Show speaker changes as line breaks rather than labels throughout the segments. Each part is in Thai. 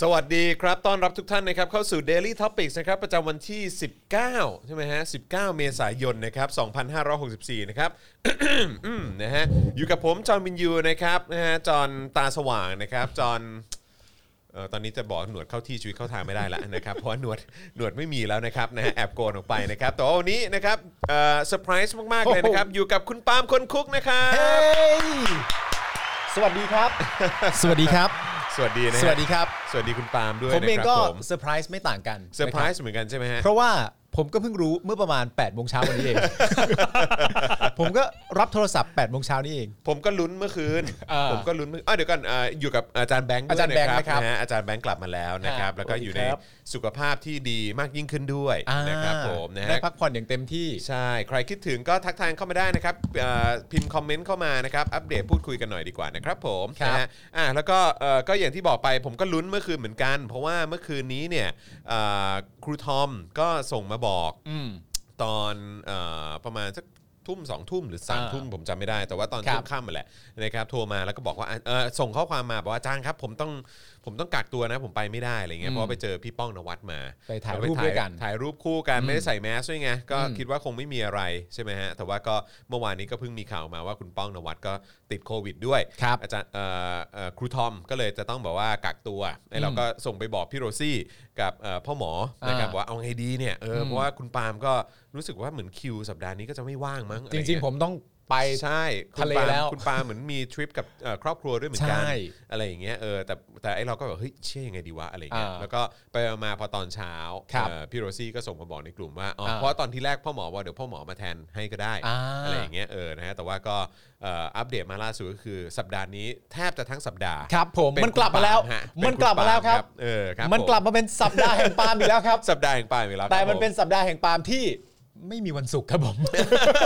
สวัสดีครับ ต้อนรับทุกท่านนะครับเข้าสู่ Daily Topics นะครับ ประจำวันที่ 19 ใช่ไหมฮะ 19 เมษายนนะครับ 2564 นะครับ อืมนะฮะ อยู่กับผมจอห์นวินยูนะครับนะฮะจอห์นตาสว่างนะครับจอห์น เอ่อตอนนี้จะบอกหนวดเข้าที่ชีวิตเข้าทางไม่ได้แล้วนะครับ เพราะว่าหนวดหนวดไม่มีแล้วนะครับนะฮะแอบโกนออกไปนะครับแต่ว่าวันนี้นะครับเอ่อเซอร์ไพรส์มากๆเลยนะครับ อยู่กับคุณปาล์มคนคุกนะครับ
เฮ้ยสวัสดีครับ สวัสดีครับ
สวัสดีนะฮะ
สวัสดีครับ
สวัสดีคุณปาล์มด้วย
ผมเอง
นะครับ
ก็
ผม
เซอร์ไพรส์ไม่ต่างกัน
เซอร์ไพรส์เหมือนกันใช่ไหมฮะ
เพราะว่าผมก็เพิ่งรู้เมื่อประมาณ8ปดโมงเช้าวันนี้ เอง ผมก็รับโทรศัพท์8ปดโมงเช้านี่เอง
ผมก็ลุ้นเมื่อคืน
เออ
ผมก็ลุ้นเมื่ออ้าวเดี๋ยวก่อนเอ่ออยู่กับอาจารย์แบงค์ด้ว
อาจารย์แบงค์นะครับ
นะฮะอาจารย์แบงค์กลับมาแล้วนะครับ
อ่า
แล้วก็อยู่ใน
สวัสดีครับ
สุขภาพที่ดีมากยิ่งขึ้นด้วยนะครับผมนะ
ได้
ฮะ
พักผ่อนอย่างเต็มที่
ใช่ ใครคิดถึงก็ทักทายเข้ามาได้นะครับเอ่อพิมพ์คอมเมนต์เข้ามานะครับ อัปเดตพูดคุยกันหน่อยดีกว่านะครับผม
ครับ
นะฮะอ่ะแล้วก็เอ่อก็อย่างที่บอกไปผมก็ลุ้นเมื่อคืนเหมือนกัน เพราะว่าเมื่อคืนนี้เนี่ยเอ่อครูทอมก็ส่งมาบอก
อืม
ตอนเอ่อประมาณสักทุ่มสองทุ่มหรือสาม
อ่า
ทุ่มผมจำไม่ได้ แต่ว่าตอน
ครั
ทุ่
บ
มค่ำมาแหละนะครับโทรมาแล้วก็บอกว่าอ่ะเอ่อส่งข้อความมาบอกว่าอาจารย์ครับ ผมต้องผมต้องกักตัวนะผมไปไม่ได้อะไรเงี้ยเพ
อืม
ราะว่าไปเจอพี่ป้องนวัดมา
ไปถ่าย
แล้ว
รูปด้วยกัน
ถ่ายรูปคู่กันไม่ได้ใส่แมสด้วยไงก็
อืม
คิด คิดว่าคงไม่มีอะไรใช่ไหมฮะ แต่ว่าก็เมื่อวานนี้ก็เพิ่งมีข่าวมาว่าคุณป้องนวัดก็ติดโควิดด้วย
ครับ
อาจารย์เอ่อเอ่อครูทอมก็เลยจะต้องแบบว่ากักตัวไอ้เราก็ส่งไปบอกพี่โรซี่กับเอ่อพ่อหมอนะครับ
อ่า
ว่าเอาไงดีเนี่ยเอออ
ม
เพราะว่าคุณปาล์มก็รู้สึกว่าเหมือนคิวสัปดาห์นี้ก็จะไม่ว่างมั้งอะ
จ
ไเย
ริง ๆ ผมต้องไป
ใช่คุณ
ทะเล
ปาล์ม
แล้ว
คุณปาล์มเหมือนมีทริปกับเอ่อครอบครัวด้วยเหมือนกัน
ใช่
อะไรอย่างเงี้ยเออแต่แต่ไอ้เราก็แบบเฮ้ยเชื่อยังไงดีวะอะไรอย่างเงี้ย
อ่า
แล้วก็ไปมาพอตอนเช้า
ครับ
เอ่อพี่โรซี่ก็ส่งมาบอกในกลุ่มว่าอ๋ออา เพราะตอนที่แรกพ่อหมอว่าเดี๋ยวพ่อหมอมาแทนให้ก็ได้
อ่า
อะไรอย่างเงี้ยเออนะฮะแต่ว่าก็เอ่ออัปเดตมาล่าสุดก็คือสัปดาห์นี้แทบจะทั้งสัปดาห์
ครับ ผม
เป็
มันกลับมาแล้ว
คุณปฮะ
มันกลับมาแล้วครับ
เป็นณปเออครับ
มันกลับมาเป็นสัปดาห์แห่งปาล์มอีกแล้วครับ
สัปดาห์แห่งปลายไปแล้ว
แต่
ครับ
มันเป็น
ผ
สัปดาห์แห่งปาล์มที่ไม่มีวันศุกร์ครับผม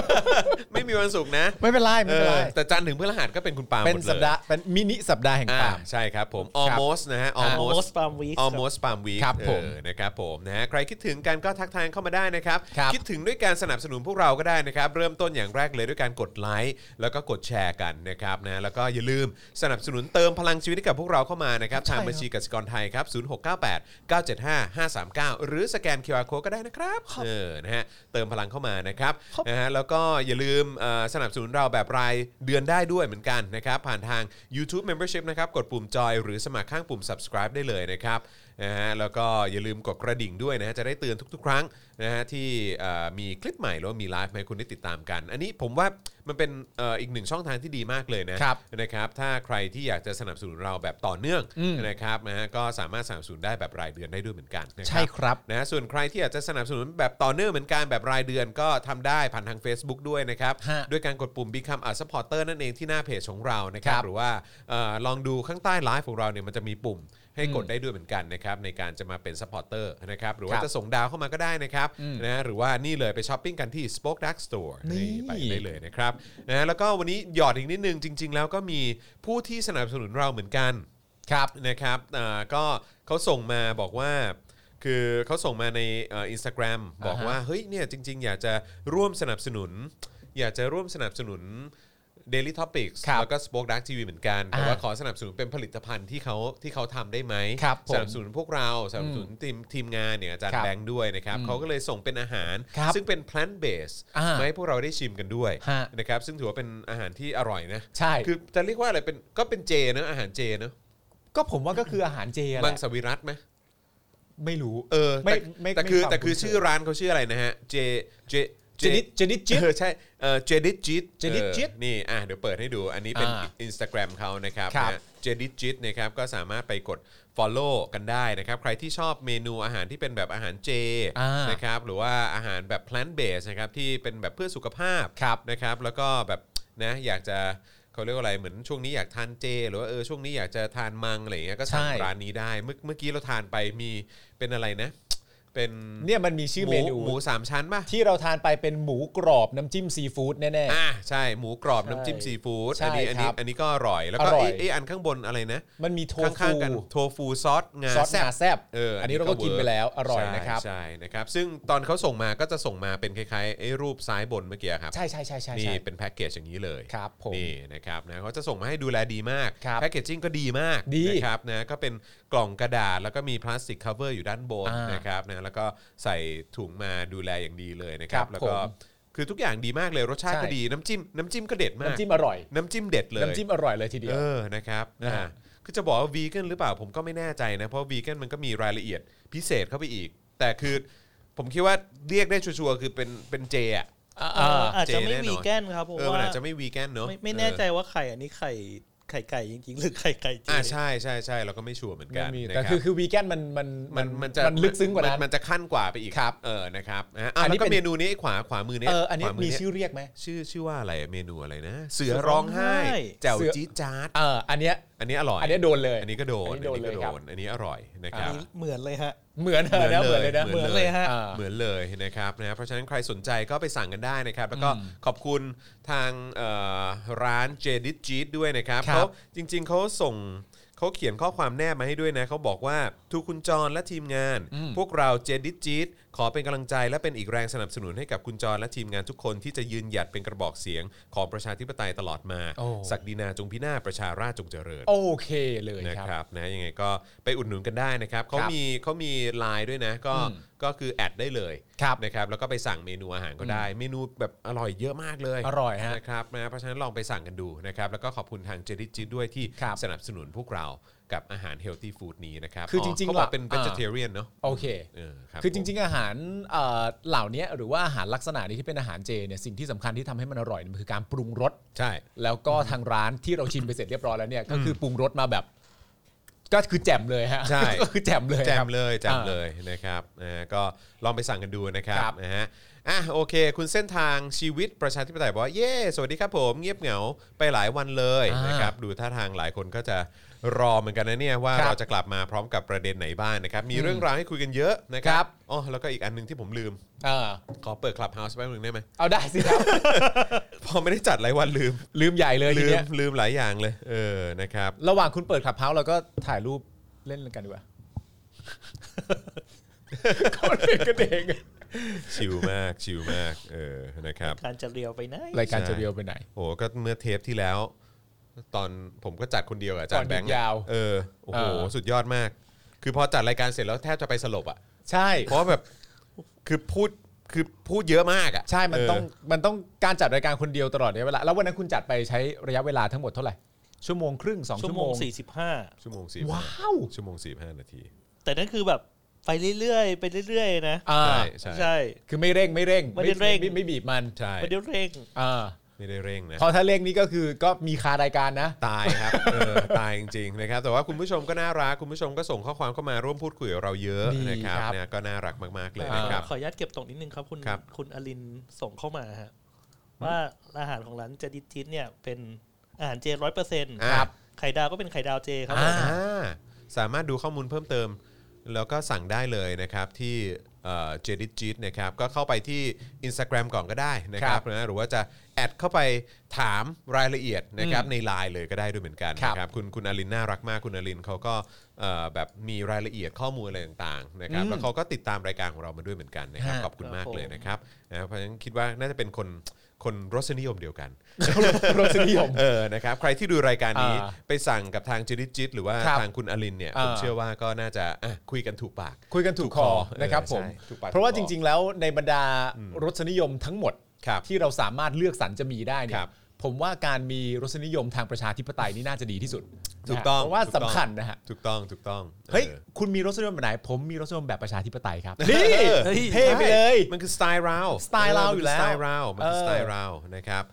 ไม่มีวันศุกร์นะ
ไม่เป็นไร
เอ
ไม่เป็น
อ
ไร
แต่จันทร์ถึงพฤหัสก็เป็นคุณปาล์ม
เป็
หม
น
ดลย
สัปดาห์เป็นมินิสัปดาห์แห่ง
อ่า
ปาล์ม
ใช่ครับผม
ครับ
almost นะฮะ almost
almost palm week
almost palm week
ครับผม
เออนะครับผมนะฮะใครคิดถึงกันก็ทักทายเข้ามาได้นะครับ
ครับ
คิดถึงด้วยการสนับสนุนพวกเราก็ได้นะครับ เริ่มต้นอย่างแรกเลยด้วยการกดไลค์แล้วก็กดแชร์กันนะครับนะแล้วก็อย่าลืมสนับสนุนเติมพลังชีวิตให้กับพวกเราเข้ามานะครับ
ใช่
ทาง
ครับ
บัญชีกสิกรไทยครับ 0698 975 539 หรือสแกน QR code ก็ได้นะครับเออนะฮะเติมพลังเข้ามานะครับ
ครับ
นะฮะแล้วก็อย่าลืมเอ่อสนับสนุนเราแบบรายเดือนได้ด้วยเหมือนกันนะครับ ผ่านทาง YouTube Membership นะครับ กดปุ่มจอยหรือสมัครข้างปุ่ม subscribe ได้เลยนะครับนะฮะแล้วก็อย่าลืมกดกระดิ่งด้วยนะฮะจะได้เตือนทุกๆ ครั้งนะฮะที่เอ่อมีคลิปใหม่หรือว่ามีไลฟ์ให้คุณได้ติดตามกัน อันนี้ผมว่ามันเป็นเอ่ออีกหนึ่งช่องทางที่ดีมากเลยนะ
ครับ
นะครับถ้าใครที่อยากจะสนับสนุนเราแบบต่อเนื่องนะครับนะฮะก็สามารถสนับสนุนได้แบบรายเดือนได้ด้วยเหมือนกันนะ
ใช่ครับ
นะฮะส่วนใครที่อยากจะสนับสนุนแบบต่อเนื่องเหมือนกันแบบรายเดือนก็ทำได้ผ่านทาง Facebook ด้วยนะครับ
ฮะ
ด้วยการกดปุ่ม Become a supporter นั่นเองที่หน้าเพจของเรานะครับ
ครับ
หรือว่าเอ่อลองดูข้างใต้ไลฟ์ของเราเนี่ยมันจะมีปุ่มให้กดได้ด้วยเหมือนกันนะครับในการจะมาเป็น supporter นะครับหรือว่า
ครับ
จะส่งดาวเข้ามาก็ได้นะครับนะฮะหรือว่านี่เลยไปช้อปปิ้งกันที่ Spoke Dark Store
นี่
ไปได้เลย เลยนะครับนะแล้วก็วันนี้หยอดอีกนิดนึงจริง ๆ แล้วก็มีผู้ที่สนับสนุนเราเหมือนกัน
ครับ
นะครับอ่าก็เขาส่งมาบอกว่า คือเขาส่งมาในเอินสตาแกรมบอกว่าเฮ้ยเนี่ยจริง ๆ อยากจะร่วมสนับสนุน อยากจะร่วมสนับสนุน Daily Topics
ครับ
แล้วก็ Spoke Dark TV เหมือนกัน แต่
อ่า
ว่าขอสนับสนุนเป็นผลิตภัณฑ์ที่เขาที่เขาทำได้ไหม
ครับผม
สนับสนุนพวกเราสนับสนุนทีมทีมงานเนี่ยอาจาร
ครั
ย์
บ
แบงค์ด้วยนะครับเขาก็เลยส่งเป็นอาหาร
ครับ
ซึ่งเป็น plant based
อ่า
มาให้พวกเราได้ชิมกันด้วย
ฮะ
นะครับซึ่งถือว่าเป็นอาหารที่อร่อยนะ
ใช่
คือจะเรียกว่าอะไรเป็นก็เป็นเจเนอะอาหารเจเนอะ
ก็ผมว่าก็คืออาหารเจแห
มัง
ละ
สวิรัตไหม
ไม่รู้
เออ
ไม่
แต่
ไม่
แต่คือ
ไม่ทราบ
แต่คือ
ผม
ชื่อร้านเขาชื่ออะไรนะฮะเจเจ
เจนิดเจนิดจิ๊บ
เอ อใช่เออเจดิดจิต
Jedid Jit
นี่อ่ะเดี๋ยวเปิดให้ดูอันนี้เป็น
อ่า
อินสตาแกรมเขานะครับ
ครับ
นะเจดิดจิตนะครับก็สามารถไปกด Follow กันได้นะครับ ใครที่ชอบเมนูอาหารที่เป็นแบบอาหารเจ
อ่าน
นะครับหรือว่าอาหารแบบ plant based นะครับที่เป็นแบบเพื่อสุขภาพ
ครับ
นะครับแล้วก็แบบนะอยากจะเขาเรียกว่าอะไรเหมือนช่วงนี้อยากทานเจ หรือว่าเออช่วงนี้อยากจะทานมังอะไรอย่างเงี้ยก็สั่ง
ใช่
ร้านนี้ได้เมื่อเมื่อกี้เราทานไปมีเป็นอะไรนะ เป็น
เนี่ยมันมีชื่อ
ห
เม
มู
นู
หมูสามชั้นป่ะ
ที่เราทานไปเป็นหมูกรอบน้ำจิ้มซีฟู้ดแน่
อ่าใช่หมูกรอบน้ำจิ้ม
ใช่
ซีฟู้ด
ใช่
อันนี้อันนี้
ครับ
อันนี้ก็อร่อยแล้วก็
อร่อย
ไอ้ไอ้อันข้างบนอะไรนะ
ๆ มันมีโท
ข้า
ฟู
งๆกันโทฟูซอสงา
ซอส
แซ่บ
หนาแซ่บ
เอออั
นนี้เราก็กิน
เวิ
ไปแล้วอร่อย
ใช่
นะครับ
ใช่นะครับ ซึ่งตอนเขาส่งมาก็จะส่งมาเป็นคล้ายๆไอ้รูปซ้ายบนเมื่อกี้ครับ
ใช่ใช่ใช่ใช่
นี่
ใช่
เป็นแพ็กเกจอย่างนี้เลย
ครับผม
นี่นะครับนะเขาจะส่งมาให้ดูแลดีมาก
ครับ
แพ็กเกจจิ้งก็ดีมาก
ดี
นะครับนะก็เป็นกล่องกระดาษแล้วก็มีพลาสติกคัฟเวอร์อยู่ด้านบน
อ่าน
นะครับนะแล้วก็ใส่ถุงมาดูแลอย่างดีเลยนะครับ
ครับ
แล้วก็
ผม
คือทุกอย่างดีมากเลยรสชาติก็
ใช่
ดีน้ำจิ้มน้ำจิ้มก็เด็ดมาก
น้ำจิ้มอร่อย
น้ำจิ้มเด็ดเลย
น้ำจิ้มอร่อยเลยทีเดียว
เออ นะครับ
นะฮะ
อ่าคือจะบอกว่าวีแกนหรือเปล่าผมก็ไม่แน่ใจนะ เพราะวีแกนมันก็มีรายละเอียดพิเศษเข้าไปอีก แต่คือผมคิดว่าเรียกได้ชัวร์ๆคือเป็นเป็นเจอ่ะ
เอ่ออาจจะ
เจ
ไม่
แน่นอน
วีแกนครับเพราะ
เออ
ว่า
มันอาจจะไม่วีแกนเนาะ
ไม่ไม่แน่ใจ
เออ
ว่าไข่อันนี้ไข่ไข่ไก่จริงๆ หรือไข่ไก่จริง
อ่าใช่ใช่ใช่เราก็ไม่ชัวร์เหมือนกั
ไม่
น
มี
นะ
แต่
รับ
คือคือวีแกนมันมัน
มันมันจะ
มันลึกซึ้งกว่านั้น
มันจะขั้นกว่าไปอีก
ครับ
เออ นะครับนะฮะอ่ะ
อันนี้
แล้วก็
เป็น
เมนูนี้ขวาขวามือเนี้ย
เอออันนี้
ขวา
มี
เย
ชื่อเรียกไหม
ชื่อชื่อว่าอะไรเมนูอะไรนะ เสือร้องไห้แจ่ว
เสือ
จี๊ดจ๊าด
เอออันเนี้ย
อันนี้อร่อย
อันเนี้ยโดนเลย
อันนี้ก็โดน
อันนี้โด
อัน
น
นี้ก็
เลย
โด
ครับ
นอันนี้อร่อยนะค
อั
รั
น
บ
นี้เหมือนเลยฮะ
เหมือนเออนะ
เห
เห
มื
มื
อเล
อน นเลย ยนะ
เหมือนเลย
ฮะ
เหมือนเลยนะครับนะเพราะฉะนั้นใครสนใจก็ไปสั่งกันได้นะครับ แล้วก็ขอบคุณทางเอ่อร้านเจดิจีดด้วยนะครับ
ครับ
เขาจริง ๆเขาส่งเขาเขียนข้อความแนบมาให้ด้วยนะเขาบอกว่าทุกคุณจรและทีมงาน พวกเราเจดิจีดขอเป็นกำลังใจและเป็นอีกแรงสนับสนุนให้กับคุณจรและทีมงานทุกคนที่จะยืนหยัดเป็นกระบอกเสียงของประชาธิปไตยตลอดมา
โอ้
ศักดินาจงพินาศประชาราชจงเจริญ
โอเคเลย
นะครับ ครับนะยังไงก็ไปอุดหนุนกันได้นะครับเขามีเขามีไลน์ด้วยนะก็ก็คือแอดได้เลย
ครับ
นะครับแล้วก็ไปสั่งเมนูอาหารก็ได้ เมนูแบบอร่อยเยอะมากเลย
อร่อยฮะ
นะครับนะเพราะฉะนั้นลองไปสั่งกันดูนะครับแล้วก็ขอบคุณทางเจดิจิด้วยที่
ครับ
สนับสนุนพวกเรากับอาหารเฮลตี้ฟู้ดนี้นะครับ
คือจริงๆ
เขาบอ
หลั
ก
ก
เป็นเ e
อ่า
g เ t เรียนเนาะ
โอเค
เออครับ
คือจริง ๆ อาหารเอ่อเหล่านี้หรือว่าอาหารลักษณะนี้ที่เป็นอาหารเจเนี่ยสิ่งที่สำคัญที่ทำให้มันอร่อยมันคือการปรุงรส
ๆใช่
แล้วก็ทางร้านที่เราชิมไปเสร็จเรียบร้อยแล้วเนี่ยก็คือปรุงรสมาแบบ ก็คือแจ่มเลยฮะ
ใช่
ก็คือแจ่มเลย
แจ
ค
ม
รับ
เลยแจม
อ่า
เลยนะครับนะฮะก็ลองไปสั่งกันดูนะครับ
ครับ
นะฮะอ่ะโอเค คุณเส้นทางชีวิตประชาธิปไตยบอกว่าเย้สวัสดีครับผมเงียบเหงาไปหลายวันเลย
อ่าน
นะครับดูท่าทางหลายคนก็จะรอเหมือนกันนะเนี่ยว่า
ครับ
เราจะกลับมาพร้อมกับประเด็นไหนบ้างนะครับมีเรื่องราวให้คุยกันเยอะนะค
ค
รั
รั
บบ อ๋อแล้วก็อีกอันหนึงที่ผมลืม
เออ
ขอเปิดคลับเฮาส์แป๊บนึงได้ไหม
เอาได้สิครับ
พอไม่ได้จัดหลายวันลื ม
ลืมใหญ่เลยที
ลืม
เนี้ย
ลืมหลายอย่างเลยเออนะครับ
ระหว่างคุณเปิดขับเฮาส์เราก็ถ่ายรูปเล่นกันดี กว่า คนเป็นกันเอง
ชิลมากชิลมากเออนะครับ
การจะเรียวไปไหน
รายการจะเรียวไปไหน
โอ้ก็เมื่อเทปที่แล้ว ตอนผมก็จัดคนเดียวกับอาจารย์
ก่
แบ
อนหยุด
งค์
ยาว
เออโอ้โห
เออ
สุดยอดมาก คือพอจัดรายการเสร็จแล้วแทบจะไปสลบอ่ะ
ใช่
เพราะว่าแบบคือพูดคือพูดเยอะมากอ่ะ
ใช่มันต้อง
เ
มันต้องการจัดรายการคนเดียวตลอดระยะเวลาแล้ววันนั้นคุณจัดไปใช้ระยะเวลาทั้งหมดเท่าไหร่ ชั่วโมงครึ่งสอง
ชั่
ชั่
ว
ว
โม
โม
ง
ง
สี่สิบห้า
ชั่วโมงสี่
ว้าว
ชั่วโมงสี่ห้านาที
แต่นั่นคือแบบไปเรื่อยๆไปเรื่อยๆนะ
อ่า
ใช่ใช่
ใช่
คือไม่เร่งไม่เร่ง
ไม่ได้เร่ง
ไม่ไม่บีบมัน
ใช่
ไปเรื่อยเร่ง
อ่า
ไม่ได้เร่งนะ
เพราะถ้าเร่งนี่ก็คือก็มีคารายการนะ
ตายครับเออตายจริงๆนะครับแต่ว่าคุณผู้ชมก็น่ารักคุณผู้ชมก็ส่งข้อความเข้ามาร่วมพูดคุยกับเราเยอะ
ดี
นะครับ
ครับ
นะก็น่ารักมากๆเลยนะครับ
ขออนุญาตเก็บตรงนิดนึงครับ คุณ
ครับ
คุณอลินส่งเข้ามาฮะว่าอาหารของร้านเจดิทิสเนี่ยเป็นอาหารเจร้อยเปอร์เซ็นต์
ครับ
ไข่ดาวก็เป็นไข่ดาวเจครับผม
อ่าสามารถดูข้อมูลเพิ่มเติม แล้วก็สั่งได้เลยนะครับที่เจดิจิตนะครับก็เข้าไปที่ Instagram ก่อนก็ได้นะครับ
ครับ
นะหรือว่าจะแอดเข้าไปถามรายละเอียดนะครับในไลน์เลยก็ได้ด้วยเหมือนกัน
ครับ
นะครับคุณคุณอลินน่ารักมากคุณอลินเขาก็เอ่อแบบมีรายละเอียดข้อมูลอะไรต่างๆนะครับ
อืม
แล้วเขาก็ติดตามรายการของเรามาด้วยเหมือนกันนะครับ
ฮะ
ขอบคุณมาก
ครับผม
เลยนะครับนะเพราะฉะนั้นคิดว่าน่าจะเป็นคนคนรสนิยมเดียวกัน
รสนิยม
เออ นะครับ ใครที่ดูรายการนี้
อ่า
ไปสั่งกับทางจิริจิตหรือว่า
ครับ
ทางคุณอลินเนี่ย
อ่า
ผมเชื่อว่าก็น่าจะอ่ะคุยกันถูกปาก
คุยกันถูกคอนะครับผม
ใช่ถูกปาก
เพราะว่า
ถู
จ
กคอ
ริง ๆ แล้วในบรรดารสนิยมทั้งหมด
ครับ
ที่เราสามารถเลือกสรรจะมีได้เนี่
ครั
ย
บ
ผมว่าการมีรสนิยมทางประชาธิปไตยนี่น่าจะดีที่สุด
ถูกต้อง
เพราะว่า
ถูกต้
สำ
อง
คัญนะฮะ
ถูกต้อง ถูกต้อง
เฮ้ย
ออ
คุณมีรสนิยมแบบไหน ผมมีรสนิยมแบบประชาธิปไตยครับ
เ
นี่
ออ
เท่ไปเลย
มันคือสไตล์เรา
สไตล์เราอยู่แล้ว
มันคืสไตล์เรามันคือ
เออ
สไตล์เรานะครับ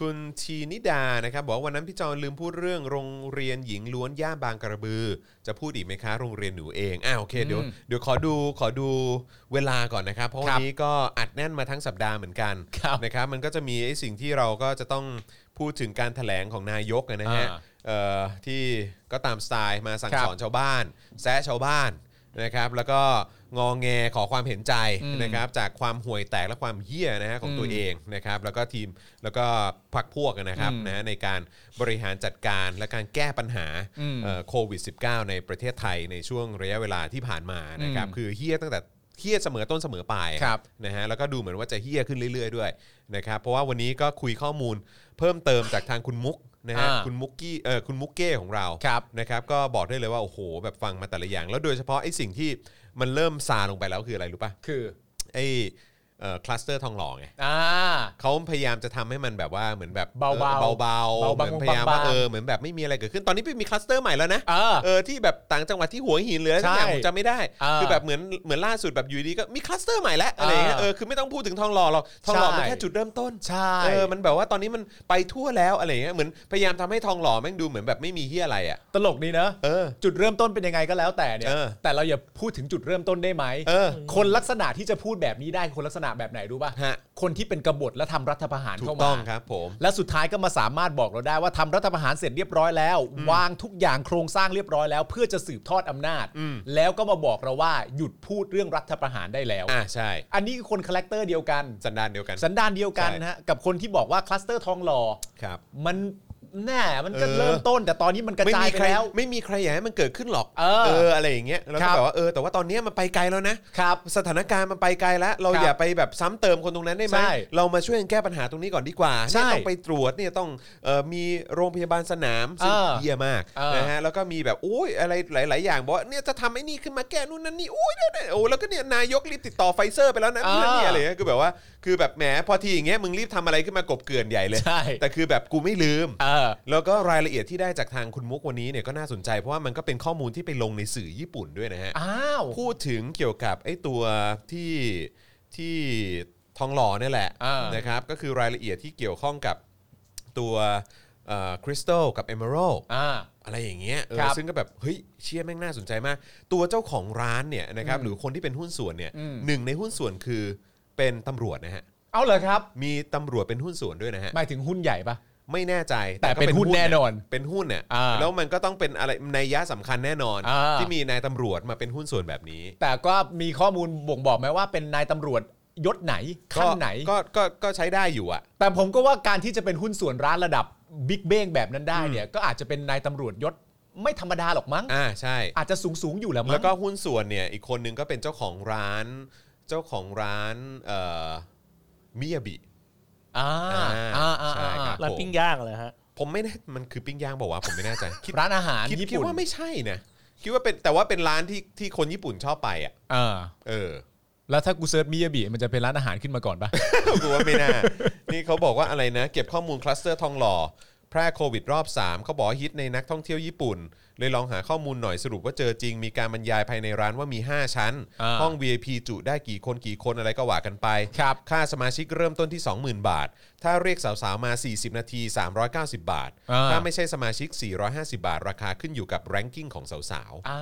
คุณทีนิดา นะครับ บอกว่าวันนั้นพี่จอนลืมพูดเรื่องโรงเรียนหญิงล้วนย่านบางกระบือ จะพูดอีกไหมคะ โรงเรียนหนูเอง อ่าโอเค เดี๋ยว
อืม
เดี๋ยวขอดู ขอดูเวลาก่อนนะครับ เพราะ
ค
วั
รับ
นนี้ก็อัดแน่นมาทั้งสัปดาห์เหมือนกัน
ครับ
นะครับ มันก็จะมีไอ้สิ่งที่เราก็จะต้องพูดถึงการแถลงของนายกนะฮะ
อ่า
เอ่อที่ก็ตามสไตล์มาสั่ง
ครั
ส
บ
อนชาวบ้าน แซะชาวบ้าน นะครับแล้วก็งองแงขอความเห็นใจ
อืม
นะครับจากความห่วยแตกและความเหี้ยนะฮะของตัว
อืม
เองนะครับแล้วก็ทีมแล้วก็พักพวกนะครับ
อืม
นะฮะในการบริหารจัดการและการแก้ปัญหา
อืม
เอ่อโควิด -19 ในประเทศไทยในช่วงระยะเวลาที่ผ่านมานะครับ
อืม
คือเหี้ยตั้งแต่เหี้ยเสมอต้นเสมอปลายอะ
ครับ
นะฮะแล้วก็ดูเหมือนว่าจะเฮี้ยขึ้นเรื่อย ๆ ด้วยนะครับเพราะว่าวันนี้ก็คุยข้อมูลเพิ่มเติมจากทางคุณมุกนะฮะ
อ่า
คุณมุกกี้เออคุณมุกเก้ของเรา
ครับ
นะครับก็บอกได้เลยว่า โอ้โห แบบฟังมาแต่ละอย่าง แล้วโดยเฉพาะไอ้สิ่งที่มันเริ่มซาลงไปแล้วคืออะไรรู้ป่ะ
คือ
ไอ้คลัสเตอร์ทองหล่อไง
อ่า
เขาพยายามจะทำให้มันแบบว่าเหมือนแบบ
เบาๆ
เออเบาๆ
เบาๆ
เหมือนพยายามว่า
บางๆ
เออเหมือนแบบไม่มีอะไรเกิดขึ้นตอนนี้ไม่มีคลัสเตอร์ใหม่แล้วนะ
เออ
เออที่แบบต่างจังหวัดที่หัวหินหรืออะไรสักอย่าง
ใช่
ผมจำไม่ได้
เออ
คือแบบเหมือนเหมือนล่าสุดแบบอยู่ดีก็มีคลัสเตอร์ใหม่แล้วอะไรอย่างเงี้ย
เออ
เออคือไม่ต้องพูดถึงทองหล่อหรอกทองหล่อมัน
ใช่
แค่จุดเริ่มต้น
ใช่
เออมันแบบว่าตอนนี้มันไปทั่วแล้วอะไรอย่างเงี้ยเหมือนพยายามทำให้ทองหล่อแม่งดูเหมือนแบบไม่มีเฮียอะไรอ่ะ
ตลกดีเนอะ
เออ
จุดเริ่มต้นเป็นยังไงก็แล้วแต่เนี่ย
เออ
แต่เราอย่าพูดถึงจุดเริ่มต้นได้ไหม
เออ
คนลักษณะที่จะพูดแบบนี้ได้คนลักษณะแบบไหนรู้ป่ะ
ฮะ
คนที่เป็นกบฏและทำรัฐประหาร
ถู
เข้าก มา
ต้องครับผม
และสุดท้ายก็มาสามารถบอกเราได้ว่าทำรัฐประหารเสร็จเรียบร้อยแล้ว วางทุกอย่างโครงสร้างเรียบร้อยแล้ว เพื่อจะสืบทอดอำนาจ
อืม
แล้วก็มาบอกเราว่าหยุดพูดเรื่องรัฐประหารได้แล้ว
อ่าใช่
อันนี้คือคนคาแรคเตอร์เดียวกัน
สันดานเดียวกัน
สันดานเดียวกัน
ใช่
นะฮะกับคนที่บอกว่าคลัสเตอร์ทองหล่อ
ครับ
มันแน่มันก็
เออ
เริ่มต้น แต่ตอนนี้มันกระ
ไม่
จาย
มี
ไป
ใคร
แล้ว
ไม่มีใครอยากให้มันเกิดขึ้นหรอก
เออ
อะไรอย่างเงี้ยแล้ว
ค
ก็
รับ
แบบว่าเออแต่ว่าตอนเนี้ยมันไปไกลแล้วนะ
ครับ
สถานการณ์มันไปไกลแล้วเรา
ครับ
อย่าไปแบบซ้ำเติมคนตรงนั้นได้ไหม
ใช่
เรามาช่วยกันแก้ปัญหาตรงนี้ก่อนดีกว่า
ใช่
เนี่ยต้องไปตรวจเนี่ยต้องเอ่อมีโรงพยาบาลสนามซึ่ง
เออ
เยี่ยมาก
เออ
นะฮะแล้วก็มีแบบโอ้ยอะไรหลาย ๆ อย่างบอกว่าเนี่ยจะทำไอ้นี่ขึ้นมาแก้นู่นนั่นนี่โอ้ยเนี่ยเนี่ยโอ้แล้วก็เนี่ยนายกรีบติดต่อไฟเซอร์ไปแล้วนะ
เออ
เรื่องนี้อะไรเงี้ยคือแบบว่าคือแบบแหมพอทีอย่างเงี้ยมึงรีบทำอะไรขึ้นมากบเกลื่อนใหญ่เลย
ใช่
แต่คือแบบกูไม่ลืม
เออ
แล้วก็รายละเอียดที่ได้จากทางคุณมุกวันนี้เนี่ยก็น่าสนใจเพราะว่ามันก็เป็นข้อมูลที่ไปลงในสื่อญี่ปุ่นด้วยนะฮะ
อ้าว
พูดถึงเกี่ยวกับไอ้ตัวที่ที่ทองหล่อเนี่ยแหละ
อ่า
นะครับก็คือรายละเอียดที่เกี่ยวข้องกับตัวคริสตัลกับเอเมอรัล
อ่า
อะไรอย่างเงี้ยเออ
ครับ
ซึ่งก็แบบเฮ้ยเชี่ยแม่งน่าสนใจมาก ตัวเจ้าของร้านเนี่ยนะครับหรือคนที่เป็นหุ้นส่วนเนี่ย
อืม
หนึ่งในหุ้นส่วนคือเป็นตำรวจนะฮะ
เอาเหรอครับ
มีตำรวจเป็นหุ้นส่วนด้วยนะฮะ
หมายถึงหุ้นใหญ่ปะ
ไม่แน่ใจ
แต่
ก็
เป็นหุ้นแน่นอนะ
เป็นหุ้นเนี่ย
อ่า
แล้วมันก็ต้องเป็นอะไรในยยะสำคัญแน่นอน
อ่า
ที่มีนายตำรวจมาเป็นหุ้นส่วนแบบนี้
แต่ก็มีข้อมูลบ่งบอกไหมว่าเป็นนายตำรวจยศไหนขั้นไหน
ก็ก็ก็ก็ใช้ได้อยู่อ่ะ
แต่ผมก็ว่าการที่จะเป็นหุ้นส่วนร้านระดับบิ๊กเบ้งแบบนั้นได้เนี่ยก็อาจจะเป็นนายตำรวจยศไม่ธรรมดาหรอกมั้ง
อ่าใช่
อาจจะสูงสูงๆอยู่แล้วมั้ง
แล้วก็หุ้นส่วนเนี่ย อีกคนนึงก็เป็นเจ้าของร้าน เจ้าของร้านเอ่อมิยาบิ
อ่า
อ่า
อ่าอ่า
ใช่ครับ
ร้านปิ้งย่างเลยฮะ
ผมไม่แน่มันคือปิ้งย่างบอกว่าวะผมไม่แน่ใจ คิด
ร้านอาหาร
คิด
ญี่
คิด
ปุ่น
ว่าไม่ใช่นะคิดว่าเป็นแต่ว่าเป็นร้านที่ที่คนญี่ปุ่นชอบไปอ่ะ
อ่า
เออ
แล้วถ้ากูเซิร์ชมิยาบิมันจะเป็นร้านอาหารขึ้นมาก่อนปะ
กูว่าไม่น่า นี่เขาบอกว่าอะไรนะ เก็บข้อมูลคลัสเตอร์ทองหล่อ แพร่โควิดรอบ 3 เขาบอกว่าฮิตในนักท่องเที่ยวญี่ปุ่น เลยลองหาข้อมูลหน่อยสรุปว่าเจอจริง มีการบรรยายภายในร้านว่ามี 5 ชั้น
อ่า
ห้อง VIP จุได้กี่คนกี่คนอะไรก็ว่ากันไป
ครับ
ค่าสมาชิกเริ่มต้นที่ 20,000 บาท ถ้าเรียกสาวๆ มา 40 นาที 390 บาท
อ่า
ถ้าไม่ใช่สมาชิก 450 บาท ราคาขึ้นอยู่กับแรงกิ้งของสาว
อ่า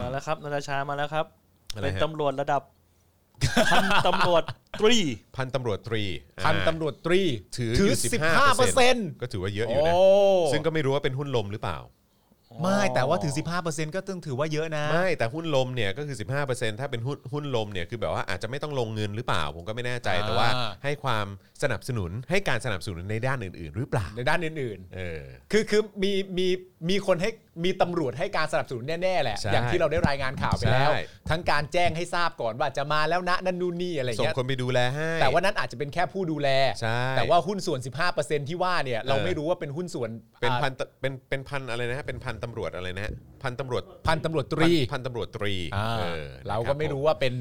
มาแล้วครับนาราชามาแล้วครับ
อะไรฮะ
เป็นตำรวจระดับ พันตำรวจ ตรี
ๆ พันตำรวจตรี
พันตำรวจตรี
ถือ
ถื
อ
อยู่สิบห้าเปอร์เซ็นต์
15%ก็ถือว่าเยอะอยู่
โอ้
นะ ซึ่งก็ไม่รู้ว่าเป็นหุ้นลมหรือเปล่า
ไม่แต่ว่าถือ 15%ก็ต้องถือว่าเยอะนะ
ไม่แต่หุ้นลมเนี่ยก็คือ 15%ถ้าเป็นหุ้นหุ้นลมเนี่ยคือแบบว่าอาจจะไม่ต้องลงเงินหรือเปล่า ผมก็ไม่แน่ใจ
อ่า
แต่ว่าให้ความสนับสนุนให้การสนับสนุนในด้านอื่น ๆ หรือเปล่า
ในด้านอื่น
เออ
ๆ คือคือมีมีมีคนให้มีตำรวจให้การสนับสนุนแน่ๆแหละ
ใช่
อย่างที่เราได้รายงานข่าวไปแล้ว
ใช่
ทั้งการแจ้งให้ทราบก่อนว่าจะมาแล้วนะนั่นนู่นนี่อะไรอย่าง
ส่ง
เงี้ย
คนไปดูแลให้
แต่ว่านั้นอาจจะเป็นแค่ผู้ดูแล
ใช่
แต่ว่าหุ้นส่วน 15%ที่ว่าเนี่ยเราไม่รู้ว่าเป็นหุ้นส่วน
เป็น
อ่า
พันตเป็นเป็นพันอะไรนะฮะเป็นพันตำรวจอะไรนะฮะพันตำรวจ
พันตำรวจตรี
พันพันตำรวจตรี
อ่า
ออ
เราก็ไม่รู้ว่าเป็น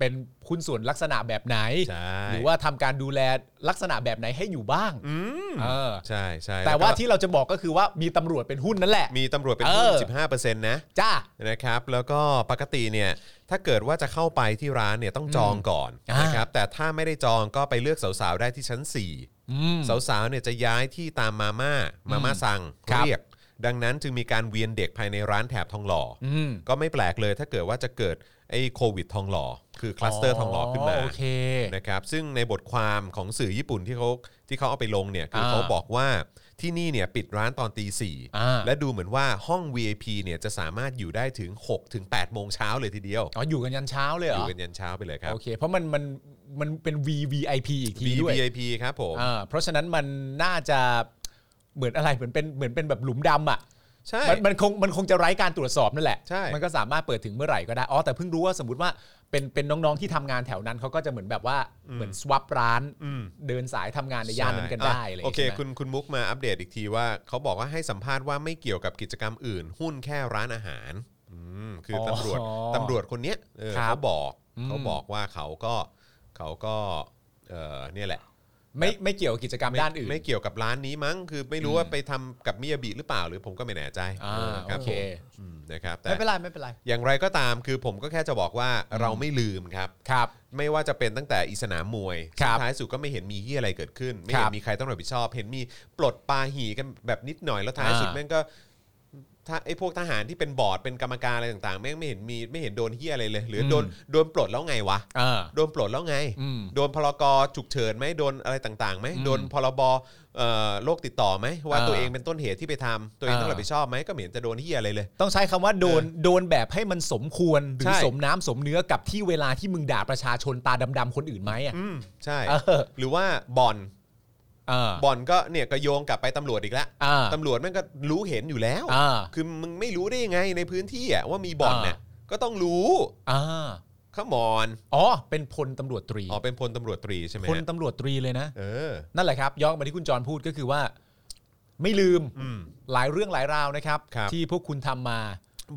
เป็นหุ้นส่วนลักษณะแบบไหน
ใช่
หรือว่าทำการดูแลลักษณะแบบไหนให้อยู่บ้าง
อืม
เออ
ใช่ใช่
แต่ว่า
ล้ก็
ที่เราจะบอกก็คือว่ามีตำรวจเป็นหุ้นนั่นแหละ
มีตำรวจเป็น
เอ
หุ้น
อ
สิบห้าเปอร์เซ็นต์นะ
จ้า
นะครับแล้วก็ปกติเนี่ยถ้าเกิดว่าจะเข้าไปที่ร้านเนี่ยต้องจองก่อน
อ่าน
นะครับแต่ถ้าไม่ได้จองก็ไปเลือกสาวๆได้ที่ชั้น 4
อืม
สาวๆเนี่ยจะย้ายที่ตามมาม่ามาม่าสั่ง
ครับ
เรียก ดังนั้นจึงมีการเวียนเด็กภายในร้านแถบทองหล่ออ
อืม
ก็ไม่แปลกเลยถ้าเกิดว่าจะเกิดไอ้โควิดทองหล่อคือคลัสเตอร์ทองหล่อขึ้นมา
โอเค
นะครับซึ่งในบทความของสื่อญี่ปุ่นที่เขาที่เขาเอาไปลงเนี่ยคืออา เขาบอกว่า ที่นี่เนี่ยปิดร้านตอนตีสี่
อ่า
และดูเหมือนว่าห้อง VIP เนี่ยจะสามารถอยู่ได้ถึง6ถึง8โมงเช้าเลยทีเดียว
อ๋ออยู่กันยันเช้าเลยเหร
อ
อยู่ อ
กันยันเช้าไปเลยครับ
โอเค เพราะมันมันมันเป็น VVIP อีกทีด้วย
VIP ครับผม
อ่าเพราะฉะนั้นมันน่าจะเหมือนอะไรเหมือนเป็นเหมือนเป็นแบบหลุมดำอ่ะ
ใช่
มันมันคงมันคงจะไร้การตรวจสอบนั่นแหละ
ใช่
มันก็สามารถเปิดถึงเมื่อไหร่ก็ได้อ๋อแต่เพิ่งรู้ว่าสมมติว่าเป็นเป็นน้องๆที่ทำงานแถวนั้นเขาก็จะเหมือนแบบว่าเหมือนสว a p ร้านเดินสายทำงานในย่านนั้นกันได้
ใช่
อะไรย่า
โอง เค
งี้ใช่ไหม
คุณคุณมุกมาอัปเดตอีกทีว่าเขาบอกว่าให้สัมภาษณ์ว่าไม่เกี่ยวกับกิจกรรมอื่น หุ้นแค่ร้านอาหารอืมคือตำรวจตำรวจคนเนี้ยเออเขาบอกเขาบอกว่าเขาก็เขาก็เออเนี่ยแหละ
ไม่ไม่เกี่ยวกับกิจกรรม
ไม่
ด้านอื่น
ไม่เกี่ยวกับร้านนี้มั้ง คือไม่รู้ว่าไปทำกับมิยาบิหรือเปล่าหรือผมก็ไม่แน่ใจ
อ่า
เออครับ
โอเค
ผมอืมนะครับแต่
ไม่เป็นไรไม่เป็นไร
อย่างไรก็ตามคือผมก็แค่จะบอกว่าเราไม่ลืมครับ
ครับ
ไม่ว่าจะเป็นตั้งแต่อีสนามมวย
ค
สุ
รั
ด
บ
ท้ายสุดก็ไม่เห็นมีเหียอะไรเกิดขึ้น ไม่เห็
ครั
น
บ
มีใครต้องรับผิดชอบ เห็นมีปลดปาหีกันแบบนิดหน่อยแล้วท้าย
อ่า
สุดแม่งก็ถ้าไอ้พวกทหารที่เป็นบอร์ดเป็นกรรมการอะไรต่างๆแม่งไม่เห็นมีไม่เห็นโดนเหียอะไรเลย หรือโดนโดนปลดแล้วไงวะ
อ่า
โดนปลดแล้วไง
อืม
โดนพลกรฉุกเฉินไหมโดนอะไรต่างๆไหม
อืม
โดนพรบเอ่อโรคติดต่อไหมว่า
อ่า
ตัวเองเป็นต้นเหตุที่ไปทำตัวเอง
อ่า
ต้องรับผิดชอบไหมก็ไม่เห็นจะโดนที่อะไรเลย
ต้องใช้คำว่าโดนโดนแบบให้มันสมควรหรื
ใช่
อสมน้ำสมเนื้อกับที่เวลาที่มึงด่าประชาชนตาดำๆคนอื่นไหมอ่ะ
อืมใช่
เออ
หรือว่าบ่อน
อ่า
บ่อนก็เนี่ยก็โยงกลับไปตำรวจอีกแล้ว
อ่า
ตำรวจแมันก็รู้เห็นอยู่แล้ว
อ่า
คือมึงไม่รู้ได้ยังไงในพื้นที่อะว่ามีบ่อนเนี่ยก็ต้องรู้
อ่า
ขมอน
อ๋อ เป็นพลตำรวจตรี
อ๋อเป็นพลตำรวจตรีใช่ไหม
พล
ฮะ
ตำรวจตรีเลยนะ
เออ
นั่นแหละครับ ย้อนมาที่คุณจรพูดก็คือว่า ไม่ลืม
อืม
หลายเรื่องหลายราวนะครับ
ครับ
ที่พวกคุณทำมา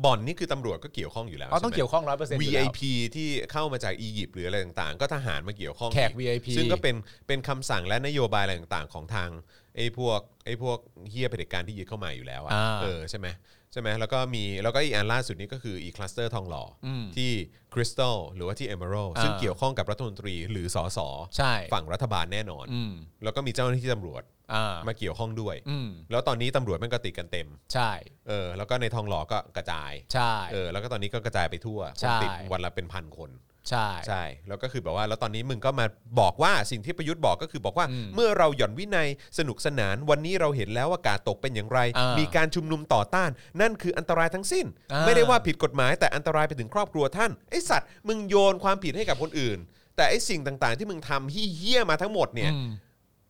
บ่อนนี่คือตำรวจก็เกี่ยวข้องอยู่แล้ว
อ๋อต้อง
ใช่ไหม
เกี่ยวข้องร้อยเปอร์เซ็นต์
VIP ที่เข้ามาจากอียิปต์หรืออะไรต่างๆ ก็ทหารมาเกี่ยวข้อง
แขก
อี
VIP
ซึ่งก็เป็นเป็นคำสั่งและนโยบายอะไรต่างๆ ของทางไอ้พวกไอ้พวกเฮียเผด็จการที่ยึดเข้ามาอยู่แล้วอะ
อ่า
เออใช่ไหมใช่ไหมแล้วก็มีแล้วก็อีกอันล่าสุดนี้ก็คืออีคลัสเตอร์ทองหล่ออ
ม
ที่คริสตัลหรือว่าที่เอเมอรัล
อ่า
ซึ่งเกี่ยวข้องกับรัฐมนตรีหรือสส
ใช่
ฝั่งรัฐบาลแน่นอน
อืม
แล้วก็มีเจ้าหน้าที่ตำรวจ
อ่า
มาเกี่ยวข้องด้วย
อืม
แล้วตอนนี้ตำรวจมันก็ติดกันเต็ม
ใช่
เออแล้วก็ในทองหล่อก็กระจาย
ใช่
เออแล้วก็ตอนนี้ก็กระจายไปทั่วค
ใช่
นติดวันละเป็นพันคน
ใช่
ใช่แล้วก็คือแบบว่าแล้วตอนนี้มึงก็มาบอกว่าสิ่งที่ประยุทธ์บอกก็คือบอกว่า
อืม
เมื่อเราหย่อนวินัยสนุกสนานวันนี้เราเห็นแล้วว่ากาดตกเป็นอย่างไร
อ่ามี
มีการชุมนุมต่อต้าน นั่นคืออันตรายทั้งสิ้น
อ่า
ไม่ได้ว่าผิดกฎหมายแต่อันตรายไปถึงครอบครัวท่านไอสัตว์มึงโยนความผิดให้กับคนอื่น แต่ไอสิ่งต่างๆ ที่มึงทำเฮี้ยๆมาทั้งหมดเนี่ย
อืม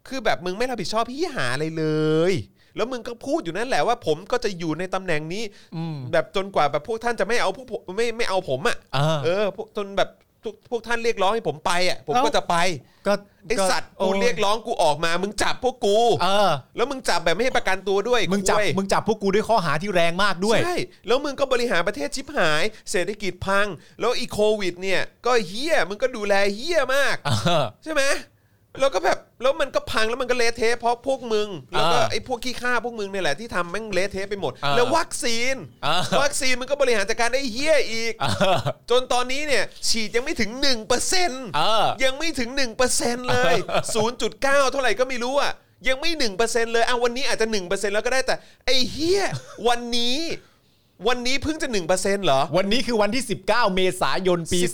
คือแบบมึงไม่รับผิดชอบพี่หาอะไรเลย แล้วมึงก็พูดอยู่นั่นแหละว่าผมก็จะอยู่ในตำแหน่งนี้
อืม
แบบจนกว่าแบบพวกท่านจะไม่เอาพวกผมไม่ไม่เอาผมอ่ะ
อ่า
เออพวกจนแบบพวกพวกท่านเรียกร้องให้ผมไปอ่ะผมก็จะไป
ก็
ไอสัตว์
โอ้
กูเรียกร้องกูออกมา มึงจับพวกกู
เออ
แล้วมึงจับแบบไม่ให้ประกันตัวด้วย
มึงจับ
คุย
มึงจับพวกกูด้วยข้อหาที่แรงมากด้วย
ใช่แล้วมึงก็บริหารประเทศชิบหาย เศรษฐกิจพัง แล้วอีโควิด เนี่ย ก็เฮี้ยมึงก็ดูแลเฮี้ยมาก
เออ
ใช่ไหมแล้วก็แบบแล้วมันก็พังแล้วมันก็เละเทะเพราะพวกมึง แล้วก็
เออ
ไอ้พวกขี้ข้าพวกมึงเนี่ยแหละที่ทำแม่งเละเทะไปหมด
เออ
แล้ววัคซีน
เออ
วัคซีนมันก็บริหารจัดการได้เฮี้ยอีก
เออ
จนตอนนี้เนี่ยฉีดยังไม่ถึง 1%
เออ
ยังไม่ถึง 1%เลย 0.9 เท่าไหร่ก็ไม่รู้อ่ะยังไม่ 1%เลยอ่ะวันนี้อาจจะ 1%แล้วก็ได้แต่ไอ้เฮี้ยวันนี้ วันนี้เพิ่งจะ 1%เหรอ
วันนี้คือวันที่ 19 เมษายนปี
สิบ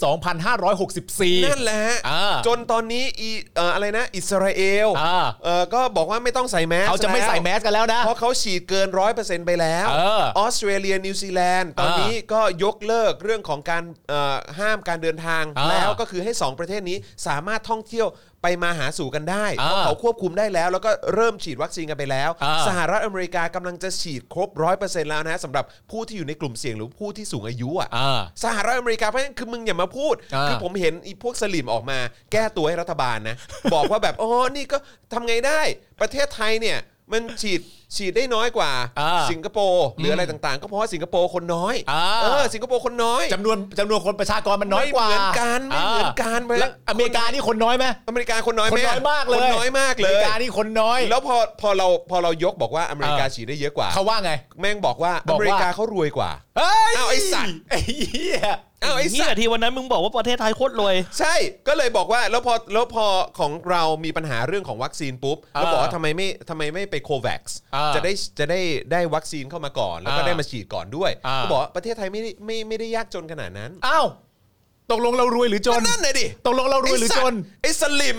2564
นั่นแหละฮะ
อ่า
จนตอนนี้อีเอ่ออะไรนะ อิสราเอล
อ่า
เอ่อก็บอกว่าไม่ต้องใส่แมส
เขาจะไม่ใส่แมสกันแล้วนะ
เพราะเขาฉีดเกินร้อยเปอร์เซ็นต์ไปแล้ว
เออ
อสเตรเลียนิวซีแลนด์ตอนนี้ก็ยกเลิกเรื่องของการเอ่อห้ามการเดินทาง
อ่า
แล้วก็คือให้ 2 ประเทศนี้สามารถท่องเที่ยวไปมาหาสู่กันได้
อ่า
เพราะเขาควบคุมได้แล้ว แล้วก็เริ่มฉีดวัคซีนกันไปแล้ว
อ่า
สหรัฐอเมริกากำลังจะฉีดครบร้อยเปอร์เซ็นต์แล้วนะสำหรับผู้ที่อยู่ในกลุ่มเสี่ยงหรือผู้ที่สูงอายุอ่ะ
อ่า
สหรัฐอเมริกาเพราะฉะนั้นคือมึงอย่ามาพูด
อ่า
คือผมเห็นไอีพวกสลิมออกมา แก้ตัวให้รัฐบาลนะ บอกว่าแบบ อ๋อ นี่ก็ทำไงได้ ประเทศไทยเนี่ย มันฉีดฉีดได้น้อยกว่า
อ่า
สิงคโปร์หรืออะไรต่างๆ ก็เพราะว่าสิงคโปร์คนน้อย
อ่า
เออสิงคโปร์คนน้อย
จำนวนจำนวนคนประชากรมันน้อยกว่า
ไม่เหมือนกันไม่เหมือนกันเพราะฉะ
แล้ว
นั้น
อเมริกานี่คนน้อยไหม
อเมริกาคนน้อย
คน
ไหะ
น้อยมากเลย
คนน้อยมากเล
อ
ย
เมริกานี่คนน้อย
แล้วพอพอเราพอเรายกบอกว่าอเมริกา
เออ
ฉีดได้เยอะกว่า
เขาว่าไง
แม่งบอกว่า
บ
อ
อกว่า
เมริกาเขารวยกว่า
เฮ้ย
อ้าวไอ้สัตว์
ไอ้เหี้ย
อ้าวไอ้สั
เหี้
ต
ย
ว์
ที่วันนั้นมึงบอกว่าประเทศไทยโคตรรวย
ใช่ก็เลยบอกว่าแล้วพอแล้วพอของเรามีปัญหาเรื่องของวัคซีนปุ๊บแล้วบอกว่าทำไมไม่ทำไมไม่ไปโควัค
อ่า
จะได้จะได้ได้วัคซีนเข้ามาก่อน แล้วก็
อ่า
ได้มาฉีดก่อนด้วย
อ่า
ก็บอกว่าประเทศไทยไม่ได้ไม่ไม่ได้ยากจนขนาดนั้น
อ้าว ตกลงเรารวยหรือจน
นั่นเลยดิ
ตกลงเรารวยหรือจน
ไอ้สลิ ม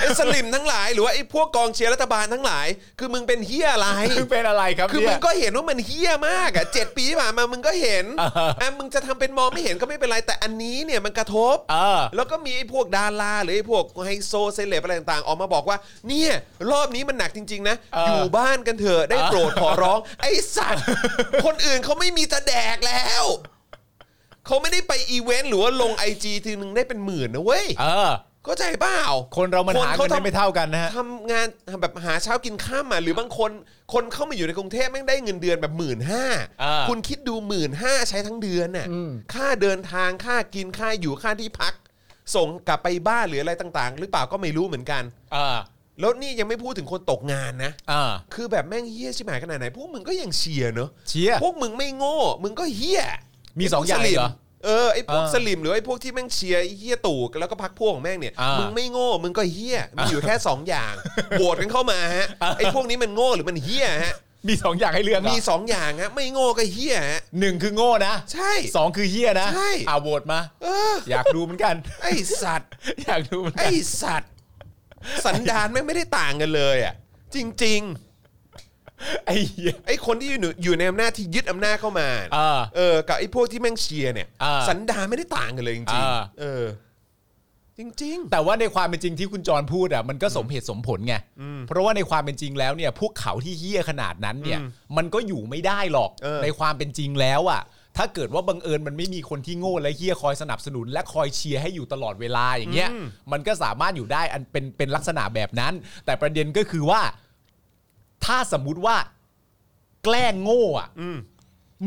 ไอ้สลิมทั้งหลาย หรือว่าไอ้พวกกองเชียร์รัฐบาลทั้งหลาย คือมึงเป็นเฮียอะไร
คือ เป็นอะไรครับ
คือ
เนี่
มึ
ย
งก็เห็นว่ามันเฮี้ยมากอ่ะเจ็ดปีที่ผ่านมามึงก็เห็น
อ่าฮะ
อ่ะมึงจะทำเป็นมองไม่เห็นก็ไม่เป็นไรแต่อันนี้เนี่ยมันกระทบ
เออ
แล้วก็มีไอ้พวกดาราหรือไอ้พวกไฮโซเซเลบอะไรต่างๆ ออกมาบอกว่า เนี่ย รอบนี้มันหนักจริง ๆ นะ
เออ
อ
อ
ยู่บ้านกันเถอะได้โปรดขอร้อง ไอ้สั ตว์ คนอื่นเขาไม่มีจะแดกแล้ว เขาไม่ได้ไปอีเวนต์หรือว่าลงไอจีทีนึงได้เป็นหมื่นนะเว้ย
เออ
เข้าใจเปล่า
คนเรามันหา
คน
เงิน
เขาทำ
ได้ไม่เท่ากันนะฮะ
ทำงานแบบหาเช้ากินข้ามอ่ะหรือบางคนคนเข้ามาอยู่ในกรุงเทพแม่งได้เงินเดือนแบบหมื่นห้า
อ่า
คุณคิดดูหมื่นห้าใช้ทั้งเดือนน่ะ
อืม
ค่าเดินทางค่ากินค่าอยู่ค่าที่พัก ส่งกลับไปบ้านหรืออะไรต่างๆ หรือเปล่าก็ไม่รู้เหมือนกัน
เออ
แล้วนี่ยังไม่พูดถึงคนตกงานนะ
เออ
คือแบบแม่งเฮี้ยชิบหายขนาดไหนพวกมึงก็ยังเชียร์เนอะ
เชีย
พวกมึงไม่โง่ มึงก็เฮี้ย
มีสองอย่าง
ไพวกลิม
เหรอ
เออไอ้พวก
เออ
สลิมหรือไอ้พวกที่แม่งเชียร์ไอ้เฮี้ยตู่แล้วก็พักพวกของแม่งเนี่ย
อ่ามึ
มึงไม่โง่มึงก็เฮี้ยมีอยู่แค่สองอย่างโหวตกันเข้ามาฮะ
อ่า
ไอ้พวกนี้มันโง่หรือมันเฮี้ยฮะ
มีสองอย่างให้เลือกเหรอ
มีสองอย่างฮะไม่โง่ก็เฮี้ยฮะ
หนึ่งคือโง่นะ
ใช่
สองคือเฮี้ยนะ
ใช่
อ่าโหวตมา
เออ
อยากดูเหมือนกัน
ไอ้สัตว์
อยากดูเหมือนกั
ไอ้
น
สัตว์ สันดานแม่งไม่ได้ต่างกันเลยอ่ะจริง
ไอ้เหี้ย
ๆ ไอ้คนที่อยู่อยู่ในอำนาจที่ยึดอำนาจเข้ามา
เออ
เออกับไอ้พวกที่แม่งเชียร์เนี่ย
เออ
สันดานไม่ได้ต่างกันเลยจริง
เออ
ๆเออ จริง ๆ
แต่ว่าในความเป็นจริงที่คุณจรพูดอ่ะมันก็สมเหตุสมผลไงเพราะว่าในความเป็นจริงแล้วเนี่ยพวกเขาที่เฮี้ยขนาดนั้นเนี่ย มันก็อยู่ไม่ได้หรอก
เออ
ในความเป็นจริงแล้วอ่ะ ถ้าเกิดว่าบังเอิญมันไม่มีคนที่โง่และเฮี้ยคอยสนับสนุน และคอยเชียร์ให้อยู่ตลอดเวลาอย่างเงี้ย มันก็สามารถอยู่ได้อันเป็นเป็นลักษณะแบบนั้น แต่ประเด็นก็คือว่า ถ้าสมมุติว่า แกล้งโง่อ่ะ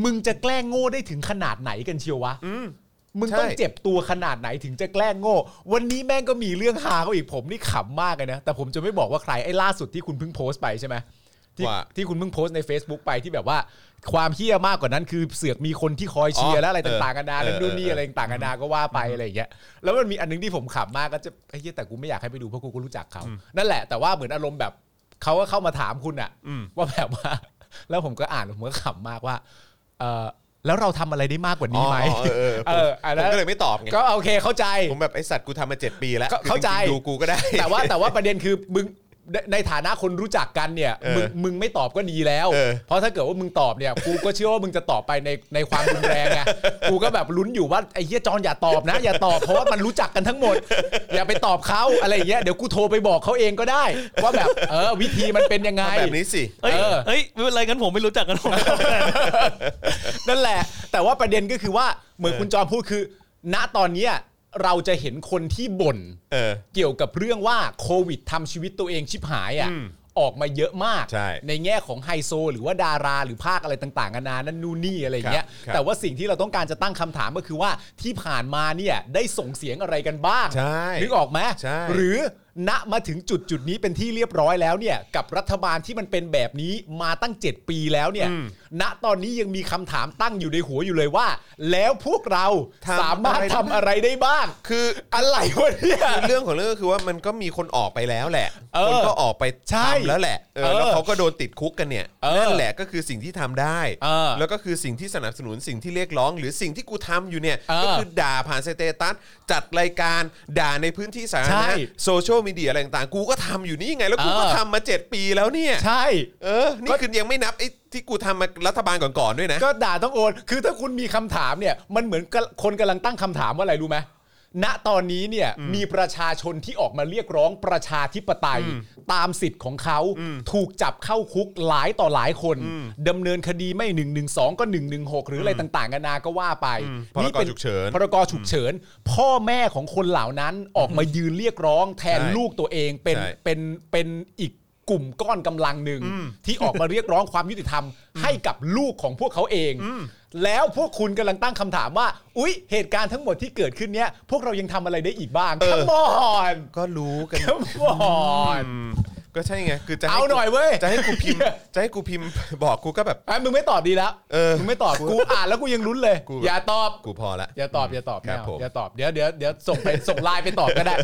มึงจะแกล้งโง่ได้ถึงขนาดไหนกันเชียววะ
อืม
มึง
ใช่
ต้องเจ็บตัวขนาดไหนถึงจะแกล้งโง่ วันนี้แม่งก็มีเรื่องฮาเขาอีกผมนี่ขำมากเลยนะ แต่ผมจะไม่บอกว่าใครไอ้ล่าสุดที่คุณเพิ่งโพสต์ไปใช่ไหมที่
ว่า
ที่คุณเพิ่งโพสต์ใน Facebook ไปที่แบบว่า ความเฮี้ยมากกว่านั้นคือเสือกมีคนที่คอยเชียร์และอะไรต่างๆกันานานั่นนู่นนี่อะไรต่างๆกันานาก็ว่าไปอะไรอย่างเงี้ยแล้วมันมีอันนึงที่ผมขำมากก็จะไอ้เฮี้ยแต่กูไม่อยากให้ไปดูเพราะกูก็รู้จักเขานั่นแหละแต่ว่าเหมือนอารมณ์แบบเขาก็เข้ามาถามคุณอะว่าแบบว่า แล้วผมก็อ่านผมก็ขำมากว่าเออแล้วเราทำอะไรได้มากกว่านี้ไหม
อ๋อเออเอ
เอ
อ
อ
ผ
อั
ม
นนั้
ผ
น
มก็เลยไม่ตอบไง
ก็โอเคเข้าใจ
ผมแบบไอสัตว์กูทำมาเจ็ดปีแล้ว
ก็เข้าใจ
คือริงๆดูกูก็ได้
แต่ว่าแต่ว่าประเด็นคือมึงในในฐานะคนรู้จักกันเนี่ย
เออ
มึงมึงไม่ตอบก็ดีแล้ว
เออ
เพราะถ้าเกิดว่ามึงตอบเนี่ยกูก็เชื่อว่ามึงจะตอบไปในในความรุนแรงไงกูก็แบบลุ้นอยู่ว่าไอ้เฮียจอนอย่าตอบนะ อย่าตอบเพราะว่ามันรู้จักกันทั้งหมด อย่าไปตอบเขาอะไรอย่างเงี้ยเดี๋ยวกูโทรไปบอกเขาเองก็ได้ ว่าแบบเออวิธีมันเป็นยังไง
ทำแบบนี้สิ
เอ้ย
เออ
เอ้ยไม่เป็นไรกันผมไม่รู้จักกันผม
นั่นแหละ แต่ว่าประเด็นก็คือว่าเหมือนคุณจอมพูดคือ ณตอนเนี้ยเราจะเห็นคนที่บ่น
เออ
เกี่ยวกับเรื่องว่าโควิดทำชีวิตตัวเองชิบหายอ่ะ
อืม
ออกมาเยอะมาก
ใช่
แง่ของไฮโซ หรือว่าดาราหรือภาคอะไรต่างๆนานานั่นนู่นนี่อะไรอย่างเงี้ย
ครับครับ
แต่ว่าสิ่งที่เราต้องการจะตั้งคำถามก็คือว่าที่ผ่านมาเนี่ยได้ส่งเสียงอะไรกันบ้าง
ใช่
นึกออกไหม
ใช่
หรือณมาถึงจุดจุดนี้เป็นที่เรียบร้อยแล้วเนี่ย กับรัฐบาลที่มันเป็นแบบนี้มาตั้ง 7 ปีแล้วเนี่ย
อืม
ณตอนนี้ยังมีคำถามตั้งอยู่ในหัวอยู่เลยว่า แล้วพวกเรา
ทำ
สามารถ
อะไร
ทำอะไรได้บ้าง
คือ
อะไรวะเนี่ย
คือเรื่องของเรื่องก็คือว่ามันก็มีคนออกไปแล้วแหละ
เออ
คนก็ออกไป
ใช่
ทำแล้วแหละเออ
เออ
แล้วเขาก็โดนติดคุกกันเนี่ย
เออ
นั่นแหละก็คือสิ่งที่ทำได้
เออ
แล้วก็คือสิ่งที่สนับสนุนสิ่งที่เรียกร้อง หรือสิ่งที่กูทำอยู่เนี่ย
เออ
ก็คือด่าผ่านสเตตัสจัดรายการด่าในพื้นที่สาธาร
ใช่
ณะโซเชียลมีเดียอะไรต่างๆกูก็ทำอยู่นี่ไง แล้วกูก็ทำมาเจ็ดปีแล้วเนี่ย
ใช่
เออ นี่คือยังไม่นับไอ้ที่กูทำมารัฐบาลก่อนๆด้วยนะ
ก็ด่าต้องโอน คือถ้าคุณมีคำถามเนี่ย มันเหมือนกับคนกำลังตั้งคำถามว่าอะไรรู้ไหมณตอนนี้เนี่ยมีประชาชนที่ออกมาเรียกร้องประชาธิปไตย ตามสิทธิ์ของเขาถูกจับเข้าคุกหลายต่อหลายคนดำเนินคดีไม่1นึก็1นึหรืออะไรต่างๆกันานาก็ว่าไป
พรก
นี่ป็
ฉุกเฉิน
พรกฉุกเฉิน พ่อแม่ของคนเหล่านั้นออกมายืนเรียกร้องแทน
ใช่
ลูกตัวเองเป็น
ใช่
เป็นเป็นอีกกลุ่มก้อนกำลังหนึ่งที่ออกมาเรียกร้องความยุติธรรม ให้กับลูกของพวกเขาเอง แล้วพวกคุณกำลังตั้งคำถามว่า อุ๊ย เหตุการณ์ทั้งหมดที่เกิดขึ้นเนี้ยพวกเรายังทำอะไรได้อีกบ้างขมอน
ก็รู้กัน
ขมอน
ก็ใช่ไง คือจะ
เอาหน่อย
กู
เว้ย
จะให้กูพิมพ์ จะให้กูพิมพ์ บอกกูก็แบบ
ไอ้มึงไม่ตอบดีแล้ว
เออ
มึงไม่ตอบกูอ่านแล้วกูยังลุ้นเลย
กู
อย่าตอบ
กูพอละ
อย่าตอบอย่าตอบ
ครับ
ไม่เอา
ผม
อย่าตอบเดี๋ยวเดี๋ยวเดี๋ยวส่งไปส่งไลน์ไปตอบก็ ได้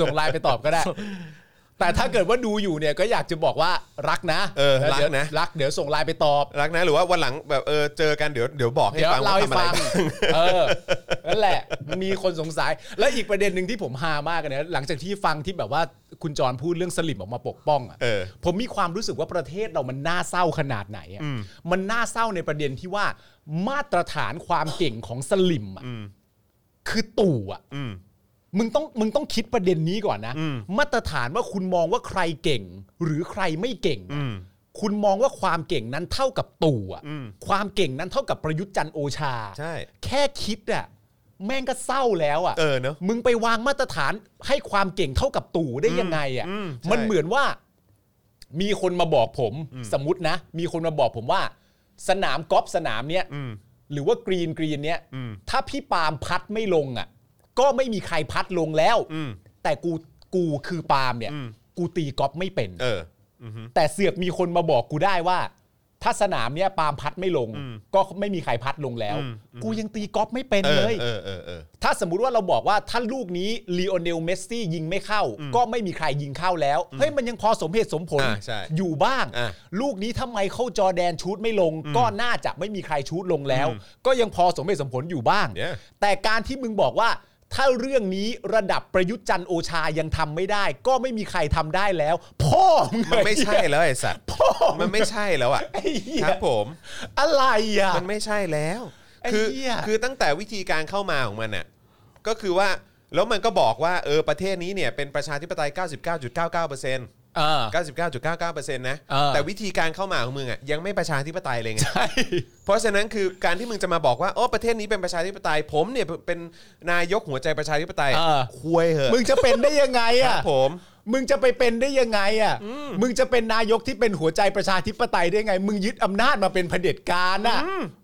ส่งไลน์ไปตอบก็ได้ แต่ถ้าเกิดว่าดูอยู่เนี่ยก็อยากจะบอกว่ารักนะ
เออ
แล้วดี๋
รั
ยว
กนะ
รักเดี๋ยวส่งไลน์ไปตอบ
รักนะหรือว่าวันหลังแบบเออเจอกันเดี๋ยวเดี๋ยวบอกให้
เดี๋ยว
ฟัง
เล่า
ว่า
ให้
ทำอะไร
ฟัง เออ เ นั่นแหละ มีคนสงสัย และอีกประเด็นหนึ่งที่ผมฮามากเลยนะหลังจากที่ฟังที่แบบว่าคุณจรพูดเรื่องสลิมออกมาปกป้องอะ
เออ
ผมมีความรู้สึกว่าประเทศเรามันน่าเศร้าขนาดไหนอะ
อืม
มันน่าเศร้าในประเด็นที่ว่ามาตรฐานความเก่งของสลิมอะ
อืม
คือตู่อะ
อืม
มึงต้องมึงต้องคิดประเด็นนี้ก่อนนะ
อืม
มาตรฐานว่าคุณมองว่าใครเก่ง หรือใครไม่เก่ง
อื
อะ
ม
คุณมองว่าความเก่งนั้นเท่ากับตู่อะ
อืม
ความเก่งนั้นเท่ากับประยุทธ์จันทร์โอชา
ใช่
แค่คิดอะแม่งก็เศร้าแล้วอะ
เออเนอะ
มึงไปวางมาตรฐานให้ความเก่งเท่ากับตู่ได้ยังไงอะ
อืมใช่
มันเหมือนว่า มีคนมาบอกผม สมมตินะ มีคนมาบอกผมว่า สนามกอล์ฟสนามเนี้ย
อืม
หรือว่ากรีนกรีนเนี้ย
อืม
ถ้าพี่ปาล์มพัดไม่ลงอะก็ไม่มีใครพัดลงแล้ว
อืม
แต่กูกูคือปาล์มเนี่ย
อืม
กูตีกอล์ฟไม่เป็น
เออ อือฮึ
แต่เสือกมีคนมาบอกกูได้ว่า ถ้าสนามเนี้ยปาล์มพัดไม่ลง
อืม
ก็ไม่มีใครพัดลงแล้ว
อืมอืม
กูยังตีกอล์ฟไม่เป็น
เอ
เล
อย เออเออเออ
ถ้าสมมุติว่าเราบอกว่าถ้าลูกนี้ลีโอเนลเมสซี่ยิงไม่เข้า ก็ไม่มีใครยิงเข้าแล้ว เฮ้ยมันยังพอสมเหตุสมผล
อ่าใช่
อยู่บ้าง
อ่า
ลูกนี้ถ้าไมเคิลจอร์แดนชูดไม่ลง ก็น่าจะไม่มีใครชูดลงแล้ว ก็ยังพอสมเหตุสมผลอยู่บ้าง
เนี่ย
แต่การที่มึงบอกว่าถ้าเรื่องนี้ระดับประยุทธ์จันทร์โอชายังทำไม่ได้ ก็ไม่มีใครทำได้แล้ว พ่อมึง
มันไม่ใช่แล้วไอ้สัตว์
พ่อมึง
มันไม่ใช่แล้วอ่ะ
ไอ้เหี้ย
ครับผม
อะไรอ่ะ
มันไม่ใช่แล้ว
ไอ้
คือ
เหี้ย
คือตั้งแต่วิธีการเข้ามาของมันน่ะ ก็คือว่า แล้วมันก็บอกว่า เออ ประเทศนี้เนี่ย เป็นประชาธิปไตย 99.99%
เออ
99.99%นะ
เออ
แต่วิธีการเข้ามาของมึงอ่ะยังไม่ประชาธิปไตยเลยไง เพราะฉะนั้นคือการที่มึงจะมาบอกว่า โอ้ประเทศนี้เป็นประชาธิปไตย ผมเนี่ยเป็นนายกหัวใจประชาธิปไตย
เออ
คุยเหอะ
มึงจะเป็นได้ยังไง
ครั
อ่ะ
บผม
มึงจะไปเป็นได้ยังไงอ่ะ มึงจะเป็นนายกที่เป็นหัวใจประชาธิปไตยได้ไง มึงยึดอำนาจมาเป็นเผด็จการอ่ะ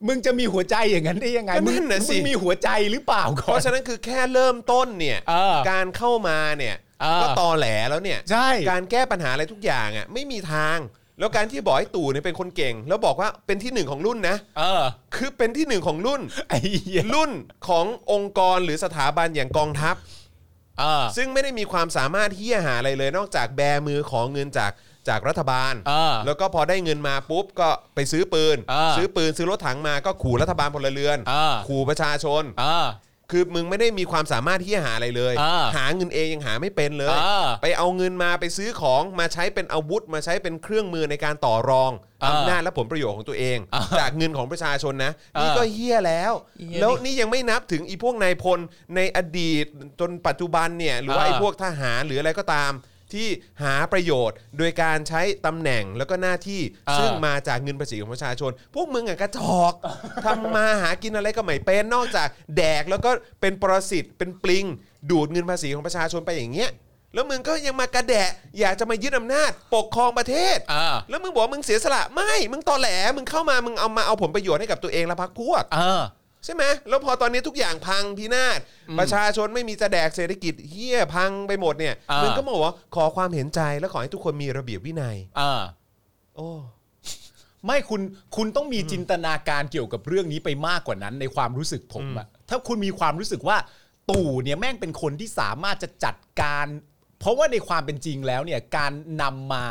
มึงจะมีหัวใจอย่างนั้นได้ยังไง
ก็นั่
มึง
นน่ะสิ
มึงมีหัวใจหรือเปล่าก่
เพ
อน
ราะฉะนั้นคือแค่เริ่มต้นเนี่ย
เออ
การเข้ามาเนี่ย
เออ
ก็ตอแหลแล้วเนี่ย
ใช่
การแก้ปัญหาอะไรทุกอย่างอ่ะไม่มีทาง แล้วการที่บอกให้ตู่เนี่ยเป็นคนเก่ง แล้วบอกว่าเป็นที่หนึ่งของรุ่นนะ
เออ
คือเป็นที่หนึ่งของ รุ่น
ไอ้เหี้ย
รุ่นขององค์กรหรือสถาบันอย่างกองทัพ
เออ
ซึ่งไม่ได้มีความสามารถที่จะหาอะไรเลย นอกจากแบมือของเงินจากจากรัฐบาล
เออ
แล้วก็พอได้เงินมาปุ๊บก็ไปซื้อปืน
เออ
ซื้อปืนซื้อรถถังมาก็ขู่รัฐบาลพลเรือน
เออ
ขู่ประชาชน
เออ
คือมึงไม่ได้มีความสามารถที่จะหาอะไรเลย
เออ
หาเงินเองยังหาไม่เป็นเลย
เออ
ไปเอาเงินมาไปซื้อของมาใช้เป็นอาวุธ มาใช้เป็นเครื่องมือในการต่อรอง
เออ
อำนาจและผลประโยชน์ของตัวเอง
เออ
จากเงินของประชาชนนะ
เออ
นี่ก็เฮี้ยแล้ว
เหี้ย
แล้วนี่ยังไม่นับถึงอีพวกนายพลในอดีตจนปัจจุบันเนี่ย หรือว่า
เออ
ไอ้พวกทหารหรืออะไรก็ตาม ที่หาประโยชน์ โดยการใช้ตำแหน่งแล้วก็หน้าที่
เออ
ซึ่งมาจากเงินภาษีของประชาชน พวกมึงอะกระจอก ทำมาหากินอะไรก็ไม่เป็นนอกจากแดกแล้วก็เป็นปรสิตเป็นปลิง ดูดเงินภาษีของประชาชนไปอย่างเงี้ย แล้วมึงก็ยังมากระแดะ อยากจะมายึดอำนาจ ปกครองประเทศ
เออ
แล้วมึงบอกว่ามึงเสียสละไม่ มึงตอแหล มึงเข้ามา มึงเอามาเอาผลประโยชน์ให้กับตัวเองและพรรคพวก
เออ
ใช่ไหมแล้วพอตอนนี้ทุกอย่างพังพินาศประชาชนไม่มีจะแดกเศรษฐกิจเฮี้ยพังไปหมดเนี่ย
อ่ามึ
มึงก็มาบอกว่าขอความเห็นใจและขอให้ทุกคนมีระเบียบวินัย
เออ
โอ้
ไม่คุณคุณต้องมีจินตนาการเกี่ยวกับเรื่องนี้ไปมากกว่านั้นในความรู้สึกผมอะถ้าคุณมีความรู้สึกว่าตู่เนี่ยแม่งเป็นคนที่สามารถจะจัดการ เพราะว่าในความเป็นจริงแล้วเนี่ยการนำมา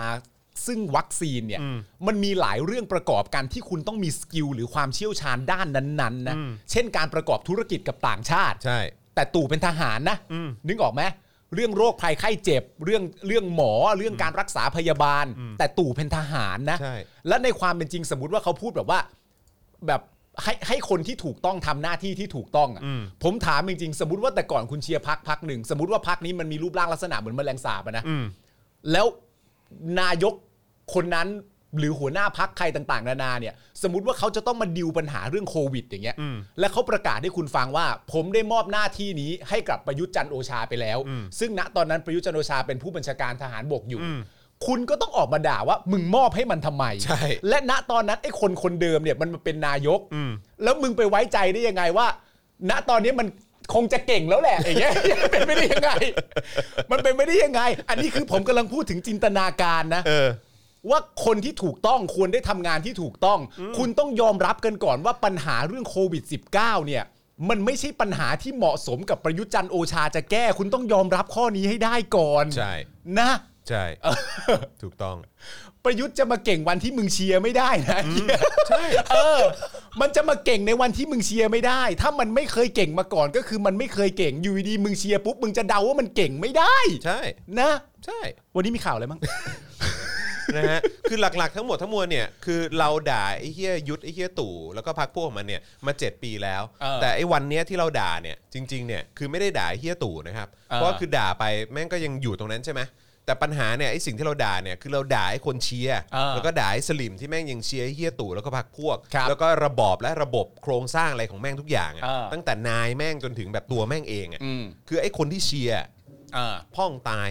ซึ่งวัคซีนเนี่ยมันมีหลายเรื่องประกอบกันที่คุณต้องมีสกิลหรือความเชี่ยวชาญด้านนั้นๆนะเช่นการประกอบธุรกิจกับต่างชาติ
ใช่
แต่ตู่เป็นทหารนะนึกออกไหมเรื่องโรคภัยไข้เจ็บ เรื่องเรื่องหมอเรื่องการรักษาพยาบาล แต่ตู่เป็นทหารนะ
ใช่
และในความเป็นจริงสมมติว่าเขาพูดแบบว่า แบบให้ให้คนที่ถูกต้องทำหน้าที่ที่ถูกต้องอะผมถามจริงๆ สมมติว่าแต่ก่อนคุณเชียร์พักพักหนึ่งสมมติว่าพักนี้มันมีรูปร่างลักษณะเหมือนแมลงสาบอะนะแล้วนายกคนนั้นหรือหัวหน้าพักใครต่างๆ นานาเนี่ย สมมติว่าเขาจะต้องมาดิวปัญหาเรื่องโควิด อย่างเงี้ย แล้วเขาประกาศให้คุณฟังว่า ผมได้มอบหน้าที่นี้ให้กับประยุทธ์จันทร์โอชาไปแล้ว ซึ่งณตอนนั้นประยุทธ์จันทร์โอชาเป็นผู้บัญชาการทหารบกอยู่ คุณก็ต้องออกมาด่าว่ามึงมอบให้มันทำไม
ใช่
และณตอนนั้นไอ้คนคนเดิมเนี่ยมันมาเป็นนายก แล้วมึงไปไว้ใจได้ยังไงว่า ณตอนนี้มันคงจะเก่งแล้วแหละอย่างเงี้ย เป็นไปได้ยังไง มันเป็นไปได้ยังไง อันนี้คือผมกำลังพูดถึงจินตนาการนะ
เออ
ว่าคนที่ถูกต้องควรได้ทำงานที่ถูกต้อง คุณต้องยอมรับกันก่อนว่าปัญหาเรื่องโควิด -19 เนี่ย มันไม่ใช่ปัญหาที่เหมาะสมกับประยุทธ์จันทร์โอชาจะแก้ คุณต้องยอมรับข้อนี้ให้ได้ก่อน
ใช่
นะ
ใช่ ถูกต้อง
ประยุทธ์จะมาเก่งวันที่มึงเชียร์ไม่ได้นะ
ใช่
เออ มันจะมาเก่งในวันที่มึงเชียร์ไม่ได้ ถ้ามันไม่เคยเก่งมาก่อนก็คือมันไม่เคยเก่งอยู่ดีๆมึงเชียร์ปุ๊บมึงจะเดาว่ามันเก่งไม่ได้
ใช่
นะ
ใช่
วันนี้มีข่าวอะไรมั้ง
นะฮะ คือหลักๆ ทั้งหมดทั้งมวลเนี่ย คือเราด่าไอ้เฮียยุทธไอ้เฮียตู่แล้วก็พักพวกของมันเนี่ยมา 7 ปีแล้ว
เออ
แต่ไอ้วันเนี้ยที่เราด่าเนี่ยจริงๆเนี่ยคือไม่ได้ด่าไอ้เฮียตู่นะครับ
เออ
เพราะคือด่าไปแม่งก็ยังอยู่ตรงนั้นใช่ไหมแต่ปัญหาเนี่ยไอ้สิ่งที่เราด่าเนี่ยคือเราด่าไอ้คนเชียร์แล้วก็ด่าไอ้สลิมที่แม่งยังเชียร์ไอ้เฮียตู่แล้วก็พักพวก
ครับ
แล้วก็ระบอบและระบบโครงสร้างอะไรของแม่งทุกอย่างอะ
เออ
ตั้งแต่นายแม่งจนถึงแบบตัวแม่งเองอะ
อืม
คือไอ้คนที่เชียร์
อ่า
พ่องตาย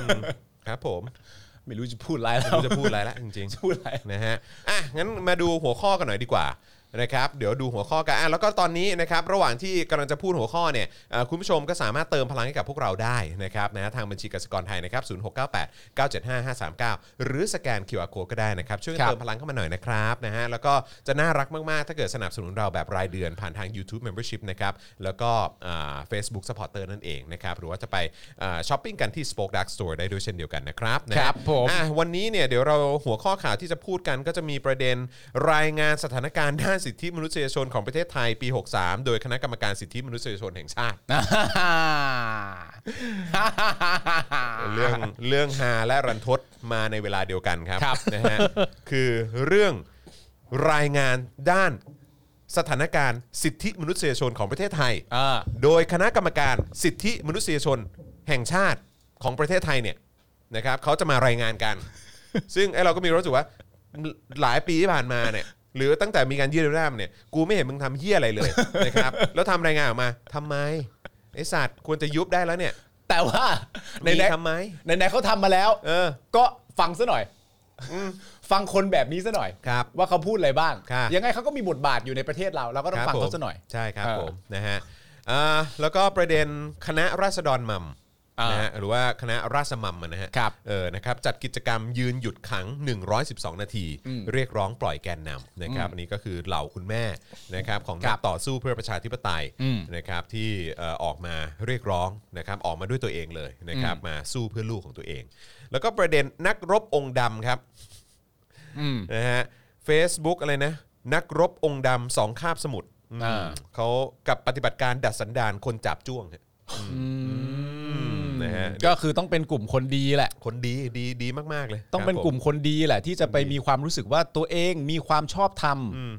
อืมครับผม
ไม่รู้จะพูดอะไรแล้
ไม่
ว
รู้จะพูดอะไรละจริงๆ
พูดอะไร
นะฮะ อ่ะ งั้นมาดูหัวข้อกันหน่อยดีกว่านะครับ เดี๋ยวดูหัวข้อกัน อ่ะ แล้วก็ตอนนี้นะครับ ระหว่างที่กำลังจะพูดหัวข้อเนี่ยเอ่อคุณผู้ชมก็สามารถเติมพลังให้กับพวกเราได้นะครับนะทางบัญชีกสิกรไทยนะครับ 0698 975 539 หรือสแกน QR Code ก็ได้นะครับ ช่วย
ครับ
เติมพลังเข้ามาหน่อยนะครับนะฮะ แล้วก็จะน่ารักมาก ๆ ถ้าเกิดสนับสนุนเราแบบรายเดือนผ่านทาง YouTube Membership นะครับ แล้วก็อ่า Facebook Supporter นั่นเองนะครับ หรือว่าจะไปอ่าช้อปปิ้งกันที่ Spoke Dark Store ได้ด้วยเช่นเดียวกันนะครับนะฮะ
ครับผม
อ่ะวันนี้เนี่ยเดี๋ยวเราหัวข้อข่าวที่จะพูดกันก็จะมีประเด็นรายงานสถานการณ์ด้านสิทธิมนุษยชนของประเทศไทยปี 63 โดยคณะกรรมการสิทธิมนุษยชนแห่งชาติ เรื่องเรื่องฮาและรันทดมาในเวลาเดียวกันครับ
ครับ
นะฮะคือเรื่องรายงานด้านสถานการณ์สิทธิมนุษยชนของประเทศไทย
อ่า
โดยคณะกรรมการสิทธิมนุษยชนแห่งชาติของประเทศไทยเนี่ยนะครับเขาจะมารายงานกัน ซึ่งไอเราก็มีรู้สึกว่าหลายปีที่ผ่านมาเนี่ยหรือตั้งแต่มีการยืดร่ามเนี่ยกูไม่เห็นมึงทำเหี้ยอะไรเลย นะครับแล้วทำรายงานออกมาทำไมไอสัตว์ควรจะยุบได้แล้วเนี่ย
แต่ว่าใน
มี
ไหน
ทำไม
ในไหนๆเขาทำมาแล้ว
เออ
ก็ฟังซะหน่อย ฟังคนแบบนี้ซะหน่อย
ครับ
ว่าเขาพูดอะไรบ้าง
ครับ
ยังไงเขาก็มีบทบาทอยู่ในประเทศเรา เราก็ต้องฟังเขาซะหน่อย
ใช่ครับ
เออ
ผมนะฮะอ่าแล้วก็ประเด็นคณะราษฎรมัม
อ่าน
นะฮะหรือว่าคณะราษมัมอะนะฮะ
ครับ
เออนะครับจัดกิจกรรมยืนหยุดขัง 112 นาที
อืม
เรียกร้องปล่อยแกนนำนะครับอันนี้ก็คือเหล่าคุณแม่นะครับของ
ค
นั
รั
ก
บ
ต่อสู้เพื่อประชาธิปไตย
อืม
นะครับที่เอ่อออกมาเรียกร้องนะครับออกมาด้วยตัวเองเลยนะครับมาสู้เพื่อลูกของตัวเอง แล้วก็ประเด็นนักรบองค์ดำครับ นะฮะ Facebook อะไรนะ นักรบองค์ดำสองคาบสมุทรอืม
อ่า
เขากับปฏิบัติการดัดสันดานคนจับจ้วงฮะนะฮะ
ก็คือต้องเป็นกลุ่มคนดีแหละ
คนดีดีดีมาก ๆ เลย
ต้องเป็น
ครับ
กลุ่มคนดีแหละ ที่จะไปมีความรู้สึกว่าตัวเองมีความชอบธรรม
อืม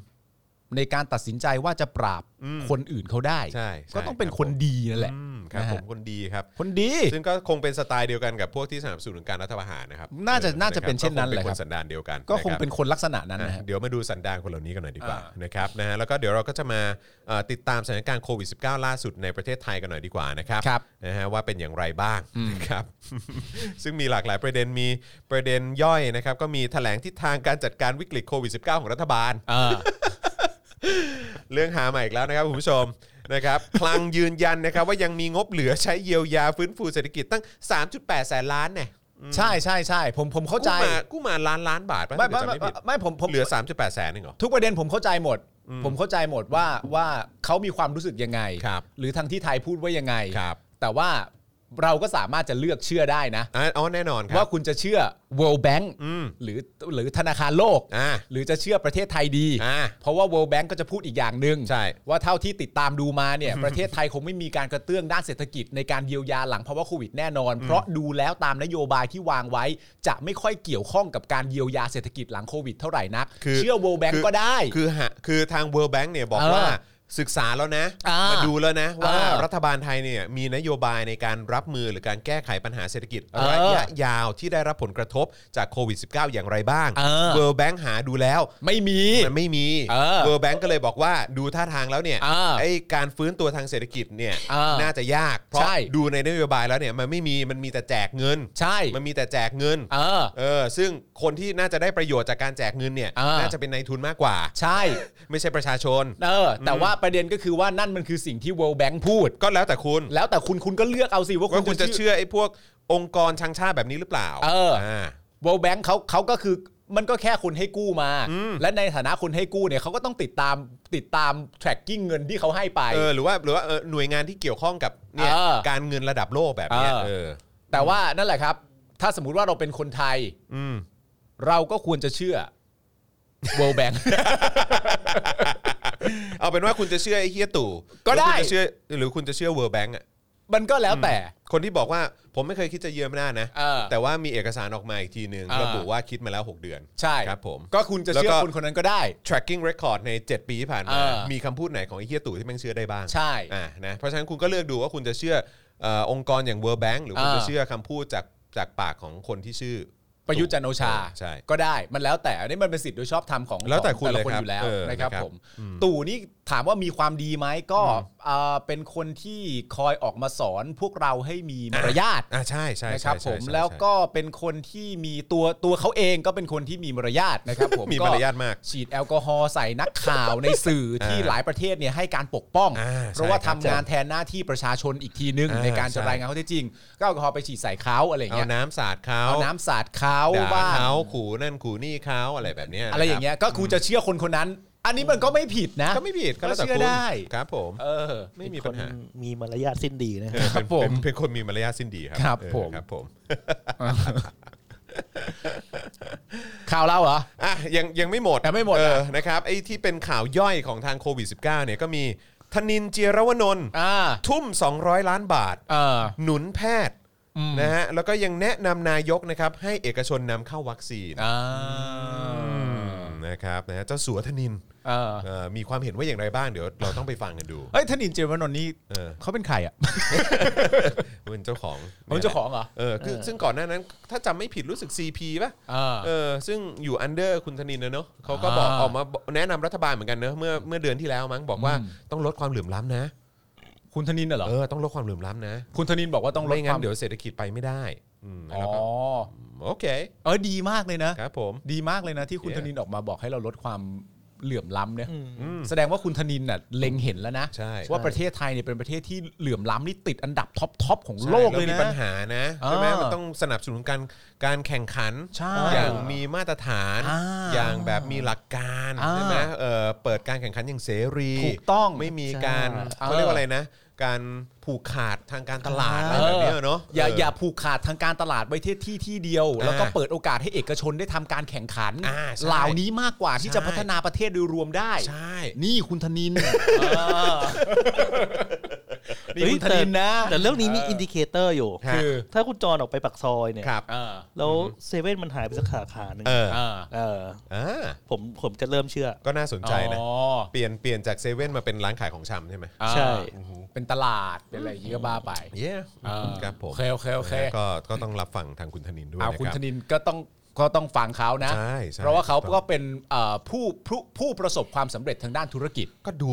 ในการตัดสินใจว่าจะปราบ
อืม
คนอื่นเขาได้
ใช่ใช่
ก็ต้องเป็นคนดีนั่นแหละ
อืมครับ
นะฮะ
ผมคนดีครับ
คนดี
ซึ่งก็คงเป็นสไตล์เดียวกันกับพวกที่สนับสนุนการรัฐประหารนะครับ
น่าจะ
ออ
น่าจะเป็น
ครับ
เช่นนั้นแหละ
ก็คงเป็นค
ค
รับ นสันดานเดียวกันะ
ก็คง
รับ
เป็นคนลักษณะนั้นนะ
อ่ะ
ฮะ
เดี๋ยวมาดูสันดานคนเหล่านี้กันหน่อยดีกว่า
อ่าน
นะครับนะฮะแล้วก็เดี๋ยวเราก็จะมาเอ่อติดตามสถานการณ์โควิด -19 ล่าสุดในประเทศไทยกันหน่อยดีกว่านะครับ
ครับ
นะฮะว่าเป็นอย่างไรบ้างนะครับ ซึ่งมีหลากหลายประเด็นมีประเด็นย่อยนะครับ ก็มีแถลงทิศทางการจัดการวิกฤตโควิด -19 ของรัฐบาล เรื่องหาใหม่อีกแล้วนะครับคุณผู้ชมนะครับ คลังยืนยันนะครับ ว่ายังมีงบเหลือใช้เยียวยาฟื้นฟูเศรษฐกิจตั้ง 3.8 แสนล้านเนี่ย
ใช่ใช่ใช่ผมผมเข้าใจ
กู้มากู้มาล้านล้านบาทป่ะ
ไม่
ถ้า
ไม่
เกิดจำไม่
ไม่
ผิด
ไม่ผมผม
เหลือ 3.8 แสนเองเหรอ
ทุกประเด็นผมเข้าใจหมด ผมเข้าใจหมดว่าว่าเขามีความรู้สึกยังไง
ครับ
หรือทางที่ไทยพูดว่ายังไง
ครับ
แต่ว่าเราก็สามารถจะเลือกเชื่อได้นะ
อ่ะอ๋อแน่นอนครั
ว่า
บ
คุณจะเชื่อ world bank
อืม
หรือหรือธนาคารโลก
อ่า
หรือจะเชื่อประเทศไทยดี
อ่า
เพราะว่า world bank ก็จะพูดอีกอย่างหนึ่ง
ใช่
ว่าเท่าที่ติดตามดูมา เนี่ย ประเทศไทยคงไม่มีการกระเตื้องด้านเศรษฐกิจในการเยียวยาหลังภาวะโควิดแน่นอน เพราะดูแล้วตามนโยบายที่วางไว้ จะไม่ค่อยเกี่ยวข้องกับการเยียวยาเศรษฐกิจหลังโควิดเท่าไหร่นัก
คือ
เชื่อ world bank
คือ
ก็ได้
คือฮะคือทาง World Bank เนี่ยบอก
เออ
ว่าศึกษาแล้วนะ
อ่าม
มาดูแล้วนะ ว่า
เออ
รัฐบาลไทยเนี่ยมีนโยบายในการรับมือหรือการแก้ไขปัญหาเศรษฐกิจ
เออ
ระยะยาวที่ได้รับผลกระทบจากโควิด -19 อย่างไรบ้าง
เออ
World Bank หาดูแล้ว
ไม่มี
มันไม่มี
เออ
World Bank ก็เลยบอกว่าดูท่าทางแล้วเนี่ย
เออ
ไอการฟื้นตัวทางเศรษฐกิจเนี่ย
เออ
น่าจะยาก เพราะ
ใช่
ดูในนโยบายแล้วเนี่ยมันไม่มีมันมีแต่แจกเงิน
ใช่
มันมีแต่แจกเงิน
เออ
เออซึ่งคนที่น่าจะได้ประโยชน์จากการแจกเงินเนี่ย
อ่า
น่าจะเป็นนายทุนมากกว่า
ใช่
ไม่ใช่ประชาชน
เออแต่ว่าประเด็นก็คือว่านั่นมันคือสิ่งที่ world bank พูด
ก็แล้วแต่คุณ
แล้วแต่คุณคุณก็เลือกเอาสิว่าคุ
ว่า
ณ
คุณจะเชื่อไอ้พวกองค์กรชังชาติแบบนี้หรือเปล่า
เออ
อ่า
world bank เขาเขาก็คือมันก็แค่คุณให้กู้มา
อืม
และในฐานะคุณให้กู้เนี่ยเขาก็ต้องติดตามติดตาม tracking เงินที่เขาให้ไป
เออหรือว่าหรือว่าเออหน่วยงานที่เกี่ยวข้องกับเนี่ย
เออ
การเงินระดับโลกแบบเนี้ย
เออ
เออ
แต่ว่านั่นแหละครับ ถ้าสมมุติว่าเราเป็นคนไทย
อืม
เราก็ควรจะเชื่อ world bank
เอาเป็นว่าคุณจะเชื่อไอ้เฮียตู่
ก็
ห
ได้
รือคุณจะเชื่อหรือคุณจะเชื่อเวิร์แบงก์อ่ะ
มันก็แล้วแต่
คนที่บอกว่าผมไม่เคยคิดจะเยือนหน้าจนะ
เออ
แต่ว่ามีเอกสารออกมาอีกทีหนึ่ง
เออ
ระบุว่าคิดมาแล้ว 6 เดือน
ใช่
ครับผม
ก็คุณจะเชื่อ
แล้วก็
คนคนนั้นก็ได้
tracking record ใน 7 ปีที่ผ่านมา
เออ
มีคำพูดไหนของไอ้เฮียตู่ที่แม่งเชื่อได้บ้าง
ใช่
อ่านะเพราะฉะนั้นคุณก็เลือกดูว่าคุณจะเชื่อเอ่อองค์กรอย่าง World Bank หรือคุณ
เออ
จะเชื่อคำพูดจากจากปากของคนที่ชื่อ
ประยุทธ์จันทร์โอชา
ใช่
ก็ได้ มันแล้วแต่อันนี้มันเป็นสิทธิ์โดยชอบธรรมของ
แล้วแต่
ของ
คุณ
ละ
เลย
คน
ครับ
อยู่แล้ว
เออ
นะครับ
นะครับ
ผม ตู่นี่ถามว่ามีความดีไหมก็เอ่อเป็นคนที่คอยออกมาสอนพวกเราให้มีมารยาท
อ่าใช่ใช่
นะค
ใช่
รับ
ใช่
ผม
ใช่
แล้วก็เป็นคนที่มีตัวตัวเขาเองก็เป็นคนที่มีมารยาท นะครับผม
มี
ก็
มารยาทมาก
ฉีดแอลกอฮอล์ใส่นักข่าวในสื่อที่
อ่า
หลายประเทศเนี่ยให้การปกป้อง
อ่าใช่
เพราะว่า
ครับ
ทำงานแทนหน้าที่ประชาชนอีกทีนึง
อ่า
ในการจะ
ใช่
รายงานข้อเท็จจริง ก็แอลกอฮอล์ไปฉีดใส่เขาอะไรอย่าง
เอา
เงี้ย
น้ำสาดเขา
เอาน้ำสาดเขา
ด่า
บ้าง
เขาขู่นั่นขู่นี่เขาอะไรแบบเนี้ย
อะไรอย่างเงี้ยก็กูจะเชื่อคนคนนั้น อันนี้มันก็ไม่ผิดนะ
ก็ไม่ผิดก็แล้วแต่
ก็เชื่อ
คุณ
ได้
ครับผม
เออ
ไม่มี
เป็
ปัญ
นคน
หา
มีมารยาทสิ้นดีนะ
เอ
ฮะ
อ
ครั
เป็น
บผม
เป็นเป็นคนมีมารยาทสิ้นดีครั
ครับ
เออ
ผม
ครับผม
ข่าวเราเหรอ
อ่ะยังยังไม่หมด
ยังไม่หมด
เอ
อ่ะ
อนะครับไอ้ที่เป็นข่าวย่อยของทางโควิด -19 เนี่ยก็มีธนินเจียรวนนท์
อ่า
ทุ่ม 200 ล้านบาท
เออ
หนุนแพทย์
อืม
นะฮะแล้วก็ยังแนะนำนายกนะครับ ให้เอกชนนำเข้าวัคซีน
อ่า
อืมนะครับนะฮะเจ้าสัวธนิน
เออ
เอ่อมีความเห็นว่าอย่างไรบ้างเดี๋ยวเราต้องไปฟังกันดู
เอ้ยธนินเจรวนนท์นี่
เออ
เขาเป็นใครอ่ะ
เป็นเจ้าของ
เขาเป็นเจ้าของเหรอ
เออคือซึ่งก่อนหน้านั้นถ้าจำไม่ผิดรู้สึก CP ป่ะ
อ่า
เออซึ่งอยู่อันเดอร์คุณธนินนะเนอะเขาก็บอก
อ่า
ออกมาแนะนำรัฐบาลเหมือนกันเนอะเมื่อเมื่อเดือนที่แล้วมั้งบอกว่า
อืม
ต้องลดความเหลื่อมล้ำนะ
คุณธนินน่ะเหรอ
เออต้องลดความเหลื่อมล้ำนะ
คุณธนินบอกว่าต้องลด
ไม่
ค
งั้
วาน ม
เดี๋ยวเศรษฐกิจไปไม่ได้อืม
อ๋อ
แล้วก็โอเค
เออดีมากเลยนะ
ครับผม
ดีมากเลยนะที่คุณ
เย้
ธนินออกมาบอกให้เราลดความเหลื่อมล้ำเนี่ย
อืม
อืม
แสดงว่าคุณธนินน่ะเล็งเห็นแล้วนะ
ใช่
ว่าประเทศไทยเนี่ยเป็นประเทศที่เหลื่อมล้ำนี่ติดอันดับท็อปทอปของ
ใช่
โลกเล
แว
ยนะ
มีปัญหานะใช่ไหม
อ่ามั
มันต้องสนับสนุนการการแข่งขัน
ใช่
อย่างมีมาตรฐาน
อ่า
อย่างแบบมีหลักการ
อ่า
ใช่ไหมเอ่อเปิดการแข่งขันอย่างเสรี
ถูกต้อง
ไม่มีการ
ใช่
เขาเรียกว่าอะไรนะ การผูกขาดทางการตลาดอะไร
อ่า
แบบเนี้ยเนาะ
อย่า
เอออ
อย่าผูกขาดทางการตลาดไว้ที่ที่ที่เดียว
อ่า
แล้วก็เปิดโอกาสให้เอกชนได้ทำการแข่งขัน
อ่าใช่
เหล่านี้มากกว่าที่
ใช่
จะพัฒนาประเทศโดยรวมได้
ใช่
นี่คุณธนินนี่
เฮ้ย
คุณธนินนะ
แต่แต่เรื่องนี้มีอินดิเคเตอร์อยู่
ฮะ
คือ
ถ้าคุณจรออกไปปักซอยเนี่ย
ครับ
เออ
แล้วเซเว่นมันหายไปสักขาขาหนึ่ง
เออ
เออ
เออ
อ่า
ผมผมจะเริ่มเชื่อ
ก็น่าสนใจนะ
อ๋อ
เปลี่ยนเปลี่ยนจากเซเว่นมาเป็นร้านขายของชำใช่ไหม
อ่า
ใช่
เป็นตลาดเป็นอะไรอยางงีก็บ้าไป
เย้
เออ
ครับผม
โอเคโอเคโอเค
นะก็ก็ต้องรับฟังทางคุณธนินด้วย
เอา
นะ
คุณ
ครั
ธ
บ
นินก็ต้องก็ต้องฟังเขานะ
ใช่ใช่
เพราะว่าเขา
ถูกต้
ก็
อง
เป็นเอ่อผู้ผู้ผู้ประสบความสำเร็จทางด้านธุรกิจ
ก็ดู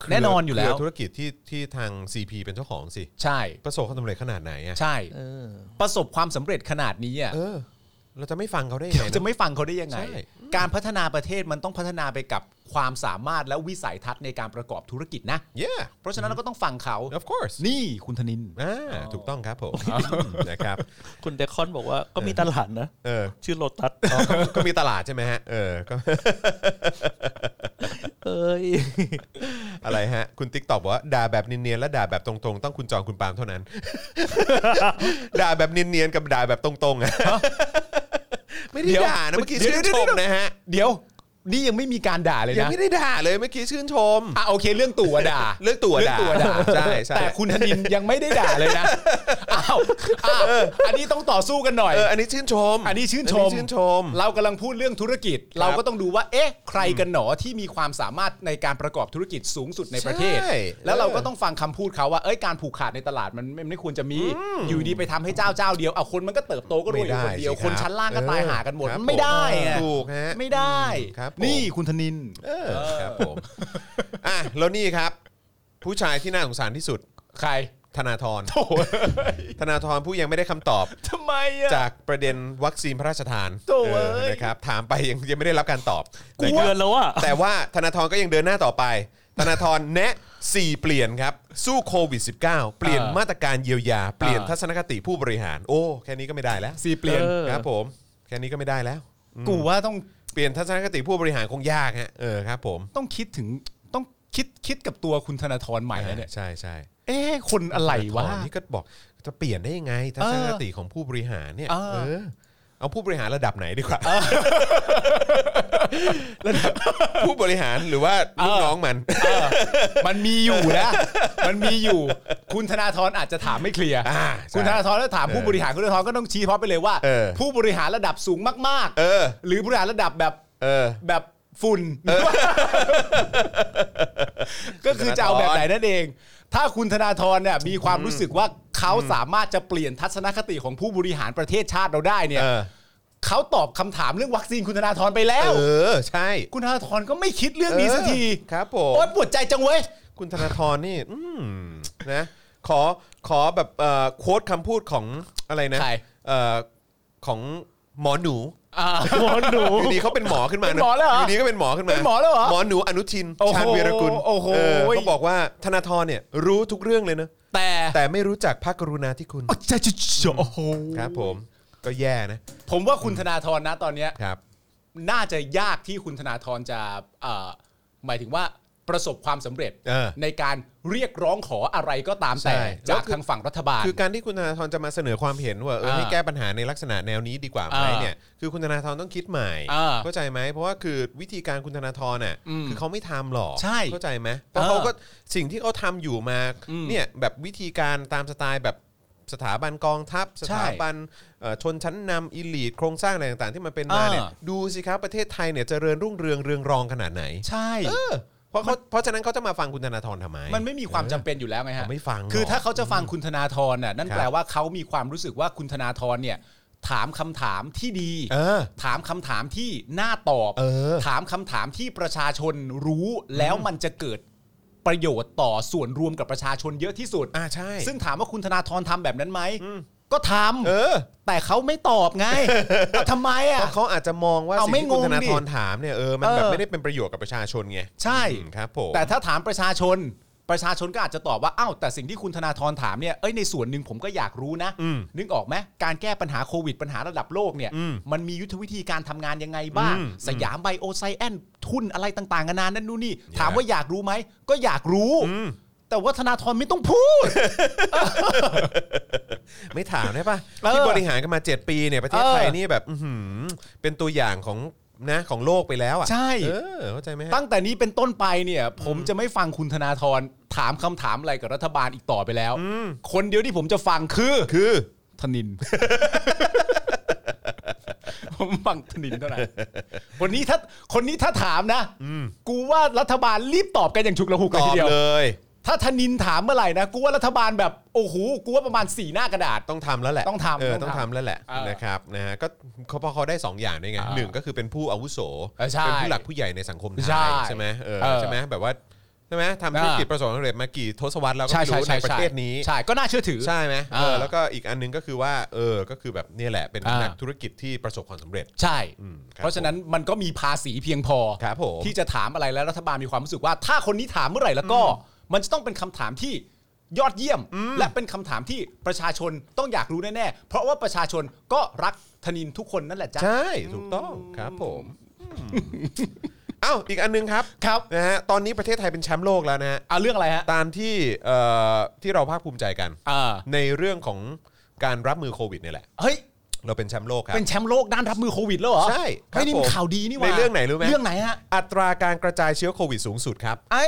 เครื
แน่นอนอยู่แล้ว
เคธุรกิจที่ที่ทาง CP เป็นเจ้าของสิ
ใช่
ประสบความสำเร็จขนาดไหนอ่ะ
ใช่
เออ
ประสบความสำเร็จขนาดนี้อ่ะ
เออ เราจะไม่ฟังเขาได้ยังไงน
จะไม่ฟังเขาได้ยังไง
ใช่
การพัฒนาประเทศมันต้องพัฒนาไปกับความสามารถและวิสัยทัศน์ในการประกอบธุรกิจนะ
Yeah
เพราะฉะนั้นเราก็ต้องฟังเขา
of course
นี่คุณธนิน
อ่าถูกต้องครับผมนะครับ
คุณเดคอนบอกว่าก็มีตลาดนะ
เออ
ชื่อโลตัส
อ๋อก็ก็มีตลาดใช่ไหมฮะเออก็
เอ้ ย
อะไรฮะ คุณติ๊กตอบว่าด่าแบบเนียนๆและด่าแบบตรงๆ ต้องคุณจองคุณปาล์มเท่า นั้น ด่าแบบเนียนๆกับด่าแบบตรงๆอะ ไม่ได้
เดี๋ยว
ด่านะเมื่อกี้
เดี๋ยว
ชื่นชม
เดี๋ยว
นะฮะ
เดี๋ยว นี่ยังไม่มีการด่าเลย
ยัง
นะ
ไม่ได้ด่าเลยเมื่อกี้ชื่นชม
อ่ะโอเคเรื่องตัวด่า
เรื่องตัว
เรื่อ
ด่าง
ตัวด่า
ใช่ใช่
แต่คุณธนินยังไม่ได้ด่าเลยนะอ้าวอ้าวอันนี้ต้องต่อสู้กันหน่อย
เอออันนี้ชื่นชม
อันนี้ชื่นชม
ชื่นชม
เรากำลังพูดเรื่องธุรกิจ เราก็ต้องดูว่า เอ๊ะ ใครกันหนอที่มีความสามารถในการประกอบธุรกิจสูงสุดในประเทศ
ใช่
แล้ว
เออ
เราก็ต้องฟังคำพูดเขาว่า เอ้ย การผูกขาดในตลาดมันมันไม่ควรจะมี อยู่ดีไปทำให้เจ้าเจ้าเดียว เอาคนมันก็เติบโตก็รวยอยู่คนเดียว
สิรับ
คนชั้นล่างก็ตายหากันหมด
ครับ
ไม่ได้อะ
ถูกฮะ
ไม่ได้
ครับผม
นี่คุณธนิน
เออครับผมอ่ะแล้วนี่ครับ ผู้ชายที่น่าสงสารที่สุด
ใคร
ธนาธรธนาธรผู้ยังไม่ได้คำตอบ
ทำไมอ่ะ
จากประเด็นวัคซีนพระราชทาน
โถ่
เออ
เอ้ย
นะครับถามไปยังยังไม่ได้รับการตอบ
กูเดือนแล้วอ่ะ
แต่ว่าธนาธรก็ยังเดินหน้าต่อไป ธนาธรแนะ 4 เปลี่ยนครับ สู้โควิด -19 เปลี่ยน
เออ
มาตรการเยียวยา เปลี่ยน
เออ
ทัศนคติผู้บริหาร โอ้ แค่นี้ก็ไม่ได้แล้ว
สีเปลี่ยน
เออ
ครับผมแค่นี้ก็ไม่ได้แล้ว
กูว่าต้อง
เปลี่ยนทัศนคติผู้บริหารคงยากฮะเออครับผม
ต้องคิดถึงต้องคิดคิดกับตัวคุณธนาธรใหม่แล้วเนี่ย
ใช่ใช่
เอ๊ะคนอะไรวะ
ธนาธนี่ก็บอกจะเปลี่ยนได้ยังไงทัศนคติของผู้บริหารเนี่ย
เออ
เออเอาผู้บริหารระดับไหนดีกว่า
ระดับ
ผู้บริหารหรือว่าลูกน้องมัน
เออมันมีอยู่นะ มันมีอยู่ คุณธนาธรอาจจะถามไม่เคลียร์
อ่าใช่
คุณธนาธรถ้าถามผู้บริหารคุณธนาธรก็ต้องชี้พร้อมไปเลยว่า
เออ
ผู้บริหารระดับสูงมาก
เออ
ๆ หรือบริหารระดับแบบ
เออ
แบบฝุ่นก็คือจะเอาแบบไหนนั่นเอง ถ้าคุณธนาธรเนี่ยมีความรู้สึกว่าเขาสามารถจะเปลี่ยนทัศนคติของผู้บริหารประเทศชาติเราได้เนี่ย
เออ
เขาตอบคำถามเรื่องวัคซีนคุณธนาธรไปแล้ว
เออ ใช่
คุณธนาธรก็ไม่คิดเรื่องนี้สักที
เออครับผม
โอ๊ยปวดใจจังเว้ย
คุณธนาธรนี่ อืมนะขอขอแบบเอ่อโค้ดคำพูดของอะไรนะ
ใคร
เอ่อของหมอหนู
อ่า
หมอหนู
อยู่ดีเขาเป็นหมอขึ้นมาะ
เป็นหมอแล้วเหรออยู่
ดีก็เป็นหมอขึ้นมา
เป็นหมอแล้วเหรอ
หมอหนูอนุทิน
โอ้โห
ชาญวีรกุล
โอ้โห
เอเขาบอกว่าธนาธรเนี่ยรู้ทุกเรื่องเลยนะ
แต่
แต่ไม่รู้จักพระกรุณาที่คุณ
โอ้จะจะจะโอ้โห
ครับ ผมก็แย่นะ
ผมว่าคุณธนาธรนะตอนเนี้ย
ครับ
น่าจะยากที่คุณธนาธรจะเอ่อหมายถึงว่าประสบความสำเร็จ
เออ
ในการเรียกร้องขออะไรก็ตามแต่
ใช่แล้
จาว ก
คือ
ทางฝั่งรัฐบาล
คือการที่คุณธนาธรจะมาเสนอความเห็นว่าเออ
อ่า
ให้แก้ปัญหาในลักษณะแนวนี้ดีกว่าไหม
อ่า
เนี่ยคือคุณธนาธรต้องคิดใหม่
อ่า
เข้าใจไหมเพราะว่าคือวิธีการคุณธนาธรน่ะ
อืม
คือเขาไม่ทำหรอก
ใช่
เข้าใจไหมเพราะเขา
อ่า
ก็สิ่งที่เขาทำอยู่มา
อืม
เนี่ยแบบวิธีการตามสไตล์แบบสถาบันกองทัพ ส
ใช่
ถาบันเอ่อชนชั้นนำอิลีทโครงสร้างอะไรต่างๆ ที่มันเป็นมาเนี่ย
อ่า
ดูสิครับประเทศไทยเนี่ยเจริญรุ่งเรืองเรืองรองขนาดไหน
ใช่
เออเพราะเขาเพราะฉะนั้นเขาจะมาฟังคุณธนาธรทำไม
มันไม่มีความจำเป็นอยู่แล้วไงฮะ
เขาไม่ฟังหรอก
คือถ้าเขาจะฟังคุณธนาธรน่ะนั่น
ครับ
แปลว่าเขามีความรู้สึกว่าคุณธนาธรเนี่ยถามคำถามที่ดี
เออ
ถามคำถามที่น่าตอบ
เออ
ถามคำถามที่ประชาชนรู้แล้วมันจะเกิดประโยชน์ต่อส่วนรวมกับประชาชนเยอะที่สุด
อ่าใช่
ซึ่งถามว่าคุณธนาธรทำแบบนั้นไหม ก็ท
เออ
ำ แต่เขาไม่ตอบ ไง เอาทำไม
เพ
อ่ะ
ราะเขาอาจจะมองว่า
เอา
สิ่ง
ไม่
ที่คุณ
งง
ธนาธร
ดิ
ถามเนี่ยเออมันแบบ
เออ
ไม่ได้เป็นประโยชน์กับประชาชนไง
ใช่
อืมครับผม
แต่ถ้าถามประชาชน ประชาชนก็อาจจะตอบว่า อ้าว แต่สิ่งที่คุณธนาธรถามเนี่ย เอ้ย ในส่วนหนึ่งผมก็อยากรู้นะ
อืม
นึกออกไหมการแก้ปัญหาโควิดปัญหาระดับโลกเนี่ย
อืม
มันมียุทธวิธีการทำงานยังไงบ้าง
อืม
สยามไบโอไซแอนท์ทุนอะไรต่างๆนานานั่นนู่นนี่
ย
ถามว่าอยากรู้ไหม ก็อยากรู้
อืม
แต่ว่าธนาธรไม่ต้องพูด
ไม่ถามได้ปะ
เออ
ที่บริหารกันมา 7 ปีเนี่ยประเทศ
เออ
ไทยนี่แบบอื้อหือเป็นตัวอย่างของนะของโลกไปแล้วอ่ะ
ใช่
เออเข้าใจไหมฮะ
ตั้งแต่นี้เป็นต้นไปเนี่ย ผมจะไม่ฟังคุณธนาธรถามคำถามอะไรกับรัฐบาลอีกต่อไปแล้ว
อืม
คนเดียวที่ผมจะฟังคือ
คือ
ธนิ น ผมฟังธนินเท่านั้นคนนี้ถ้าคนนี้ถ้าถามนะ กูว่ารัฐบาลรีบตอบกันอย่างฉุกละหุก
ต
เลย
อ
ที
บ
เดียว
เลย
ถ้าธนินถามเมื่อไหร่นะ กูว่ารัฐบาลแบบโอ้โหกูว่าประมาณสี่หน้ากระดาษ
ต้องทำแล้วแหละ
ต้องทำ
เออ
ต้
ต้อ
องงทำ
ทำแล้วแหละ
เออ
นะครับนะฮะก็เขาเพราะเขาได้ 2 อย่างด้วยไง
อ่า
หนึ่งก็คือเป็นผู้อาวุโส
เออใช่
เป็นผู้หลักผู้ใหญ่ในสังคมไท
ใช่
ยใช่ไหมเออ
เออ
ใช่ไหมแบบว่าใช่ไหมทำธุรกิจประสบความสำเร็จมากี่ทศวรรษแล้วก็ไม่รู้ในประเทศนี้
ใช่ก็น่าเชื่อถือ
ใช่ไหมเออ
เออ
แล้วก็อีกอันหนึงก็คือว่าเออก็คือแบบเนี่ยแหละเป็น
อ่านั
นักธุรกิจที่ประสบความสำเร็จ
ใช่
อืมครับ
เพราะฉะนั้นมันก็มีภาษีเพียงพอ
ครับผม
ที่จะถามอะไรแล้วรัฐบาลมีความรู้สึกว่า ถ้าคนนี้ถามเมื่อไหร่แล้วก็ มันจะต้องเป็นคำถามที่ยอดเยี่ยม และเป็นคำถามที่ประชาชนต้องอยากรู้แน่ๆ เพราะว่าประชาชนก็รักธนินทุกคนนั่นแหละจ้ะ
ใช่ถูกต้องครับผมอ้าวอีกอันหนึงครับ
ครับ
นะฮะตอนนี้ประเทศไทยเป็นแชมป์โลกแล้วนะฮะ
เอาเรื่องอะไรฮะ
ตามที่เอ่อที่เราภาคภูมิใจกัน
อ่า
ในเรื่องของการรับมือโควิดเนี่ยแหละ
เฮ้ย
เราเป็นแชมป์โลกครับ
เป็นแชมป์โลกด้านรับมือโควิดแล้วเหรอ
ใช่ครับ
เฮ้ยนี่
ผม
มันข่าวดีนี่หว่า
ในเรื่องไหนรู้ไหม
เรื่องไหนฮะ
อัตราการกระจายเชื้อโควิดสูงสุดครับ
ไอ้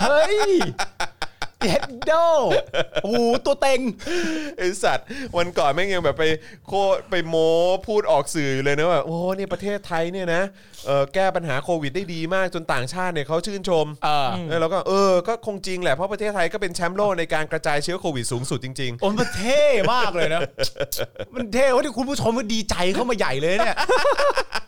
เฮ้ยเจ็ดโดโอ้โหตัวเต็ง
ไอสัตว์วันก่อนแม่งยังแบบไปโคไปโม้พูดออกสื่อเลยนะว่าโอ้เนี่ยประเทศไทยเนี่ยนะเออแก้ปัญหาโควิดได้ดีมากจนต่างชาติเนี่ยเขาชื่นชม
เออ
แล้วเราก็เออก็คงจริงแหละเพราะประเทศไทยก็เป็นแชมป์โลกในการกระจายเชื้อโควิดสูงสุดจริง
โอ้ยมันเท่มากเลยนะ มันเท่ว่าที่คุณผู้ชมก็ดีใจเข้ามาใหญ่เลย เนี่ย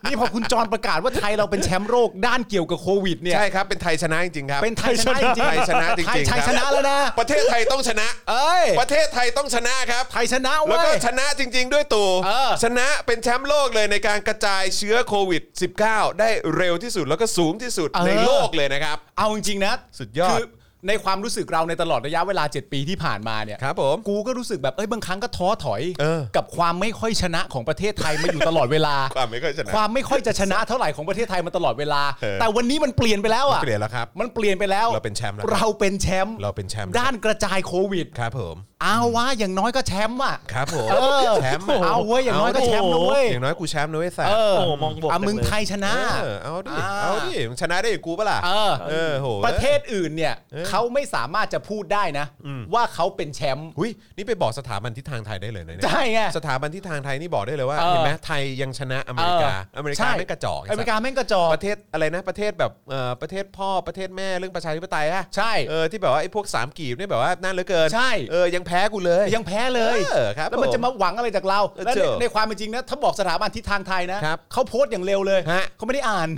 นี่พอคุณจรประกาศว่าไทยเราเป็นแชมป์โลกด้านเกี่ยวกับโควิด
ๆ
เนี่ย
ใช่ครับเป็นไทยชนะจริงๆครับ
เป็นไทยชนะจริงๆ
ไทยชนะจริงๆ
ไทย
ครับ
ชนะแล้วนะ
ประเทศไทยต้องชนะ
เอ้ย
ประเทศไทยต้องชนะครับ
ไทยชนะ
แล้ว
เว้
ก็
ย
ชนะจริง ๆ ด้วยตู่
เออ
ชนะเป็นแชมป์โลกเลยในการกระจายเชื้อโควิด -19 ได้เร็วที่สุดแล้วก็สูงที่สุดในโลกเลยนะครับ
เอาจริงๆนะ
สุดยอด
คือในความรู้สึกเราในตลอดระยะเวลา 7 ปีที่ผ่านมาเนี่ย
ครับผม
กูก็รู้สึกแบบเอ้ยบางครั้งก็ท้อถอย
เออ
กับความไม่ค่อยชนะของประเทศไทยมาอยู่ตลอดเวลา
ความไม่ค่อยชนะ
ความไม่ค่อยจะชนะเท่าไหร่ของประเทศไทยมาตลอดเวลา
เออ
แต่วันนี้มันเปลี่ยนไปแล้วอ่ะ
เปลี่ยนแล้วครับ
มันเปลี่ยนไปแล้ว
เราเป็นแชมป์แล้ว
เราเป็นแชมป์
เราเป็นแชมป์
ด้านกระจายโควิด
ครับผม
เอาวะอย่างน้อยก็แชมป์ว่ะ
ครับผม
เออ
แชมป์
เอาเว้ยอย่างน้อยก็แชมป์นะเว้ย
อย่างน้อยกูแชมป์นะเว้ยสัต
เอ
ว์
อ
โอ้มองบวก
อ่ะมึง
จังเลย
ไทยชนะ
เออเอาดิ
อ่า
เอาดิมึงชนะได้อย่างกูปะล่ะ
เออ
เออโห
ประเทศอื่นเนี่ย
เออ
เขาไม่สามารถจะพูดได้นะ
อืม
ว่าเขาเป็นแชมป์
หุยนี่ไปบอกสถาบันทิศทางไทยได้เลยนะเนี่ย
ใช่ไง
สถาบันที่ทางไทยนี่บอกได้เลยว่า
เออ
เห็นไหมไทยยังชนะอเมริกา
เออ
อเมริ
ใช่
กาไม่งกระจอกไสั
อ
ตว์
เมริกาแม่งกระจอก
ประเทศอะไรนะประเทศแบบเอ่อประเทศพ่อประเทศแม่เรื่องประชาธิปไตยอะ
ใช่
เออที่แบบว่าไอ้พวกสามกีบเนี่ยแบบว่านั่นเหลือเกิน
ใช่
เออยังแพ้กูเลย
ยังแพ้เลย
เออครับ
แล้วมัน
ผ
จะมาหวังอะไรจากเรา
เออ
และ
เจ
ใน
อ
ในความเป็นจริงนะถ้าบอกสถาบันทิศทางไทยนะครับ เขาโพสต์อย่างเร็วเลย
ฮะ
เขาไม่ได้อ่าน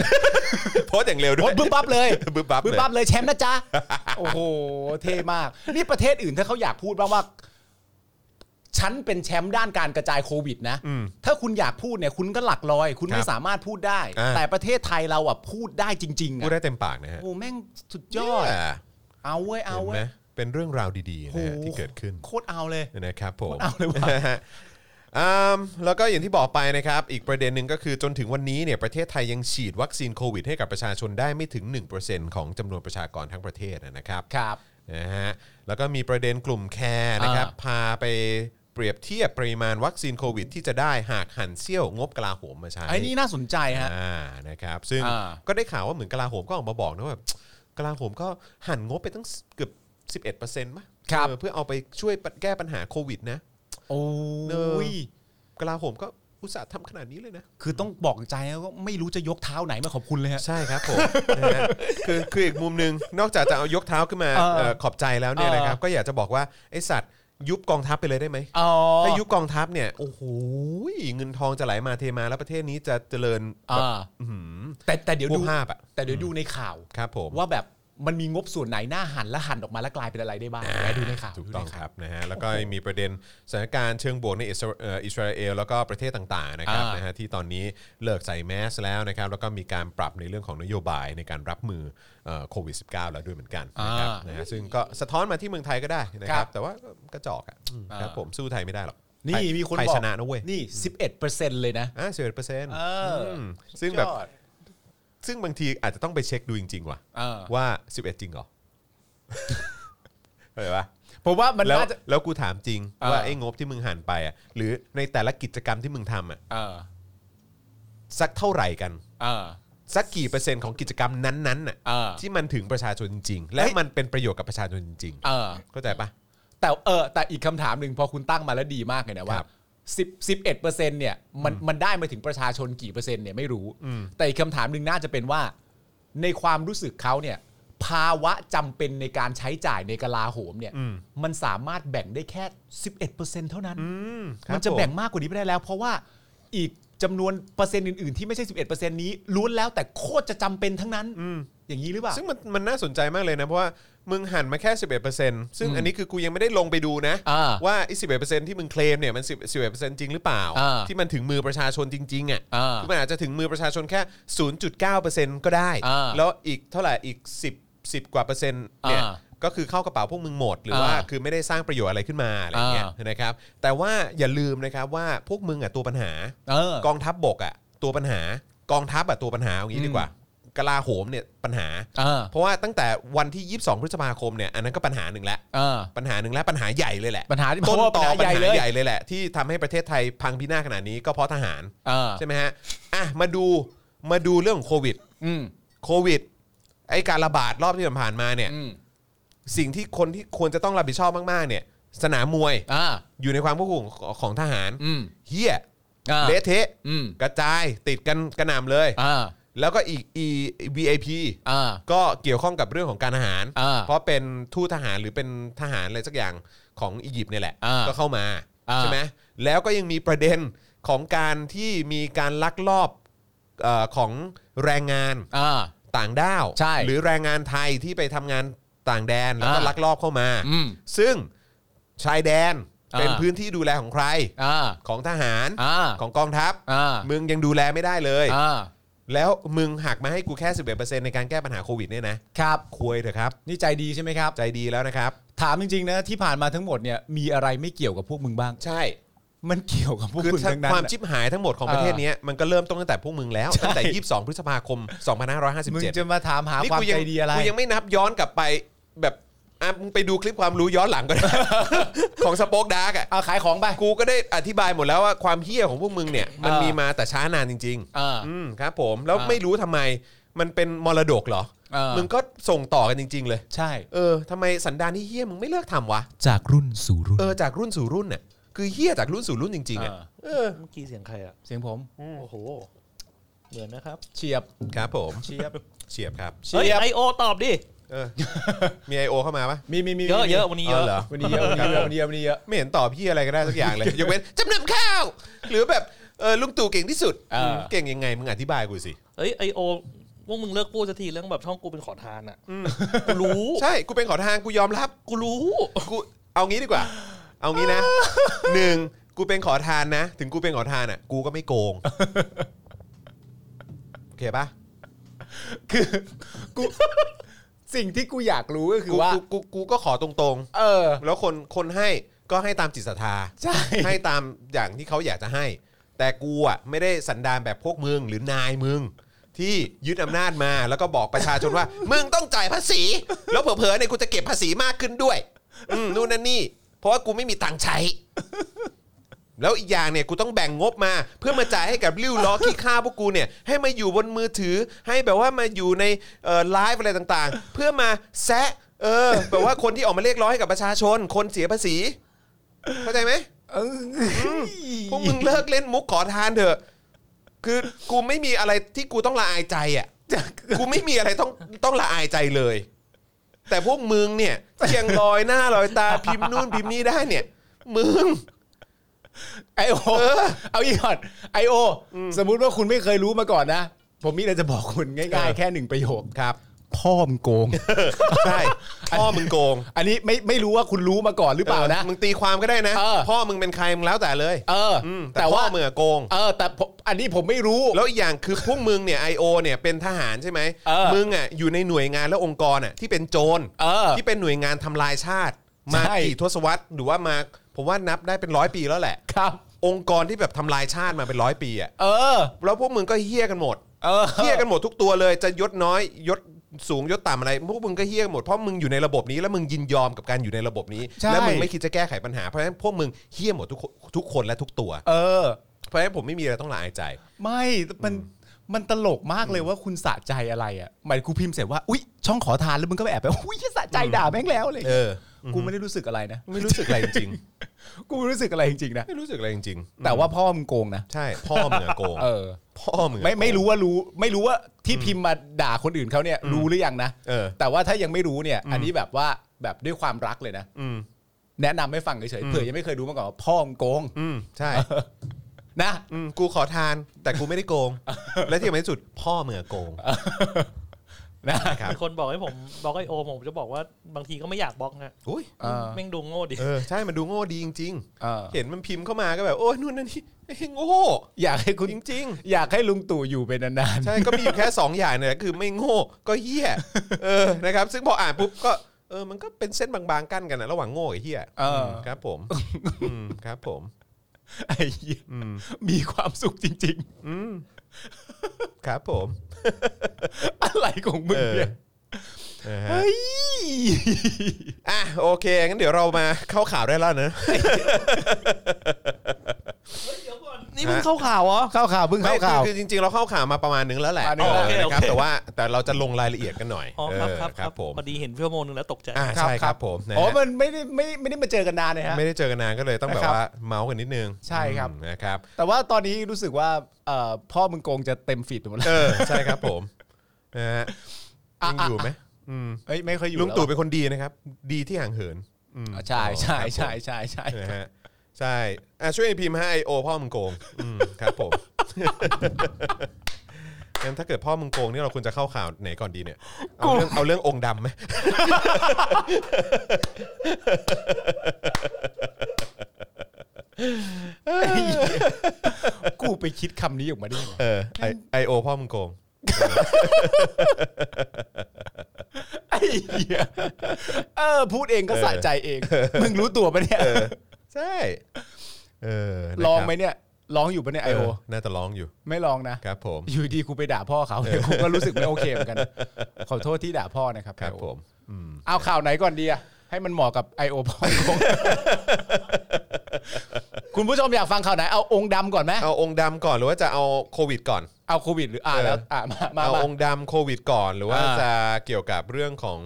โพสต์อย่างเร็วด้
โพ
วย
สต์บึ้มปั๊บเลย
บึ้บบับ
บึ้ม
เลย
ปั๊บเลยแชมป์นะ จ๊ะโอ้โหเท่มาก นี่ประเทศอื่นถ้าเขาอยากพูดบ้างว่า ฉันเป็นแชมป์ด้านการกระจายโควิดนะ
อืม
ถ้าคุณอยากพูดเนี่ยคุณก็หลักลอย คุณ
ค
ไม่
รับ
สามารถพูดได้
อ่า
แต่ประเทศไทยเราอ่ะพูดได้จริงๆ
พู
อ่ะ
ดได้เต็มปากนะฮะ
โอ้แม่งสุดยอด
เนี่ย
เอาเว้ยเอา
เห็น
เว้
ไหม
ย
เป็นเรื่องราวดีๆนะฮะ
โอ้โห
ที่เกิดขึ้น
โคตรเอาเลย
นะครับผม
เอาเลยว่ะ
นะฮะอืมแล้วก็อย่างที่บอกไปนะครับ อีกประเด็นหนึ่งก็คือจนถึงวันนี้เนี่ยประเทศไทยยังฉีดวัคซีนโควิดให้กับประชาชนได้ไม่ถึง 1%ของจำนวนประชากรทั้งประเทศนะครับ
ครับ
นะฮะแล้วก็มีประเด็นกลุ่มแคร์นะครับ
อ่า
พาไปเปรียบเทียบปริมาณวัคซีนโควิดที่จะได้หากหันเซี่ยวงบกลาโหมมาใช้
ไอ้นี่น่าสนใจฮะ
อ่านะครับซึ่ง
อ่า
ก็ได้ข่าวว่าเหมือนกลาโหมก็ออกมาบอกนะว่าแบบกลาโหมก็หันงบไปตั้งเกือบ 11%มั้ย
ครับ
เออเพื่อเอาไปช่วยแก้ปัญหาโควิดนะ
โอ้
เนย
ย
กลาโหมก็อุตส่าห์ทำขนาดนี้เลยนะ
คือต้องบอกใจแล้วก็ไม่รู้จะยกเท้าไหนมาขอบคุณเลยฮะ
ใช่ครับผม นะฮะคือคืออีกมุมหนึ่งนอกจากจะเอายกเท้าขึ้นมา
เออ
เอ่อขอบใจแล้วเนี่ย
เออ
นะครับ ก็อยากจะบอกว่า ไอสัตว์ยุบกองทัพไปเลยได้ไหม
อ๋อ
ถ้ายุบกองทัพเนี่ยโอ้โหเงินทองจะไหลมาเทมาแล้วประเทศนี้จะเจริญแบบ
อ่า
อื้อหือ
แต่แต่เดี๋ยว
พว
ดู
กภาพอ่ะ
แต่เดี๋ยวดูในข่าว
ครับผม
ว่าแบบมันมีงบส่วนไหนหน้าหันและหันออกมาแล้วกลายเป็นอะไรได้บ้างไปดูในข่าว
ถูกต้อง
ดูใน
ค
ข่าว
รับนะฮะแล้วก็มีประเด็นสถานการณ์เชิงบวกในอิสราเอ่ออิสราเอลแล้วก็ประเทศต่างๆนะครับ
อ่าน
นะฮะที่ตอนนี้เลิกใส่แมสแล้วนะครับแล้วก็มีการปรับในเรื่องของนโยบายในการรับมือเอ่อโควิด -19 แล้วด้วยเหมือนกันนะครับ
อ่าน
นะฮะซึ่งก็สะท้อนมาที่เมืองไทยก็ได้นะค
ครั
รับบ แต่ว่าก็กระจอกอ่ะอืม
อ่า
ครับผมสู้ไทยไม่ได้หรอก
นี่
ไทย
มีคน
ไทย
บอก
ชนะนะเว้ย
นี่ 11%เลยนะ
อ่าสิบเอ็ดเปอร์เซ็นต์
เอออื
ซึ่งแบบ
ยอด
ซึ่งบางทีอาจจะต้องไปเช็คดูจริง ๆ ว่ะ
เออ
ว่า 11 จริ งเหรอ เข้าใจปะ
ผมว่ามัน
แล้ว
น่าจะ
แล้วกูถามจริง
เออ
ว่าไอ้งบที่มึงหันไปอ่ะหรือในแต่ละกิจกรรมที่มึงทำอ่ะ
เออ
สักเท่าไหร่กัน
เออ
สักกี่เปอร์เซ็นต์ของกิจกรรมนั้นๆน่ะ
เออ
ที่มันถึงประชาชนจริงๆและ
เฮ้ย
มันเป็นประโยชน์กับประชาชนจริง
เออ
ๆเข้าใจปะ
แต่เออแต่อีกคำถามหนึ่งพอคุณตั้งมาแล้วดีมากเลยนะว่า
ครับ
สิบสิบเอ็ดเปอร์เซ็นเนี่ยมันมันได้มาถึงประชาชนกี่เปอร์เซ็นต์เนี่ยไม่รู้
อืม
แต่อีกคำถามหนึ่งน่าจะเป็นว่า ในความรู้สึกเขาเนี่ย ภาวะจำเป็นในการใช้จ่ายในกลาโหมเนี่ย
อืม
มันสามารถแบ่งได้แค่ 11%เท่านั้น
อืมครับ
มันจะ
ผ
แบ่งมากกว่านี้ไม่ได้แล้ว เพราะว่าอีกจำนวนเปอร์เซ็นต์อื่นๆที่ไม่ใช่ 11%นี้ล้วนแล้วแต่โคตรจะจำเป็นทั้งนั้น
อืม
อย่างนี้หรือเปล่า
ซึ่งมันมันน่าสนใจมากเลยนะ เพราะว่ามึงหันมาแค่ 11%ซึ่ง
อืม
อันนี้คือกูยังไม่ได้ลงไปดูนะ
อ่า
ว่าไอ้สิที่มึงเคลมเนี่ยมัน10 11%จริงหรือเปล่า
อ่า
ที่มันถึงมือประชาชนจริงๆอ่ะ
อ่า
มันอาจจะถึงมือประชาชนแค่ 0.9%ก็ได้
อ่า
แล้วอีกเท่าไหร่อีก 10 10 กว่าเปอร์เซ็นต์เนี่ย
อ่า
ก็คือเข้ากระเป๋าพวกมึงหมด หรือว่า
อ่า
คือไม่ได้สร้างประโยชน์อะไรขึ้นมาอะไรเงี้ย
อ่าน
นะครับ แต่ว่าอย่าลืมนะครับว่าพวกมึงอ่ะตัวปัญหา
เออ
กองทัพบบกอ่ะตัวปัญหา กองทัพอ่ะตัวปัญหาอย่างนี้
อืม
ดีกว่ากลาโหมเนี่ยปัญหา
เออ
เพราะว่าตั้งแต่วันที่ 22 พฤษภาคมเนี่ยอันนั้นก็ปัญหาหนึ่งแล้ว
เออ
ปัญหาหนึ่งแล้วปัญหาใหญ่เลยแหละ
ปัญหาที่
ต้นต่อปัญ
ใหญ่
หา
เลย
ใหญ่เลยแหละที่ทำให้ประเทศไทยพังพินาศขนาดนี้ก็เพราะทหาร
เออ
ใช่ไหมฮะ อ่ะ มาดู มาดูเรื่องของโควิด
อืม
โควิด ไอการระบาดรอบที่ผ่านมาเนี่ย
อืม
สิ่งที่คนที่ควรจะต้องรับผิดชอบมาก ๆ เนี่ย สนามมวย
อ่า
อยู่ในความควบคุมของของทหาร
อืม
เฮีย
อ่า
เละเทะ
อืม
กระจายติดกันกระหน่ำเลย
อ่า
แล้วก็อีก e VIP
อ่า
ก็เกี่ยวข้องกับเรื่องของการทหาร
อ่า
เพราะเป็นทูตทหารหรือเป็นทหารอะไรสักอย่างของอียิปต์เนี่ยแหละ
อ่า
ก็เข้ามา
อ่า
ใช่ไหมแล้วก็ยังมีประเด็นของการที่มีการลักลอบเออของแรงงาน
อ่า
ต่างด้าว
ใช่
หรือแรงงานไทยที่ไปทำงานต่างแดนแล้วก็
อ่า
ลักลอบเข้ามา
อืม
ซึ่งชายแดน
อ่า
เป็นพื้นที่ดูแลของใคร
อ่า
ของทหาร
อ่า
ของกองทัพ
อ่า
มึงยังดูแลไม่ได้เลย
อ่า
แล้วมึงหักมาให้กูแค่ 11%ในการแก้ปัญหาโควิดเนี่ยนะครับ ควยเถอะครับ
นี่ใจดีใช่ไหมครับ
ใจดีแล้วนะครับ
ถามจริงๆนะที่ผ่านมาทั้งหมดเนี่ยมีอะไรไม่เกี่ยวกับพวกมึงบ้าง
ใช่
มันเกี่ยวกับพวก
คือ
มึง
ถ้า
ทั้งนั้น
ความ
น่ะ
ชิบหายทั้งหมดของประเทศเนี้ยมันก็เริ่มต้นตั้งแต่พวกมึงแล้ว
ใช่
ตั้งแต่ 22 พฤษภาคม 2557
มึงจะมาถามหา
นี่
ความ
กู
ใจ
ยั
ดีอะไร
กูยังไม่นับย้อนกลับไปแบบ อ่ะมึงไปดูคลิปความรู้ย้อนหลัง ก็ได้ ของสป็อกดาร์กอ่ะ
เอาขายของไป
กูก็ได้อธิบายหมดแล้วว่าความเฮี้ยของพวกมึงเนี่ย มัน
เออ
มีมาแต่ช้านานจริง
เออ
ๆ อืมครับผมแล้ว
อ่า
ไม่รู้ทำไมมันเป็นมรดกเหรอ
เออ
มึงก็ส่งต่อกันจริง ๆ เลย
ใช่
เออทำไมสันดานที่เฮี้ยมึงไม่เลิกทำวะ
จากรุ่นสู่รุ่น
เออจากรุ่นสู่รุ่นเนี่ยคือเฮี้ยจากรุ่นสู่รุ่นจริงๆอ่ะ
เออ
เออ
เมื่อกี้เสียงใครอ่ะ
เสียงผม
โอ้โหเหมือนนะครับ
เฉียบ
ครับผม
เฉียบ
เฉียบครับ
เฉี
เฮ้ย
ยบ
ไอโอตอบดิ
เออมีไอโอเข้ามาปะ
มีมีมี
เยอะ
มี
เยอะวันนี้เยอะ
เอาเหรอ
วันนี้เยอะวันนี้เยอะวันนี้เยอะวันนี้เยอะ
ไม่เห็นตอบพี่อะไรก็ได้สักอย่างเลย ยกเว้นจำนำข้าว หรือแบบเออลุงตู่เก่งที่สุด
เออ
เก่งยังไงมึงอธิบายกูสิ
เฮ้ยไอโอพวกมึงเลิกพูดสักทีเรื่องแบบช่องกูเป็นขอทานอ่ะกูรู้
ใช่กูเป็นขอทานกูยอมรับ
กูรู้
กูเอางี้ดีกว่า เอางี้นะ หนึ่งกูเป็นขอทานนะ ถึงกูเป็นขอทานอ่ะ กูก็ไม่โกงโอเคปะ
คือกูสิ่งที่กูอยากรู้ก็คือ
กู
ว่า
กูกูกูก็ขอตรง
เออ
ๆ แล้วคนคนให้ก็ให้ตามจิตศรัทธา
ใช่
ให้ตามอย่างที่เขาอยากจะให้ แต่กูอ่ะไม่ได้สันดานแบบพวกมึงหรือนายมึง ที่ยึดอำนาจมาแล้วก็บอกประชาชนว่า มึงต้องจ่ายภาษี แล้วเผลอๆเนี่ยกูจะเก็บภาษีมากขึ้นด้วย อืมนู่นนั่นนี่ เพราะว่ากูไม่มีตังค์ใช้ แล้วอีกอย่างเนี่ยกูต้องแบ่งงบมา เพื่อมาจ่ายให้กับริ้วล้อขี้ข้าพวกกูเนี่ย ให้มาอยู่บนมือถือ ให้แบบว่ามาอยู่ในเอ่อไลฟ์อะไรต่างๆ เพื่อมาแซะเออแบบว่าคนที่ออกมาเรียกร้องให้กับประชาชน คนเสียภาษี เข้าใจไหม
เออ
พวกมึงเลิกเล่นมุกขอทานเถอะ คือกูไม่มีอะไรที่กูต้องละอายใจ อ่ะ กูไม่มีอะไรต้องต้องละอายใจเลย แต่พวกมึงเนี่ยยังลอยหน้าลอยตาพิมพ์นู่นพิมพ์นี่ได้เนี่ย มึง
ไอโอ เอาอีกก่อนไอโออสมมุติว่าคุณไม่เคยรู้มาก่อนนะ ผมมีอะไรจะบอกคุณ
เอ
ง่าย
อ
ๆ แค่หนึ่งประโยค
ครับ
พ่อมึงโกง
ใช่ พ่อมึงโกง
อันนี้ไม่ไม่รู้ว่าคุณรู้มาก่อนหรือเปล่านะ
ออมึงตีความก็ได้นะ
เออ
พ่อมึงเป็นใครมึงแล้วแต่เลย
เอออ
มแต่
แต่
พ่
ว่า
อมึงอะโกง
เออ แต่ผมอันนี้ผมไม่รู้
แล้วอีกอย่างคือพวกมึงเนี่ยไอโอเนี่ยเป็นทหารใช่ไหม
เออ
มึงอ่ะอยู่ในหน่วยงานและองค์กรอ่ะที่เป็นโจร
เออ
ที่เป็นหน่วยงานทำลายชาติ มา
ใช่
กี่ทศวรรษหรือว่ามาผมว่านับได้เป็นร้อยปีแล้วแหละ
ครับ
องค์กรที่แบบทำลายชาติมาเป็นร้อยปีอ่ะ
เออ
แล้วพวกมึงก็เฮี้ยกันหมด
เออ
เฮี้ยกันหมดทุกตัวเลยจะยศน้อยยศสูงยศต่ำอะไรพวกมึงก็เฮี้ยกันหมดเพราะมึงอยู่ในระบบนี้แล้วมึงยินยอมกับการอยู่ในระบบนี้
ใช่
แล้วมึงไม่คิดจะแก้ไขปัญหาเพราะฉะนั้นพวกมึงเฮี้ยหมดทุกคนทุกคนและทุกตัว
เออ
เพราะฉะนั้นผมไม่มีอะไรต้องละอายใจ
ไม่มันมันตลกมากเลยว่าคุณสะใจอะไรอ่ะหมายกูพิมพ์เสร็จว่าอุ๊ย ช่องขอทานแล้วมึงก็ไปแอบไปอุ๊ยสะใจด่าแม่งแล้วอะไรอย่าง
เอ
เลย
อ
กูไม่ได้รู้สึกอะไรนะ
ไม่รู้สึกอะไรจ ริง
กูไม่รู้สึกอะไรจริงๆนะ
ๆไม่รู้สึกอะไรจริงๆ
แต่ว่าพ่อมึงโกงนะ
ใช่พ่อมึงอะโกง
เออ
พ่อมึงอะ
ไม่
โกง
ไม่รู้ว่ารู้ไม่รู้ว่าที่พิมพ์มาด่าคนอื่นเขาเนี่ยรู้หรือยังนะ
เออ
แต่ว่าถ้ายังไม่รู้เนี่ย อันนี้แบบว่าแบบด้วยความรักเลยนะ
อืม
แนะนำให้ฟังเฉยๆเผื่อยังไม่เคยรู้มาก่อนว่าพ่อมึงโกง
อืมใช่
นะ
อืมกูขอทานแต่กูไม่ได้โกง และที่สำคัญที่สุดพ่อเมือะโกง
นะ
ครับ
มีคนบอกให้ผมบล็อกไอโอผมจะบอกว่าบางทีก็ไม่อยากบล็อกนะ
อุ้ย
เออ
แม่งดูโง่ดิ
เออใช่มันดูโง่ดีจริง
เออ
ๆ เห็นมันพิมพ์เข้ามาก็แบบ โอ้ยนู่นนั่นนี่เอ้ยโง่
อยากให้คุณ
จริง
อยากให้ลุงตู่อยู่เป็นนาน
ๆ ใช่ก็มีอยู่ แค่ 2 อย่างเนี่ยคือไม่โง่ก็เหี้ยเออนะครับ ซึ่งพออ่านปุ๊บก็เออมันก็เป็นเส้นบางๆกั้นกันนะระหว่างโง่กับเหี้ย
ๆเออ
มครับผมอืมครับผม
ไอ้เหี้ย
อืม
มีความสุขจริง
อืมครับผม
ๆ อะไรของมึ
เอง อ
เนี่ย
เออฮะ
เฮ้ย
อ่ะโอเคงั้นเดี๋ยวเรามาเข้าข่าวได้แล้วนะ
เดี๋ยวก่อนนี่มึงเข้าข่าวเหรอ
เข้าข่าวเพิ่ง
ไม่
เข้าข่าว
คือคือจริงๆ เราเข้าข่าวมาประมาณนึงแล้วแหละ
อันนี้
เออ
โอเค
นะครับ
โอเค
แต่ว่าแต่เราจะลงรายละเอียดกันหน่อย
อ๋อ
เอ
ครับ
อ
ครับ ครับ
ผม
พอดีเห็นเพื่อนโมนึงแล้วตกใจ
อ่าใช่ครับผมนะ
อ๋อ
ฮะ
มันไม่ได้ไม่ไม่ได้มาเจอกันนานเลยฮะ
ไม่ได้เจอกันนานก็เลยต้องแบบ
นะครับ
ว่าเมาส์กันนิดนึง
ใช่ครับ
อืมนะครับ
แต่ว่าตอนนี้รู้สึกว่าเอ่อพ่อมึงโกงจะเต็มฟีดหมดแล้ว
เออใช่ครับผมนะฮะยังอยู่ไหมอืม
เอ้ยไม่เคยอยู่
ลุงตู่
แว
เป็นคนดีนะครับ ดีที่ห่างเหินอืม
อ่ะใช่ใช่ใช่ใช่ใช่
นะฮะใช่อ่ะช่วยพิมพ์ให้ไอโอพ่อมึงโกงอืมครับผมงั้นถ้าเกิดพ่อมึงโกงนี่เราควรจะเข้าข่าวไหนก่อนดีเนี่ยเอาเรื่องเอาเรื่ององค์ดำไหม
กูไปคิดคำนี้ออกมาได้ยังไง
เออไอไอโอพ่อมึงโกง
ไอ้เหี้ยเออพูดเองก็สะใจเอง มึงรู้ตัวปะเนี่ย
ใช่เออ
ลองไหมเนี่ยลองอยู่ปะเนี่ย
ไอ
ไอ
โอ
โอ
น่าจะร้องอยู่
ไม่ลองนะครับ
ผม
อยู่ดีกูไปด่าพ่อเขาเนี่ยกูก็รู้สึกไม่โอเคเหมือนกัน ขอโทษที่ด่าพ่อนะครับ
ครับ
ไอ้โอ
ผม
เอาข่าวไหนก่อนดีอะให้มันเหมาะกับ I.O. พองโกง คุณผู้ชมอยากฟังข่าวไหน เอาองค์ดำก่อนไหม
เอาองค์ดำก่อนหรือว่าจะเอาโควิดก่อน
เอาโควิดหรืออ่าแล้วอ่ามามา
เอา
มา
องค์ดำโควิดก่อนหรือว่า
อ่า
จะเกี่ยวกับเรื่องของ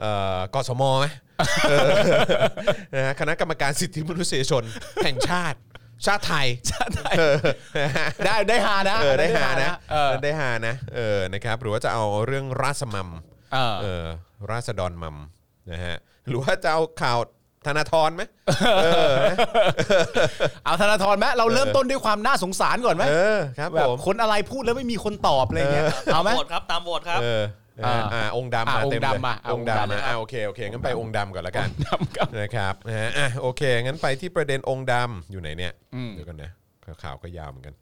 เอ่อกสมไหมเอ อนะฮะคณะกรรมการสิทธิมนุษยชน แห่งชาติ ชาติไทยเออนะฮะ
ได้ได้ฮานะ
เออได้หานะ
เออ
ได้หานะเออนะครับหรือว่าจะเอาเรื่องราษมัม
เออ
เออราษฎรมัมนะฮะหรือว่าจะเอาข่าวธนาธรไหม
เอาธนาธรไหมเราเริ่มต้นด้วยความน่าสงสารก่อนไหม
เออครับ
แบ
ผ
บ
ม
คนอะไรพูดแล้วไม่มีคนตอบอะไรเงี้ยเอาไหม
โหวตครับตามโหวตครับ
เออนะฮะอ่าองค์ดำมา
อ่ะองค์
เต็มเลย
ดำมา
องค์
องค์
ดำ
ดำ
มา
มา
อ่าโอเคโอเคงั้นไปองค์ดำก่อนละกันนะครับนะฮะอ่ะโอเคงั้นไปที่ประเด็นองค์ดำอยู่ไหนเนี่ยเดี๋ยวกันนะข่าวก็ยาวเหมือนกัน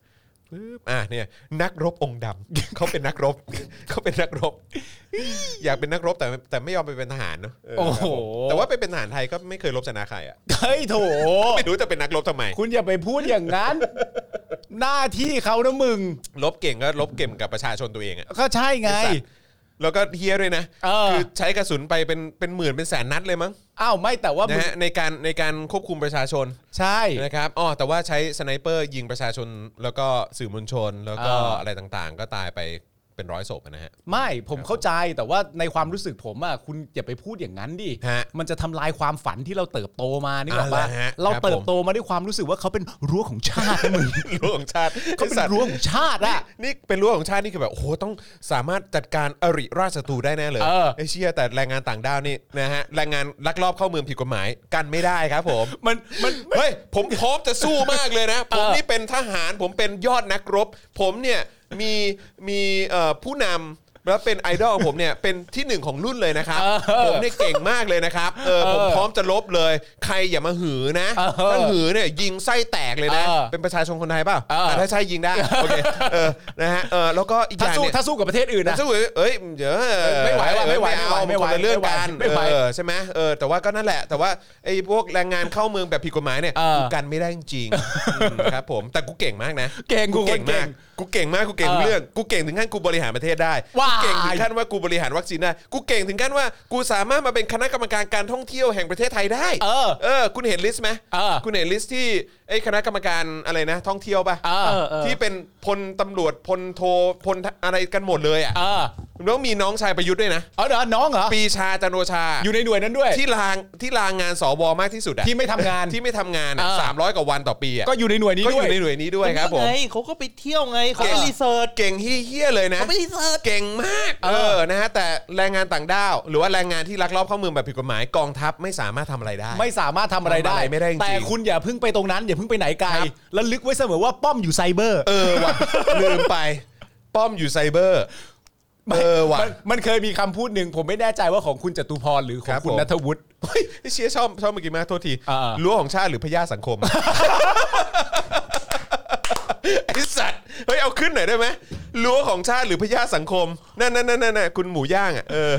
ปึ๊บอ่ะเนี่ยนักรบองค์ดำ เขาเป็นนักรบ เขาเป็นนักรบ อยากเป็นนักรบแต่แต่ไม่ยอมไปเป็นทหารเนอะเ
โอ้
ค
โห
รับผมแต่ว่าไปเป็นทหารไทยก็ไม่เคยรบชนะใครอ่ะ
เฮ้ยโถ
ไม่รู้จะเป็นนักรบทำไม
คุณอย่าไปพูดอย่างนั้น หน้าที่เขานะมึง
รบเก่งก็รบเก่งกับประชาชนตัวเองอ่ะ
ก็ใช่ไง
ไอ้สัตว์แล้วก็เฮียด้วยนะ
เออ
คือใช้กระสุนไปเป็นเป็นหมื่นเป็นแสนนัดเลยมั้ง
อ้าวไม่แต่ว่ามึ
นะ
ง
ฮะในการในการควบคุมประชาชน
ใช่
นะครับอ๋อแต่ว่าใช้สไนเปอร์ยิงประชาชนแล้วก็สื่อมวลชน แล้วก็
อ่า
อะไรต่างๆ ก็ตายไปเป็นร้อยศพอะนะฮะ
ไม่ผมเข้าใจแต่ว่าในความรู้สึกผมอ่ะคุณอย่าไปพูดอย่างนั้นดิ
ฮะ
มันจะทำลายความฝันที่เราเติบโตมานี่หรอก
เอา
ว่า
ล่ะฮะ
เรา
ครับผม
เติบโตมาด้วยความรู้สึกว่าเขาเป็นรั้วของชาตินะมึง
รั้วของชาติ
เขา
ไอ้
เป็น
สัตว์
รั้วของชาติอะ
นี่เป็นรั้วของชาตินี่คือแบบโอ้โหต้องสามารถจัดการอริราชศัตรูได้แน่เลย
เออ
ไอ้เชี่ยแต่แรงงานต่างด้าวนี่นะฮะแรงงานลักลอบเข้าเมืองผิดกฎหมายกันไม่ได้ครับผม
มันมัน
เฮ้ยผมพร้อมจะสู้มากเลย นะ ผมนี่เป็นทหารผมเป็นยอดนักรบ ผมเนี่ยมีมีเอ่อผู้นำแล้วเป็นไอดอลของผมเนี่ยเป็นที่หนึ่งของรุ่นเลยนะครับ
เออ
ผมเนี่ยเก่งมากเลยนะครับเออ
เออ
ผมพร้อมจะลบเลย ใครอย่ามาหือนะ
เออ
ถ้าหือเนี่ยยิงไส้แตกเลยนะ
เออ
เป็นประชาชนคนไทยเปล่า
เอออ่
ะถ้าใช่ยิงได้โอเคเออนะฮะเออแล้วก็อีกอ
ถ้า
ย่าง
สู้
เนี่ย
ถ้าสู้กับประเทศอื่นนะ
สู้เอ้ยเดี๋ยว
ไม่ไหวว่ะไม่ไหว
เออ
ไม่
ไม่
ไหว
เอานคนละเรื่อง
ไม่ไหว
กัน
ไม่ไหว
เออใช่ไหมเออแต่ว่าก็นั่นแหละ แต่ว่าไอ้พวกแรงงานเข้าเมืองแบบผิดกฎหมายเนี่ย
เออ
กูกันไม่ได้จริงๆอืม ครับผมแต่กูเก่งมากนะ
เก่งกู
เก่ง
เก่
มาก
ง
กูเก่งมากกูเก่งทุก
เออ
เรื่องกูเก่งถึงขั้นกูบริหารประเทศได้
ว้า
กู
ย
เก่งถึงขั้นว่ากูบริหารวัคซีนได้กูเก่งถึงขั้นว่ากูสามารถมาเป็นคณะกรรมการการท่องเที่ยวแห่งประเทศไทยได้
เออ
เออ คุณเห็นลิสต์ไหม
เออ
คุณเห็นลิสต์ที่ไอ้คณะกรรมการอะไรนะ ท่องเที่ยวป่ะ
เออ
เออ
ที่เป็นพลตำรวจพลโทพลอะไรกันหมดเลยอ่ะ
เออ
แล้วมีน้องชายประยุทธ์ด้วยนะ
เอาเหรอน้องเหรอ
ปีชาจันทร์โอชา
อยู่ในหน่วยนั้นด้วย
ที่ลางที่ลางงานสวมากที่สุดอะ
ที่ไม่ทำงาน
ที่ไม่ทำงานอะ
เออ
สามร้อยกว่าวันต่อปีอะ
ก็อยู่ในหน่วยนี้
ก็อ
ด้วย
ยู่ในหน่วยนี้ด้วยครับผม
ไงเขาก็ไปเที่ยวไงเขาไป
ง
รีเสิร์ช
เก่งเฮี้ยๆเลยนะ
เขาไปรีเสิร์ช
เก่งมากเอ
เออ
อนะฮะแต่แรงงานต่างด้าว หรือว่าแรงงานที่ลักลอบเข้าเมืองแบบผิดกฎหมายกองทัพไม่สามารถทำอะไรได้
ไม่สามารถทำอะไร
ทำ
ได้
อะไรไม่ได้จริงๆ
แต่คุณอย่าเพิ่งไปตรงนั้น อย่าเพิ่งไปไหนไกล
ครับ
แล้วลึกไว้เสมอว่าป้อมอยู่ไซเบอร์
เออว่ะ ลืมไป ป้อมอยู่ไซเบอร์ เออว่ะ
มันมันเคยมีคำพูดหนึ่งผมไม่แน่ใจว่าของคุณจตุพรหรือขอ
ครั
ง
บ
คุณ
ผม
นัทวุฒิ
เฮ้ยเชียชอบชอบเมื่อกี้มากโทษที
อ่าๆ
รั้วของชาติหรือพญาสังคม ไอสัตว์เฮ้ยเอาขึ้นหน่อยได้ไหมรั้วของชาติหรือพญาสังคมนั่นนั่นนั่นนั่นคุณหมูย่างอ่ะเออ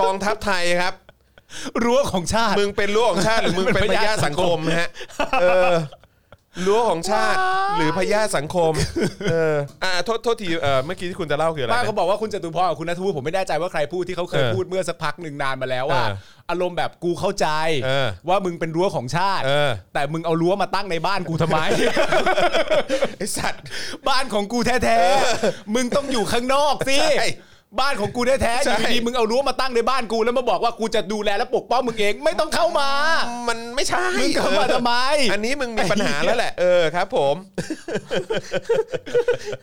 กองทัพไทยครับ
รั้วของชาติ
มึงเป็นรั้วของชาติหรือมึงเป็นพญาสังคมฮะเออรั้วของชาติ หรือพญาสังคมเอออ่าโทษโทษทีเออเมื่อกี้ที่คุณจะเล่าคืออะไร
ป้า
นะ
เขาบอกว่าคุณจตุพรกับคุณนัทวุฒิผมไม่แน่ใจว่าใครพูดที่เขาเคย
เออ
พูดเมื่อสักพักหนึ่งนานมาแล้วว่า
เออ
อารมณ์แบบกูเข้าใจ
เออ
ว่ามึงเป็นรั้วของชาติ
เออ
แต่มึงเอารั้วมาตั้งในบ้านกูทำไม
ไอสัตว์
บ้านของกูแท้ๆมึงต้องอยู่ข้างนอกสิ
ใช่
บ้านของกูแท้ๆอ
ใช่
ยู่ดีๆมึงเอารั้วมาตั้งในบ้านกูแล้วมาบอกว่ากูจะดูแลและปกป้องมึงเองไม่ต้องเข้ามา
มันไม่ใช่
มึงเข้ามาทำไม
อันนี้มึงมีปัญหาแล้วแหละเออครับ ผม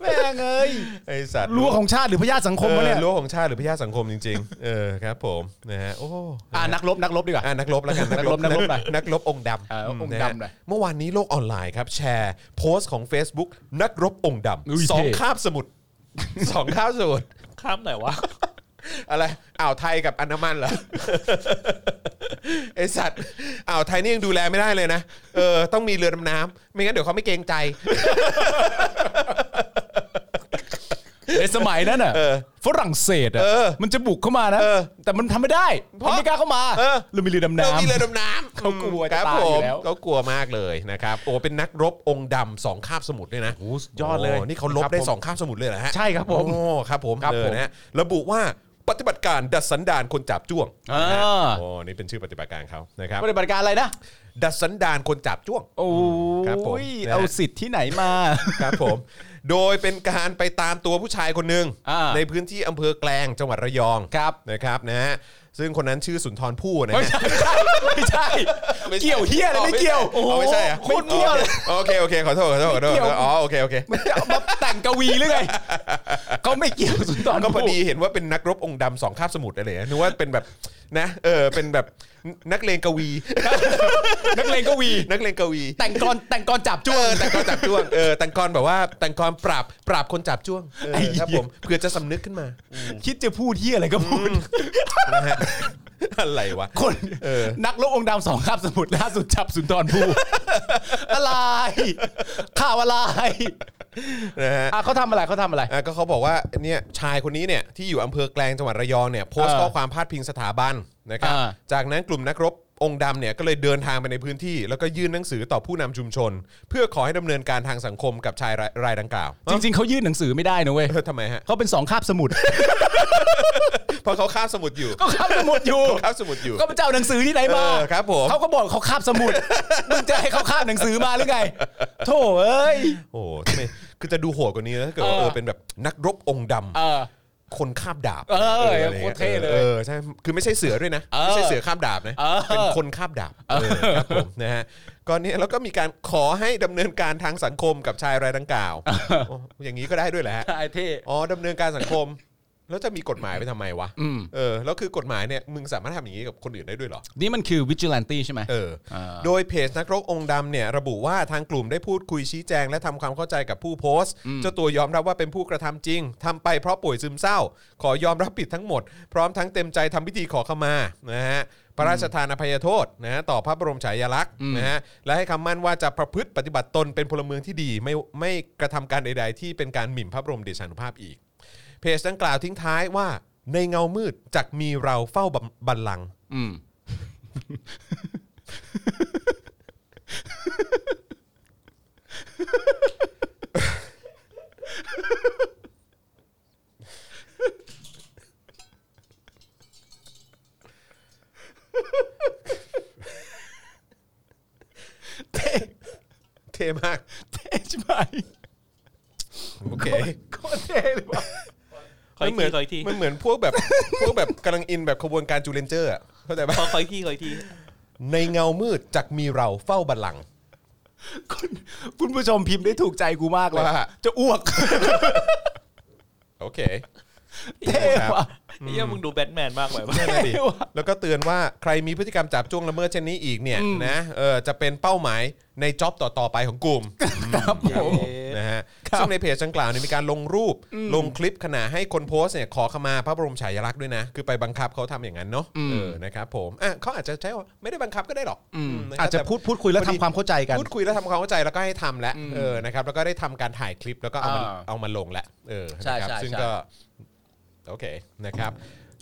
แม่งเอ้ย
ไอสัตว์
รั้วของชาติหรือพญาสังคมวะเนี่
อ
ย
อรั้วของชาติหรือพญาสังคมจริงๆ เออครับผมนะฮะโอ้
อ่านักรบนักรบดีกว่า
อ่ะนักรบแล้วกัน
นักรบนักรบหน่อย
นักรบองค์ด
เออ
ำ
องค์
นะฮะ
ดำหน่อย
เมื่อวานนี้โลกออนไลน์ครับ แชร์โพสต์ของ Facebook นักรบองค์ด
อุ้ย
ำสอง
เท่
คาบสมุทร สองคาบสมุทร
ข้ามไหนวะ
อะไรอ่าวไทยกับอันดามันเหรอ ไอสัตว์อ่าวไทยนี่ยังดูแลไม่ได้เลยนะเออต้องมีเรือดำน้ำไม่งั้นเดี๋ยวเขาไม่เกรงใจ
ในสมัยนั้นอ่ะ
เออ
ฝรั่งเศสอ่ะ
เออ
มันจะบุกเข้ามานะ
เออ
แต่มันทำไม่ได้
เพ
มัน
ราะ
ไม่กล้าเข้ามา
เออ
เรามีเรือดำ
เรา
น้ำ
มีเรือดำน้ำ
เขากลัว
ค
จะ
รับ
ตาย
ผ
อยู่
ม
แล้ว
เขากลัวมากเลยนะครับโอ้เป็นนักรบองค์ดำสองคาบสมุทรด้วยนะ
โอ้สุดยอดเลย
โนี่เขาลบ
ครับ
ได้
ผม
สองคาบสมุทรเลยเหรอฮะ
ใช่ครับผม
โอ้ครับผม
ครับ
เออ
ผม
นะฮะระบุว่า ปฏิบัติการดัดสันดานคนจับจ้วง
อ่า
นะฮะโอ้นี่เป็นชื่อปฏิบัติการเขานะครับ
ปฏิบัติการอะไรนะ
ดัดสันดานคนจับจ้วง
โอ้
ครับผม
ย
นะฮะ
เอาสิทธิ์ที่ไหนมา
ครับผม โดยเป็นการไปตามตัวผู้ชายคนหนึ่ง
อ่า
ในพื้นที่อำเภอแกลงจังหวัดระยอง
ครับ
นะครับนะฮะซึ่งคนนั้นชื่อสุนทรภู่นะ
ไม่
ฮะ
ใช่ไม่ใช่
ไม่ใช่
เกี่ยวเฮียอะไรไม่เกี่ยว
อ๋อไม่ใช่อ่ะ
โคตรมั่วเลย
โอเคโอเคขอโทษขอโทษขอโทษ
ไม่เกี่ยว
อ๋อโอเคโอเค
มันจะเอามาแต่งกวีหรือไงก็ไม่เกี่ยวสุนทร
ก็พอดี
ภู่
เห็นว่าเป็นนักรบองค์ดำสองคาบสมุทรอะไรอย่างเงี้ยนึกว่าเป็นแบบนะเออเป็นแบบนักเลงกวี
นักเลงกวี
นักเลงกวี
แต่งกรแต่งกรจับ
จ้
จ้
ว
ว
ง
ง
แต่งกรจับจ้วงเออแต่งกรแบบว่าแต่งกรปราบปราบคนจับจ้วงเออ
ไอ้เหี้ย
ครับผมเผื่อจะสำนึกขึ้นมา
คิดจะพูดเฮียอะไรก็พูด
นะฮะอะไรวะ
คน
เออ
นักลบองค์ดำสองคาบสมุทรล่าสุดจับสุนทร ภู่ อะไรข่าวอะไร
นะฮะ
อ่ะเขาทำอะไรเขาทำอะไร
อ่ะก็เขาบอกว่าเนี่ยชายคนนี้เนี่ยที่อยู่อำเภอแกลงจังหวัดระยองเนี่ยโพสต์
เออ
ข้อความพาดพิงสถาบันนะครับ
อ่า
จากนั้นกลุ่มนักรบองค์ดำเนี่ยก็เลยเดินทางไปในพื้นที่ แล้วก็ยื่นหนังสือต่อผู้นำชุมชน เพื่อขอให้ดำเนินการทางสังคมกับชายรายรายดังกล่าว
จริงๆเขายื่นหนังสือไม่ได้นะเว้ย
เออทำไมฮะ
เขาเป็นสองคาบสมุทร
เพราะเขาคาบสมุดอยู่
ก็คาบสมุทรอยู่
เขาคาบสมุดอยู่
ก็ไปเจ้าหนังสือที่ไหน
เอ
มา
อครับผม
เขาก็บอกเขาคาบสมุดมึงจะให้เขาคาบหนังสือมาหรือไงโถเอ้ย
โอ้โหทำไมคือจะดูโหดกว่านี้นะถ้าเกิดว่า
เออ
เออเป็นแบบนักรบองค์ดำ
เออ
คนคาบดาบ
เออ
อะไรงี้
โคตรเท่เลย
เออใช่คือไม่ใช่เสือด้วยนะ
เออ
ไม่ใช่เสือคาบดาบนะ
เออ
เป็นคนคาบดาบเออครับผม นะฮะก่อนนี้แล้วก็มีการขอให้ดำเนินการทางสังคมกับชายรายดังกล่าวโอ้อย่างนี้ก็ได้ด้วยแหละ
ไอ้เท่
อ๋อดำเนินการสังคม แล้วจะมีกฎหมายไปทำไมวะ
อืม
เออแล้วคือกฎหมายเนี่ยมึงสามารถทำอย่างนี้กับคนอื่นได้ด้วยเหรอ
นี่มันคือ vigilante ใช่ไหม
เออ
อ่า
โดยเพจนักรบองค์ดำเนี่ยระบุว่าทางกลุ่มได้พูดคุยชี้แจงและทำความเข้าใจกับผู้โพสต์เจ้าตัวยอมรับว่าเป็นผู้กระทำจริงทำไปเพราะป่วยซึมเศร้า ขอยอมรับผิดทั้งหมด พร้อมทั้งเต็มใจทำพิธีขอขมานะฮะพระราชทานอภัยโทษนะฮะต่อพระบรมฉายาลักษณ์นะฮะและให้คำมั่นว่าจะประพฤติปฏิบัติตนเป็นพลเมืองที่ดี ไม่ไม่กระทำการใด ๆ ที่เป็นการหมิ่นพระบรมเดชานุภาพอีก เพจดังกล่าวทิ้งท้ายว่าในเงามืดจักมีเราเฝ้าบัลลังก์
อืม
เท่มาก
เท่ใช่ไหม
โอเค
โคตรเท่เลยว่ะ
ขออีก
เหมื
ที
อน
ขออีกที
มันเหมือนพวกแบบ พวกแบบกำลังอินแบบขบวนการจูเลนเจอร์อะเข้าใจปะ
ขอขออีกทีขออีกที
ในเงามืดจักมีเราเฝ้าบัลลังก์
คุณคุณผู้ชมพิมพ์ได้ถูกใจกูมากเลย
ว่า
จะอ้ว ก
โอเค
เท่ว่ะ
ไอ้เหี้ยมึงดูแบทแมนมากไปวะ
นั่นน่ะดิ
เท่ว่ะ
แล้วก็เตือนว่าใครมีพฤติกรรมจับจ้วงละเมิดเช่นนี้อีกเนี่ยนะเออจะเป็นเป้าหมายในจ็อบต่อ ๆ ไปของกลุ่ม
ครับผม
นะฮะ
ครับ
ซึ่งในเพจดังกล่าวเนี่ยมีการลงรูป ลงคลิปขณะให้คนโพสต์เนี่ยขอขมาพระบรมฉายาลักษณ์ด้วยนะ คือไปบังคับเขาทำอย่างนั้นเนาะ
อืม
เออนะครับผมอ่ะเขาอาจจะใช้ว่าไม่ได้บังคับก็ได้หรอกมนค
อา
รับ
จจะ
แต่
พูดพูดคุยแล้วทำความเข้าใจกัน
พูดคุยแล้วทำความเข้าใจแล้วก็ให้ทำแล้ว
อืม
เออนะครับแล้วก็ได้ทำการถ่ายคลิปแล้วก็เอามา
อ่า
เอามาลงแล้วเออ
ใช่
นะครับ
ใช่
ซึ่ง
ใช่
ก็โอเคนะครับ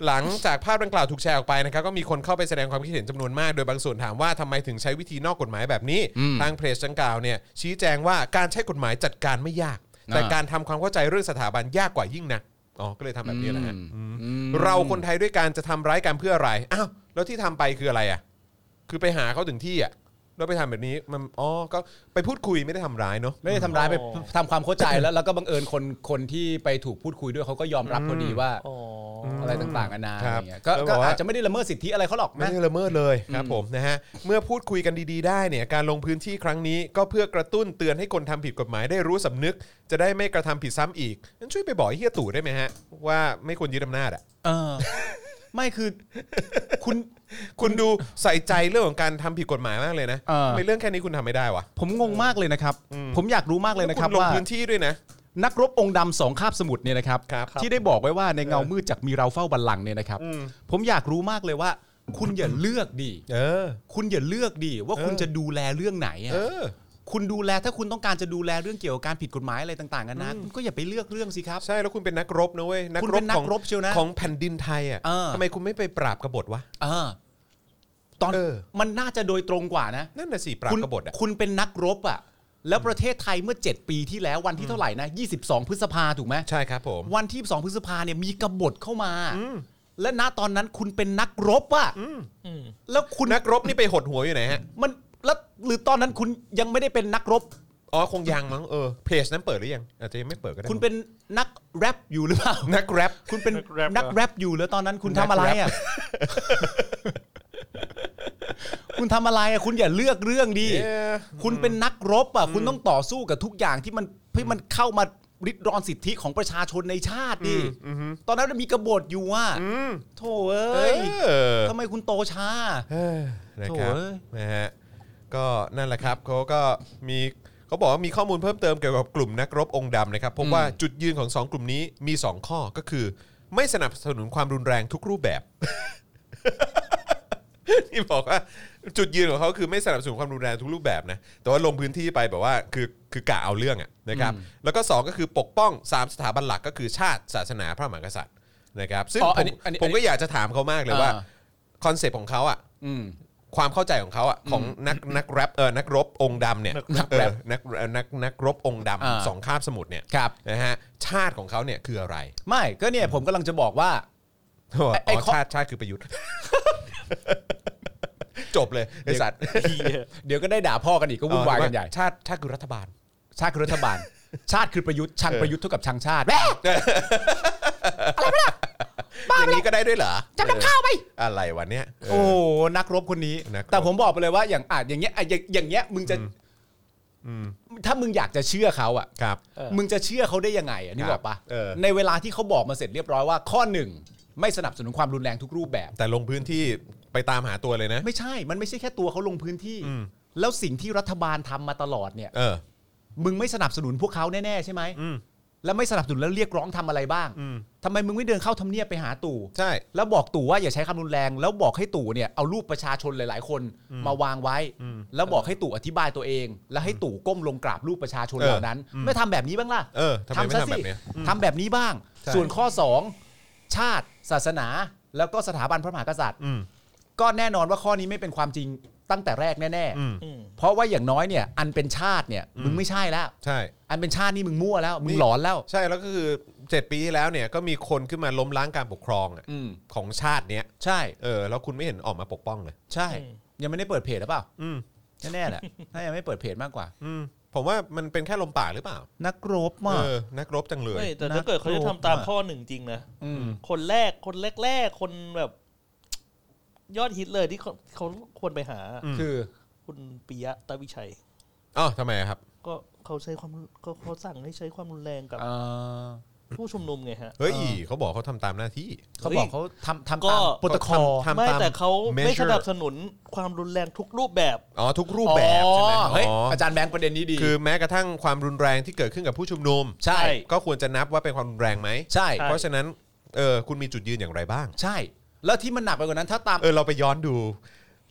หลังจากภาพดังกล่าวถูกแชร์ออกไปนะครับ ก็มีคนเข้าไปแสดงความคิดเห็นจำนวนมาก โดยบางส่วนถามว่าทำไมถึงใช้วิธีนอกกฎหมายแบบนี้ ทางเพจดังกล่าวเนี่ยชี้แจงว่าการใช้กฎหมายจัดการไม่ยาก แต่การทำความเข้าใจเรื่องสถาบันยากกว่ายิ่งนะอ๋อก็เลยทำแบบนี้แหละฮะอืมเราคนไทยด้วยการจะทำร้ายกันเพื่ออะไรอ้าวแล้วที่ทำไปคืออะไรอ่ะ คือไปหาเขาถึงที่อ่ะแล้วไปทำแบบนี้มันอ๋อก็ไปพูดคุยไม่ได้ทำร้ายเนาะ
ไม่ได้ทำร้ายไป
อ๋อ
ทำความเข้าใจแล้วแล้วก็บังเอิญคนคนที่ไปถูกพูดคุยด้วยเขาก็ยอมรับพอดีว่า
อ๋ออ
อะไรต่างๆนานา
ค
อะ
รับ
ไรเงี้ยก็
แล้วบ
ก็
อกว่า
อาจจะไม่ได้ละเมิดสิทธิอะไรเขาหรอก
ไม่
นะ
ได้ละเมิดเลยครับผมนะฮะเมื่อพูดคุยกันดีๆ ได้เนี่ยการลงพื้นที่ครั้งนี้ก็เพื่อกระตุ้นเตือนให้คนทำผิดกฎหมายได้รู้สำนึก จะได้ไม่กระทำผิดซ้ำอีกงั้นช่วยไปบอกไอ้เฮียตู่ได้ไหมฮะ ว่าไม่ควรยึดอำนาจอ่ะ
เออ ไม่คือ คุณ
คุณดูใส่ใจเรื่องของการทำผิดกฎหมายมากเลยนะ
เออ
ทำไม่เรื่องแค่นี้คุณทำไม่ได้วะ
ผมงงมากเลยนะครับ ผมอยากรู้มากเลยนะครับ
ณลง
ว่า
พื้นที่ด้วยนะ
นักรบองค์ดำสองคาบสมุทรเนี่ยนะครับ
ครับ
ที่ได้บอกไว้ว่าในเงามืดจากมีเราเฝ้าบัลลังก์เนี่ยนะครับ ผมอยากรู้มากเลยว่า คุณอย่าเลือกดี
เออ
คุณอย่าเลือกดีว่า
เออ
คุณจะดูแลเรื่องไหนอะ
เออ
คุณดูแลถ้าคุณต้องการจะดูแลเรื่องเกี่ยวกับการผิดกฎหมายอะไรต่างๆกันานะคุณก็อย่าไปเลือกเรื่องสิครับ
ใช่แล้วคุณเป็นนักรบนะเว้ย
คุณเป็นนั
ของ
กรบเชียวนะ
ของแผ่นดินไทยอ่ะ
เออ
ทำไมคุณไม่ไปปราบกบฏวะ
เออ ตอน
เออ
มันน่าจะโดยตรงกว่านะ
นั่นน่ะสิปราบ
คุณ
กบฏอ่ะ
คุณเป็นนักรบอ่ะ แล้วประเทศไทยเมื่อ 7 ปีที่แล้ววันที่เท่าไหร่นะ 22 พฤษภาถูกไหม
ใช่ครับผม
วันที่ 2 พฤษภาเนี่ยมีกบฏเข้ามา และณตอนนั้นคุณเป็นนักรบว่ะ
อืม
แล้วคุณ
นักรบนี่ไปหดหัวอยู่ไหนฮะ
มันแล้วหรือตอนนั้นคุณยังไม่ได้เป็นนักรบ
อ๋อคงยังมั้งเออเพจนั้นเปิดหรือยัง อาจจะยังไม่เปิดก็ได้
คุณเป็นนักแรปอยู่หรือเปล่า
นักแรป
คุณเป็น
นั
นั
ก
ก
แรปเหรอ
แรปอยู่แล้วตอนนั้นคุณทำอะไรอ่ะ คุณทำอะไรอ่ะ คุณอย่าเลือกเรื่องดี
เย้
คุณเป็นนักรบอ่ะ คุณต้องต่อสู้กับทุกอย่างที่มันที่มันเข้ามาริดรอนสิทธิของประชาชนในชาติดิตอนนั้นมันมีกบฏอยู่อ่ะ
อืม
โธ่เอ้ย
เออ
ทำไมคุณโตช้า
เอ้ยนะครับ
โถ่เอ้ย
นะฮะก็นั่นแหละครับเขาก็มีเขาบอกว่ามีข้อมูลเพิ่มเติมเกี่ยวกับกลุ่มนักรบองค์ดำนะครับพบว่าจุดยืนของสองกลุ่มนี้มี 2 ข้อก็คือ ไม่สนับสนุนความรุนแรงทุกรูปแบบ ที่บอกว่าจุดยืนของเขาคือไม่สนับสนุนความรุนแรงทุกรูปแบบนะแต่ว่าลงพื้นที่ไปแบบว่าคือคือกะเอาเรื่องอะนะครับแล้วก็สองก็คือปกป้องสามสถาบันหลักก็คือชาติศาสนาพระมหากษัตริย์นะครับซึ่ง
อ๋อ
ผ
อัน
ม
นี้อันนี้
ผมก็อยากจะถามเขามากเลยว่า
อ่า
คอนเซปต์ของเขาอ่ะ
อืม
ความเข้าใจของเขาอ่ะของนักนักแรปเออนักรบองค์ดำเนี่ย
นักแรป
เออนักเอ่อนักนักรบองค์ด
อ่า
ำสองคาบสมุทรเนี่ย
ครับ
นะฮะชาติของเขาเนี่ยคืออะไร
ไม่ก็เนี่ยผมกำลังจะบอกว่า
อ๋อ
ไอ้ข้อ
ชาติชาติคือประยุทธ์ จบเลยไอสัตว์
เหี้ย
เดี๋ยวก็ได้ด่าพ่อกันอีกก็วุ่นวายกันใหญ่
ชาติชาติคือรัฐบาล
ชาติคือรัฐ บาล ชาติคือประยุทธ์ชังประยุทธ์เท่ากับชังชาติแหม
อย่างนี้ก็ได้ด้วยเหรอ
จะเป็นข้าวไป
เอออะไรวะเนี่ยเออ
โอ้ นักรบคนนี้
นักรบ
แต่ผมบอกไปเลยว่าอย่างอาจอย่างเงี้ยอ่ะอย่างอย่างเงี้ยมึงจะ
อืม
ถ้ามึงอยากจะเชื่อเขาอ่ะ
ครับ
เออ
มึงจะเชื่อเขาได้ยังไงอ่ะนี่
ครับ
บอกปะ
เออ
ในเวลาที่เขาบอกมาเสร็จเรียบร้อยว่า ข้อหนึ่งไม่สนับสนุนความรุนแรงทุกรูปแบบ
แต่ลงพื้นที่ไปตามหาตัวเลยนะ
ไม่ใช่ มันไม่ใช่แค่ตัวเขาลงพื้นที่
อืม
แล้วสิ่งที่รัฐบาลทำมาตลอดเนี่ย
เออ
มึงไม่สนับสนุนพวกเขาแน่ๆใช่ไหม
อืม
แล้วไม่สนับสนุนแล้วเรียกร้องทำอะไรบ้าง
อืม
ทำไมมึงไม่เดินเข้าทำเนียบไปหาตู่
ใช่
แล้วบอกตู่ว่าอย่าใช้คำรุนแรง แล้วบอกให้ตู่เนี่ยเอารูปประชาชนหลาย ๆ คนมาวางไว้ แล้วบอกให้ตู่อธิบายตัวเอง แล้วให้ตู่ก้มลงกราบรูปประชาชนเหล่านั้น ไม่ทำแบบนี้บ้างล่ะ
เออทำไมไม่
ซะ
ทำแบบเนี้ย
ทำแบบนี้บ้าง
ใช่
ส่วนข้อ 2 ชาติศาสนา แล้วก็สถาบันพระมหากษัตริย์
อืม
ก็แน่นอนว่าข้อนี้ไม่เป็นความจริงตั้งแต่แรกแน่
อืม
อืม
ๆ เพราะว่าอย่างน้อยเนี่ยอันเป็นชาติเนี่ยมึงไม่ใช่แล้ว
ใช่
อันเป็นชาตินี่มึงมั่วแล้ว มึ
นี่
งหลอนแล้ว
ใช่แล้วก็คือเจ็ดปีที่แล้วเนี่ยก็มีคนขึ้นมาล้มล้างการปกครองอะ
อืม
ของชาติเนี้ย
ใช่
เออแล้วคุณไม่เห็นออกมาปกป้องเลย
ใช่ ยังไม่ได้เปิดเพจหรือเปล่า
อืม
แน่ๆแหละถ้ายังไม่เปิดเพจมากกว่า
อืมผมว่ามันเป็นแค่ลมปากหรือเปล่า
นักรบมาก
เออนักรบจังเล
เฮ้
ย
ยแต่ถ้าเกิดเขาจะทำตามข้อหนึ่งจริงนะ
ม
คนแรกคนแรกๆคนแบบ ยอดฮิตเลยที่เขาเขาควรไปหา
อืม
คือ
คุณปิยะตาวิชัย
อ๋อทำไมอะครับ
ก็เขาใช้ความก็เขาสั่งให้ใช้ความรุนแรงกับ
อ่า
ผู้ชุมนุมไงฮะ
เฮ้ยเขาบอกเขาทำตามหน้าที่
เขาบอกเขาทำทำ
ก็
ตามโปรโตคอล
ทำ
ไม่
ตาม
แต่เขา
measure
ไม่สนับสนุนความรุนแรงทุกรูปแบบ
อ๋อทุกรูปแบบใช่ไหม
อ๋อเฮ้ย
อ๋ออ
อาจารย์แบงค์ประเด็นนี้ดี
คือแม้กระทั่งความรุนแรงที่เกิดขึ้นกับผู้ชุมนุม
ใช่
ก็ควรจะนับว่าเป็นความรุนแรงไหม
ใช่
ใช่
เพราะฉะนั้นเออคุณมีจุดยืนอย่างไรบ้าง
ใช่ แล้วที่มันหนักไปกว่านั้นถ้าตาม
เออเราไปย้อนดู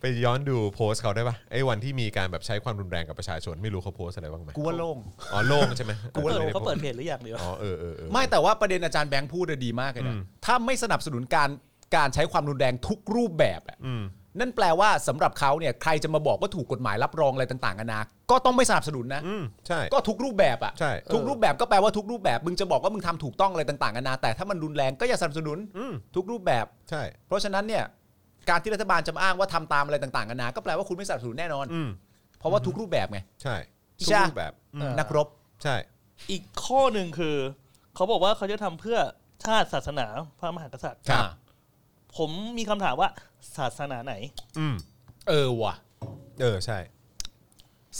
ไปย้อนดูโพสต์เขาได้ปะไอ้วันที่มีการแบบใช้ความรุนแรงกับประชาชนไม่รู้เขาโพสต์อะไรบ้างไหม
กูว่าโล่ง
อ๋อโล่งใช่ไหม
กูว่าโล่ง
เขาเปิดเพจหรืออย่างเดียว
อ๋อเออเออเออ
ไม่แต่ว่าประเด็นอาจารย์แบงค์พูดอะดีมากเลยนะ
อืม
ถ้าไม่สนับสนุนการการใช้ความรุนแรงทุกรูปแบบอะ
อืม
นั่นแปลว่าสำหรับเขาเนี่ยใครจะมาบอกว่าถูกกฎหมายรับรองอะไรต่างๆกันานาก็ต้องไม่สนับสนุนนะ
อืมใช่
ก็ทุกรูปแบบอะ
ใช่
ทุกรูปแบบก็แปลว่าทุกรูปแบบ มึงจะบอกว่ามึงทำถูกต้องอะไรต่างๆกันานาแต่ถ้ามันรุนแรงก็อย่าสนับสนุน
อืม
ทุกรูปแบบ
ใช่
เพราะฉะนั้นเนี่ยการที่รัฐบาลจะมาอ้างว่าทำตามอะไรต่างๆกันานาก็แปลว่าคุณไม่สนับสนุนแน่นอน
อืม
เพราะว่าทุกรูปแบบไง
ใช่
พี่
ทุก
ชา
รูปแบบอืม
เออ
นักรบ
ใช่
อีกข้อหนึ่งคือ เขาบอกว่าเขาจะทำเพื่อชาติศาสนาพระมหากษัตริย์
ครับ
ผมมีคำถามว่าศาสนาไหน
อืม
เออว่ะ
เออใช่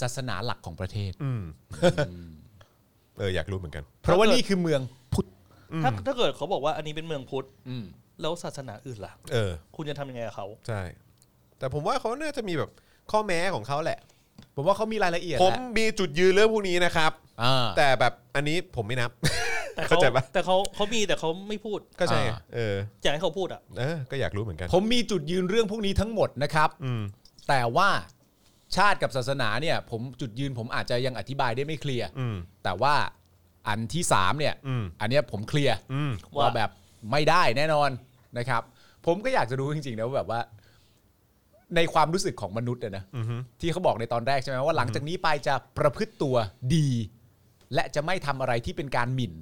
ศาสนาหลักของประเทศ
อืมเอออยากรู้เหมือนกัน
เพราะว่านี่คือเมืองพุทธ
อืม
ถ้าถ้าเกิดเขาบอกว่าอันนี้เป็นเมืองพุทธ
อืม
แล้วศาสนาอื่นล่ะ
เออ
คุณจะทำยังไงกับเขา
ใช่ แต่ผมว่าเขาน่าจะมีแบบข้อแม้ของเขาแหละ
ผมว่าเขามีรายละเอียด
ผม
แหละ
มีจุดยืนเรื่องพวกนี้นะครับ
อ่า
แต่แบบอันนี้ผมไม่นับ
แต่
เข้าใจปะ
แต่เขาเขามีแต่เขาไม่พูด
ก็ใช่ไง
อ่า
เออ
อยากให้เขาพูดอ่ะ
เออ ก็อยากรู้เหมือนกัน
ผมมีจุดยืนเรื่องพวกนี้ทั้งหมดนะครับ
อืม
แต่ว่าชาติกับศาสนาเนี่ย ผมจุดยืนผมอาจจะยังอธิบายได้ไม่เคลียร์
อืม
แต่ว่าอันที่สามเนี่ย
อืม
อันเนี้ยผมเคลียร์
อืม
ว่า
ว่า
แบบไม่ได้แน่นอนนะครับ ผมก็อยากจะรู้จริงๆนะว่าแบบว่า ในความรู้สึกของมนุษย์อะนะ
อืม
ที่เขาบอกในตอนแรกใช่ไหมว่าหลังจากนี้ไปจะประพฤติตัวดี และจะไม่ทำอะไรที่เป็นการหมิ่น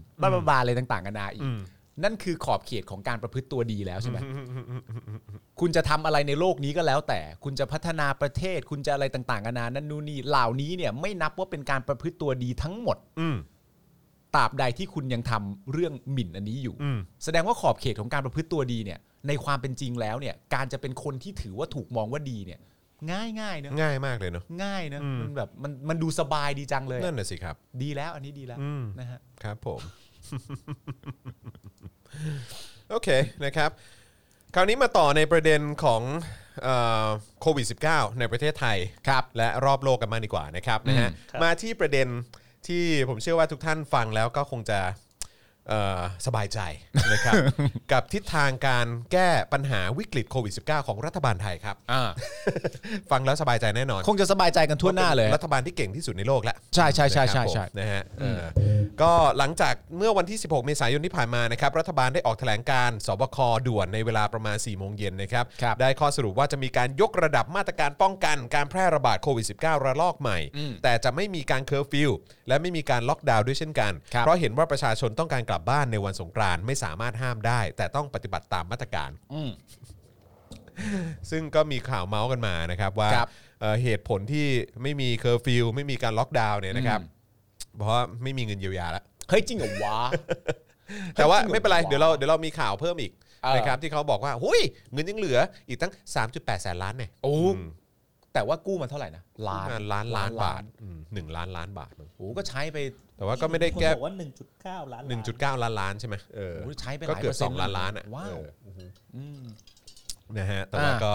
บ้าๆอะไรต่างๆกันานาอีก
อืม
นั่นคือขอบเขตของการประพฤติตัวดีแล้วใช่ไหม คุณจะทำอะไรในโลกนี้ก็แล้วแต่ คุณจะพัฒนาประเทศ คุณจะอะไรต่างๆนานานั่นนู่นนี่เหล่านี้เนี่ยไม่นับว่าเป็นการประพฤติตัวดีทั้งหมด
อืม
ตราบใดที่คุณยังทำเรื่องหมิ่นอันนี้อยู่
อืม
แสดงว่าขอบเขตของการประพฤติตัวดีเนี่ย ในความเป็นจริงแล้วเนี่ย การจะเป็นคนที่ถือว่าถูกมองว่าดีเนี่ย ง่ายง่ายๆเนอะ
ง่ายมากเลยเนาะ
ง่ายเนอะ
อืม
มันแบบมันมันดูสบายดีจังเลยอะ
นั่นน่ะสิครับ
ดีแล้วอันนี้ดีแล้ว
อืม
นะฮะ
ครับผม โอเคนะครับ คราวนี้มาต่อในประเด็นของเอ่อโควิด -19 ในประเทศไทยครับและรอบโลกกันมากดีกว่านะครับนะฮะ
ครับ
มาที่ประเด็นที่ผมเชื่อว่าทุกท่านฟังแล้วก็คงจะเอ่อสบายใจ นะครับ กับทิศทางการแก้ปัญหาวิกฤตโควิด -19 ของรัฐบาลไทยครับ
อ่า
ฟังแล้วสบายใจแน่นอน
คงจะสบายใจกันทั่วหน้าเลย
รัฐบาลที่เก่งที่สุดในโลกแล้ว
ใช่ใช่ใช่ใช่ใช่
นะครับผมนะฮะเออก็หลังจากเมื่อวันที่ 16 เมษายนที่ผ่านมานะครับ รัฐบาลได้ออกแถลงการณ์สบคด่วนในเวลาประมาณ 4 โมงเย็นนะครับ
ครับ
ได้ข้อสรุปว่าจะมีการยกระดับมาตรการป้องกันการแพร่ระบาดโควิด -19 ระลอกใหม่
อืม
แต่จะไม่มีการเคอร์ฟิวและไม่มีการล็อกดาวน์ด้วยเช่นกัน
ครับ
เพราะเห็นว่าประชาชนต้องการกลับบ้านในวันสงกรานต์ไม่สามารถห้ามได้ แต่ต้องปฏิบัติตามมาตรการ
อืม
ซึ่งก็มีข่าวเมาส์กันมานะครับว่า
ครับ
เอ่อเหตุผลที่ไม่มีเคอร์ฟิวไม่มีการล็อกดาวน์เนี่ยนะครับ
อืม
เพราะว่าไม่มีเงินเยียวยาแล้ว
เฮ้ยจริงเหรอวะ
แต่ว่า
จริงเหรอ
ไม่ เป็นไรเดี๋ยวเราเดี๋ยวเรามีข่าวเพิ่มอีก
เออ
นะครับที่เขาบอกว่าหุยเงินยังเหลืออีกตั้ง 3.8 แสนล้านเนี่ย
โอ้
ม
แต่ว่ากู้มาเท่าไหร่นะล้าน
ล้านล้านบาทอืมหนึ่งล้านล้านบาทมั้ง
โอ้ก็ใช้ไป
แต่ว่าก็ไม่ได้แก้
คนบอกว่าหนึ่งจุดเก้าล้านล้าน
1.9 ล้านล้านใช่ไหมเออ
โอ้ใช้ไปห
ก็
ลาย
เกื
เป
อ
อบ ร์
ส
เซ็น
อง
ต์
ล้านล้านอ่ะ
ว้าว
เออ
อืม
นะฮะแต่ว่า
อ่า
ก็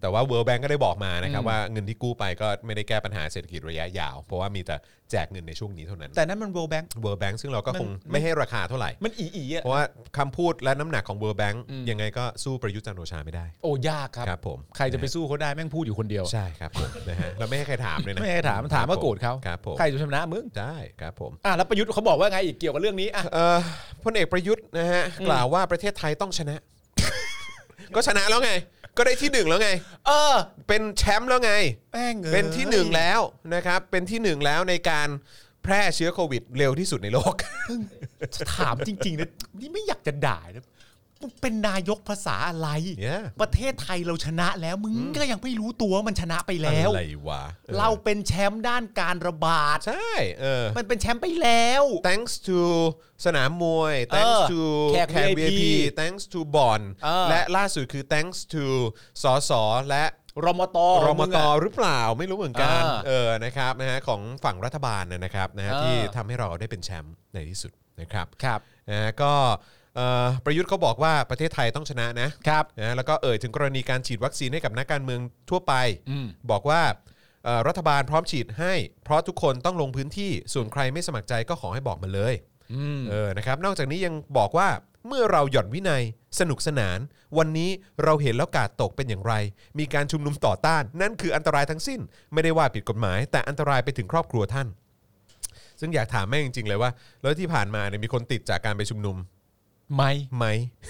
แต่ว่า World Bank ก็ได้บอกมานะครับ
อืม
ว่าเงินที่กู้ไปก็ไม่ได้แก้ปัญหาเศรษฐกิจระยะยาว เพราะว่ามีแต่แจกเงินในช่วงนี้เท่านั้น
แต่นั้นมัน world bank
World Bank ซึ่งเราก็คง
มัน
ไม่ให้ราคาเท่าไหร่
มันอีอีอ่ะ
เพราะว่าคำพูดและน้ำหนักของ World Bank
อืม
ยังไงก็สู้ประยุทธ์จันทร์โอชาไม่ได้
โอ้ยากครับ
ครับผม
ใครจะไปสู้เขาได้แม่งพูดอยู่คนเดียว
ใช่ครับผมนะฮะเราไม่ให้ใครถามเลยนะ
ไม่ให้ถามถามก็โกรธเขา
ครับผม
ใครจะชนะมึง
ได้ครับผม
อ่ะแล้วประยุทธ์เขาบอกว่าไงอีกเกี่ยวกับเรื่องนี้อ่ะ
เอ่อพลเอกประยุทธ์นะฮะกล่าวว่าประเทศไทยต้องชนะ ก็ชนะแล้วไง ก็ได้ที่หนึ่งแล้วไง
เออ
เป็นแชมป์แล้วไง
แม่งอ้ย
เป็นที่หนึ่งแล้วนะครับ เป็นที่หนึ่งแล้วในการแพร่เชื้อโควิดเร็วที่สุดในโลก
ถามจริงๆนะนี่ไม่อยากจะด่านะมึงเป็นนายกภาษาอะไร
เนี่ย
ประเทศไทยเราชนะแล้วมึงก็ยังไม่รู้ตัวว่ามันชนะไปแล้ว
อะไรวะออ
เราเป็นแชมป์ด้านการระบาด
ใช่เออ
มันเป็นแชมป์ไปแล้ว
thanks to สนามมวย
เออ
thanks to
แขก VIP
thanks to บอล
เออ
และล่าสุดคือ thanks to สสและ
รมต
รม
ง
ต
อะ
หรือเปล่าไม่รู้เหมือนกัน
เออ
เออนะครับนะฮะของฝั่งรัฐบาลนะนะครับนะฮะ
เออ
ที่ทำให้เราได้เป็นแชมป์ในที่สุดนะครับ
ครับ
นะฮะก็เอ่อประยุทธ์เขาบอกว่าประเทศไทยต้องชนะนะ
ครับ
นะแล้วก็เอ่ยถึงกรณีการฉีดวัคซีนให้กับนักการเมืองทั่วไป
อืม
บอกว่าเอ่อรัฐบาลพร้อมฉีดให้ เพราะทุกคนต้องลงพื้นที่ส่วนใครไม่สมัครใจก็ขอให้บอกมาเลย
อืม
เออนะครับนอกจากนี้ยังบอกว่าเมื่อเราหย่อนวินัยสนุกสนาน วันนี้เราเห็นแล้วกาดตกเป็นอย่างไร มีการชุมนุมต่อต้าน นั่นคืออันตรายทั้งสิ้น ไม่ได้ว่าผิดกฎหมาย แต่อันตรายไปถึงครอบครัวท่าน ซึ่งอยากถามแม่งจริงๆเลยว่าแล้วที่ผ่านมาเนี่ยมีคนติดจากการไปชุมนุม
ไม่
ไหม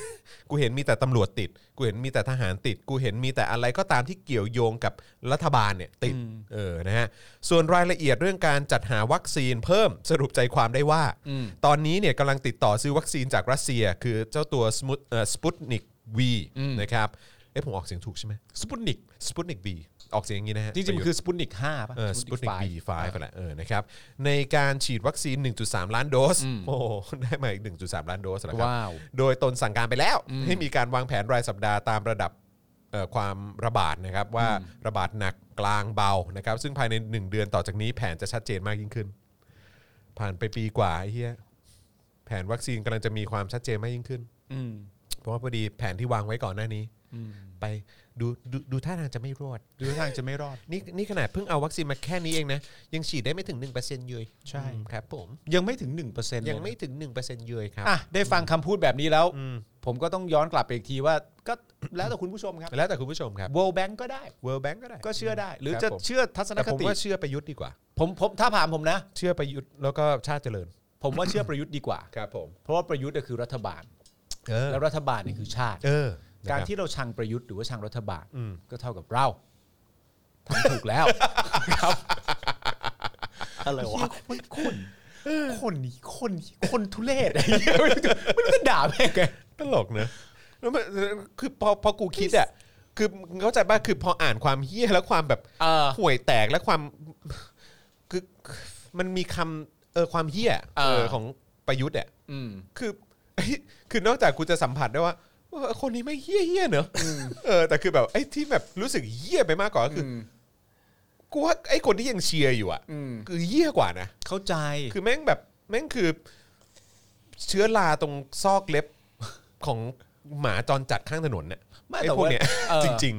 กูเห็นมีแต่ตำรวจติด กูเห็นมีแต่ทหารติด กูเห็นมีแต่อะไรก็ตามที่เกี่ยวโยงกับรัฐบาลเนี่ยติด
อืม
เออ นะฮะ ส่วนรายละเอียดเรื่องการจัดหาวัคซีนเพิ่มสรุปใจความได้ว่า
อืม
ตอนนี้เนี่ยกำลังติดต่อซื้อวัคซีนจากรัสเซีย คือเจ้าตัวสมุตสปุตนิกวี
อืม
นะครับ เอ๊ะผมออกเสียงถูกใช่ไหม
สปุตนิก
สปุตนิกวีออกเสียงอย่างนี้นะฮะ
จริงๆมันคือสปุตนิก5ป่ะ
สปุตนิ
Sputnik
ก
five
บีไฟไปละเออนะครับในการฉีดวัคซีน 1.3 ล้านโดส
อืม
โอ้โห ได้มาอีก 1.3 ล้านโดสแล้วครับ
ว้าว
โดยตนสั่งการไปแล้ว
อืม
ให้มีการวางแผนรายสัปดาห์ตามระดับเอ่อความระบาดนะครับ ว่า
อืม
ระบาดหนักกลางเบานะครับ ซึ่งภายใน 1 เดือนต่อจากนี้แผนจะชัดเจนมากยิ่งขึ้น ผ่านไปปีกว่าไอ้เฮียแผนวัคซีนกำลังจะมีความชัดเจนมากยิ่งขึ้น
อืม
เพราะว่าพอดีแผนที่วางไว้ก่อนหน้านี้
อืม
ไปดูดูดูท่าทางจะไม่รอด
ดูทางจะไม่รอด
นี่นี่ขนาดเพิ่งเอาวัคซีนมาแค่นี้เองนะ ยังฉีดได้ไม่ถึง 1%เลย
ใช่
อืมครับผม
ยังไม่ถึง 1%
ยังไม่ถึง 1%เลยครับ
อ่ะ ได้ฟังคำพูดแบบนี้แล้ว
อืม
ผมก็ต้องย้อนกลับไปอีกทีว่า ก็ แล้วแต่คุณผู้ชมครับ
แล้วแต่คุณผู้ชมครับ
World Bank ก็ได้
World Bank ก็ได้
ก็เชื่อได้ หรือ
ครับ
จะ
ผม
เชื่อทัศน
แต่
ค
ผม
ติ
ว่าเชื่อประยุทธ์ดีกว่า
ผมผมถ้าผ่านผมนะ
เชื่อประยุทธ์แล้วก็ชาติเจริญ
ผมว่าเชื่อประยุทธ์ดีกว่า
ครับผม
เพราะว่าประยุทธ์เนี่ยคือรัฐบาล
เออ
แล้วรัฐบาลเนี่ยคือชาติ
เออ
การที่เราชังประยุทธ์หรือว่าชังรัฐบาล
อืม
ก็เท่ากับเราทำถูกแล้ว
อะไรวะ
คุณคุณ คนนี้คนนี้คนทุเร ศไอ้เหี้ยไม่รู้ไม่รู้จะด่าแม่งไง
ตลกเนอะแล้วมันคือพอพอกูคิดอ่ะคือมึงเข้าใจป่ะคือพออ่านความเฮี้ยและความแบบ
เออ
ห่วยแตกและความคือมันมีคำเออความเฮี้ย
เออ
ของประยุทธ์อ่ะ
อืม
คือ คือนอกจากกูจะสัมผัสได้ว่าเออคนนี้ไม่เฮี้ยเฮี้ยเนอะเออแต่คือแบบไอ้ที่แบบรู้สึกเฮี้ยไปมากกว่าก็คืออ
ม
กูว่าไอ้คนที่ยังเชียร์อยู่อ่ะ
อืม
คือเฮี้ยกว่านะ
เข้าใจ
คือแม่งแบบแม่งคือ เชื้อราตรงซอกเล็บของหมาจรจัดข้างถนนเนี่ย
ไม่
ไอ้
แต่
พวก
ว่า
เนี้ย
เออ
จริง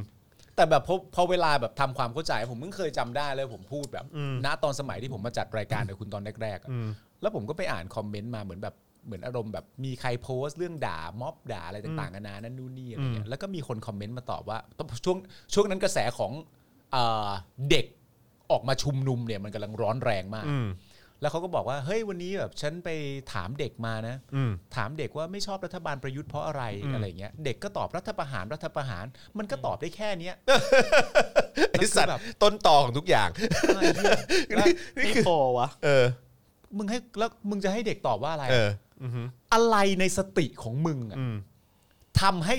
แต่แบบพอพอเวลาแบบทำความเข้าใจ ผมเพิ่งเคยจำได้เลยผมพูดแบบ
อืม
ณตอนสมัยที่ผมมาจัดรายการกับคุณตอนแรกๆ
ๆ
อะ
อืม
แล้วผมก็ไปอ่านคอมเมนต์มาเหมือนแบบเหมือนอารมณ์แบบมีใครโพสต์เรื่องด่าม็อบด่าอะไรต่างๆกันานานั่นนู่นนี่อะไรเงี้ยแล้วก็มีคนคอมเมนต์มาตอบว่าช่วงช่วงนั้นกระแสของเอ่อเด็กออกมาชุมนุมเนี่ยมันกำลังร้อนแรงมาก
อืม
แล้วเขาก็บอกว่าเฮ้ยวันนี้แบบฉันไปถามเด็กมานะ
อืม
ถามเด็กว่าไม่ชอบรัฐบาลประยุทธ์เพราะอะไร
อืม
อะไรเงี้ยเด็กก็ตอบรัฐประหารรัฐประหาร มันก็ตอบได้แค่เนี้ย
ไอ้สัต
แล้ว
ว์
คือแบบ
ต้นต่อของทุกอย่าง
ไอ้เหี้ย
นี่นี่
ไม่
คือ
พอวะ
เออ
มึงให้แล้วมึงจะให้เด็กตอบว่าอะไร
เออ อือหือ
อะไรในสติของมึงอะ
อืม
ทำให้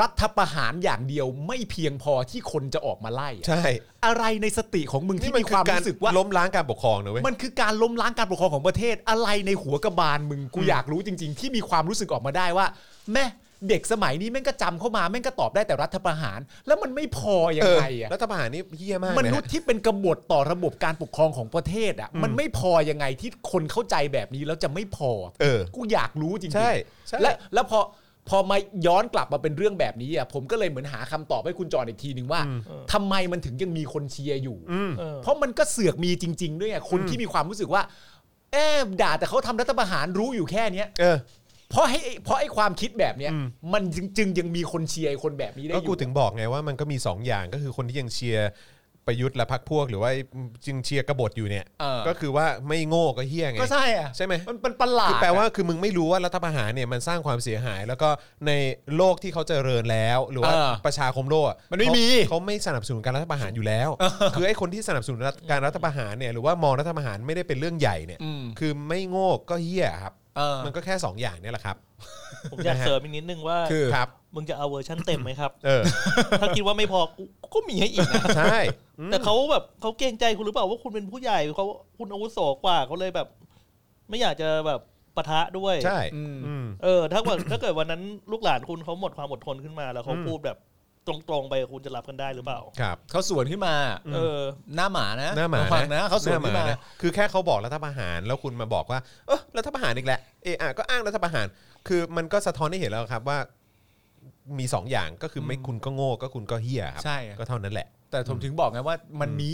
รัฐประหารอย่างเดียวไม่เพียงพอที่คนจะออกมาไล่อะ
ใช่
อะไรในสติของมึง
นี่
ที่
มัน
มี
คือ
ความ
การ
รู้สึกว่า
ล้มล้างการปกครองนะเว้ย
มันคือการล้มล้างการปกครองของประเทศ อะไรในหัวกระบาลมึงกู
อืม
อยากรู้จริง ๆ ที่มีความรู้สึกออกมาได้ว่า แม่เด็กสมัยนี้แม่งก็จำเข้ามาแม่งก็ตอบได้แต่รัฐประหาร แล้วมันไม่พอยัง
เออ
ไงอะ
รัฐประหารนี่เฮี้ยมาก
ม
นะ
นุษย์ที่เป็นกบฏต่อระบบการปกครองของประเทศอะมันไม่พอยังไงที่คนเข้าใจแบบนี้แล้วจะไม่พอ
เออ
กูอยากรู้จริงๆ
ใช่ใช่
และแล้วพอพอมาย้อนกลับมาเป็นเรื่องแบบนี้อ่ะผมก็เลยเหมือนหาคำตอบให้คุณจอนอีกทีหนึ่งว่าทำไมมันถึงยังมีคนเชียร์อยู่
อืม
เออ
เพราะมันก็เสือกมีจริง ๆ ด้วยไงคนที่มีความรู้สึกว่า เอ๊ะด่าแต่เขาทำรัฐประหารรู้อยู่แค่เนี้ย
เออ
เพราะให้เพราะไอ้ความคิดแบบเนี้ย
อืม
มันจึงจึงยังมีคนเชียร์ไอ้คนแบบนี้ได้
ก็
อ
กู
ยู่
ถึงบอกไงว่ามันก็มีสองอย่างก็คือคนที่ยังเชียร์ประยุทธ์และพรรคพวก หรือว่าจึงเชียร์กบฏอยู่เนี่ย
เออ
ก็คือว่าไม่โง่ก็เฮี้ยไง
ก็ใช่อ่ะ
ใช่ไหม
มันมันประหลาด
คือแปลว่า
อะ
คือมึงไม่รู้ว่ารัฐประหารเนี่ยมันสร้างความเสียหาย แล้วก็ในโลกที่เขาเจริญแล้ว หรือว่า
เออ
ประชาคมโลกอะ
มันไม่
เขา
มี
เขาไม่สนับสนุนการรัฐประหารอยู่แล้ว คือไอ้คนที่สนับสนุนรัฐการรัฐประหารเนี่ยหรือว่ามองรัฐประหารไม่ได้เป็นเรื่องใหญ่เนี่ย
อืม
คือไม่โง่ก็เฮี้ยครับ
เออ
มันก็แค่สองอย่างเนี่ยแหละครับ
ผมอยาก
นะฮะ
เสริมอีกนิดนึงว่า
คือ
ครับ
มึงจะเอาเวอร์ชันเต็มไหมครับ
เออ
ถ้าคิดว่าไม่พอกูก็มีให้อีกนะ
ใช่
แต่เขาแบบเขาเกรงใจคุณหรือเปล่าว่าคุณเป็นผู้ใหญ่เขาคุณอาวุโสกว่าเขาเลยแบบ ไม่อยากจะแบบปะทะด้วย
ใช่
อืม
อืม
เออ ถ้าเกิด ถ้าเกิดวันนั้นลูกหลานคุณเขาหมดความอดทนขึ้นมาแล้วเขา
อืม
พูดแบบตรงๆไปคุณจะรับกันได้หรือเปล่า
ครับ
เขาสวนขึ้นมา
เออ
หน้าหมานะ
หน้าหมา
ฟังนะเขาสวน
ห
ขึ้นมา
ะคือแค่เขาบอกรัฐประหาร แล้วคุณมาบอกว่า เออรัฐประหารอีกแหละเอออ่ะก็อ้างรัฐประหาร คือมันก็สะท้อนให้เห็นแล้วครับว่า มีสองอย่างก็คือไม่คุณก็โง่ก็คุณก็เฮี้ยครับ
ใช่อะ
ก็เท่านั้นแหละ
แต่ผมถึงบอกไงว่ามันมี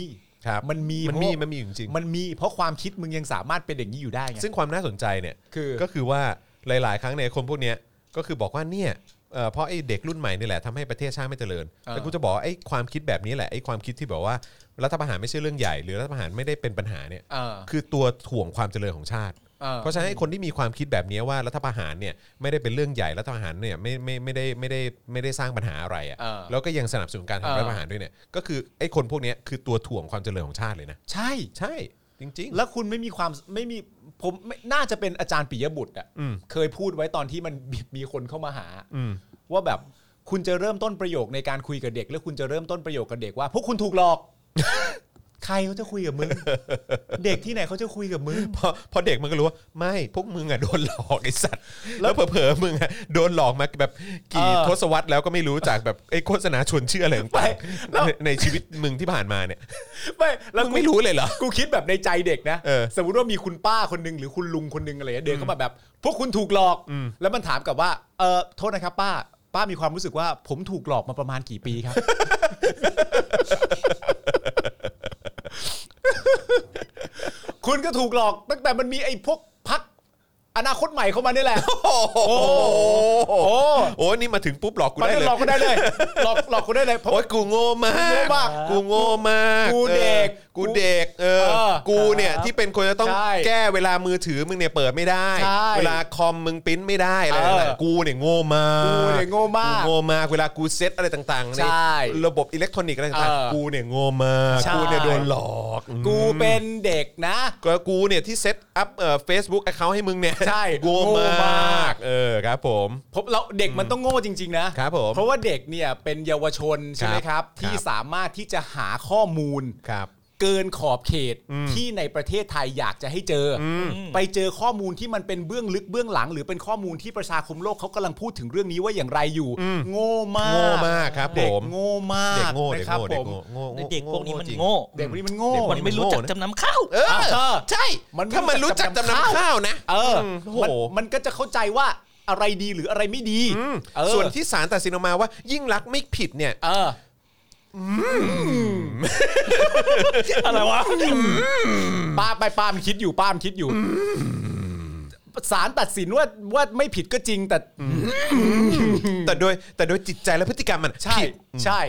ครับ
มันมี
มัน
เพ
มี
ราะ
มันมีอยู่จริง
มันมีเพราะความคิดมึงยังสามารถเป็นอย่างนี้อยู่ได้ไง
ๆซึ่งความน่าสนใจเนี่ย
คือ
ก็คือว่าหลาย ๆ ครั้งในยคนพวกเนี้ยก็คือบอกว่าเนี่ยเอ่อเพราะไอ้เด็กรุ่นใหม่นี่แหละทำให้ประเทศชาติไม่เจริญแต่กูจะบอกว่าไอ้ความคิดแบบนี้แหละไอ้ความคิดที่แบบว่ารัฐประหารไม่ใช่เรื่องใหญ่หรือรัฐประหารไม่ได้เป็นปัญหาเนี่ย
เออ
คือตัวถ่วงความเจริญของชาติ
เออ
เพราะฉะนั้นไอ้คนที่มีความคิดแบบนี้ว่ารัฐประหารเนี่ยไม่ได้เป็นเรื่องใหญ่รัฐประหารเนี่ยไม่ไม่ไม่ได้ไม่ได้ไม่ได้สร้างปัญหาอะไร
เอ
อะ่ะ
อ
แล้วก็ยังสนับสนุนการ
เออ
ทำรัฐประหารด้วยเนี่ยก็คือไอ้คนพวกเนี้ยคือตัวถ่วงความเจริญของชาติเลยนะ
ใช่
ใช่จริง
แล้วคุณไม่มีความไม่มีผมไม่น่าจะเป็นอาจารย์ปิยบุตรอ่ะ
อืม
เคยพูดไว้ตอนที่มัน มีมีคนเข้ามาหา
ๆอืม
ว่าแบบคุณจะเริ่มต้นประโยคในการคุยกับเด็ก แล้วคุณจะเริ่มต้นประโยคกับเด็กว่า พวกคุณถูกหลอก ใครเขาจะคุยกับมึง เด็กที่ไหนเขาจะคุยกับมึง
พอพอเด็กมันก็รู้ว่าไม่พวกมึงอ่ะโดนหลอกไอ้สัตว์แล้วเผลอๆมึงอ่ะโดนหลอกมาแบบกี่
เออ
ทศวรรษแล้วก็ไม่รู้จากแบบไอ้โฆษณาชวนเชื่ออะไร
ไป
ต่างๆ
แล้ว
ในในชีวิตมึงที่ผ่านมาเนี่ย
ไม่แล้ว
มึง
กู
ไม่รู้เลยเหรอ
กูคิดแบบในใจเด็กนะ
เออ
สมมติว่ามีคุณป้าคนหนึงหรือคุณลุงคนหนึงอะไรเงี้ยเดินเข้ามาแบบ พวกคุณถูกหลอก
อืม
แล้วมันถามกลับว่าเออโทษนะครับ ป้า ป้ามีความรู้สึกว่า ผมถูกหลอกมาประมาณกี่ปีครับ คุณก็ถูกหลอก ตั้งแต่มันมีไอ้พวกพักอนาคตใหม่เข้ามา นี่แหละ
โอ้โห
โอ้
โอ้นี่มาถึงปุ๊บหลอกกู
มัน
ได้เลย
หลอกคุณได้เลยหลอกหลอกคุณได้เลยเพราะ
โอ๊ยกูโง่มาก
โง่มาก
กูโง่มาก
กูเด็ก
ออ กูเด็กเออ
เออ
กูเนี่ย
ครับ
ที่เป็นคนจะต้อง
ใช่
แก้เวลามือถือมึงเนี่ยเปิดไม่ได้
ใช่
เวลาคอมมึงปริ้นไม่ได้อะไร
เออ
ต่างๆกูเนี่ยโง่มาก
กูเนี่ยโง่มาก
โง่มากเวลากูเซตอะไรต่างๆ
ใช่
ระบบอิเล็กทรอนิกส์อะไรต่าง
เออ
ๆกูเนี่ยโง่มาก
ใช่
กูเนี่ยโดนหลอกอืม
กูเป็นเด็กนะ
ก็กูเนี่ยที่เซตอัพเอ่อเฟซบุ๊กแอคเคาท์ให้มึงเนี่ย
ใช่
โง่
โง่
ม
มา
าก ก เออครับผม
ผมเราเด็กมันต้องโง่จริง ๆ นะครับ
ผม
เพราะว่าเด็กเนี่ยเป็นเยาวชนใช่ไหม
ครับ
ครับ ที่
ครับ
สามารถที่จะหาข้อมูล
ครับ
เกินขอบเขตที่ในประเทศไทยอยากจะให้เจออไปเจอข้อมูลที่มันเป็นเบื้องลึกเบื้องหลัง หรือเป็นข้อมูลที่ประชาคมโลกเขากำลังพูดถึงเรื่องนี้ว่าอย่างไรอยู่ โง่มาก
โง่มากครับผ
เด็ก
ม
โง่มา
เด็
ก
กโง่เด็
นะ
ก
ครับ
โง่
ผ
เด็ก
ม
โง่โง่
เด็กพวก
จริ
เด็กคน
นี้มันโง่
นี้มันโง่
เด็กค
มันไม่รู้จักจำนำข้าว
เอ
เอ
อ
อ
ใช่
มันไม่
ถ้ามัน
รู้
รู้
จั
จัก
ก
จำ
จำ
นำ
นำ
ข้า
ข้าวว
นะ
เออ
มโอ้โห
มันมันก็จะเข้าใจว่าอะไรดีหรืออะไรไม่ดี
อืม
เออ
ส่วนที่ศาลตัดสินออกมาว่า ยิ่งรักษณ์ไม่ผิดเนี่ย
เออ
อะไรวะ
ป้าไปป้ามนคิดอยู่ป้ามนคิดอยู่ศาลตัดสินว่าว่าไม่ผิดก็จริงแต่
แต่โดยแต่โดยจิตใจและพฤติกรรมมัน
ใช่
ผิด
ใช่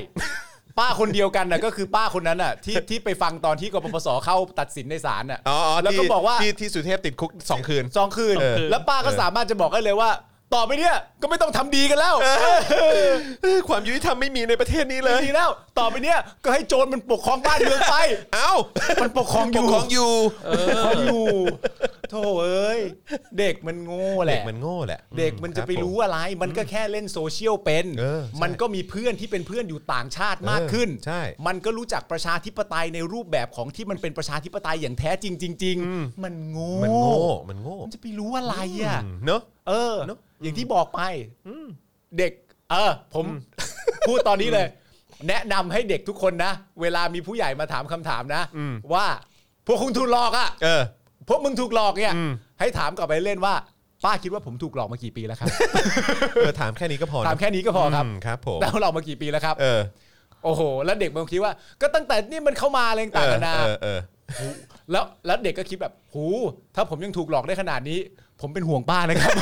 ป้าคนเดียวกันน่ะก็คือป้าคนนั้นน่ะที่ที่ไปฟังตอนที่กปปสเข้าตัดสินในศาลน่ะ
อ๋ออ๋อ
แล้วก็
ที่
บอกว่า
ที่ที่สุเทพติดคุกสองคืน
สองคืน
เออ
แล้วป้าก็
เออ
สามารถจะบอกได้เลยว่า ต่อไปเนี่ยก็ไม่ต้องทำดีกันแล้ว
เออความยุติธรรมไม่มีในประเทศนี้เลย
ดีแล้ว ต่อไปเนี่ยก็ให้โจรมันปกครองบ้านเมืองไป
เอ้า
มันปกครอง
ปก
อยู่
ครองอยู่
ปกครองอยู่โธ่เอ้ยเด็กมันโง่แห
เด็ก
ละ
มันโง่แหละ
เด็กมันจะ
คบ
ไป
ผ
รู้อะไร มันก็แค่เล่นโซเชียลเป็น
เออใช่
มันก็มีเพื่อนที่เป็นเพื่อนอยู่ต่างชาติมาก
เออ
ขึ้น
ใช่
มันก็รู้จักประชาธิปไตยในรูปแบบของที่มันเป็นประชาธิปไตยอย่างแท้จริงจริงๆ
อืม
มันโง่
มันโง่ มันโง่
มันจะไปรู้อะไรอ่ะ
อืมเนอะ
เออ
เนอะ
อย่างที่บอกไปเด็ก เออ ผม พูดตอนนี้เลย แนะนำให้เด็กทุกคนนะ เวลามีผู้ใหญ่มาถามคำถามนะ
อืม
ว่า พวกคุณถูกหลอกอ่ะ
เออ
พวกมึงถูกหลอกเนี่ย
อืม
ให้ถามกลับไปเล่นว่า ป้าคิดว่าผมถูกหลอกมากี่ปีแล้วครับ
เออถามแค่นี้ก็พอนะ
ถามแค่นี้ก็พอครับ
มครับผม
แล้วเรามากี่ปีแล้วครับ
เออ
โอ้โห แล้วเด็กบางทีว่า ก็ตั้งแต่นี่มันเข้ามาอะไร
เอ
ต่าง
อ
กันานา
เออเออ
แล้วแล้วเด็กก็คิดแบบหูถ้าผมยังถูกหลอกได้ขนาดนี้ ผมเป็นห่วงป้านะครับ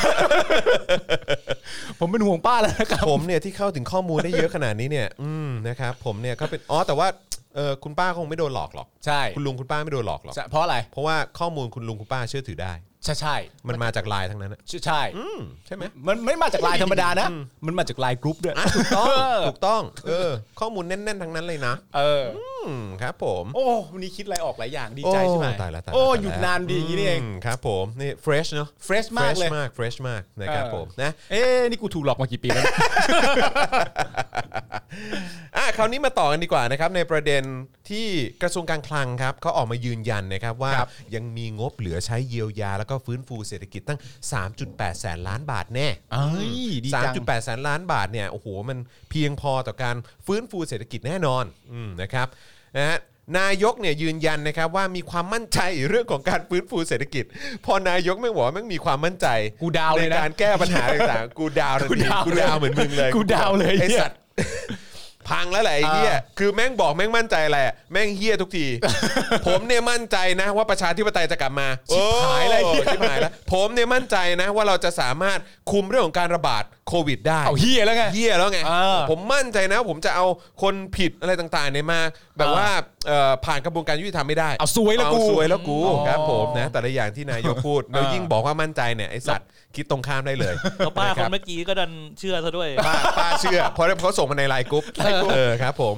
ผมเป็นห่วงป้าแล้วนะครับ
ผมเนี่ยที่เข้าถึงข้อมูลได้เยอะขนาดนี้เนี่ย อืมนะครับผมเนี่ยก็เป็นอ๋อแต่ว่าเออคุณป้าคงไม่โดนหลอกหรอก
ใช่
คุณลุงคุณป้าไม่โดนหลอกหรอก
ใช่เพราะอะไร
เพราะว่าข้อมูลคุณลุงคุณป้าเชื่อถือได้
ใช่ใช่
มันมาจากไลน์ทั้งนั้นอะ
ใช่ใช่
อืมใช่ไหม
มันไม่มาจากไลน์ธรรมดานะ มันมาจากไลน์กรุ๊ปด้วยถูกต้อง
ถูกต้องเออ ข้อมูลแน่นๆทั้งนั้นเลยนะ
เออ
อืมครับผม
โอ้วันนี้คิดอะไรออกหลายอย่างดีใจใช่ไหม
โอ้ตายแล้วตายแล้วต
โอ้
แล้
ห
ว
ยุดนานดีอย่างนี้นี่เอง
มครับผมนี่ fresh เนอะ
Fresh มากเลย
fresh มาก fresh มากนะครับ
เออ
ผมนะ
เอ๊ะนี่กูถูกหลอกมากี่ปีแล้ว
อ่ะคราวนี้มาต่อกันดีกว่านะครับในประเด็นที่กระทรวงการคลังครับเขาออกมายืนยันนะครับว่า
ครับ
ยังมีงบเหลือใช้เยียวยา แล้วก็ฟื้นฟูเศรษฐกิจตั้ง 3.8 แสนล้านบาทแน่
เอ้ยดีจัง
3.8แสนล้านบาทเนี่ยโอ้โหมันเพียงพอต่อการฟื้นฟูเศรษฐกิจแน่นอนอืมนะครับนะฮะนายกเนี่ยยืนยันนะครับว่ามีความมั่นใจเรื่องของการฟื้นฟูเศรษฐกิจ พอนายกไม่งบอกว่าแม่งมีความมั่นใจ
กูดาวเลยนะ
ในการแก้ปัญหาต่างๆ กูดาวทัน
กู
ที
ดาว
กูดาวเหมือนมึงเลย
กูดาวเลย
ไอ
เหี้ย
สัตว์ พังแล้วแหละไอ้เหี้ย
อ่า
คือแม่งบอกแม่งมั่นใจแหละแม่งเหี้ยทุกที ผมเนี่ยมั่นใจนะว่าประชาธิปไตยจะกลับมา
ชิบหายเลย
โอ้
เหี้ย
ชิบหายแล้วผมเนี่ยมั่นใจนะว่าเราจะสามารถคุมเรื่องของการระบาดโควิดได้
เอาเฮียแล้วไง
เยี่ยแล้วไง
เออ
ผมมั่นใจนะว่าผมจะเอาคนผิดอะไรต่างๆเนี่ยมา แบบ
เออ
ว่าเอ่อผ่านกระบวนการยุติธรรมไม่ได้
เอาซวยแล้วกู
เอาซวยแล้วกู
อ๋อ
ครับผมนะแต่ละอย่างที่นายกพูดแล้ว
เออ
ยิ่งบอกว่ามั่นใจเนี่ยไอสัตว์คิดตรงข้ามได้เลย
แล้วป้า
ะ
ค
รั
น
บ
เมื่อกี้ก็ดันเชื่อซะด้วย
ป้าป้าเชื่อเพราะเขาส่งมาในไลน์กรุ๊ปเออครับผม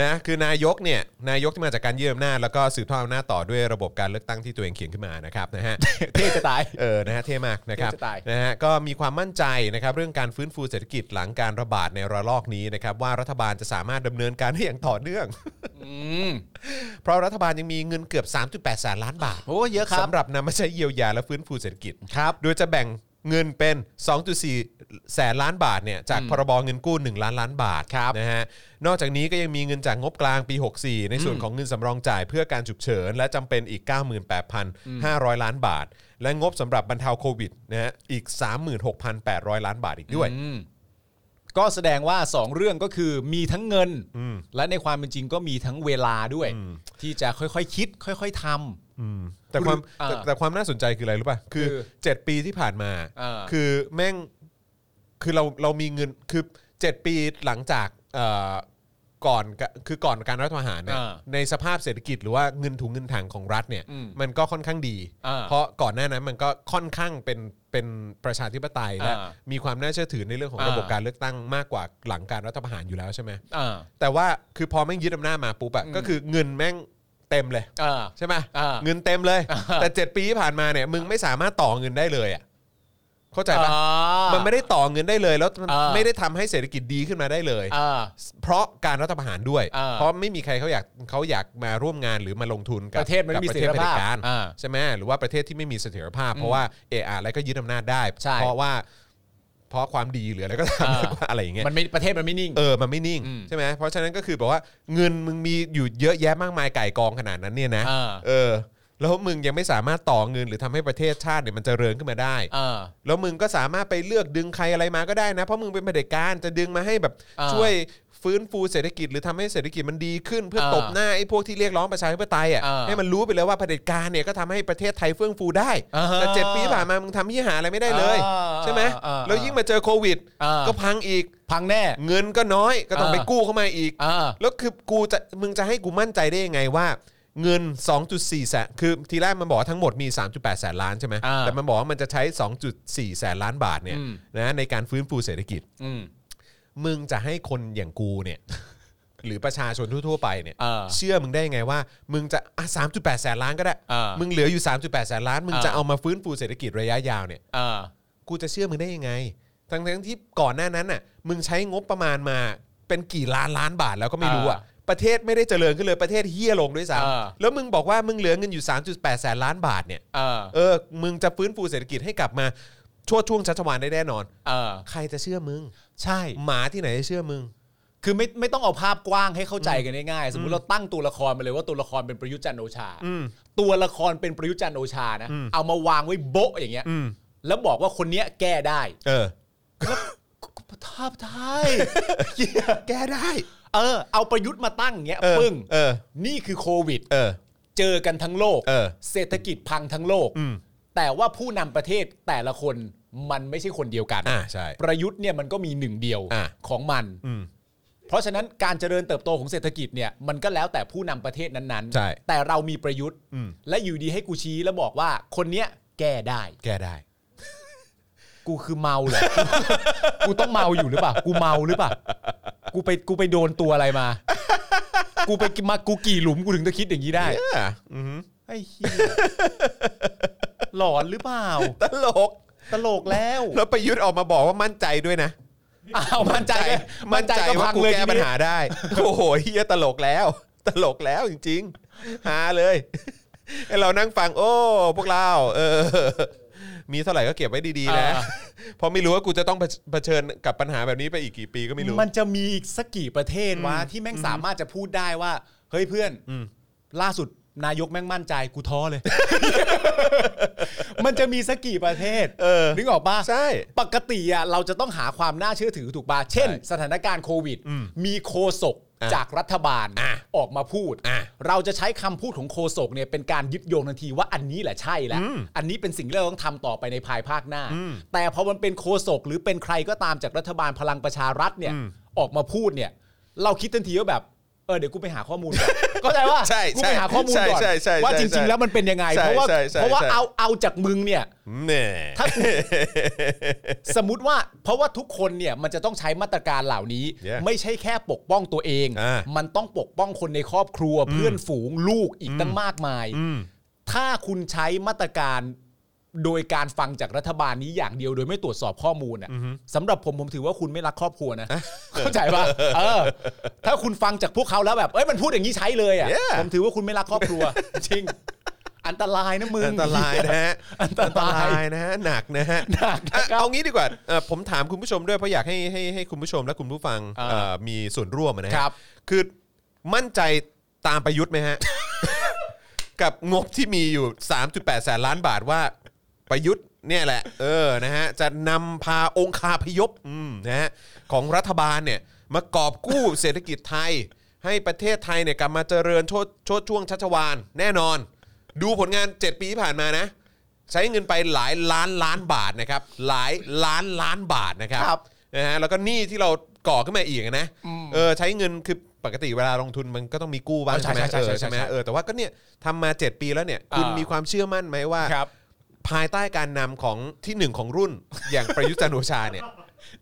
นะคือนายกเนี่ยนายกที่มาจากการยืมอำนาจแล้วก็สืบทอดอำนาจต่อด้วยระบบการเลือกตั้งที่ตัวเองเขียนขึ้นมานะครับนะฮ ะ
เท่จะตาย
เออ นะฮะ เท่มากนะครับ
เท่จะตาย
นะฮะ ก็มีความมั่นใจนะครับเรื่องการฟื้นฟูเศรษฐกิจหลังการระบาดในระลอกนี้นะครับว่ารัฐบาลจะสามารถดำเนินการได้อย่างต่อเนื่อง เพราะรัฐบาลยังมีเงินเกือบ 3.8แสนล้านบาท
โอ้เยอะครับ
สำหรับนำมาใช้เยียวยาและฟื้นฟูเศรษฐกิจ ครับ โดยจะแบ่งเงินเป็น 2.4 แสนล้านบาทเนี่ยจากพรบเงินกู้ 1 ล้านล้านบาทครับนะฮะ นอกจากนี้ก็ยังมีเงินจากงบกลางปี 64 ในส่วนของเงินสำรองจ่ายเพื่อการฉุกเฉิน และจำเป็นอีก 98,500 ล้านบาท และงบสำหรับบรรเทาโควิดนะฮะอีก 36,800 ล้านบาทอีกด้วย
ก็แสดงว่า 2 เรื่องก็คือมีทั้งเงิน และในความเป็นจริงก็มีทั้งเวลาด้วย ที่จะค่อยๆคิด ค่อย ๆท
อืมแต่ความ
อ่า
แต่แต่ความน่าสนใจคืออะไรรู้ป่ะคือ
คือ
เจ็ดปีที่ผ่านมา
อ่า
คือแม่งคือเราเรามีเงินคือเจ็ดปีหลังจากเอ่อ ก่อนกะคือก่อนการรัฐประหารเนี่ย
อ่า
ในสภาพเศรษฐกิจหรือว่าเงินถุงเงินถังของรัฐเนี่ย
อืม
มันก็ค่อนข้างดี
อ่า
เพราะก่อนหน้านั้นมันก็ค่อนข้างเป็นเป็นประชาธิปไตยและ
อ่า
มีความน่าเชื่อถือในเรื่องของ
อ่า
ระบบการเลือกตั้งมากกว่าหลังการรัฐประหารอยู่แล้วใช่ไหม
อ่า
แต่ว่าคือพอแม่งยึดอำนาจมาปุ๊บอะ
อืม
ก็คือเงินแม่งเต็มเลย
อ่า
ใช่ไหม
อ่า
เงินเต็มเลย แต่ 7 ปีที่ผ่านมาเนี่ยมึงไม่สามารถต่อเงินได้เลยอะเข้าใจปะ
อ่า
มันไม่ได้ต่อเงินได้เลยแล้วมัน
อ่า
ไม่ได้ทำให้เศรษฐกิจดีขึ้นมาได้เลย
อ่า
เพราะการรัฐประหารด้วย
อ่า
เพราะไม่มีใครเขาอยากเขาอยากมาร่วมงานหรือมาลงทุนกับ
ประเทศมันไม่มี
กับประเทศ
เสถียร
เผ
ภาพ
ด็จการ
อ่า
ใช่ไหมหรือว่าประเทศที่ไม่มีเสถียรภาพ เพราะว่าเอออะไรก็ยึดอำนาจได้
ใช่
เพราะว่าเพราะความดีหรืออะไรก็ตาม
อ่า
มากกว่าอะไรอย่างเงี้ย
มันไม่ประเทศมันไม่นิ่ง
เออมันไม่นิ่ง
อืม
ใช่ไหมเพราะฉะนั้นก็คือแบบว่าเงินมึงมีอยู่เยอะแยะมากมายไก่กองขนาดนั้นเนี่ยนะ
อ่า
เออ แล้วมึงยังไม่สามารถต่อเงินหรือทำให้ประเทศชาติเนี่ยมันเจริญขึ้นมาได้
อ่า
แล้วมึงก็สามารถไปเลือกดึงใครอะไรมาก็ได้นะ เพราะมึงเป็นเผด็จการจะดึงมาให้แบบ
อ่า
ช่วยฟื้นฟูเศรษฐกิจหรือทำให้เศรษฐกิจมันดีขึ้น เพื่อ
เออ
ตบหน้าไอ้พวกที่เรียกร้องประชาธิปไตยอ่ะ
เออ
ให้มันรู้ไปเลยว่าเผด็จการเนี่ยก็ทำให้ประเทศไทยเฟื่องฟูได้
อ่าฮะ
แต่เจ็ดปีที่ผ่านมามึงทำที่หาอะไรไม่ได้เลย
อ่า
ใช่ไหม
อ่า
แล้วยิ่งมาเจอโควิด
อ่า
ก็พังอีก
พังแน่
เงินก็น้อยก็ต้อง
อ่า
ไปกู้เข้ามาอีก
อ่า
แล้วคือกูจะมึงจะให้กูมั่นใจได้ยังไงว่า เงิน 2.4 แสนคือทีแรกมันบอกว่าทั้งหมดมี 3.8 แสนล้านใช่ไหม
อ่า
แต่มันบอกว่ามันจะใช้ 2.4 แสนล้านบาทเนี่ย
อืม
นะในการฟื้นฟูเศรษฐกิจ
อืม
มึงจะให้คนอย่างกูเนี่ย หรือประชาชนทั่วๆไปเนี่ย
อ่า
เชื่อมึงได้ยังไงว่า มึงจะอ่ะ3.8 แสนล้านก็ได้
อ่ามึ
มึงเหลืออยู่ 3.8 แสนล้าน มึง
อ่า
จะเอามาฟื้นฟูเศรษฐกิจระยะยาวเนี่ย
อ่า
กูจะเชื่อมึงได้ยังไง ทั้งทั้งๆที่ก่อนหน้านั้นน่ะ มึงใช้งบประมาณมาเป็นกี่ล้านล้านบาทแล้วก็ไม่รู้อ่ะ
อ่
ประเทศไม่ได้เจริญขึ้นเลย ประเทศเฮี้ยลงด้วย
อ่า
ซ้ำแล้วมึงบอกว่ามึงเหลือเงินอยู่ 3.8 แสนล้านบาทเนี่ย
อ่า
เออ มึงจะฟื้นฟูเศรษฐกิจให้กลับมาชั่วช่วงชัชวานได้แน่นอน
อ่า
ใครจะเชื่อมึง
ใช่
หมาที่ไหนจะเชื่อมึง
คือไม่ไม่ต้องเอาภาพกว้างให้เข้าใจกันง่ายๆ สมมติเราตั้งตัวละครมาเลยว่าตัวละครเป็นประยุทธ์จันทร์โอชา
อืม
ตัวละครเป็นประยุทธ์จันทร์โอชานะ
อืม
เอามาวางไว้โบะอย่างเงี้ย
อืม
แล้วบอกว่าคนเนี้ยแก้ได้
เออ
ทาบไทย
แก้ได้
เออ เอาประยุทธ์มาตั้งอย่างเงี้ย
เออ
ปึ้ง
เออ
นี่คือโควิด
เออ
เจอกันทั้งโลก
เออ
เศรษฐกิจพังทั้งโลก
อืม
แต่ว่าผู้นำประเทศแต่ละคนมันไม่ใช่คนเดียวกัน
อ่าใช่
ประยุทธ์เนี่ยมันก็มีหนึ่งเดียว
อ่ะ
ของมัน
อืม
เพราะฉะนั้นการเจริญเติบโตของเศรษฐกิจเนี่ยมันก็แล้วแต่ผู้นำประเทศนั้น
ใช่
ๆ แต่เรามีประยุทธ์
อืม
และอยู่ดีให้กูชี้แล้วบอกว่าคนเนี้ยแก้ได้
แก้ได้
กูคือเมาเหรอ กูต้องเมาอยู่หรือเปล่า กูเมาหรือเปล่า กูไปกูไปโดนตัวอะไรมา กูไปมากูกี่หลุมกูถึงจะคิดอย่างนี้ได้
เอออืม
ไอ้เหี้ยหลอนหรือเปล่า
ตลก
ตลกแล้ว
แล้วประยุทธ์ออกมาบอกว่ามั่นใจด้วยนะ
อ้าวมั่นใจเลย
มั่นใจ
ก็
ว่า
พัง
กู
เลย
แก้
ที
ปัญ
นี้
หาได้ โอ้โหเฮียตลกแล้ว ตลกแล้วจริงๆ หาเลย ให้เรานั่งฟัง โอ้ พวกเราเออ มีเท่าไหร่ก็เก็บไว้ดีๆนะ เพราะไม่รู้ว่ากูจะต้องเผชิญกับปัญหาแบบนี้ไปอีกกี่ปีก็ไม่รู้
มันจะมีอีกสักกี่ประเทศวะที่แม่งสามารถจะพูดได้ว่า เฮ้ยเพื่อนล่าสุดนายกแม่งมั่นใจกูท้อเลย มันจะมีสักกี่ประเทศ
เออ
นึกออกปะ
ใช่
ปกติอ่ะเราจะต้องหาความน่าเชื่อถือถูกป่ะเช่น
ใช่
สถานการณ์โควิด
อืม
มีโคศก
อ่ะ
จากรัฐบาล
อ่ะ
ออกมาพูด
อ่ะ
เราจะใช้คำพูดของโคศกเนี่ยเป็นการยึดโยงทันทีว่าอันนี้แหละใช่แล้ว
อืม
อันนี้เป็นสิ่งที่เราต้องทำต่อไปในภายภาคหน้า
อืม
แต่พอมันเป็นโคศกหรือเป็นใครก็ตามจากรัฐบาลพลังประชารัฐเนี่ย
อืม
ออกมาพูดเนี่ย เราคิดทันทีว่าแบบเออเดี๋ยวกูไปหาข้อมูลก่อน เข้าใจว่า
ใช่
กูไปหาข้อมูลก่อน
ใช่ใช่ใช่
ว่า
ใช่
จริง ๆ แล้วมันเป็นยังไง
ใช่
เพราะว่า
ใช่ใช่
เพราะว่า
ใช่
เอาเอาจากมึงเนี่ย
แน่
ถ้า สมมติว่าเพราะว่าทุกคนเนี่ยมันจะต้องใช้มาตรการเหล่านี้
Yeah.
ไม่ใช่แค่ปกป้องตัวเอง
อ่ามั
มันต้องปกป้องคนในครอบครัวเพื่อนฝูงลูกอีกตั้งมากมาย
อืม
ถ้าคุณใช้มาตรการโดยการฟังจากรัฐบาลนี้อย่างเดียวโดยไม่ตรวจสอบข้อมูลอ่ะสำหรับผมผมถือว่าคุณไม่รักครอบครัวนะเข้าใจป่ะเออ ถ้าคุณฟังจากพวกเขาแล้วแบบเอ้ยมันพูดอย่างนี้ใช้เลยอ่ะ
Yeah.
ผมถือว่าคุณไม่รักครอบครัว จริง อันตรายนะมึง
อันตรายนะฮะ
อันตราย
นะฮะหนักนะฮะ
หนักนะครับ
อ่ะเอางี้ดีกว่าเอ่อผมถามคุณผู้ชมด้วยเพราะอยากให้ให้ให้คุณผู้ชมและคุณผู้ฟัง
อ่า
เอ่อมีส่วนร่วมนะฮะ
ครับ
คือมั่นใจตามประยุทธ์ไหมฮะ กับงบที่มีอยู่ 3.8 แสนล้านบาทว่าประยุทธ์เนี่ยแหละ เออนะฮะจะนำพาองคาพยพอืมนะฮะของรัฐบาลเนี่ยมากอบกู้ เศรษฐกิจไทย ให้ประเทศไทยเนี่ยกลับมาเจริญโชดชดช่วงชัชวาลแน่นอน ดูผลงาน 7 ปีที่ผ่านมานะ ใช้เงินไปหลายล้านล้านบาทนะครับ หลายล้านล้านบาทนะครับ
ครับ
นะฮะแล้วก็หนี้ที่เราก่อขึ้นมาอีกนะเออใช้เงินคือ ปกติเวลาลงทุนมันก็ต้องมีกู้บ้าง
อ๋อใช่
ใช่ไหม
ใช่
เอ
ใช่
อ
ใช่
ใช่ไหม
ใช่
เออแต่ว่าก็เนี่ยทำมา 7 ปีแล้วเนี่ยคุณ
อ่ามี
มีความเชื่อมั่นไหมว่า
ครับ
ภายใต้การนำของที่หนึ่งของรุ่น อย่างประยุทธ์จันทร์โอชาเนี่ย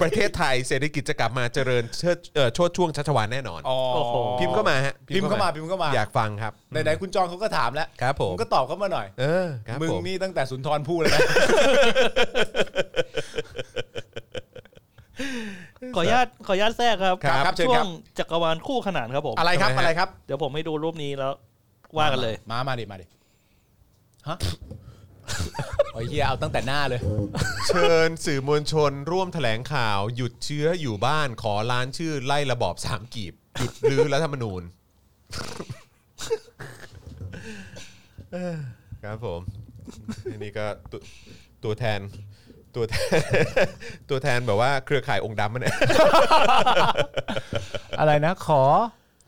ประเทศไทยเศรษฐกิจจะกลับมาเจริญเชิดเอ่อโชดช่วงชัชวานแน่นอน
โอ้โห
พิมพ์เข้ามาฮะ
พิมพ์เข้ามาพิมพ์เข้ามา
อยากฟังครับ
ไหนๆคุณจองเขาก็ถามแล้ว
ครับผ
ผม มก็ตอบเขามาหน่อย
เออครับ
มึง
ผ
นี่ตั้งแต่สุนทรภู่แล้วนะ
ขออนุญาตขออนุญาตแทรกครับ
ครับครับเชิญ
ช่ว
ครับ
งจักรวาลคู่ขนานครับผม
อะไรครับอะไรครับ
เดี๋ยวผมให้ดูรูปนี้แล้วว่ากันเลย
มามาดิมาดิฮะโอ้ยเฮียเอาตั้งแต่หน้าเลย
เชิญสื่อมวลชนร่วมแถลงข่าวหยุดเชื้ออยู่บ้านขอล้านชื่อไล่ระบอบสามกีบหยุดรื้อรัฐธรรมนูญเออครับผมอันนี้ก็ตัวตัวแทนตัวแทนตัวแทนแบบว่าเครือข่ายองค์ดำมันเนี่ย
อะไรนะ ขอ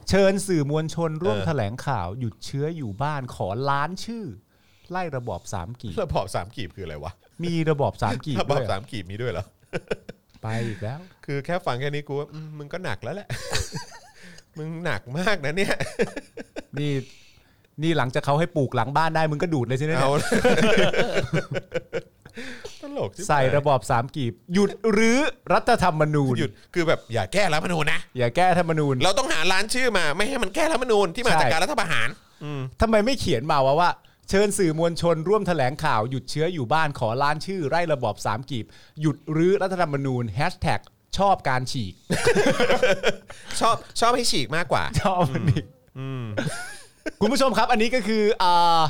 เชิญสื่อมวลชนร่วม
เออ
แถลงข่าวหยุดเชื้ออยู่บ้านขอล้านชื่อ ไล่ระบอบสามกีบ
ระบอบสามกีบคืออะไรวะ
มีระบอบสามกีบ
ระบอ
ด้
บ
วย
สามกีบมีด้วยเหรอ
ไปอีกแล้ว
คือแค่ฟังแค่นี้กูว่าอืมมึงก็หนักแล้วแหละ มึงหนักมากนะเนี่ย
นี่นี่หลังจากเขาให้ปลูกหลังบ้านได้มึงก็ดูดเลยใช่ไหมเนี่ย
เอา ตลกบหาย
ใส่ระบอบสามกีบ หยุดหรือรัฐธรรมนูญ
หยุดคือแบบอย่าแก้รัฐธรรมนูญนะ
อย่าแก้รัฐธรรมนูญ
เราต้องหาร้านชื่อมา ไม่ให้มันแก้รัฐธรรมนูญที่มา
ใช่
จากการรัฐประหาร อืม
ทำไมไม่เขียนมาว่าว่า เชิญสื่อมวลชนร่วมแถลงข่าวหยุดเชื้ออยู่บ้านขอล้านชื่อไร่ระบอบสามกีบ หยุดรื้อรัฐธรรมนูญแฮชแท็กชอบการฉีก
ชอบชอบให้ฉีกมากกว่า
ชอบมันอีกคุณผู้ชมครับ อันนี้ก็คืออ่า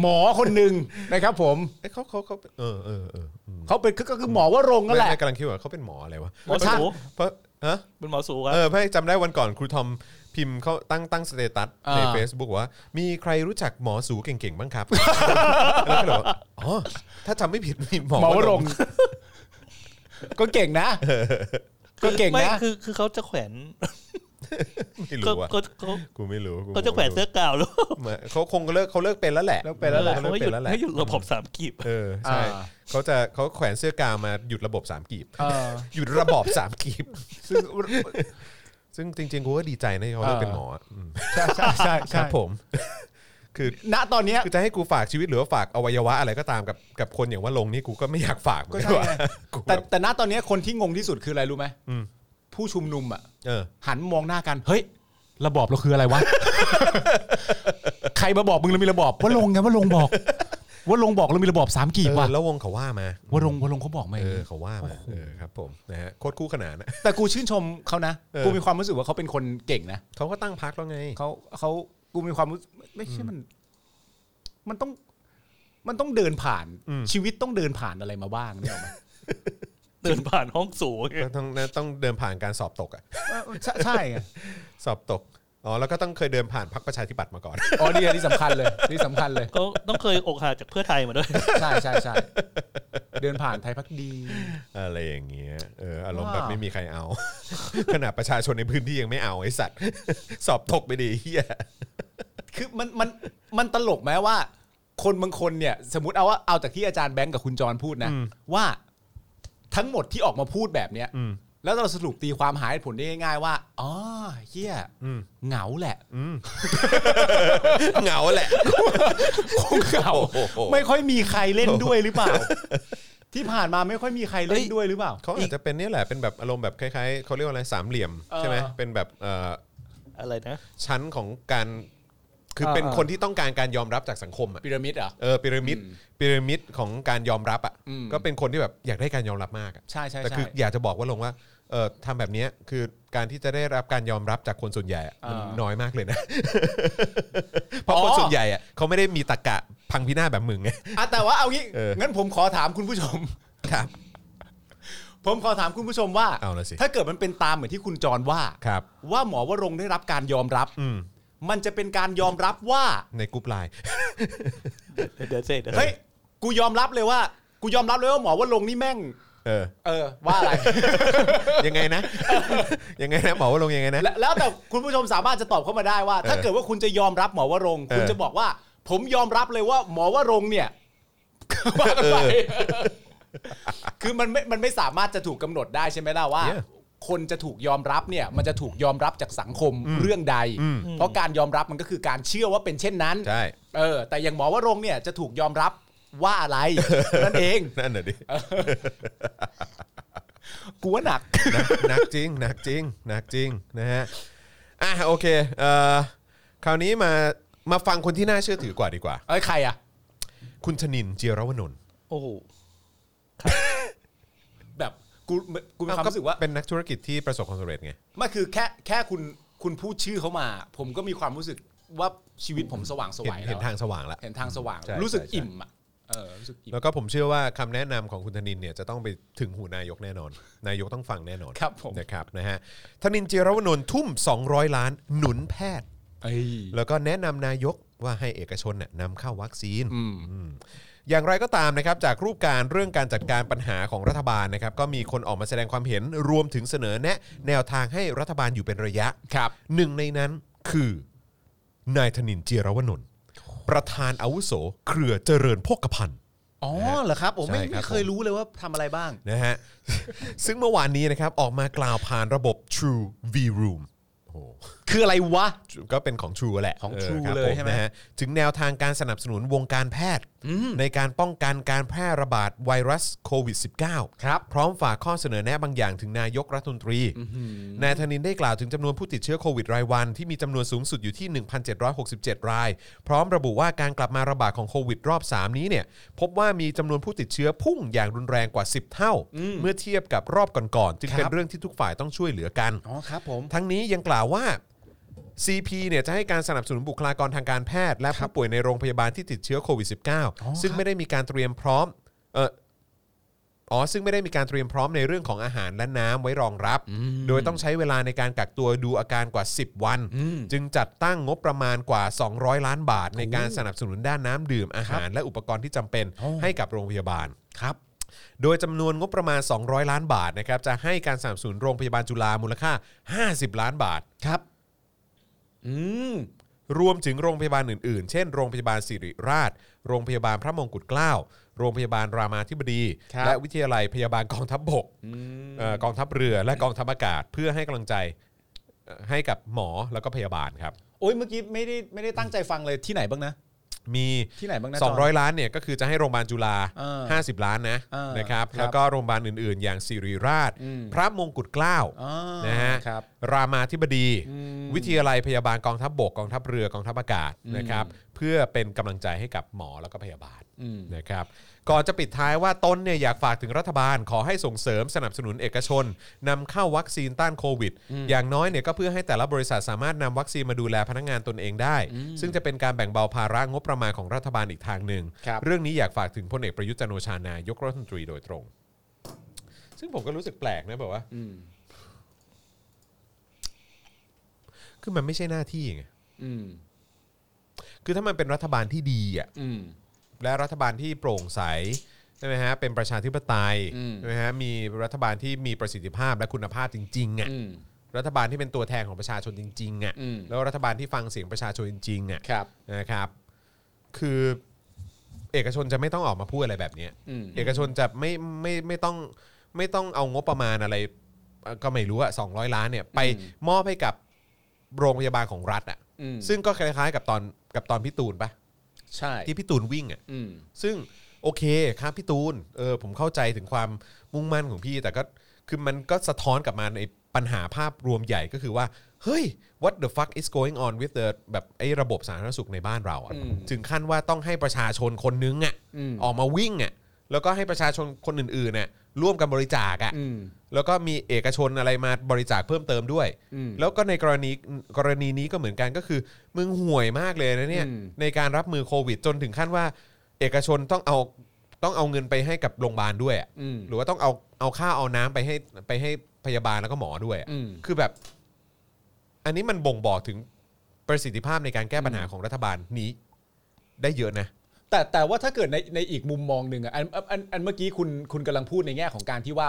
หมอคนหนึ่งนะครับ ผม
เอ้ยเขาเขาเขาเออเออเอออืม
เขาเป็นก็คือหมอวรงค์นั่นแหละ
ไม่ไม่กำลังคิดว่าเขาเป็นหมออะไรวะ
หมอสู
เพราะฮะ
เป็นหมอสูครับ
เออไม่จำได้วันก่อนครูทอมพิมพ์เขาตั้งตั้งสเตตัสใน
อ่า
Facebook ว่า มีใครรู้จักหมอสูเก่งๆ บ้างครับ แล้วก็เลยบอกว่าอ๋อ ถ้าจำไม่ผิดมีหมอ
หมอว
ว
รง
ง
ค์
ค์
ก็เก่งนะ ก็เก่ง
ไม่
นะ
คือคือเขาจะแขวน
ไม่
เขา
รู้อ่ะ
เขาเขา
กูไม่รู้
เขาจะแขวน เสื้อกาวหรือ
เขาคงเลิกเขาเลิกเป็นแล้วแหละ
เลิกเป็นแล้วแหละ
เขา
เขา
เลิก
ให้ห
เป็น
ยุด
แล้วแหละ
ให้หยุดระบบสามกีบ
เออใช่
อ่า
เขาจะเขาแขวนเสื้อกาวมาหยุดระบบสามกีบ
เออ
หยุดระบอบสามกีบ
ซึ่ง
ซึ่งจริงๆกูก็ดีใจนะที่เขาเลิกเป็นหมออ่ะอืม
ใช่ใช่ใช่
ค
ใช่
รับผม คือ
ณตอนเนี้ย
คือจะให้กูฝากชีวิตหรือว่าฝากอวัยวะอะไรก็ตามกับกับคนอย่างว่าลงนี่กูก็ไม่อยากฝากเหมือนกั
ก็ใช่
น
ไง
ว่ะกูแบ
แต่
บ
แต่ณตอนเนี้ยคนที่งงที่สุดคืออะไรรู้ไหม
อืม
ผู้ชุมนุมอ่ะ
เออ
หันมองหน้ากันเฮ้ย ระบอบเราคืออะไรวะ ใครมาบอกมึงเรามีระบอบว่าลงไงว่าลงบอก ว่าลงบอกเรามีระบอบสามกีบ
เอ
ว่ะ
อแล้ววงเขาว่ามา
ว่าลงว่าลงเขาบอกมาอ
เอย่าง อ
นี้
เขาว่ามาเออครับผมนะฮะโคตรคู่ขนานนะ
แต่กูชื่นชมเขานะ
เออ
กูมีความรู้สึกว่าเขาเป็นคนเก่งนะ
เขาก็ตั้งพักแล้วไง
เขาเขากูมีความรู้สึกไม่ไม่ใช่มัน มันต้อง มันต้องเดินผ่าน
อืม
ชีวิตต้องเดินผ่านอะไรมาบ้างเนี่ยหรอกไหม
เดินผ่านห้องสูง
ก็ต้องนะต้องเดินผ่านการสอบตกอ่ะ
เออใช่ใช่ไง
สอบตกอ๋อแล้วก็ต้องเคยเดินผ่านพักประชาธิปัตย์มาก่อน
อ๋อนี่ที่สำคัญเลยนี่สำคัญเลย
ก็ต้องเคยอกหักจากเพื่อไทยมาด้วย
ใช่ใช่ใช่เดินผ่านไทยพักดี
อะไรอย่างเงี้ยเอออารมณ์
ว้า
แบบไม่มีใครเอา ขนาดประชาชนในพื้นที่ยังไม่เอาไอ้สัตว์ สอบตกไปดีเฮีย
คือมันมันมันตลกไหมว่า คนบางคนเนี่ย สมมติเอาว่าเอาจากที่อาจารย์แบงค์กับคุณจรพูดนะ ว่าทั้งหมดที่ออกมาพูดแบบเนี้ย
อืม
แล้วเราสรุปตีความหายผลได้ง่ายๆว่าอ๋อเฮีย
อืม
เหงาแหละ
อืม เหงาแหละ
คงเหงา
โอ้โหโอ้โห
ไม่ค่อยมีใครเล่นด้วยหรือเปล่า ที่ผ่านมาไม่ค่อยมีใครเล่นด้วยหรือเปล่า
เขาอาจจะเป็นเนี่ยแหละเป็นแบบอารมณ์แบบคล้ายๆเขาเรียกว่าอะไรสามเหลี่ยม
เออ
ใช่ไหมเป็นแบบเอ่อ
อะไรนะ
ชั้นของการคือ
เออ
เป็น
เออ
คนที่ต้องการการยอมรับจากสังคมอ่ะ
พีระมิดเหรอ่ะ
เออพีระมิด
อืม
พีระมิดของการยอมรับอ่ะ
อืม
ก็เป็นคนที่แบบอยากได้การยอมรับมากอะ
ใช่ใช่
แต่
ใช่
คืออยากจะบอกว่าลงว่าเออทำแบบเนี้ยคือการที่จะได้รับการยอมรับจากคนส่วนใหญ่อะ
เออ
มันน้อยมากเลยนะ เพราะคน
อ๋อ
ส่วนใหญ่อะเขาไม่ได้มีตรกกะพังพินาศแบบมึง ไง
อ่ะแต่ว่าเอางี้
เออ
งั้นผมขอถามคุณผู้ชม
ครับ
ผมขอถามคุณผู้ชมว่า
เอาละสิ
ถ้าเกิดมันเป็นตามเหมือนที่คุณจรว่า
ครับ
ว่าหมอวรงค์ได้รับการยอมรับ
อืม
มันจะเป็นการยอมรับว่า
ในกรุ๊ปไลน์
เดี๋ยวเสร็จเดี๋ยว
เฮ้ย กูยอมรับเลยว่า กูยอมรับเลยว่าหมอวรงค์นี่แม่ง
เออ
เออ ว่าอะไร
ยังไงนะ ยังไงนะหมอว่าลงค์ยังไงนะ
และแล้วแต่คุณผู้ชมสามารถจะตอบเข้ามาได้ว่า
เออ
ถ้าเกิดว่าคุณจะยอมรับหมอวรงค์
เออ
คุณจะบอกว่า ผมยอมรับเลยว่า หมอวรงค์เนี่ย ว่ากันไปคือมันไม่ มันไม่สามารถจะถูกกำหนดได้ใช่ไหมล่ะว่า
Yeah
คนจะถูกยอมรับเนี่ยมันจะถูกยอมรับจากสังคม
อืม
เรื่องใด
อืม
เพราะการยอมรับมันก็คือการเชื่อว่าเป็นเช่นนั้น
ใช่
เออแต่อย่างหมอวรงค์เนี่ยจะถูกยอมรับว่าอะไร นั่นเอง
นั่นน่ะดิ
กูว่าหนัก
หนักหนักจริงหนักจริงหนักจริงนะฮะอ่ะโอเคเอ่อคราวนี้มามาฟังคนที่น่าเชื่อถือกว่าดีกว่า
เอ้ยใครอ่ะ
คุณธนินเจียรวนนท์
โอ้โห
แบบกูกูมีความรู้สึกว่า
เป็นนักธุรกิจที่ประสบความสำเร็จไง
มันคือแค่แค่คุณคุณพูดชื่อเขามา ผมก็มีความรู้สึกว่าชีวิตผมสว่างส
เห็น
วัย
เห็น
แล้ว
ทางสว่างแล้ว
เห็นทางสว่าง
ใช่
รู้สึก
ใช่ใช่
อิ่มอ่ะเออรู้สึกอิ่ม
แล้วก็ผมเชื่อว่าคำแนะนำของคุณธนินเนี่ยจะต้องไปถึงหูนายกแน่ นอน นายกต้องฟังแน่นอน
ครับผม
นะครับนะฮะธนินเจียรวนนท์ทุ่ม 200 ล้านหนุนแพทย์
เอ้ย
แล้วก็แนะนำนายกว่าให้เอกชนเนี่ยนำเข้าวัคซีน
อืม
อย่างไรก็ตามนะครับจากรูปการเรื่องการจัดการปัญหาของรัฐบาลนะครับก็มีคนออกมาแสดงความเห็นรวมถึงเสนอแนะแนวทางให้รัฐบาลอยู่เป็นระยะ
ครับ
หนึ่งในนั้นคือนายธนินเจียรวนนท์ประธานอาวุโส เครือเจริญพกพันธ์
อ๋อเหรอครับผมไม่
ใช่ครับ
ไม่เคยรู้เลยว่าทำอะไรบ้าง
นะฮะ ซึ่งเมื่อวานนี้นะครับออกมากล่าวผ่านระบบ True V Room โอ้โห
คืออะไรวะ
ก็เป็นของ True แหละ
ของ
เ
True
ครับ
เลย
ผ
ใช่ไหม
นะฮะถึงแนวทางการสนับสนุนวงการแพทย์ ในการป้องกันการแพร่ระบาดไวรัสโควิด -19 ครับพร้อมฝากข้อเสนอแนะบางอย่างถึงนายกรัฐมนตรี นายธนินได้กล่าวถึงจำนวนผู้ติดเชื้อโควิดรายวัน ที่มีจำนวนสูงสุดอยู่ที่ 1,767 ราย พร้อมระบุว่าการกลับมาระบาดของโควิดรอบ 3 นี้เนี่ยพบว่ามีจำนวนผู้ติดเชื้อพุ่งอย่างรุนแรงกว่า 10 เท่า เมื่อเทียบกับรอบก่อนๆจึงเป็น
ครับ
เรื่องที่ทุกฝ่ายต้องช่วยเหลือกัน
อ๋อครับผม
ทั้งนี้ยังกล่าวว่า CP เนี่ยจะให้การสนับสนุนบุคลากรทางการแพทย์ และผู้ป่วยในโรงพยาบาลที่ติดเชื้อโควิด
อ๋อ
-19 ซึ่งไม่ได้มีการเตรียมพร้อมเอออ๋อซึ่งไม่ได้มีการเตรียมพร้อมในเรื่องของอาหารและน้ำไว้รองรับ โดยต้องใช้เวลาในการกักตัวดูอาการกว่า 10 วัน จึงจัดตั้งงบประมาณกว่า 200 ล้านบาท ในการสนับสนุนด้านน้ำดื่มอาหาร และอุปกรณ์ที่จำเป็นให้กับโรงพยาบาล
ครับ
โดยจำนวนงบประมาณ 200 ล้านบาทนะครับจะให้การสนับสนุนโรงพยาบาลจุฬามูลค่า 50 ล้านบาท
ครับ อืม
รวมถึงโรงพยาบาลอื่นๆ เช่น โรงพยาบาลสิริราช โรงพยาบาลพระมงกุฎเกล้า โรงพยาบาลรามาธิบดี
ครับ
และวิทยาลัยพยาบาลกองทัพบกเอ่อกองทัพเรือและกองทัพอากาศ เพื่อให้กำลังใจเอ่อให้กับหมอแล้วก็พยาบาลครับ
โอ้ยเมื่อกี้ไม่ได้ไม่ได้ตั้งใจฟังเลยที่ไหนบ้างนะ
มี
ที่ไหนบ้างนะจ
200 ล้านเนี่ยก็คือจะให้โรงพยาบาลจุฬา
เออ
50 ล้านนะ
เออ
นะครับ
ครับ
แล้วก็โรงพยาบาลอื่นๆ อย่างสิริราช
อืม
พระมงกุฎเกล้า
อ๋อ
นะฮะ
ครับ
รามาธิบดี
อืม
วิทยาลัยพยาบาลกองทัพบบกกองทัพเรือกองทัพอากาศนะครับ เพื่อเป็นกำลังใจให้กับหมอแล้วก็พยาบาล
อืม
นะครับ ก่อนจะปิดท้ายว่าตนเนี่ยอยากฝากถึงรัฐบาล ขอให้ส่งเสริมสนับสนุนเอกชนนำเข้าวัคซีนต้านโควิด อย่างน้อยเนี่ยก็เพื่อให้แต่ละบริษัทสามารถนำวัคซีนมาดูแลพนักงานตนเองได้ ซึ่งจะเป็นการแบ่งเบาภาระงบประมาณของรัฐบาลอีกทางหนึ่ง
ครับ
เรื่องนี้อยากฝากถึงพลเอกประยุทธ์จันทร์โอชานายกรัฐมนตรีโดยตรง ซึ่งผมก็รู้สึกแปลกนะแบบว่า
อืม
คือมันไม่ใช่หน้าที่ไง
อืม
คือถ้ามันเป็นรัฐบาลที่ดีอ่ะ
อืม
และรัฐบาลที่โปร่งใสใช่ไหมฮะ เป็นประชาธิปไตย
อืม
ใช่ไหมฮะ มีรัฐบาลที่มีประสิทธิภาพและคุณภาพจริงๆอ่ะ
อืม
รัฐบาลที่เป็นตัวแทนของประชาชนจริงๆอ่ะ
อืม
แล้วรัฐบาลที่ฟังเสียงประชาชนจริงๆอ่ะ
ครับ
นะครับ คือเอกชนจะไม่ต้องออกมาพูดอะไรแบบเนี้ย
อืม
เอกชนจะไม่ไม่ไม่ต้องไม่ต้องเอางบประมาณอะไรเอ่อก็ไม่รู้อะสองร้อยล้านเนี่ยไปมอบให้กับโรงพยาบาลของรัฐอะ
อืม
ซึ่งก็คล้ายๆกับตอนกับตอนพี่ตูนปะ
ใช่
ที่พี่ตูนวิ่งอ่ะ
อืม
ซึ่งโอเคครับพี่ตูนเออผมเข้าใจถึงความมุ่งมั่นของพี่ แต่ก็คือมันก็สะท้อนกลับมาในปัญหาภาพรวมใหญ่ก็คือว่าเฮ้ย what the fuck is going on with the แบบไอ้ระบบสาธารณสุขในบ้านเราอะ
อืม
ถึงขั้นว่าต้องให้ประชาชนคนนึงอ่ะ
อืม
ออกมาวิ่งอ่ะแล้วก็ให้ประชาชนคนอื่นๆน่ะร่วมกันบริจาคอ่ะ
อืม
แล้วก็มีเอกชนอะไรมาบริจาคเพิ่มเติมด้วย
อืม
แล้วก็ในกรณีกรณีนี้ก็เหมือนกันก็คือ มึงห่วยมากเลยนะเนี่ย
อืม
ในการรับมือโควิด จนถึงขั้นว่า เอกชนต้องเอาต้องเอาเงินไปให้กับโรงพยาบาลด้วยอะ
อืม
หรือว่าต้องเอาเอาค่าเอาน้ำไปให้ไปให้พยาบาลแล้วก็หมอด้วยอะ
อืม
คือแบบ อันนี้มันบ่งบอกถึงประสิทธิภาพในการแก้ปัญหาของรัฐบาลนี้ ได้เยอะนะ
แต่แต่ว่าถ้าเกิดในในอีกมุมมองหนึ่งอ่ะอันอันอันอันเมื่อกี้คุณคุณกำลังพูดในแง่ของการที่ว่า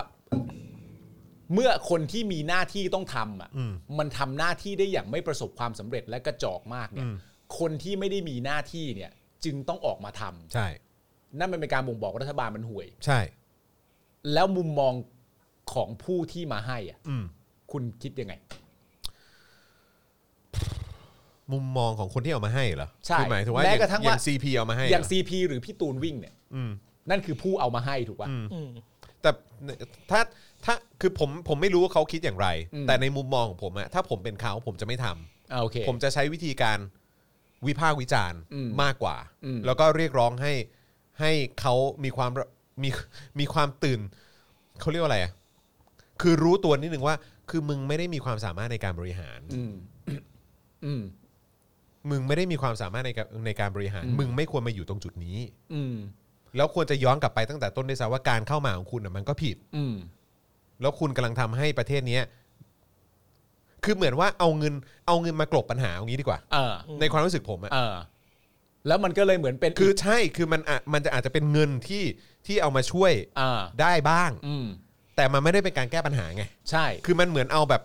เมื่อคนที่มีหน้าที่ต้องทำอ่ะ
อืม
มันทำหน้าที่ได้อย่างไม่ประสบความสำเร็จและกระจอกมากเนี่
อื
ย
ม
คนที่ไม่ได้มีหน้าที่เนี่ย จึงต้องออกมาทำ
ใช่
นั่นมันเป็นการบ่งบอกว่ารัฐบาลมันห่วย
ใช่
แล้วมุมมองของผู้ที่มาให้อ่ะ
อืม
คุณคิดยังไง
มุมมองของคนที่เอามาให้เหรอ
ใช่
คือหมายถึงว่าอ
แม้
ย่าง
กระทั่งว่า
อย่าง CP เอามาให้
อย่าง
เหร
ซีพีหรือพี่ตูนวิ่งเนี่ย
อืม
นั่นคือผู้เอามาให้ถูกป่ะ
อืม
อืม
แต่ถ้าถ้าคือผมผมไม่รู้ว่าเขาคิดอย่างไร
อืม
แต่ในมุมมองของผมอะถ้าผมเป็นเขาผมจะไม่ทำ
อ่าโอเค
ผมจะใช้วิธีการวิพากษ์วิจารณ์
อืม
มากกว่า
อืม
แล้วก็เรียกร้องให้ให้เขามีความมีมีความตื่นเขาเรียกว่าอะไรอะคือรู้ตัวนิดนึงว่า คือมึงไม่ได้มีความสามารถในการบริหาร
อืมอืม
มึงไม่ได้มีความสามารถในการในการบริหาร
อืม
มึงไม่ควรมาอยู่ตรงจุดนี้
อืม
แล้วควรจะย้อนกลับไปตั้งแต่ต้นด้วยซ้ำว่าการเข้ามาของคุณน่ะมันก็ผิด
อืม
แล้วคุณกำลังทำให้ประเทศเนี้ยคือเหมือนว่าเอาเงินเอาเงินมากลบปัญหาอย่างนี้ดีกว่า
เออ
ม
ในความรู้สึกผมอะ
เออแล้วมันก็เลยเหมือนเป็น
คือใช่คือมันอะมันจะอาจจะเป็นเงินที่ที่เอามาช่วย
อ่า
ได้บ้าง
อืม
แต่มันไม่ได้เป็นการแก้ปัญหาไง
ใช่
คือมันเหมือนเอาแบบ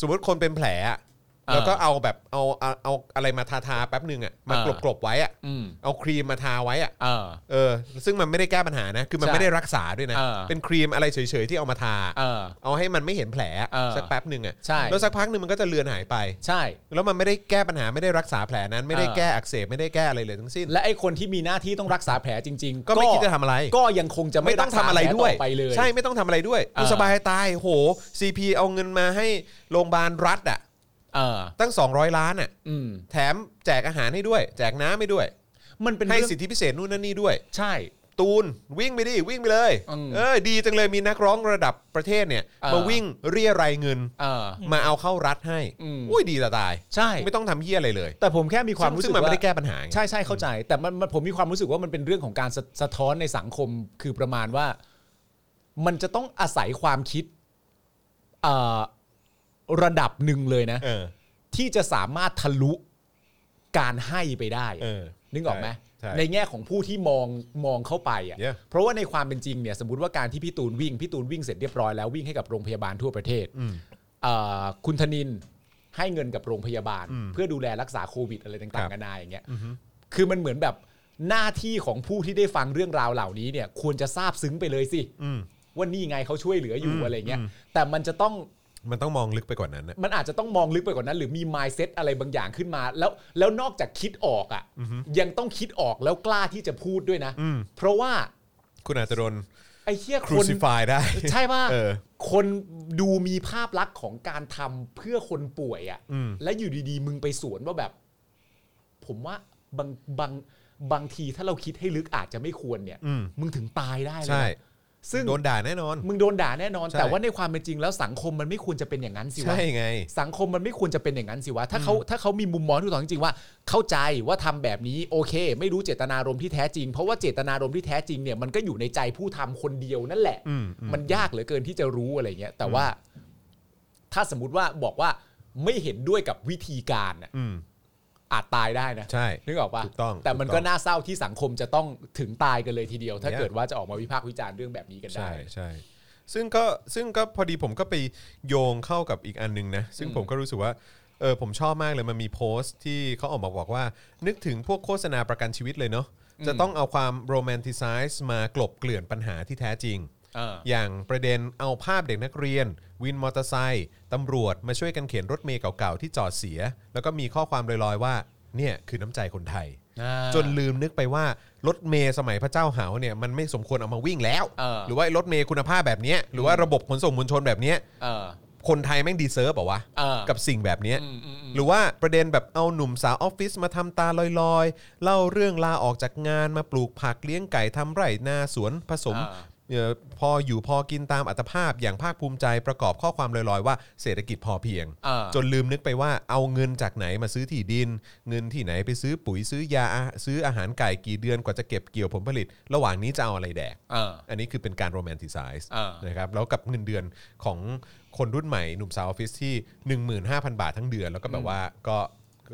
สมมติคนเป็นแผลอะ
เออ
แล้วก็เอาแบบเอาเอาเอาอะไรมาทาทาๆแป๊บหนึ่งอะมา
เอก
ล
อ
บกลบๆไว้อะ
อืม
เอาครีมมาทาไว้อะ
เออ
เออซึ่งมันไม่ได้แก้ปัญหานะ คือมัน
ใช่
ไม่ได้รักษาด้วยนะ
เออ
เป็นครีมอะไรเฉยๆที่เอามาทา
เออ
เอาให้มันไม่เห็นแผล
เออ
สักแป๊บหนึ่งอ่ะ
ใช่
แล้วสักพักหนึ่งมันก็จะเลือนหายไป
ใช่
แล้วมันไม่ได้แก้ปัญหาไม่ได้รักษาแผลนั้นไม่ได้
เออ
แก้อักเสบไม่ได้แก้อะไรเลยทั้งสิ้น
และไอ้คนที่มีหน้าที่ต้องรักษาแผลจริง ๆ
ก็ไม่คิดจะทำอะไร
ก็ยังคงจะไม่
ไม่ต้
รั
อก ง
ษา
ทำอะไรด้วย
แผลต่ไปเลย
ใช่ไม่ต้องทำอะไรด้วย
เออ
กูสบายตายโหซีพีเอาเงินมาให้โรงพยาบาลรัฐอ่ะ
เออ
ตั้ง 200 ล้านอ่ะ
อืม
แถมแจกอาหารให้ด้วย แจกน้ำให้ด้วย
มันเป็น
ให้
เรื่อง
สิทธิพิเศษนู่นนั่นนี่ด้วย
ใช่
ตูนวิ่งไปดิวิ่งไปเลย
อืม
เออดีจังเลยมีนักร้องระดับประเทศเนี่ย
เออ
มาวิ่งเรียรายเงิน
เออ
มาเอาเข้ารัฐให้
อืม
อุ้ยดีจะตาย
ใช่
ไม่ต้องทำเฮี้ยอะไรเลย
แต่ผมแค่มีความรู้
ซึ่
สึ
ง
ก
มัน
ว่า
ไม่ได้แก้ปัญหาไง
ใช่ใช่เข้าใจ แต่มันมันผมมีความรู้สึกว่ามันเป็นเรื่องของการสะสะท้อนในสังคมคือประมาณว่า มันจะต้องอาศัยความคิดเอ่อระดับหนึ่งเลยนะ
เออ
ที่จะสามารถทะลุการให้ไปได้อะ
เออ
นึกออกไหม
ใช่
ในแง่ของผู้ที่มองมองเข้าไปอ่ะ
Yeah
เพราะว่าในความเป็นจริงเนี่ยสมมติว่าการที่พี่ตูนวิ่งพี่ตูนวิ่งเสร็จเรียบร้อยแล้ววิ่งให้กับโรงพยาบาลทั่วประเทศ
อืม
เอ่อคุณธนินให้เงินกับโรงพยาบาล
อืม
เพื่อดูแลรักษาโควิดอะไร
ครั
ต่าง
บ
ๆกันานาอย่างเงี้ย
อือฮึ
คือมันเหมือนแบบหน้าที่ของผู้ที่ได้ฟังเรื่องราวเหล่านี้เนี่ยควรจะซาบซึ้งไปเลยสิ
อืม
ว่านี่ไงเขาช่วยเหลืออยู่
อืม
อะไรเงี้ย
อืม
แต่มันจะต้อง
มันต้องมองลึกไปกว่านั้นนะ
มันอาจจะต้องมองลึกไปกว่านั้น หรือมี mindset อะไรบางอย่างขึ้นมา แล้วแล้วนอกจากคิดออกอ่ะยังต้องคิดออกแล้วกล้าที่จะพูดด้วยนะ
อืม
เพราะว่า
คุณอาจจะโดน
ไอ้เชี่ย
ค
ค
รู
น
ซิฟายได้
ใช่ป่ะ
เออ
คนดูมีภาพลักษณ์ของการทำเพื่อคนป่วยอะ่ะ
อืม
และอยู่ดีๆ มึงไปสวนว่าแบบ ผมว่าบางบางบางทีถ้าเราคิดให้ลึกอาจจะไม่ควรเนี่ย
อืม
มึงถึงตายได้เลย
ใช่
นะซึ่ง
โดนด่าแน่นอน
มึงโดนด่าแน่นอน
ใช่
แต่ว่าในความเป็นจริงแล้วสังคมมันไม่ควรจะเป็นอย่างนั้นสิวะ
ใช่ไง
สังคมมันไม่ควรจะเป็นอย่างนั้นสิวะ ถ้าเขาถ้าเขามีมุมมองที่ถูกต้องจริงๆว่า เข้าใจว่าทำแบบนี้โอเค ไม่รู้เจตนารมณ์ที่แท้จริง เพราะว่าเจตนารมณ์ที่แท้จริงเนี่ยมันก็อยู่ในใจผู้ทำคนเดียวนั่นแหละ
อืมอืม
มันยากเหลือเกินที่จะรู้อะไรเงี้ยแต่ว่าถ้าสมมติว่าบอกว่าไม่เห็นด้วยกับวิธีการน่ะ
อืม
อาจตายได้นะ
ใช่
นึกออกปะ
ถูกต้อง
แต่มัน
ถูกต้
ก็
อง
น่าเศร้าที่สังคมจะต้องถึงตายกันเลยทีเดียว ถ้า
เนี่ย
เกิดว่าจะออกมาวิพากษ์วิจารณ์เรื่องแบบนี้กันได้
ใช่ใช่ซึ่งก็ซึ่งก็พอดีผมก็ไปโยงเข้ากับอีกอันหนึงนะ ซึ่ง
อืม
ผมก็รู้สึกว่าเออผมชอบมากเลยมันมีโพสต์ที่เขาออกมาบอกว่า นึกถึงพวกโฆษณาประกันชีวิตเลยเนาะจะต้องเอาความโรแมนติไซส์มากลบเกลื่อนปัญหาที่แท้จริง
เออ
อย่างประเด็นเอาภาพเด็กนักเรียน วินมอเตอร์ไซค์ตำรวจมาช่วยกันเข็นรถเมย์เก่าๆที่จอดเสีย แล้วก็มีข้อความลอยๆว่าเนี่ยคือน้ำใจคนไทย จนลืมนึกไปว่ารถเมย์สมัยพระเจ้าหาวเนี่ยมันไม่สมควรเอามาวิ่งแล้ว
เออ
หรือว่ารถเมย์คุณภาพแบบเนี้ยหรือว่าระบบขนส่งมวลชนแบบเนี้ย
เออ
คนไทยแม่งดีเซิร์ฟเปล่าวะ
เออ
กับสิ่งแบบเนี้ย
อืมอืมอืม
หรือว่าประเด็นแบบเอาหนุ่มสาวออฟฟิศมาทำตาลอยๆ เล่าเรื่องลาออกจากงานมาปลูกผักเลี้ยงไก่ทำไร่นาสวนผสม
อ่า
เอ่อพออยู่พอกินตามอัตภาพอย่างภาคภูมิใจประกอบข้อความลอยๆ ว่าเศรษฐกิจพอเพียง
เออ
จนลืมนึกไปว่าเอาเงินจากไหนมาซื้อที่ดิน เงินที่ไหนไปซื้อปุ๋ยซื้อยาอาซื้ออาหารไก่กี่เดือนกว่าจะเก็บเกี่ยวผลผลิต ระหว่างนี้จะเอาอะไรแดก
เออ
อันนี้คือเป็นการโรแมนติไซส์
อ่าน
นะครับแล้วกับเงินเดือนของคนรุ่นใหม่หนุ่มสาวออฟฟิศที่ 15,000 บาททั้งเดือน แล้วก็แบบว่าก็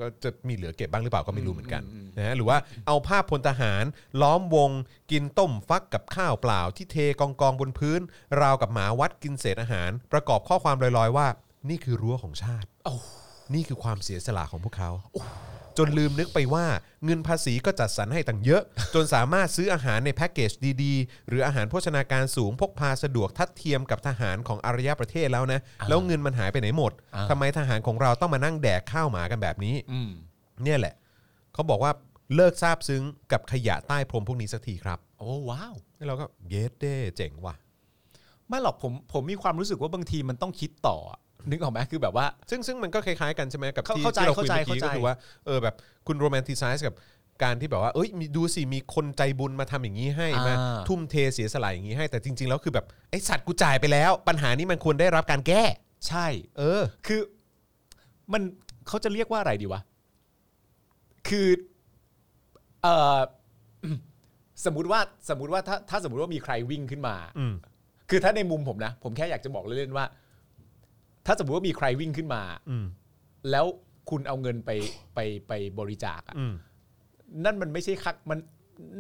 ก็จะมีเหลือเก็บบ้างหรือเปล่าก็ไม่รู้เหมือนกันนะฮะหรือว่าเอาภาพพลทหาร ล้อมวงกินต้มฟักกับข้าวเปล่าที่เทกองกองๆบนพื้น ราวกับหมาวัดกินเศษอาหาร ประกอบข้อความลอยๆว่า นี่คือรั้วของชาติ
โอ้
นี่คือความเสียสละของพวกเขา จนลืมนึกไปว่าเงินภาษีก็จัดสรรให้ต่างเยอะ จนสามารถซื้ออาหารในแพ็กเกจดีๆ หรืออาหารโภชนาการสูงพกพาสะดวกทัดเทียมกับทหารของอารยประเทศแล้วนะ แล้วเงินมันหายไปไหนหมด
อ่า
ทำไมทหารของเราต้องมานั่งแดกข้าวหมากันแบบนี้
อืม
เนี่ยแหละ เขาบอกว่าเลิกซาบซึ้งกับขยะใต้พรมพวกนี้สักทีครับ
โอ้ว้าว
แล้วเราก็เยสเด้เจ๋งว่ะ
ไม่หรอกผมผมมีความรู้สึกว่าบางทีมันต้องคิดต่ออะนึกออกไหมคือแบบว่า
ซึ่งซึ่งมันก็คล้ายๆกันใช่ไหมกับ
เข้า
ที่
เข้าใจ
ที่เราคุยเมื่อกี้
เข้าใจเข้าใจ
ก็คือว่าเออแบบคุณโรแมนติ c i ซ e กับการที่แบบว่า เอ้ยมีดูสิมีคนใจบุญมาทำอย่างนี้ให้มาทุ่มเทเสียสละอย่างนี้ให้แต่จริง ๆ แล้วคือแบบไอสัตว์กูจ่ายไปแล้ว ปัญหานี้มันควรได้รับการแก้
ใช่
เออ
คือมันเขาจะเรียกว่าอะไรดีวะ คือเออ สมมติว่าสมมติว่าถ้าถ้าสมมติว่ามีใครวิ่งขึ้นมา
อืม
คือถ้าในมุมผมนะ ผมแค่อยากจะบอกเล่นๆว่า ถ้าสมมติว่ามีใครวิ่งขึ้นมา
อืม
แล้วคุณเอาเงินไปไปไปบริจาคอะ
อืม
นั่นมันไม่ใช่ครั้งมัน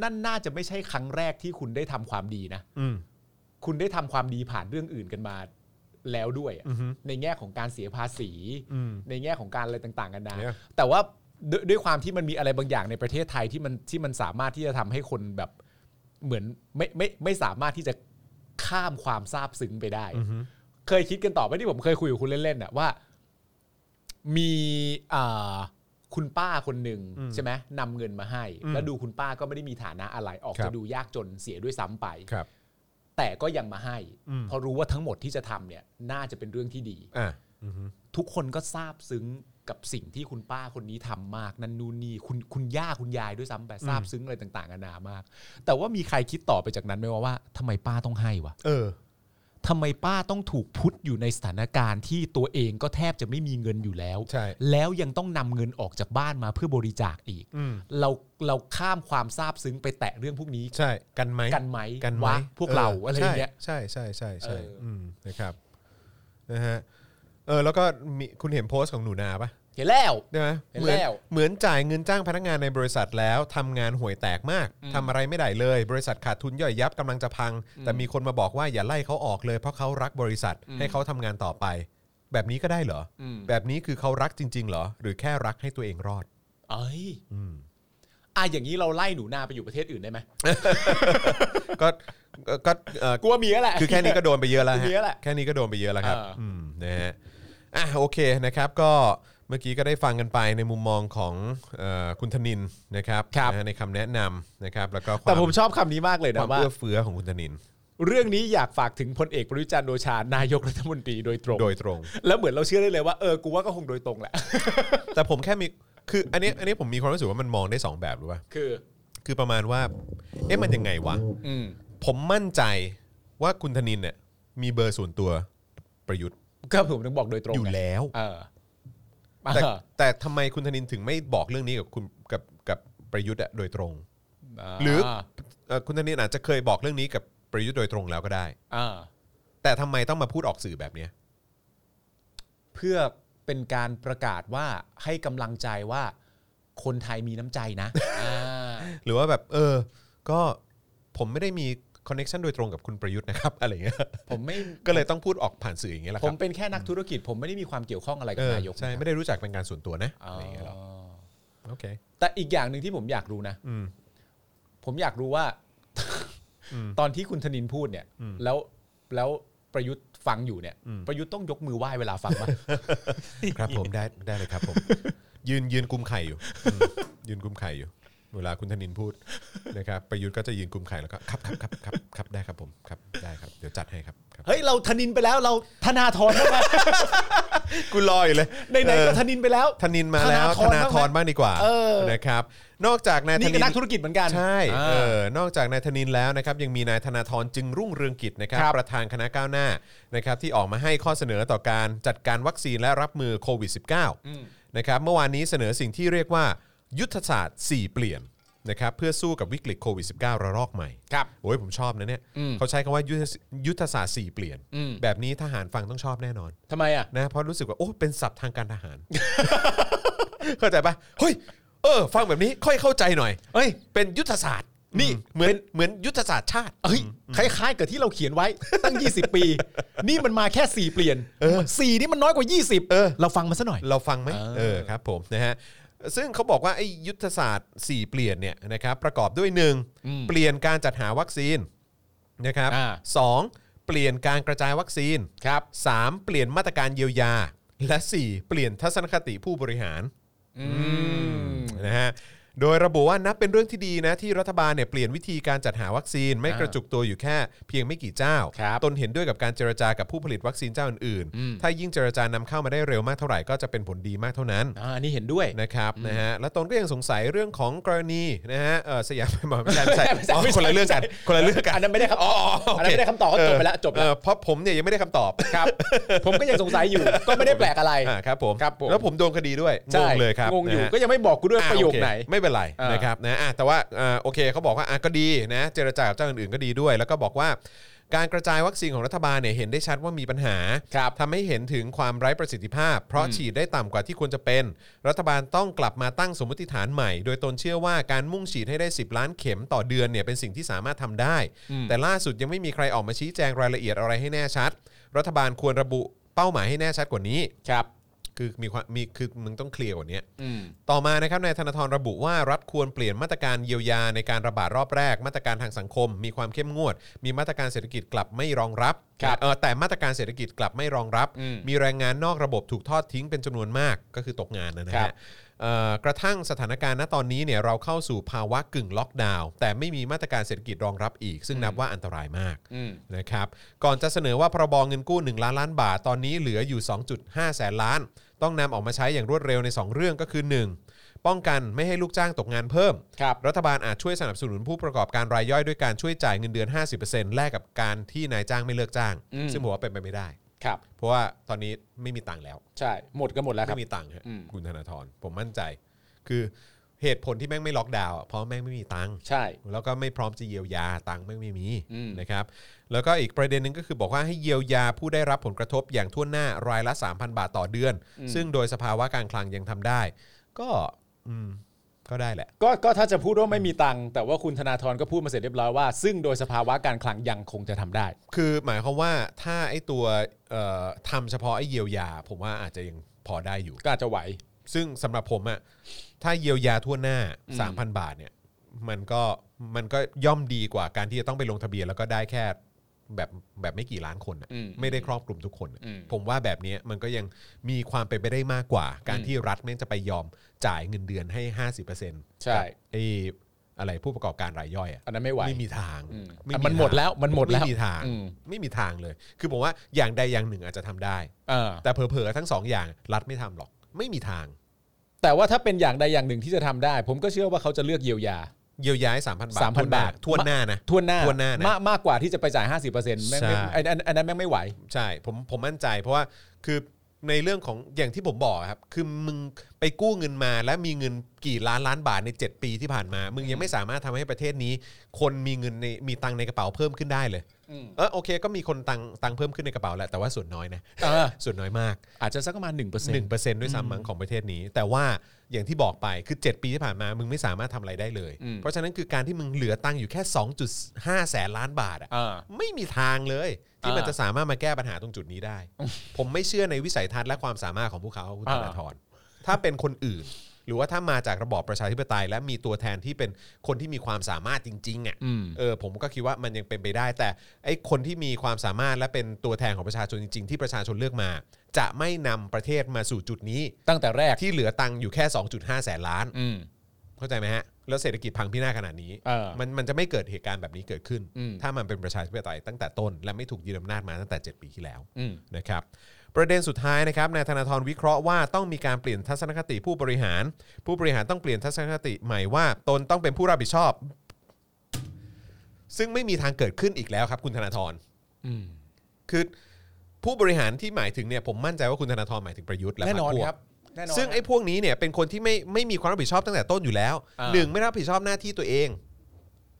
นั่นน่าจะไม่ใช่ครั้งแรกที่คุณได้ทำความดีนะ
อืม
คุณได้ทำความดีผ่านเรื่องอื่นกันมาแล้วด้วยอะ
อืม
ในแง่ของการเสียภาษี
อืม
ในแง่ของการอะไรต่างๆกันนะ
Yeah.
แต่ว่าด้วยด้วยความที่มันมีอะไรบางอย่างในประเทศไทยที่มันที่มันสามารถที่จะทำให้คนแบบเหมือนไม่ไม่ไม่สามารถที่จะข้ามความซาบซึ้งไปได้
อืม
เคยคิดกันต่อไหมที่ผมเคยคุยกับคุณเล่นๆน่ะว่า มีอ่าคุณป้าคนหนึ่ง
อืม
ใช่ไหมนำเงินมาให้
อืม
แล้วดูคุณป้าก็ไม่ได้มีฐานะอะไรออก
ครั
จะ
บ
ดูยากจนเสียด้วยซ้ำไป
ครับ
แต่ก็ยังมาให้
อืม
เพราะรู้ว่าทั้งหมดที่จะทำเนี่ย น่าจะเป็นเรื่องที่ดี
อ่ะอืม
ทุกคนก็ซาบซึ้งกับสิ่งที่คุณป้าคนนี้ทำมากนั่นนู่นนี่คุณคุณย่าคุณยายด้วยซ้ำไปซาบซึ้งอะไรต่างๆนานามาก แต่ว่ามีใครคิดต่อไปจากนั้นไหมว่าว่าทำไมป้าต้องให้วะ
เออ
ทำไมป้าต้องถูกพุทธอยู่ในสถานการณ์ที่ตัวเองก็แทบจะไม่มีเงินอยู่แล้ว
ใช่
แล้วยังต้องนำเงินออกจากบ้านมาเพื่อบริจาคอีก
อืม
เราเราข้ามความซาบซึ้งไปแตะเรื่องพวกนี้
ใช่ กันไหม
กันไหม
กันไหม
วะพวกเราอะไรอย่างเงี้ย
ใช่ใช่ใช่ใช่
เอออื
มนะครับนะฮะเออแล้วก็มีคุณเห็นโพสต์ของหนูนาปะ
เห็นแล้ว
ใช่ไหม
เห็น
เหมือน
แล้ว
เหมือนจ่ายเงินจ้างพนักงานในบริษัทแล้วทำงานห่วยแตกมากทำอะไรไม่ได้เลย บริษัทขาดทุนย่อยยับกำลังจะพัง แต่มีคนมาบอกว่าอย่าไล่เขาออกเลยเพราะเขารักบริษัทให้เขาทำงานต่อไป แบบนี้ก็ได้เหรออแบบนี้คือเขารักจริง ๆ เหรอ หรือแค่รักให้ตัวเองรอด
เอ้ย
อืม
อ่ะอย่างนี้เราไล่หนูนาไปอยู่ประเทศอื่นได้ไหม
ก็ก็ก็เอ่อ
กลัวมีแล้วแหละ
คือแค่นี้ก็โดนไปเยอะแล้วฮะ
เยอะแหละ
แค่นี้ก็โดนไปเยอะแล้วครับ
เอออื
มนะฮะอ่ะโอเคนะครับก็เมื่อกี้ก็ได้ฟังกันไปในมุมมองของเอ่อคุณธนินนะครับ
ครับ
นะฮะในคำแนะนำนะครับแล้วก็ควา
แต่
ม
ผมชอบคำนี้มากเลย
ควา
นะ
ม
ว่า
เอื้อเฟื้อของคุณธนิน
เรื่องนี้อยากฝากถึงพลเอกประยุทธ์จันทร์โอชานายกรัฐมนตรีโดยตรง
โดยตรง
แล้วเหมือนเราเชื่อได้เลยว่าเออกูว่าก็คงโดยตรงแหละ
แต่ผมแค่มีคืออันนี้อันนี้ผมมีความรู้สึกว่ามันมองได้สองแบบรู้ป่ะ
คือ
คือประมาณว่าเอ๊ะมันยังไงวะ
อืม
ผมมั่นใจว่าคุณธนินเนี่ยมีเบอร์ส่วนตัวประยุทธ์
ก็ผมถึงบอกโดยตรง
อยู่
ไง
แล้ว
เออ
แต่
เออ
แต่ทำไมคุณธนินถึงไม่บอกเรื่องนี้กับคุณกับกับประยุทธ์อะโดยตรง หรือ เอ่อคุณธนินอาจจะเคยบอกเรื่องนี้กับประยุทธ์โดยตรงแล้วก็ได้
อ่า
แต่ทำไมต้องมาพูดออกสื่อแบบเนี้ย
เพื่อเป็นการประกาศว่าให้กำลังใจว่า คนไทยมีน้ำใจนะอ่า
หรือว่าแบบเออ ก็ผมไม่ได้มีคอนเน็ชันโดยตรงกับคุณประยุทธ์นะครับ อะไรเงี้ย
ผมไม่
ก็เลยต้องพูดออกผ่านสื่ออย่างเงี้ยแหละ
ผ
ครั
ม
บ
เป็นแค่นักธุรกิจ ผมไม่ได้มีความเกี่ยวข้องอะไร
เอ
กั
อน
บายก
ใช่ไม่ได้รู้จักเป็นการส่วนตัวนะ
อ๋อ
อะไรเงี้ยหรอกโอเค
แต่อีกอย่างหนึ่งที่ผมอยากรู้นะ
อืม
ผมอยากรู้ว่า
อืม
ตอนที่คุณธนินพูดเนี่ย
อืม
แล้วแล้วประยุทธ์ฟังอยู่เนี่ย
อืม
ประยุทธ์ต้องยกมือไหว้เวลาฟังป่ะ
ครับผมได้ได้เลย ครับผม ยืนยืนกุมไข่อยู่อืมยืนกุมไข่อยู่ เวลาคุณธนินพูดนะครับประยุทธ์ก็จะยืนกุมไข่แล้วก็ครับครับครับครับครับได้ครับผมครับได้ครับเดี๋ยวจัดให้ครับครับ
เฮ้ยเราธนินไปแล้ว เราธนาธรบ้างไหม
กูรออยู่เลย
ในไหนๆก็ธนินไปแล้ว
ธนินมาแล้วธ
ธ
นา
นา
ธ
ธ
ร
ร
บ้างดีกว่า
เออ
นะครับ นอกจากนายธ
นี่
นิ
ก็
น
นักธุรกิจเหมือนกัน
ใช่
อ่า
เออนอกจากนายธนินแล้วนะครับยังมีนายธนาธรจึงรุ่งเรืองกิจนะครับ
ครับ
ประธานคณะก้าวหน้านะครับที่ออกมาให้ข้อเสนอต่อการจัดการวัคซีนและรับมือโควิด -19
อืม
นะครับเมื่อวานนี้เสนอสิ่งที่เรียกว่า ยุทธศาสตร์ 4 เปลี่ยนนะครับเพื่อสู้กับวิกฤตโควิด -19 ระลอกใหม่
ครับ
โอ้ยผมชอบนะเนี่ย
อืม
เขาใช้คำว่ายุทธยุทธศาสตร์ 4 เปลี่ยน
อืม
แบบนี้ทหารฟังต้องชอบแน่นอน
ทำไมอ่ะ
นะเพราะรู้สึกว่าโอ้เป็นศัพท์ทางการทหาร เข้าใจปะเฮ้ยเออ ฟังแบบนี้ค่อยเข้าใจหน่อย
เอ้ย
เป็นยุทธศาสตร์นี่เหมือนเหมือนยุทธศาสตร์ชาติ
เอ้ยคล้ายๆกับที่เราเขียนไว้ ตั้ง 20 ปี นี่มันมาแค่ 4 เปลี่ยนสี่นี่มันน้อยกว่า 20
เออ
เราฟังมาซะหน่อย
เราฟังไหม
เออ
เออครับผมนะฮะ ซึ่งเขาบอกว่าไอ้ยุทธศาสตร์ 4 เปลี่ยนเนี่ยนะครับประกอบด้วย 1 เปลี่ยนการจัดหาวัคซีนนะครับ
อ่า
สองเปลี่ยนการกระจายวัคซีน
ครับ
3 เปลี่ยนมาตรการเยียวยา และ 4 เปลี่ยนทัศนคติผู้บริหาร
อืม
นะฮะโดยระบุว่านับเป็นเรื่องที่ดีนะที่รัฐบาลเนี่ยเปลี่ยนวิธีการจัดหาวัคซีน ไม่
อ่าก
ระจุกตัวอยู่แค่เพียงไม่กี่เจ้า
ครับ
ตนเห็นด้วยกับการเจรจากับผู้ผลิตวัคซีนเจ้าอื่น
อืม
ๆ ถ้ายิ่งเจรจานำเข้ามาได้เร็วมากเท่าไหร่ก็จะเป็นผลดีมากเท่านั้น
อ่าอันนี้เห็นด้วย
นะครับนะฮะแล้วตนก็ยังสงสัยเรื่องของกรณีนะฮะเออสยามไม่ใช่ไม่ใช่
ไม่ใช่
อ๋อ
ไม่ใช่
คนละเรื่องกันคนละเรื่องกัน
อันนั้นไม่ได้คำตอบ
โเ
อันนั้นไม่ได้คำตอบก็จบไปแล้วจบแล้ว
เออเพราะผมเนี่ยยังไม่ได้คำตอบ
ครับ ผมก็ยังสงสัยอยู่ ก็ไม่ได้แปลกอะไร
อ่าครับผม
ครับผม
แล้วผมโดนคดีด้วยง
ใช่
งเลยครับ
งงอยู่
นะฮะ
ก็ยังไม่บอกกูด้วย
อ่า
ประโยค
โอเ
ไหน
ไม่เป็นไร
อ่าน
นะครับนะอ่ะแต่ว่าอ่าโอเคเขาบอกว่าอ่ะก็ดีนะเจรจากับเจ้าอื่นๆก็ดีด้วย แล้วก็บอกว่า การกระจายวัคซีนของรัฐบาลเนี่ยเห็นได้ชัดว่ามีปัญหา
ครับ
ทำให้เห็นถึงความไร้ประสิทธิภาพ เพราะฉีดได้ต่ำกว่าที่ควรจะเป็น รัฐบาลต้องกลับมาตั้งสมมติฐานใหม่ โดยตนเชื่อว่าการมุ่งฉีดให้ได้ 10 ล้านเข็มต่อเดือนเนี่ยเป็นสิ่งที่สามารถทำได้ แต่ล่าสุดยังไม่มีใครออกมาชี้แจงรายละเอียดอะไรให้แน่ชัด รัฐบาลควรระบุเป้าหมายให้แน่ชัดกว่านี้
ครับ
คือมีความมีคือมึงต้องเคลียร์กว่านี้
อืม
ต่อมานะครับนายธนาธรระบุว่ารัฐควรเปลี่ยนมาตรการเยียวยาในการระบาดรอบแรก มาตรการทางสังคม มีความเข้มงวด มีมาตรการเศรษฐกิจกลับไม่รองรับ
ครับ
เออแต่มาตรการเศรษฐกิจกลับไม่รองรับ
อืม
มีแรงงานนอกระบบถูกทอดทิ้งเป็นจำนวนมากก็คือตกงานนะ
ครั
ฮะ
บ
เอ่อกระทั่งสถานการณ์ณตอนนี้เนี่ยเราเข้าสู่ภาวะกึ่งล็อกดาวน์แต่ไม่มีมาตรการเศรษฐกิจรองรับอีก ซึ่งนับว่าอันตรายมาก
อืม
นะครับก่อนจะเสนอว่าพรบเงินกู้ 1 ล้านล้านบาท ตอนนี้เหลืออยู่ 2.5 แสนล้าน ต้องนำออกมาใช้อย่างรวดเร็วใน 2 เรื่องก็คือ 1. ป้องกันไม่ให้ลูกจ้างตกงานเพิ่ม
ครับ
รัฐบาลอาจช่วยสนับสนุนผู้ประกอบการรายย่อยด้วยการช่วยจ่ายเงินเดือน 50%แลกกับการที่นายจ้างไม่เลิกจ้าง
อืม
ซึ่งผมว่าเป็นไปไม่ได้
ครับ
เพราะว่าตอนนี้ไม่มีตังค์แล้ว
ใช่ หมดกันหมดแล้วครับ
ไม่มีตังค์ฮะ
อืม
คุณธนาธรผมมั่นใจ คือเหตุผลที่แม่งไม่ล็อกดาวน์อะเพราะแม่งไม่มีตังค์
ใช่
แล้วก็ไม่พร้อมจะเยียวยาตังค์ไม่ไม่มี
อืม
นะครับแล้วก็อีกประเด็นหนึ่งก็คือบอกว่าให้เยียวยาผู้ได้รับผลกระทบอย่างทั่วหน้ารายละ 3,000 บาทต่อเดือน ซึ่งโดยสภาวะการคลังยังทำได้ ก็อืมก็ได้แหละ
ก็ก็ถ้าจะพูดว่าไม่มีตังค์แต่ว่าคุณธนาธรก็พูดมาเสร็จเรียบร้อยว่า ซึ่งโดยสภาวะการคลังยังคงจะทำได้
คือหมายความว่าถ้าไอ้ตัวเอ่อทำเฉพาะไอ้เยียวยา ผมว่าอาจจะยังพอได้อยู่
ก็อาจจะไหว
ซึ่งสำหรับผมอะถ้าเยียวยาทั่วหน้า
อืม
3,000 บาทเนี่ยมันก็มันก็ย่อมดีกว่าการที่จะต้องไปลงทะเบียนแล้วก็ได้แค่แบบแบบไม่กี่ล้านคนอะ
อืม
ไม่ได้ครอบคลุมทุกคนน่ะ
อืม
ผมว่าแบบเนี้ยมันก็ยังมีความเป็นไปได้มากกว่า การ
อืม
ที่รัฐแม่งจะไปยอมจ่ายเงินเดือนให้ 50%
ใช่
กับไอ้อะไรผู้ประกอบการรายย่อยอะ
อันนั้นไม่ไหว
ไม่มีทาง
อืม
ไ
มันหมดแล้วมันหมดแล้ว
ไม่มีทาง
อืม
ไม่มีทางเลย คือผมว่าอย่างใดอย่างหนึ่งอาจจะทำได้
เออ
แต่เผลอๆทั้งสองอย่างรัฐไม่ทำหรอก ไม่มีทาง
แต่ว่าถ้าเป็นอย่างใดอย่างหนึ่งที่จะทำได้ ผมก็เชื่อว่าเขาจะเลือกเยียวยา
เยียวยาให้สามพันบาท
3,000บาท
ทั่วหน้านะ
ทั่วหน้า
ทั่วหน้านะ
มากมากกว่าที่จะไปจ่าย 50%แม่งไม่
ใช่
อันอันอันนั้นแม่งไม่ไหว
ใช่ผมผมมั่นใจเพราะว่าคือในเรื่องของอย่างที่ผมบอกครับ คือมึงไปกู้เงินมาและมีเงินกี่ล้านล้านบาทใน 7 ปีที่ผ่านมา มึงยังไม่สามารถทำให้ประเทศนี้ คนมีเงินในมีตังค์ในกระเป๋าเพิ่มขึ้นได้เลย
อืม
เออโอเค ก็มีคนตังค์ตังค์เพิ่มขึ้นในกระเป๋าแหละแต่ว่าส่วนน้อยนะ
เออ
ส่วนน้อยมาก
อาจจะสักประมาณ1%
1%ด้วยซ้ำมั้งของประเทศนี้ แต่ว่าอย่างที่บอกไปคือ 7 ปีที่ผ่านมา มึงไม่สามารถทำอะไรได้เลย
อืม
เพราะฉะนั้นคือการที่มึงเหลือตังค์อยู่แค่ 2.5 แสนล้านบาทอะ
เออ
ไม่มีทางเลย ที่
อ่ามั
มันจะสามารถมาแก้ปัญหาตรงจุดนี้ได้ ผมไม่เชื่อในวิสัยทัศน์และความสามารถของพวกเขาคุณธ
อ่า
นาธรถ้าเป็นคนอื่น หรือว่าถ้ามาจากระบอบประชาธิปไตย และมีตัวแทนที่เป็นคนที่มีความสามารถจริงๆอ่ะ
อืม
เออผมก็คิดว่ามันยังเป็นไปได้ แต่ไอ้คนที่มีความสามารถและเป็นตัวแทนของประชาชนจริง ๆ ที่ประชาชนเลือกมา จะไม่นำประเทศมาสู่จุดนี้
ตั้งแต่แรก
ที่เหลือตังค์อยู่แค่ 2.5 แสนล้าน
อืม
เข้าใจไหมฮะ แล้วเศรษฐกิจพังพินาศขนาดนี้
เออ
มันมันจะไม่เกิดเหตุการณ์แบบนี้เกิดขึ้น
อืม
ถ้ามันเป็นประชาธิปไตยตั้งแต่ต้น และไม่ถูกยึดอำนาจมาตั้งแต่ 7 ปีที่แล้ว
อืม
นะครับประเด็นสุดท้ายนะครับนายธนาธรวิเคราะห์ว่าต้องมีการเปลี่ยนทัศนคติผู้บริหาร ผู้บริหารต้องเปลี่ยนทัศนคติใหม่ว่า ตนต้องเป็นผู้รับผิดชอบ ซึ่งไม่มีทางเกิดขึ้นอีกแล้วครับคุณธนาธร
อืม
คือผู้บริหารที่หมายถึงเนี่ยผมมั่นใจว่าคุณธนาธรหมายถึงประยุทธ์และพ
แน่นอ
ร
น
รพวก
ครับแน่นอน
ซึ่งไอ้พวกนี้เนี่ยเป็นคนที่ไม่ไม่มีความรับผิดชอบตั้งแต่ต้นอยู่แล้ว
อ่า
หนึ่งไม่รับผิดชอบหน้าที่ตัวเอง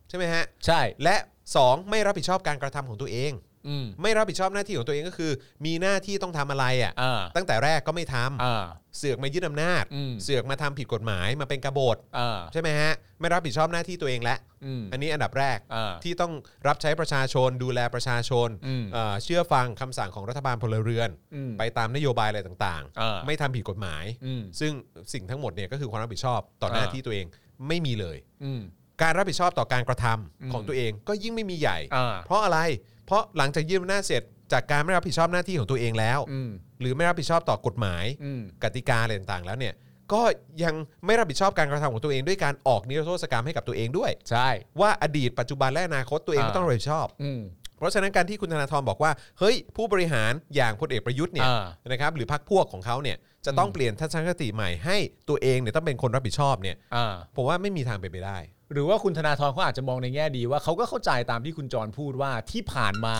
ใช่ไหมฮะ
ใช่
และสองไม่รับผิดชอบการกระทำของตัวเอง
อืม
ไม่รับผิดชอบหน้าที่ของตัวเองก็คือ มีหน้าที่ต้องทำอะไรอ่ะ
อ่า
ตั้งแต่แรกก็ไม่ทำ
อ่า
เสือกมายึดอำนาจ
อืม
เสือกมาทำผิดกฎหมายมาเป็นกบฏ
อ่า
ใช่ไหมฮะ ไม่รับผิดชอบหน้าที่ตัวเองและ
อืม
อันนี้อันดับแรก
อ่า
ที่ต้องรับใช้ประชาชนดูแลประชาชน
อืม
เอ่อเชื่อฟังคำสั่งของรัฐบาลพลเรือน
อืม
ไปตามนโยบายอะไรต่าง
อ่า
ไม่ทำผิดกฎหมาย
อืม
ซึ่งสิ่งทั้งหมดเนี่ยก็คือความรับผิดชอบต่อหน้า
อ่า
ที่ตัวเองไม่มีเลย
อืม
การรับผิดชอบต่อการกระทำ
อืม
ของตัวเองก็ยิ่งไม่มีใหญ่
อ่า
เพราะอะไร เพราะหลังจากยืมหน้าจเสร็จจากการไม่รับผิดชอบหน้าที่ของตัวเองแล้ว
อืม
หรือไม่รับผิดชอบต่อกฎหมาย
อืม
กติกาอะไรต่างๆ แล้วเนี่ย ก็ยังไม่รับผิดชอบการกระทำของตัวเองด้วยการออกนิรโทษกรรมให้กับตัวเองด้วย
ใช่
ว่าอดีตปัจจุบันและอนาคตตัวเองก็
อ่า
ต้องรับผิดชอบ
อืม
เพราะฉะนั้นการที่คุณธนาธรบอกว่า เฮ้ย ผู้บริหารอย่างพลเอกประยุทธ์เนี่ย
อ่า
นะครับหรือพรรคพวกของเขาเนี่ยจะต้อง
อืม
เปลี่ยนทัศนคติใหม่ให้ตัวเองเนี่ยต้องเป็นคนรับผิดชอบเนี่ย
อ่า
ผมว่าไม่มีทางเป็นไปได้
หรือว่าคุณธนาธรเขาอาจจะมองในแง่ดีว่าเขาก็เข้าใจตามที่คุณจรพูดว่าที่ผ่านมา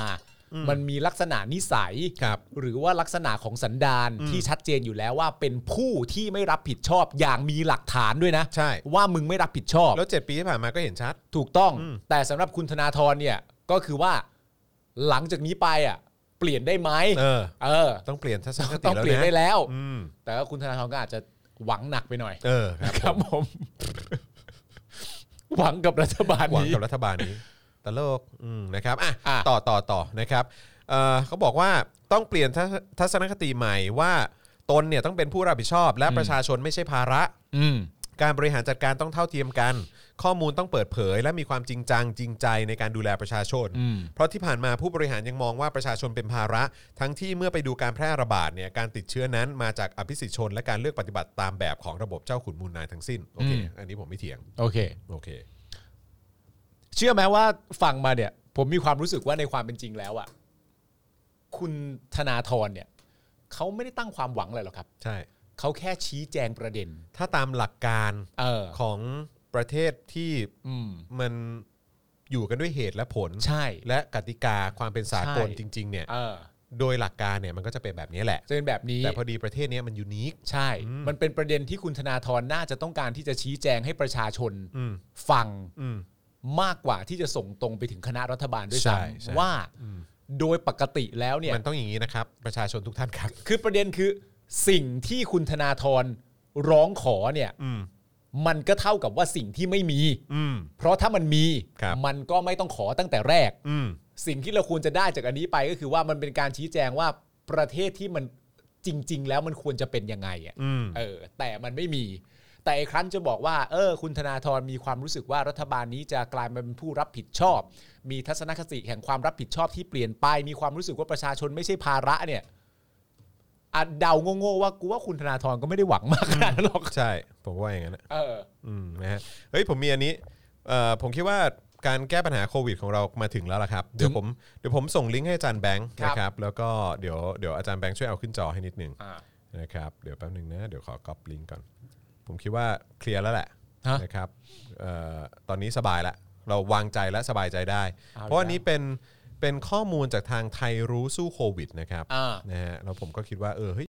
อืม
มันมีลักษณะนิสัย
ครับ
หรือว่าลักษณะของสันดาน
อืม
ที่ชัดเจนอยู่แล้วว่าเป็นผู้ที่ไม่รับผิดชอบอย่างมีหลักฐานด้วยนะ
ใช่
ว่ามึงไม่รับผิดชอบ
แล้วเจ็ดปีที่ผ่านมาก็เห็นชัด
ถูกต้อง
อืม
แต่สำหรับคุณธนาธรเนี่ยก็คือว่าหลังจากนี้ไปอ่ะ เปลี่ยนได้ไหม
เออ
เออ
ต้องเปลี่ยนทัศนคติ
ต้อง
แล้ว
เปลี่ยนได้
นะ
แล้ว
อืม
แต่ว่าคุณธนาธรก็อาจจะหวังหนักไปหน่อย
เออครับ
ครับผม หวังกับรัฐบาล
หวัง
นี้
กับรัฐบาลนี้ตลกอืมนะครับอ่ะ
อ่ะ
ต่อต่อต่อนะครับเอ่อเขาบอกว่าต้องเปลี่ยนทัศทัศนคติใหม่ว่าตนเนี่ยต้องเป็นผู้รับผิดชอบ และประชาชนไม่ใช่ภาระ
อืม
การบริหารจัดการต้องเท่าเทียมกัน ข้อมูลต้องเปิดเผย และมีความจริงจังจริงใจในการดูแลประชาชน
อืม
เพราะที่ผ่านมาผู้บริหารยังมองว่าประชาชนเป็นภาระ ทั้งที่เมื่อไปดูการแพร่ระบาดเนี่ยการติดเชื้อนั้นมาจากอภิสิทธิชน และการเลือกปฏิบัติตามแบบของระบบเจ้าขุนมูลนายทั้งสิ้นโอเค
อืม
อันนี้ผมไม่เถียง
โอเค
โอเค
เชื่อไหมว่าฟังมาเนี่ย ผมมีความรู้สึกว่าในความเป็นจริงแล้วอะคุณธนาธรเนี่ยเขาไม่ได้ตั้งความหวังอะไรหรอกครับ
ใช่
เขาแค่ชี้แจงประเด็น
ถ้าตามหลักการ
เออ
ของประเทศที่
อืม
มันอยู่กันด้วยเหตุและผล
ใช่
และกติกาความเป็นสากล
ใช่
จริง ๆ เนี่ย
เออ
โดยหลักการเนี่ยมันก็จะเป็นแบบนี้แหละ
จะเป็นแบบนี้
แต่พอดีประเทศเนี้ยมันยูนิค
ใช่
อืม
มันเป็นประเด็นที่คุณธนาธรน่าจะต้องการที่จะชี้แจงให้ประชาชน
อืม
ฟัง
อืม
มากกว่าที่จะส่งตรงไปถึงคณะรัฐบาลด้วย
ใช่ใช่
ซ้ำว่าโดยปกติแล้วเนี่ย
มันต้องอย่างนี้นะครับ ประชาชนทุกท่านครับ
คือประเด็นคือสิ่งที่คุณธนาธรร้องขอเนี่ย
อืม
มันก็เท่ากับว่าสิ่งที่ไม่มี
อืม
เพราะถ้ามันมี
ครับ
มันก็ไม่ต้องขอตั้งแต่แรก
อืม
สิ่งที่เราควรจะได้จากอันนี้ไปก็คือว่ามันเป็นการชี้แจงว่าประเทศที่มันจริง ๆ แล้วมันควรจะเป็นยังไงอะ
อืม
เออ แต่มันไม่มี แต่ไอ้ครั้นจะบอกว่า เออ คุณธนาธรมีความรู้สึกว่ารัฐบาลนี้จะกลายมาเป็นผู้รับผิดชอบ มีทัศนคติแห่งความรับผิดชอบที่เปลี่ยนไป มีความรู้สึกว่าประชาชนไม่ใช่ภาระเนี่ยอะเดาโง่ๆว่ากูว่าคุณธนาธรก็ไม่ได้หวังมากขนาดนั้นหรอก
ใช่ ผมว่าอย่างนั้นนะ
เออ
อืม นะฮะ เฮ้ย ผมมีอันนี้ เอ่อ ผมคิดว่าการแก้ปัญหาโควิดของเรามาถึงแล้วล่ะครับ เดี๋ยวผม เดี๋ยวผมส่งลิงก์ให้อาจารย์แบงค์
ครับ
นะครับ แล้วก็เดี๋ยว เดี๋ยวอาจารย์แบงค์ช่วยเอาขึ้นจอให้นิดนึง
อ่า
นะครับ เดี๋ยวแป๊บนึงนะ เดี๋ยวขอก๊อปลิงก์ก่อน ผมคิดว่าเคลียร์แล้วแหละ
ฮะ
นะครับ เอ่อ ตอนนี้สบายละ เราวางใจและสบายใจได้
เอา
เพราะอัน
แล้ว
นี้เป็น เป็นข้อมูลจากทางไทยรู้สู้โควิดนะครับ
อ่า
นะฮะแล้วผมก็คิดว่าเออเฮ้ย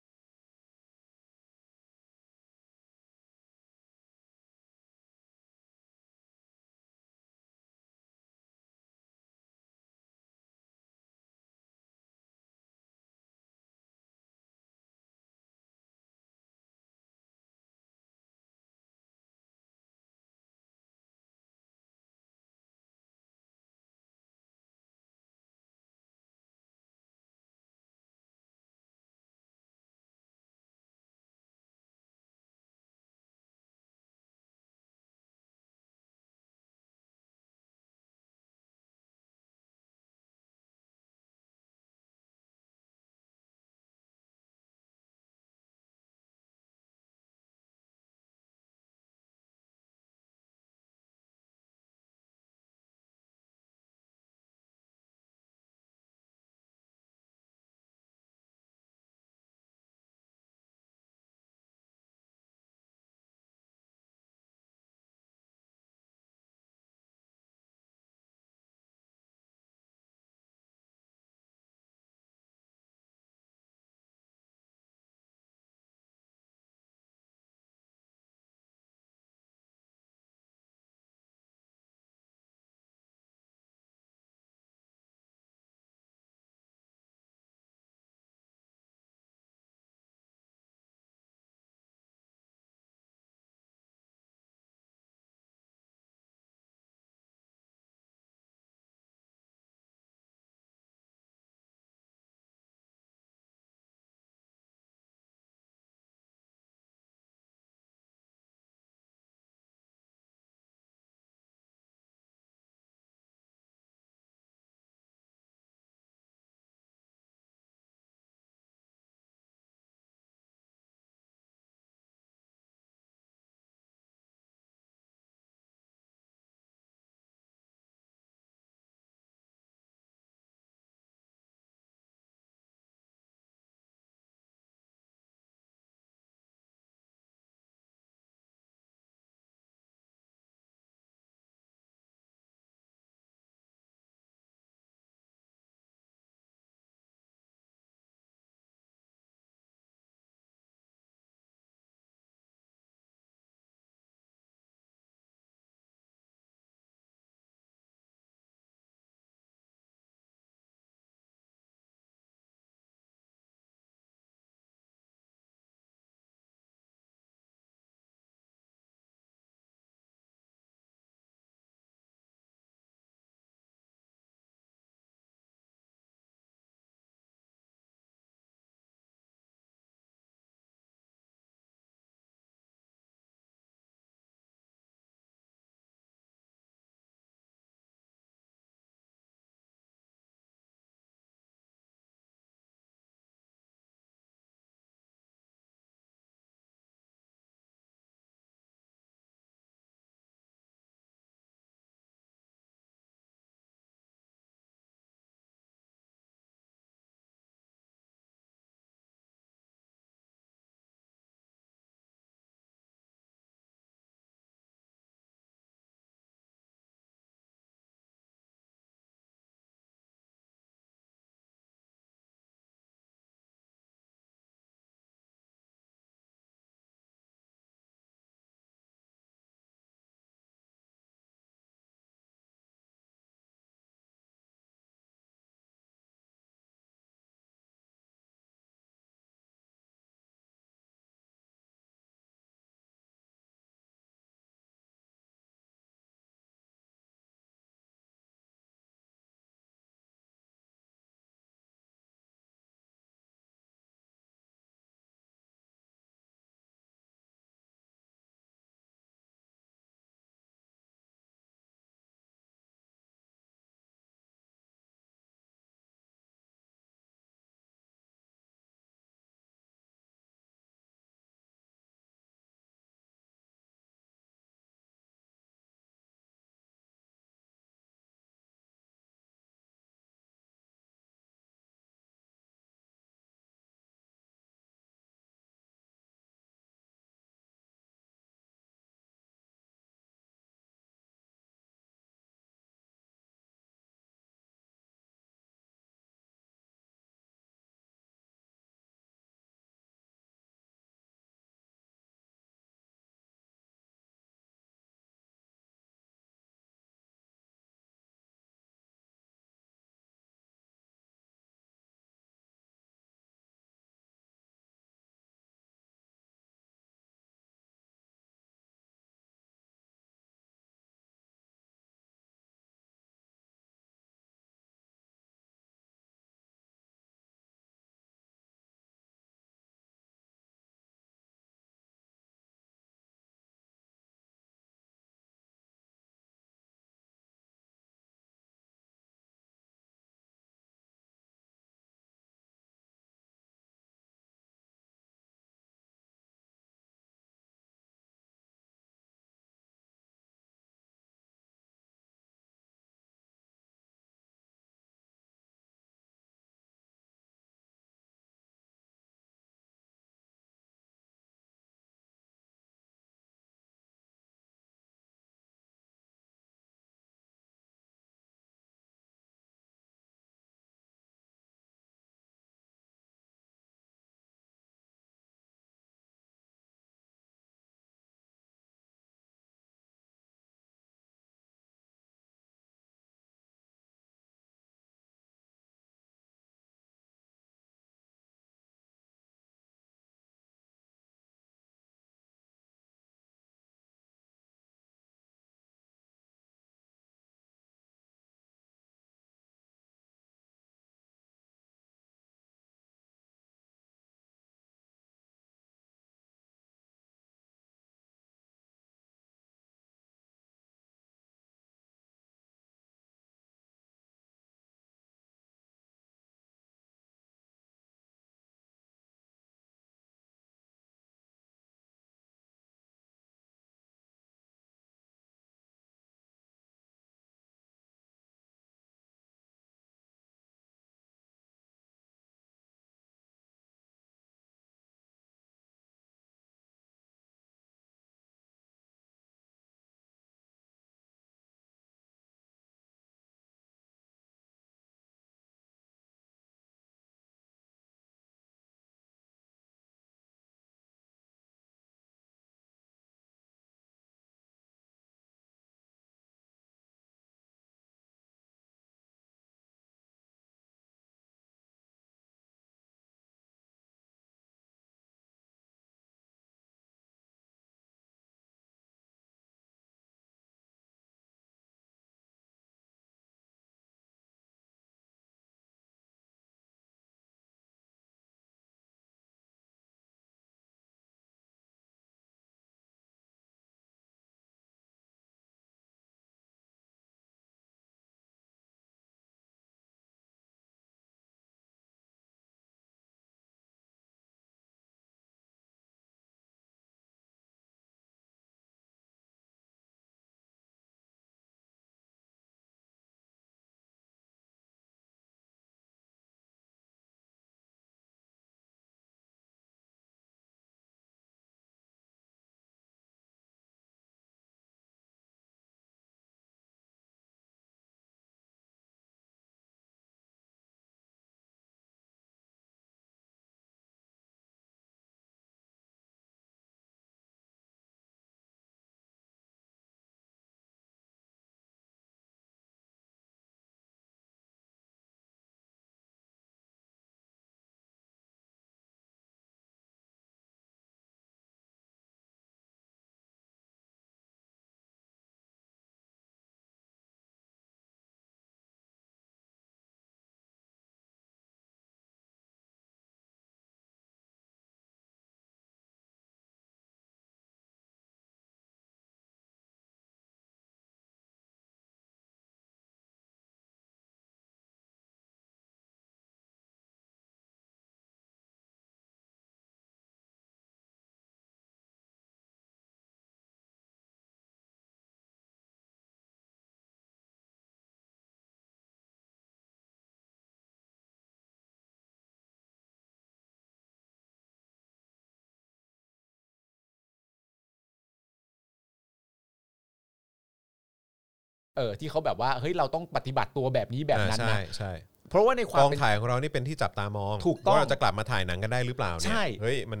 เออที่เขาแบบว่าเฮ้ยเราต้องปฏิบัติตัวแบบนี้แบบนั้น
อ่าใช่
นะ
ใช่
เพราะว่าในควาก ม
อง
เป็น
ถ่ายของเรานี่เป็นที่จับตามอง
ถูกต้อง
ว่าเราจะกลับมาถ่ายหนังกันได้หรือเปล่าเนี่ย
ใช่
เฮ้ยมัน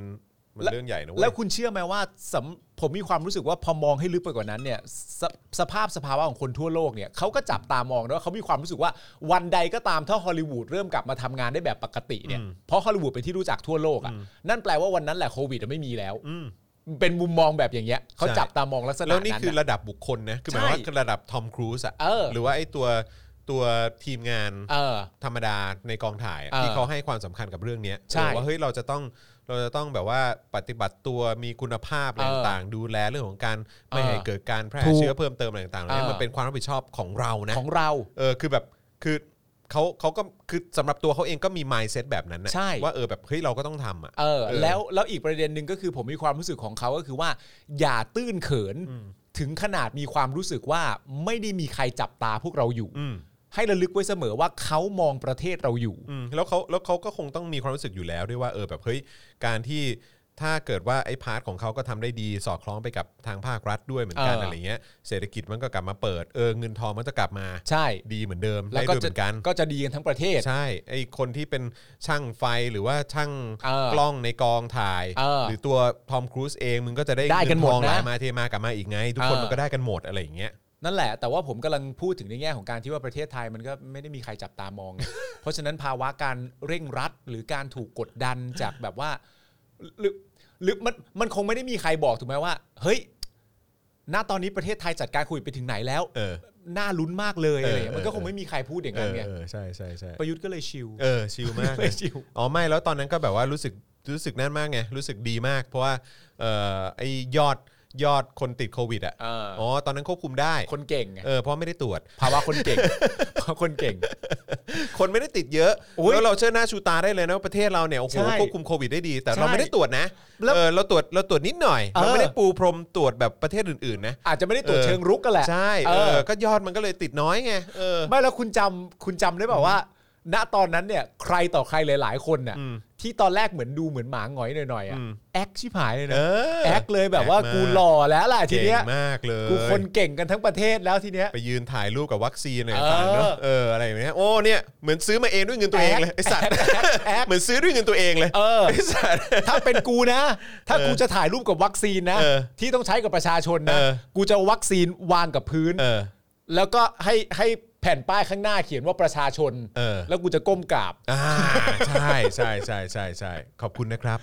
มันเรื่องใหญ่นะเว้ย
แล้วคุณเชื่อไหมว่าสำผมมีความรู้สึกว่าพอมองให้ลึกไปกว่านั้นเนี่ยสสภาพสภาวะของคนทั่วโลกเนี่ยเขาก็จับตามองนะว่าเขามีความรู้สึกว่าวันใดก็ตามถ้าฮอลลีวูดเริ่มกลับมาทำงานได้แบบปกติเนี่ย
อืม
เพราะฮอลลีวูดเป็นที่รู้จักทั่วโลกอ่ะนั่นแปลว่าวันนั้นแหละโควิดอะไม่มีแล้ว
อืม
เป็นมุมมองแบบอย่างเงี้ยเขา
ใช่
จับตามองลักษณะ
แล้ว
นั้
นี่
น
คือ
อะ
ระดับบุคคลนะคือหมายว่าระดับทอมครูซอะ
เออ
หรือว่าไอ้ตัวตัวทีมงาน
เออ
ธรรมดาในกองถ่ายอะ
เออ
ที่เขาให้ความสำคัญกับเรื่องเนี้ย
ใช่
เออว่าเฮ้ยเราจะต้องเราจะต้องแบบว่าปฏิบัติตัวมีคุณภาพอะไร
เออ
ต่างๆดูแลเรื่องของการไม่
เออ
ให้เกิดการแพร่
ถูก
เชื้อเพิ่มเติมอะไรต่างๆเนี่ย
เออ
มันเป็นความรับผิดชอบของเรานะ
ของเรา
เออคือแบบคือเขาเขาก็คือสำหรับตัวเขาเองก็มี mindset แบบนั้นนะ
ใช่
ว่าเออแบบเฮ้ยเราก็ต้องทำอ่ะ
เออ
เออ
แล้วแล้วอีกประเด็นหนึ่งก็คือผมมีความรู้สึกของเขาก็คือว่า อย่าตื้นเขิน
อืม
ถึงขนาดมีความรู้สึกว่าไม่ได้มีใครจับตาพวกเราอยู่
อืม
ให้ระลึกไว้เสมอว่าเขามองประเทศเราอยู่
อืมแล้วเขาแล้วเขาก็คงต้องมีความรู้สึกอยู่แล้วด้วยว่าเออแบบเฮ้ยการที่ถ้าเกิดว่าไอ้พาร์ทของเขาก็ทำได้ดีสอดคล้องไปกับทางภาครัฐด้วยเหมือนกัน
เอออ
อะไรเงี้ยเศรษฐกิจมันก็กลับมาเปิดเออเงินทองมันจะกลับมา
ใช่
ดีเหมือนเดิม
แล้ว
ได้
ก็
ด้วยเห
จะ
มือนกัน
ก็จะดีกันทั้งประเทศ
ใช่ไอคนที่เป็นช่างไฟหรือว่าช่าง
เออก
ล้องในกองถ่าย
เออ
หรือตัวทอมครูซเองมึงก็จะได้
ได้กันหมด
เงิทองไหล
นะ
มาเทมากลับมาอีกไง ทุกคน
เออ
มันก็ได้กันหมดอะไรอย่างเงี้ย
นั่นแหละ แต่ว่าผมกำลังพูดถึงในแง่ของการที่ว่าประเทศไทยมันก็ไม่ได้มีใครจับตามองไง เพราะฉะนั้นภาวะการเร่งรัดหรือการถูกกดดันจากแบบว่าหรือหรือมันมันคงไม่ได้มีใครบอกถูกไหมว่า เฮ้ยณตอนนี้ประเทศไทยจัดการโคุยดไปถึงไหนแล้ว
เออ
น่าลุ้นมากเลยอะไรอย่างเงี้ย
เออเออ
มันก็คงไม่มีใครพูดอย่าง
เอ
นั้น
อ
ไง
เออใช่ใช่ใช่
ประยุทธ์ก็เลยชิล
เออชิลมาก
เล
เลย
ยชิล
อ๋อไม่แล้วตอนนั้นก็แบบว่ารู้สึกรู้สึกนั่นมากไงรู้สึกดีมาก เพราะว่าเออไอยอดยอดคนติดโควิดอ่ะ
เอออ๋
อ๋อตอนนั้นควบคุมได้
คนเก่งไง
เออเพราะไม่ได้ตรวจ
ภาวะคนเก่ง ภาวะคนเก่ง
คนไม่ได้ติดเยอะ
โอ้ย
แล้วเราเชื่อหน้าชูตาได้เลยนะว่าประเทศเราเนี่ยโอ้โห
ใช่
ควบคุมโควิดได้ดี แต่
ใช่
เราไม่ได้ตรวจนะ
แล้ว
เออเราตรวจเราตรวจนิดหน่อย
เออ
เราไม่ได้ปูพรมตรวจแบบประเทศอื่นๆนะ
อาจจะไม่ได้ตรวจ
เออ
เชิงรุกก็แหละ
ใช่
เอ
เอ
อ
อก็ยอดมันก็เลยติดน้อยไงเออ
ไม่แล้วคุณจำคุณจำได้แบบว่า ณตอนนั้นเนี่ย ใครต่อใครหลายๆคนน่ะ
อืม
ที่ตอนแรกเหมือนดูเหมือนหมาหงอยหน่อยๆอ่ะ
อืม
แอคชิบหายเลย
เอ
นะ
อ
แอคเลยแบบว่ากูหล่อแล้วล่ะที
เก่ง
เนี้ย
มากเลย
กูคนเก่งกันทั้งประเทศแล้วทีเนี้ย
ไปยืนถ่ายรูปกับวัคซีนอะไรต่างๆเนอะ
เออ
เอออะไรอย่างเงี้ยโอ้เนี่ยเหมือนซื้อมาเองด้วยเงินตัวเองเลย ไอสัตว์
แอคแอค
เหมือนซื้อด้วยเงินตัวเองเลย
เออ
ไอสัตว์
ถ้าเป็นกูนะ ถ้ากูจะถ่ายรูปกับวัคซีนนะ
เออ
ที่ต้องใช้กับประชาชนนะ
เออ
กูจะเอาวัคซีนวางกับพื้น
เออ
แล้วก็ให้ให้แผ่นป้ายข้างหน้าเขียนว่าประชาชน
เออ
แล้วกูจะก้มกราบ
อ่าใช่ใช่ใช่ใช่ใช่ขอบคุณนะครับ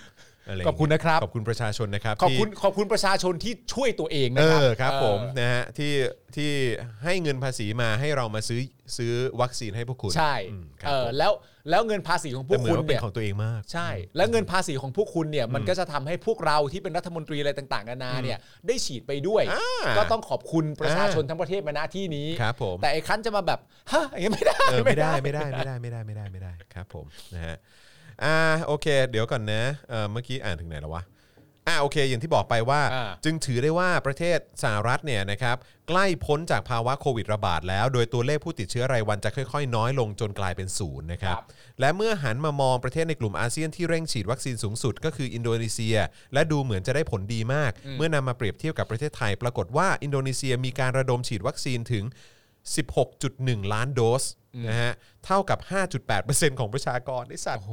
ะไรย่างเงี้ย
ขอบคุณนะครับ
ขอบคุณประชาชนนะครับ
ขอบคุณ
ที่
ขอบคุณประชาชนที่ช่วยตัวเอง
เอ
นะครับ
อครับผม
เออ
นะฮะที่ที่ให้เงินภาษีมาให้เรามาซื้อซื้อวัคซีนให้พวกคุณ
ใช่
อืมครั
เอบ อแล้วแล้วเงินภาษีของพ
แต่
วก
เหมือ
คุ
น
ณ
ว่าเป็
เนี่ย
นของตัวเองมาก
ใช่ แล้วเงินภาษีของพวกคุณเนี่ยมันก็จะทำให้พวกเราที่เป็นรัฐมนตรีอะไรต่างๆนานาเนี่ยได้ฉีดไปด้วย
อ่า
ก็ต้องขอบคุณประชาชนทั้งประเทศมาณที่นี้
ครับผม
แต่ไอ้คันจะมาแบบฮะอย่างเงี้ยไม่ได้
เออไม่ได้ไม่ได้ไม่ได้ไม่ได้ไม่ได้ไม่ได้ครับผมนะฮะอ่าโอเค เดี๋ยวก่อนนะเออเมื่อกี้อ่านถึงไหนแล้ววะอ่าโอเค อย่างที่บอกไปว่า
อ่า
จึงถือได้ว่าประเทศสหรัฐเนี่ยนะครับใกล้พ้นจากภาวะโควิดระบาดแล้ว โดยตัวเลขผู้ติดเชื้อรายวันจะค่อยๆ น้อยลงจนกลายเป็นศูนย์นะครับ
ครับ
และเมื่อหันมามองประเทศในกลุ่มอาเซียนที่เร่งฉีดวัคซีนสูงสุดก็คืออินโดนีเซีย และดูเหมือนจะได้ผลดีมาก เมื่อนำมาเปรียบเทียบกับประเทศไทย ปรากฏว่าอินโดนีเซียมีการระดมฉีดวัคซีนถึง 16.1 ล้านโดสนะฮะเท่ากับ 5.8%ของประชากรไอ้สัตว์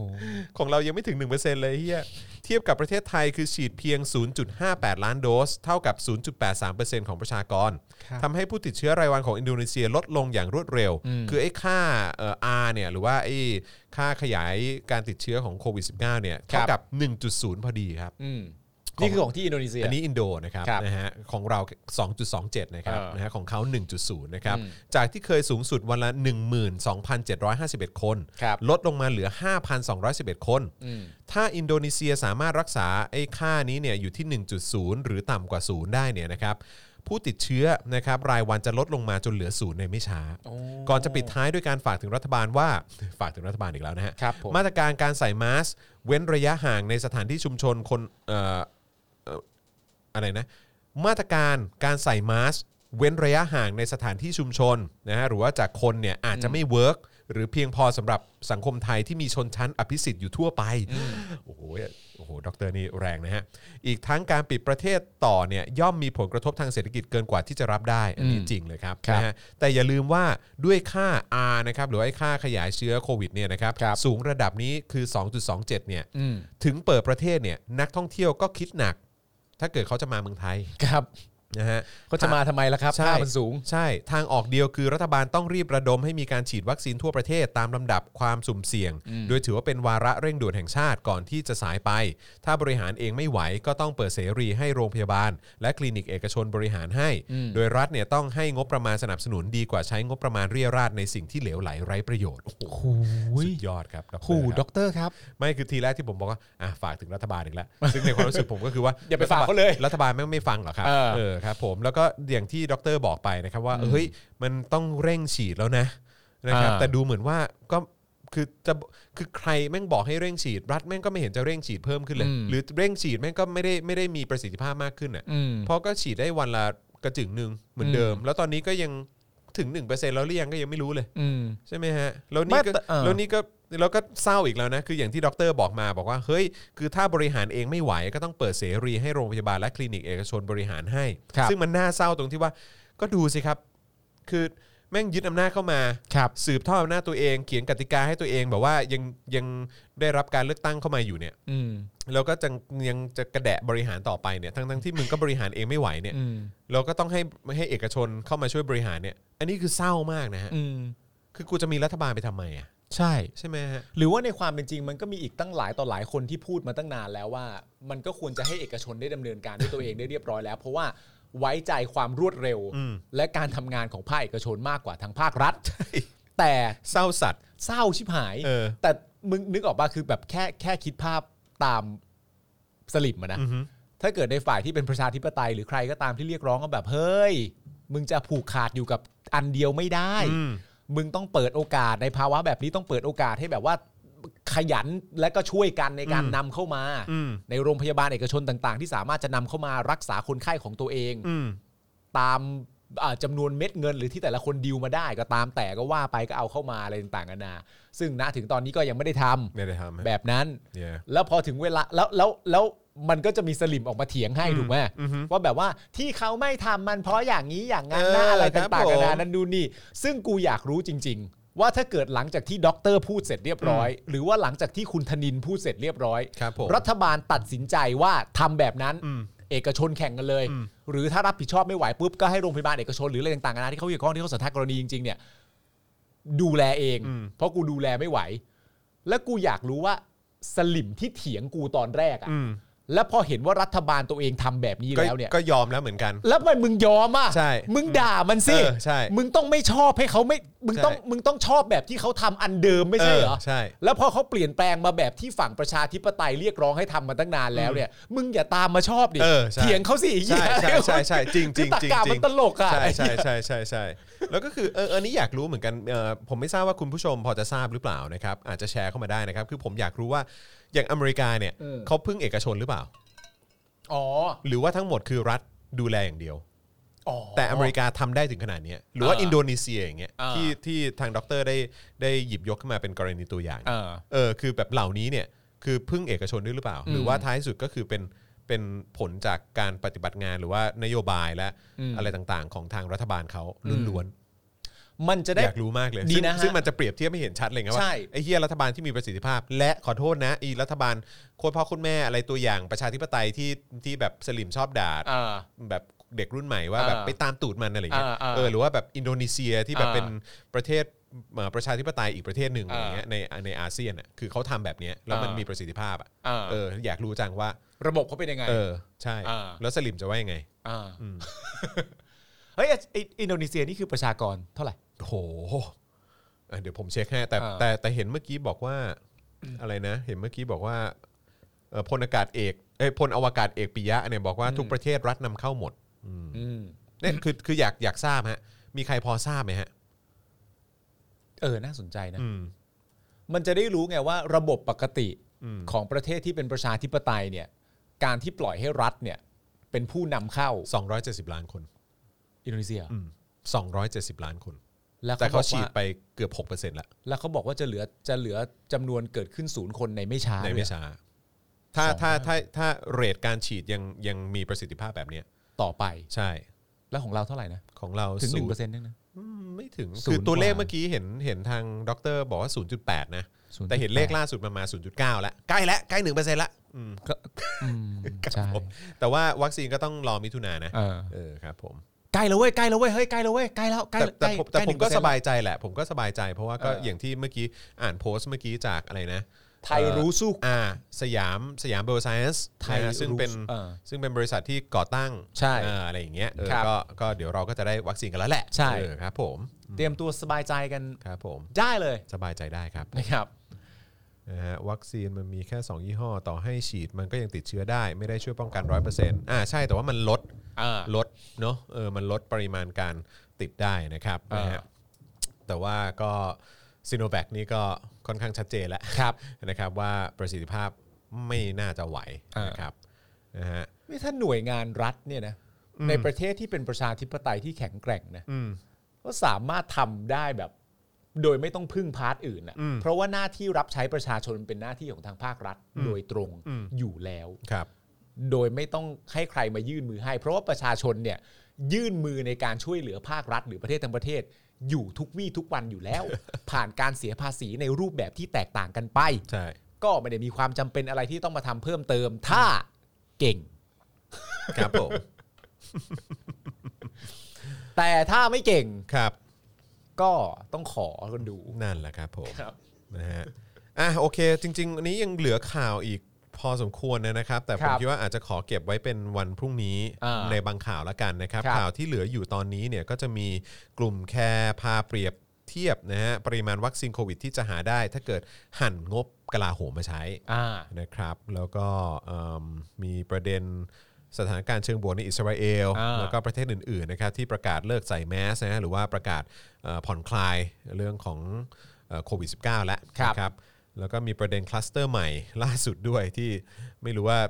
ของเรายังไม่ถึง 1%เลยเฮียเทียบกับประเทศไทยคือฉีดเพียง 0.58 ล้านโดส เท่ากับ 0.83%ของประชากรทำให้ผู้ติดเชื้อรายวันของอินโดนีเซียลดลงอย่างรวดเร็ว คือไอ้ค่าเอ่อ R เนี่ยหรือว่าไอ้ค่าขยายการติดเชื้อของโควิด -19 เนี่ยเท่ากับ 1.0 พอดีครับ
อืมนี่คือของที่อินโดนีเซีย
อันนี้อินโดนะครับ
ครับ
นะฮะของเรา 2.27 นะครับ
เออ
นะฮะของเขา 1.0 นะครับ จากที่เคยสูงสุดวันละ 12,751 คน
ครับ
ลดลงมาเหลือ 5,211 คน
อืม
ถ้าอินโดนีเซียสามารถรักษาไอ้ค่านี้เนี่ยอยู่ที่ 1.0 หรือต่ำกว่า 0 ได้เนี่ยนะครับ ผู้ติดเชื้อนะครับรายวันจะลดลงมาจนเหลือศูนย์ในไม่ช้า ก่อนจะปิดท้ายด้วยการฝากถึงรัฐบาลว่า ฝากถึงรัฐบาลอีกแล้วนะฮะ
ครับผม
มาตรการการใส่มาสก์เว้นระยะห่างในสถานที่ชุมชนคนเอ่อ อะไรนะมาตรการการใส่มาสก์เว้นระยะห่างในสถานที่ชุมชนนะฮะหรือว่าจากคนเนี่ยอาจจะไม่เวิร์ก หรือเพียงพอสำหรับสังคมไทยที่มีชนชั้นอภิสิทธิ์อยู่ทั่วไป โอ้โหโอ้โหดรนี่แรงนะฮะ อีกทั้งการปิดประเทศต่อเนี่ยย่อมมีผลกระทบทางเศรษฐกิจเกินกว่าที่จะรับได้ อันนี้
อืม
จริงเลยครับ
ครับ
นะฮะแต่อย่าลืมว่าด้วยค่า R นะครับหรือว่าไอ้ค่าขยายเชื้อโควิดเนี่ยนะครับ
ครับ
สูงระดับนี้คือ 2.27เนี่ย
อืม
ถึงเปิดประเทศเนี่ยนักท่องเที่ยวก็คิดหนัก ถ้าเกิดเขาจะมาเมืองไทย
ครับ
นะฮะ
ก็จะมาทำไมล่ะครับ
ใช่
ค่ามันสูง
ใช่ทางออกเดียวคือรัฐบาลต้องรีบระดมให้มีการฉีดวัคซีนทั่วประเทศตามลำดับความสุ่มเสี่ยง โดยถือว่าเป็นวาระเร่งด่วนแห่งชาติก่อนที่จะสายไป ถ้าบริหารเองไม่ไหวก็ต้องเปิดเสรีให้โรงพยาบาล และคลินิกเอกชนบริหารให้ โดยรัฐเนี่ยต้องให้งบประมาณสนับสนุนดีกว่าใช้งบประมาณเรียราดในสิ่งที่เหลวไหลไร้ประโยชน์โอ้โห
โอ้ย
สุดยอดครับดร
โอ้โห
ครับ
ด็อกเตอร์ครับ
ไม่คือทีแรกที่ผมบอกว่าอ่ะฝากถึงรัฐบาลอีกแล้ว ซึ่งในความรู้สึกผมก็คือว่า
อย่าไปฝากเขาเลย
รัฐบาลแม่งไม่ฟังหรอกครับ
เออ
ครับผมแล้วก็อย่างที่ดรบอกไปนะครับว่าเฮ้ยมันต้องเร่งฉีดแล้วนะนะครับ
อ่า
แต่ดูเหมือนว่าก็คือจะคือใครแม่งบอกให้เร่งฉีด รัฐแม่งก็ไม่เห็นจะเร่งฉีดเพิ่มขึ้นเลย หรือเร่งฉีดแม่งก็ไม่ได้ไม่ได้มีประสิทธิภาพมากขึ้นอ่ะ
อืม
เพราะก็ฉีดได้วันละกระจึงหนึ่งเหมือนเดิม แล้วตอนนี้ก็ยังถึง1%แล้วหรือยังก็ยังไม่รู้เลย
อืม
ใช่ไหมฮะแล้ว
ไม่
นี่ก็
แต่เออ
แล้วนี่ก็แล้วก็เศร้าอีกแล้วนะคืออย่างที่ดรบอกมาบอกว่าเฮ้ยคือถ้าบริหารเองไม่ไหวก็ต้องเปิดเสรีให้โรงพยาบาลและคลินิกเอกชนบริหารให้
ครับ
ซึ่งมันน่าเศร้าตรงที่ว่า ก็ดูสิครับ คือแม่งยึดอำนาจเข้ามา
ครับ
สืบทอดอำนาจตัวเอง เขียนกติกาให้ตัวเองแบบว่ายังยังได้รับการเลือกตั้งเข้ามาอยู่เนี่ย
อืม
แล้วก็จะยังจะกระแดะบริหารต่อไปเนี่ยทั้งทั้งที่มึงก็บริหารเองไม่ไหวเนี่ย
อืม
เราก็ต้องให้ให้เอกชนเข้ามาช่วยบริหารเนี่ย อันนี้คือเศร้ามากนะฮะ
อืม
คือกูจะมีรัฐบาลไปทำไมอ่ะ
ใช่
ใช่ไหมฮะ
หรือว่าในความเป็นจริงมันก็มีอีกตั้งหลายต่อหลายคนที่พูดมาตั้งนานแล้วว่า มันก็ควรจะให้เอกชนได้ดำเนินการด้วยตัวเองได้เรียบร้อยแล้ว เพราะว่าไว้ใจความรวดเร็ว
อืม
และการทำงานของภาคเอกชนมากกว่าทางภาครัฐ แต่
เศร้าสัตว์
เศร้าชิบหาย
เออ
แต่มึงนึกออกป่ะคือแบบแค่แค่คิดภาพตามสลิปมานะ
อือฮึ
ถ้าเกิดในฝ่ายที่เป็นประชาธิปไตยหรือใครก็ตามที่เรียกร้องก็แบบเฮ้ย มึงจะผูกขาดอยู่กับอันเดียวไม่ได้
อืม
มึงต้องเปิดโอกาสในภาวะแบบนี้ต้องเปิดโอกาสให้แบบว่าขยันและก็ช่วยกันในการ
อืม
นำเข้ามา
อืม
ในโรงพยาบาลเอกชนต่างๆ ที่สามารถจะนำเข้ามารักษาคนไข้ของตัวเอง
อืม
ตามเอ่อจำนวนเม็ดเงินหรือที่แต่ละคนดิวมาได้ก็ตามแต่ก็ว่าไปก็เอาเข้ามาอะไรต่างๆกันานาซึ่งณถึงตอนนี้ก็ยังไม่ได้ทำ
ไม่ได้ทำฮะ
แบบนั้น
เนี่ย
แล้วพอถึงเวลาแล้วแล้วแล้วมันก็จะมีสลิมออกมาเถียงให้
อืม
ถูกไหม
อือฮึ
ว่าแบบว่าที่เขาไม่ทำมันเพราะอย่างนี้อย่างนั้น
เออ
นะอะไร
ครับ
ต่างๆ
ผม
กันานานั้นดูนนี่ ซึ่งกูอยากรู้จริง ๆ ว่าถ้าเกิดหลังจากที่ด็อกเตอร์พูดเสร็จเรียบร้อย หรือว่าหลังจากที่คุณธนินพูดเสร็จเรียบร้อย
ครับผม
รัฐบาลตัดสินใจว่าทำแบบนั้น
อืม
เอกชนแข่งกันเลย
อืม
หรือถ้ารับผิดชอบไม่ไหวปุ๊บก็ให้โรงพยาบาลเอกชนหรืออะไรต่างๆนานาที่เขาเกี่ยวข้องที่เขาสัทธากรณีจริงๆเนี่ยดูแลเอง เพราะกูดูแลไม่ไหว และกูอยากรู้ว่าสลิมที่เถียงกูตอนแรกอะ
อืม
แล้วพอเห็นว่ารัฐบาลตัวเองทำแบบนี้
ก็
แล้วเนี่ย
ก็ยอมแล้วเหมือนกัน
แล้วมันมึงยอมอ่ะ
ใช่
มึงด่ามันสิ
เออใช่
มึงต้องไม่ชอบให้เขาไม่มึงต้อง
ใช่
มึงต้องชอบแบบที่เขาทำอันเดิมไม่ใช่เหรอ
ใช่
แล้วพอเขาเปลี่ยนแปลงมาแบบที่ฝั่งประชาธิปไตยเรียกร้องให้ทำมาตั้งนานแล้วเนี่ย มึงอย่าตามมาชอบดิ
เออใช่
เถียงเขาสิไอ้เหี้
ใช่
ย
ใช่ใช่ใช่จริงจ
คื
ริ
อง ตะ
จริง
กา
จ
มั
ริ
น
ง
ตลกอ่ะ
ใช่ใช่ใช่ใช่ใช่แล้วก็คือเอออันนี้อยากรู้เหมือนกันเออผมไม่ทราบว่าคุณผู้ชมพอจะทราบหรือเปล่านะครับ อาจจะแชร์เข้ามาได้นะครับ คือผมอยากรู้ว่าอย่างอเมริกาเนี่ยเขาพึ่งเอกชนหรือเปล่า
อ๋อ
หรือว่าทั้งหมดคือรัฐดูแลอย่างเดียว
อ๋อ
แต่อเมริกาทำได้ถึงขนาดเนี้ยหรือว่า
อ่า
อินโดนีเซียอย่างเงี้ย
อ่า
ที่ที่ทางดรได้ได้หยิบยกขึ้นมาเป็นกรณีตัวอย่าง
เออ
เออคือแบบเหล่านี้เนี่ยคือพึ่งเอกชนด้วยหรือเปล่า หรือว่าท้ายสุดก็คือเป็นเป็นผลจากการปฏิบัติงานหรือว่านโยบายและ
อืม
อะไรต่างๆ ของทางรัฐบาลเขาล้วน
มันจะ
ๆ
ได้
อยากรู้มากเลย
ดี
ซึ่ง
นะฮะ
ซึ่งมันจะเปรียบเทียบไม่เห็นชัดเลยไงว่า
ใช่
ไอ้เฮียรัฐบาลที่มีประสิทธิภาพ และขอโทษนะอีรัฐบาลโคตรพ่อโคตรแม่อะไรตัวอย่างประชาธิปไตยที่ที่แบบสลิมชอบด่า
เออ
แบบเด็กรุ่นใหม่ว่าแบบ
อ่า
ไปตามตูดมันอะไรอย่างเงี้ย
อ่าอ่า
เออหรือว่าแบบอินโดนีเซียที่แบบ
อ่า
เป็นประเทศเอ่อประชาธิปไตยอีกประเทศหนึ่งอะไร
อ่า
เงี้ยในในอาเซียนอ่ะคือเขาทำแบบเนี้ยแล้วมัน
อ่ามี
มีประสิทธิภาพอ่ะ
อ่า
เอออยากรู้จังว่า
ระบบเขาเป็นยังไง
เออใช่
อ่า
แล้วสลิมจะว่ายังไง
เอออเฮ้ยไอ้ไอ้อินโดนีเซียนี่คือประชากรเท่าไหร่
โอ้โหอ่ะเดี๋ยวผมเช็คให้แต่
อ่า
แต่แต่เห็นเมื่อกี้บอกว่าอะไรนะ เห็นเมื่อกี้บอกว่าเอ่อพลอากาศเอกเอ้ยพลอวกาศเอกปิยะเนี่ยบอกว่าทุกประเทศรัฐนำเข้าหมด
อืม
เนี่ยคือคืออยากอยากทราบฮะมีใครพอทราบไหมฮะ
เออน่าสนใจนะ
อืม
มันจะได้รู้ไงว่าระบบปกติ
อืม
ของประเทศที่เป็นประชาธิปไตยเนี่ย การที่ปล่อยให้รัฐเนี่ย เป็นผู้นำเข้า
270 ล้านคน
อินโดนีเซียเหรอ
270 ล้านคน
แล้ว
แต่
เขาบ
เขา
อก
ฉีด
ว่า
ไปเกือบ6%แล้ว
แล้วเขาบอกว่าจะเหลือจะเหลือจำนวนเกิดขึ้นศูนย์คนในไม่ช้า
ในไม่ช้าถ้าถ้าถ้าถ้าเรทการฉีดยังยังมีประสิทธิภาพแบบเนี้ย
ต่อไป
ใช่
แล้วของเราเท่าไหร่นะ
ของเรา
ถึงหนึ่ง
ศูนย์
เปอร์เซ็นต์นึงนะ
อืมไม่ถึง
ศูนย์
คือตัวเลข
กว่า
เมื่อกี้เห็นเห็นทางดรบอกว่า 0.8 นะ แต่เห็นเลขล่าสุดมันมา 0.9 แล้ว ใกล้แล้วใกล้1%ละอืม
อืม
ครับ
ใช่
ผมแต่ว่าวัคซีนก็ต้องรอมิถุนายนนะ
เออ
เออครับผม
ใกล้แล้วเว้ยใกล้แล้วเว้ยเฮ้ยใกล้แล้วเว้ยใกล้แล้วใกล้
แต่แต่
ใล้
ผมแต่
ล้
ผมก็
1%
สบายใจแหละ ผมก็สบายใจเพราะว่าก็
เออ
อ
อ
ย่างที่เมื่อกี้อ่านโพสต์เมื่อกี้จากอะไรนะ
ไทยรู้สู้
อ่าสยามสยามเบลไซน์
ไทย
ซึ่งเป็น
เออ
ซึ่งเป็นบริษัทที่ก่อตั้ง
ใช่
อ่าอะไรอย่างเงี้ยเออ
ครับ
ก็ก็เดี๋ยวเราก็จะได้วัคซีนกันแล้วแหละ
ใช่
เออครับ ผม
เตรียมตัวสบายใจกัน
ครับผม
ได้เลย
สบายใจได้ครับ
นะครับ
นะฮะวัคซีนมันมีแค่ 2 ยี่ห้อ ต่อให้ฉีดมันก็ยังติดเชื้อได้ไม่ได้ช่วยป้องกัน 100%อ่าใช่แต่ว่ามันลด
อ่า
ลดเนาะเออมันลดปริมาณการติดได้นะครับ
อ่าน
นะฮะแต่ว่าก็ซีโนแ a c นี่ก็ค่อนข้างชัดเจนแล้ว
ครับ
นะครับว่าประสิทธิภาพไม่น่าจะไหว
อ่าน
นะครับนะฮะ
นี่ถ้าหน่วยงานรัฐเนี่ยนะในประเทศที่เป็นประชาธิปไตยที่แข็งแกร่งนะ
อืม
ก็สามารถทำได้แบบโดยไม่ต้องพึ่งพาร์ทอื่นนะ
อืม
เพราะว่าหน้าที่รับใช้ประชาชนเป็นหน้าที่ของทางภาครัฐโดยตรง
อืม
อยู่แล้ว
ครับ
โดยไม่ต้องให้ใครมายื่นมือให้ เพราะว่าประชาชนเนี่ยยื่นมือในการช่วยเหลือภาครัฐ หรือประเทศทั้งประเทศ อยู่ทุกวี่ทุกวันอยู่ แล้ว ผ่านการเสียภาษีในรูปแบบที่แตกต่างกันไป
ใช่
ก็ไม่ได้มีความจำเป็นอะไรที่ต้องมาทำเพิ่มเติม ถ้าเก่ง
ครับผม
แต่ถ้าไม่เก่ง
ครับ
ก็ต้องขอกันดู
นั่นแหละครับผม
ครับ
นะฮะอ่ะโอเค จริงๆอันนี้ยังเหลือข่าวอีกพอสมควรนะครับ แต่ผ
ครั
ม
บ
คิดว่าอาจจะขอเก็บไว้เป็นวันพรุ่งนี้
อ่า
ในบางข่าวละกันนะครับ
ครับ
ข่าวที่เหลืออยู่ตอนนี้เนี่ยก็จะมีกลุ่มแคร์พาเปรียบเทียบนะฮะปริมาณวัคซีนโควิดที่จะหาได้ ถ้าเกิดหั่นงบกลาโหมมาใช้
่า
นะครับแล้วก็เอิ่มมีประเด็นสถานการณ์เชิงบวกในอิสราเอล
อ่า
แล้วก็ประเทศอื่นๆนะครับที่ประกาศเลิกใส่แมสนะฮะหรือว่าประกาศเอ่อผ่อนคลายเรื่องของเอ่อโควิด -19 แล้ว
ครับ
นะครับแล้วก็มีประเด็นคลัสเตอร์ใหม่ล่าสุดด้วยที่ไม่รู้ว่า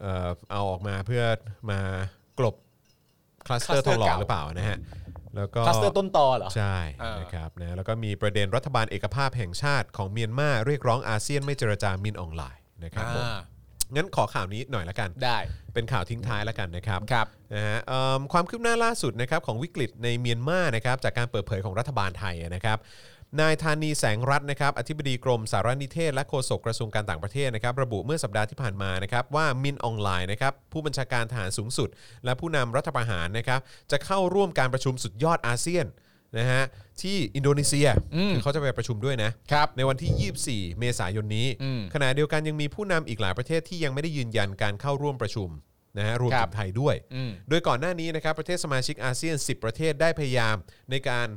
เอ่อเอาออกมาเพื่อมากลบคลัสเตอร์ทองหล่อหรือเปล่านะฮะแล้วก็
คลัสเตอร์ต้นตอเหรอ
ใช่
อ่าน
นะครับนะแล้วก็มีประเด็นรัฐบาลเอกภาพแห่งชาติของเมียนมาเรียกร้องอาเซียนไม่เจรจามินออนไลน์นะครับผม
อ่า
งั้นขอข่าวนี้หน่อยละกัน
ได้
เป็นข่าวทิ้งท้ายละกันนะครับ
ครับ
นะฮะเอิ่มความคืบหน้าล่าสุดนะครับของวิกฤตในเมียนมานะครับจากการเปิดเผยของรัฐบาลไทยนะครับนายธานีแสงรัตน์นะครับอธิบดีกรมสารนิเทศ และโฆษกกระทรวงการต่างประเทศนะครับระบุเมื่อสัปดาห์ที่ผ่านมานะครับว่ามินออนไลน์นะครับผู้บัญชาการทหารสูงสุด และผู้นำรัฐประหารนะครับจะเข้าร่วมการประชุมสุดยอดอาเซียนนะฮะที่อินโดนีเซียคือเขาจะไปประชุมด้วยนะ
ครับ
ในวันที่ 24 เมษายนนี้
อืม
ขณะเดียวกันยังมีผู้นำอีกหลายประเทศที่ยังไม่ได้ยืนยันการเข้าร่วมประชุมนะฮะรวม
ครั
ถึ
บ
งไทยด้วย
อืม
โดยก่อนหน้านี้นะครับประเทศสมาชิกอาเซียน 10 ประเทศได้พยายามในการ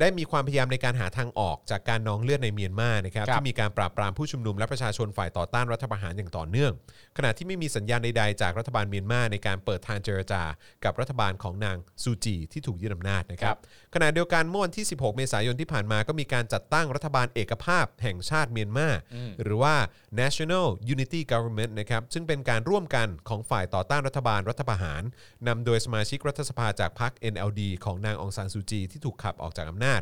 ได้มีความพยายามในการหาทางออกจากการนองเลือดในเมียนมานะครับ
ครับ
ที่มีการปราบปรามผู้ชุมนุมและประชาชนฝ่ายต่อต้านรัฐประหารอย่างต่อเนื่อง ขณะที่ไม่มีสัญญาณใดๆจากรัฐบาลเมียนมาในการเปิดทางเจรจา กับรัฐบาลของนางซูจีที่ถูกยึดอำนาจนะครั
ครับ บ
ขณะเดียวกันเมื่อวันที่ 16 เมษายนที่ผ่านมาก็มีการจัดตั้งรัฐบาลเอกภาพแห่งชาติเมียนมาหรือว่า National Unity Government นะครับซึ่งเป็นการร่วมกันของฝ่ายต่อต้านรัฐบาลรัฐประหาร นำโดยสมาชิกรัฐสภาจากพรรค NLD ของนางองซานซูจี ที่ถูกขับออกจากอำนาจ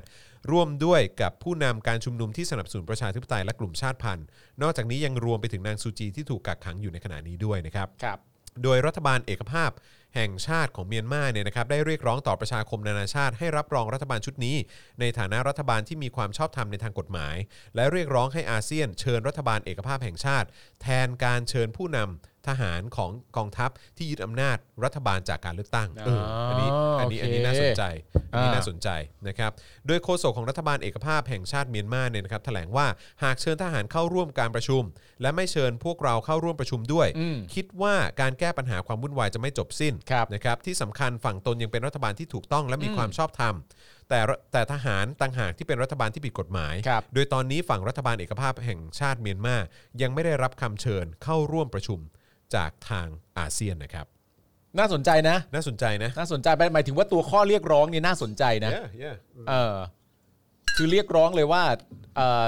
ร่วมด้วยกับผู้นำการชุมนุมที่สนับสนุนประชาธิปไตยและกลุ่มชาติพันธุ์ นอกจากนี้ยังรวมไปถึงนางซูจีที่ถูกกักขังอยู่ในขณะนี้ด้วยนะครับ
ครับ
โดยรัฐบาลเอกภาพแห่งชาติของเมียนมาเนี่ยนะครับได้เรียกร้องต่อประชาคมนานาชาติให้รับรองรัฐบาลชุดนี้ ในฐานะรัฐบาลที่มีความชอบธรรมในทางกฎหมาย และเรียกร้องให้อาเซียนเชิญรัฐบาลเอกภาพแห่งชาติ แทนการเชิญผู้นำทหารของกองทัพที่ยึดอำนาจรัฐบาลจากการเลือกตั้งเอออันนี้อันนี้อันนี้
โอเค
น่าสนใจ อันนี้
อ่า
น่าสนใจนะครับ โดยโฆษกของรัฐบาลเอกภาพแห่งชาติเมียนมาเนี่ยนะครับแถลงว่าหากเชิญทหารเข้าร่วมการประชุม และไม่เชิญพวกเราเข้าร่วมประชุมด้วย คิดว่าการแก้ปัญหาความวุ่นวายจะไม่จบสิ้น
ครับ
นะครับที่สำคัญฝั่งตนยังเป็นรัฐบาลที่ถูกต้องและมีความชอบธรรม แต่รแต่ทหารต่างหากที่เป็นรัฐบาลที่ผิดกฎหมาย
ครับ
โดยตอนนี้ฝั่งรัฐบาลเอกภาพแห่งชาติเมียนมายังไม่ได้รับคำเชิญเข้าร่วมประชุมจากทางอาเซียนนะครับ
น่าสนใจนะ
น่าสนใจนะ
น่าสนใจไปหมายถึงว่าตัวข้อเรียกร้องเนี่ยน่าสนใจนะ
เย้เย้
เออคือเรียกร้องเลยว่าเออ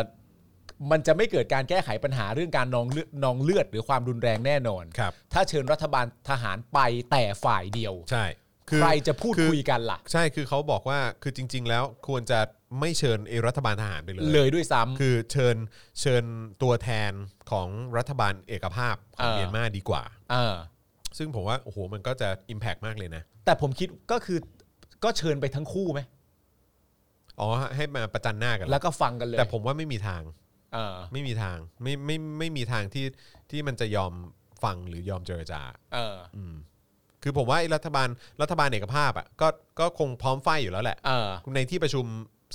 มันจะไม่เกิดการแก้ไขปัญหาเรื่องการนองเลือดนองเลือดหรือความรุนแรงแน่นอน
ครับ
ถ้าเชิญรัฐบาลทหารไปแต่ฝ่ายเดียว
ใช่ คือ
ใครจะพูด
อ
คุยกันล่ะ
ใช่คือเขาบอกว่าคือจริง ๆ แล้วควรจะไม่เชิญไอรัฐบาลทหารไปเลย
เลยด้วยซ้
คือเชิญเชิญตัวแทนของรัฐบาลเอกภาพของ
อ่า
เมียนมาดีกว่า
ำเออ
ซึ่งผมว่าโอ้โหมันก็จะ Impact มากเลยนะ
แต่ผมคิดก็คือก็เชิญไปทั้งคู่ไหม
อ๋อ ให้มาประจันหน้ากันเหรอ
แล้วก็ฟังกันเลย
แต่ผมว่าไม่มีทาง
เออ
ไม่มีทางไม่ไม่ไม่มีทางที่ที่มันจะยอมฟังหรือยอมเจรจา
เออ
อืมคือผมว่าไอ้รัฐบาลรัฐบาลเอกภาพอ่ะก็ก็คงพร้อมไฟอยู่แล้วแหละ
เออ
ในที่ประชุม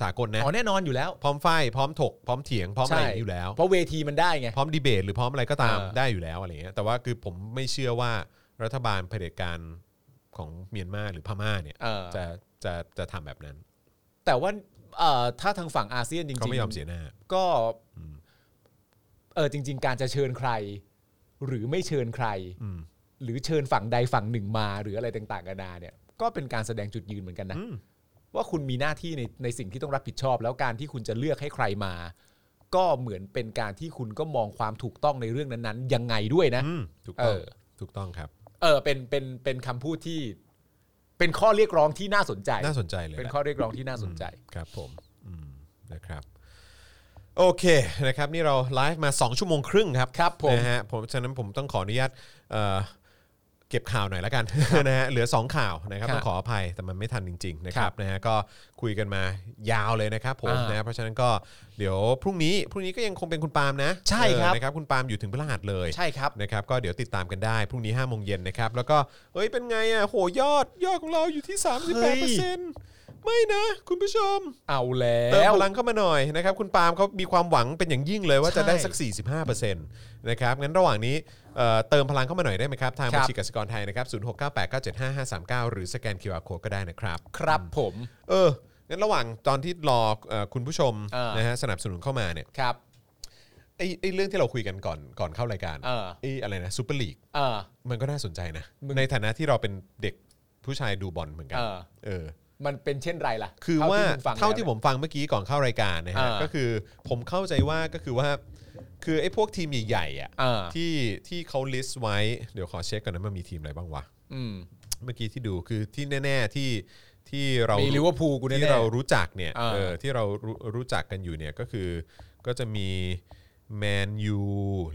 สากลนะ
อ๋อแน่นอนอยู่แล้ว
พร้อมไฟพร้อมถก พร้อมเถียงพร้อมอะไรอยู่แล้ว
เพราะเวทีมันได้ไง
พร้อมดีเบตหรือพร้อมอะไรก็ตาม
เออ
ได้อยู่แล้วอะไรเงี้ยแต่ว่าคือผมไม่เชื่อว่ารัฐบาลเผด็จการของเมียนมาหรือพม่าเนี่ย
เออ
จะจะจะทำแบบนั้น
แต่ว่าเอ่อถ้าทางฝั่งอาเซียนจริงๆ
เขาไม่ยอมเสียหน้า
ก็
อืม
เออจริง ๆ การจะเชิญใคร หรือไม่เชิญใคร
อืม
หรือเชิญฝั่งใดฝั่งหนึ่งมาหรืออะไรต่างๆกันานาเนี่ย ก็เป็นการแสดงจุดยืนเหมือนกันนะ
อืม
ว่าคุณมีหน้าที่ในในสิ่งที่ต้องรับผิดชอบ แล้วการที่คุณจะเลือกให้ใครมา ก็เหมือนเป็นการที่คุณก็มองความถูกต้องในเรื่องนั้นๆ ยังไงด้วยนะ
อืมถูกต้อง
เออ
ถูกต้องครับ
เออเป็นเป็นเป็นคำพูดที่ เป็นข้อเรียกร้องที่น่าสนใจ
น่าสนใจเลย
เป็น
นะ
ข้อเรียกร้องที่น่าสนใจ
ครับผมอืมนะครับ โอเคนะครับนี่เราไลฟ์มา 2 ชั่วโมงครึ่งครับ
ครับผม
นะฮะผมฉะนั้นผมต้องขออนุญาตเอ่อเก็บข่าวหน่อยละกัน นะฮะเหลือ 2 ข่าวนะครับ
ครับ
ต้องขออภัยแต่มันไม่ทันจริงๆนะค
ครั
รับบ นะฮะก็คุยกันมายาวเลยนะครับผม
อ่าน
นะเพราะฉะนั้นก็เดี๋ยวพรุ่งนี้พรุ่งนี้ก็ยังคงเป็นคุณปาล์มนะ
ใช่ครับ
เออนะครับคุณปาล์มอยู่ถึงพฤหัสเลย
ใช่ครับ
นะครับก็เดี๋ยวติดตามกันได้ พรุ่งนี้5้าโมงเย็นนะครับ แล้วก็เฮ้ยเป็นไงอ่ะโหยอดยอดของเราอยู่ที่
เฮ้ย
38%ไม่นะ คุณผู้ชม
เอาแล้
เติม
ว
พลังเข้ามาหน่อยนะครับ คุณปาล์มเขามีความหวังเป็นอย่างยิ่งเลยว่าจะได้
ใช่
สัก 45%นะครับ งั้นระหว่างนี้เอ่อเติมพลังเข้ามาหน่อยได้ไหมครับ ทา
ครั
งั
บ
ญ
บ
ชีกสิกรไทยนะครับ 0698975539 หรือสแกน QR Code ก็ได้นะครับ
ครับผม
เอองั้นระหว่างตอนที่รอเอ่อคุณผู้ชม
เออ
นะฮะสนับสนุนเข้ามาเนี่ย
ครับ
ไอ้ไอ้เรื่องที่เราคุยกันก่อนก่อนเข้ารายการ
เออ
ไอ้อะไรนะซูเปอร์ลีก
เออ
มันก็น่าสนใจนะ
มึง
ในฐานะที่เราเป็นเด็กผู้ชายดูบอลเหมือนกั
เอน อ
เออ
มันเป็นเช่นไรล่ะ
คือว่า
เท่ที่คุณฟัง
เท่า
แล้ว
ที่ผมฟังเมื่อกี้ก่อนเข้ารายการนะฮะ
อ่า
ก็คือผมเข้าใจว่าก็คือว่าคือไอ้พวกทีมใหญ่ๆอ่ะ
อ่า
ที่ที่เขา list ไว้เดี๋ยวขอเช็คก่อนนะมันมีทีมอะไรบ้างวะ
อืม
เมื่อกี้ที่ดูคือที่แน่ ๆที่ที่เรา
มีลิเวอร์พูลกูแน่ๆ
ที่เรารู้จักเนี่ย
อ่า
เออที่เรารู้รู้จักกันอยู่เนี่ยก็คือก็จะมีแมนยู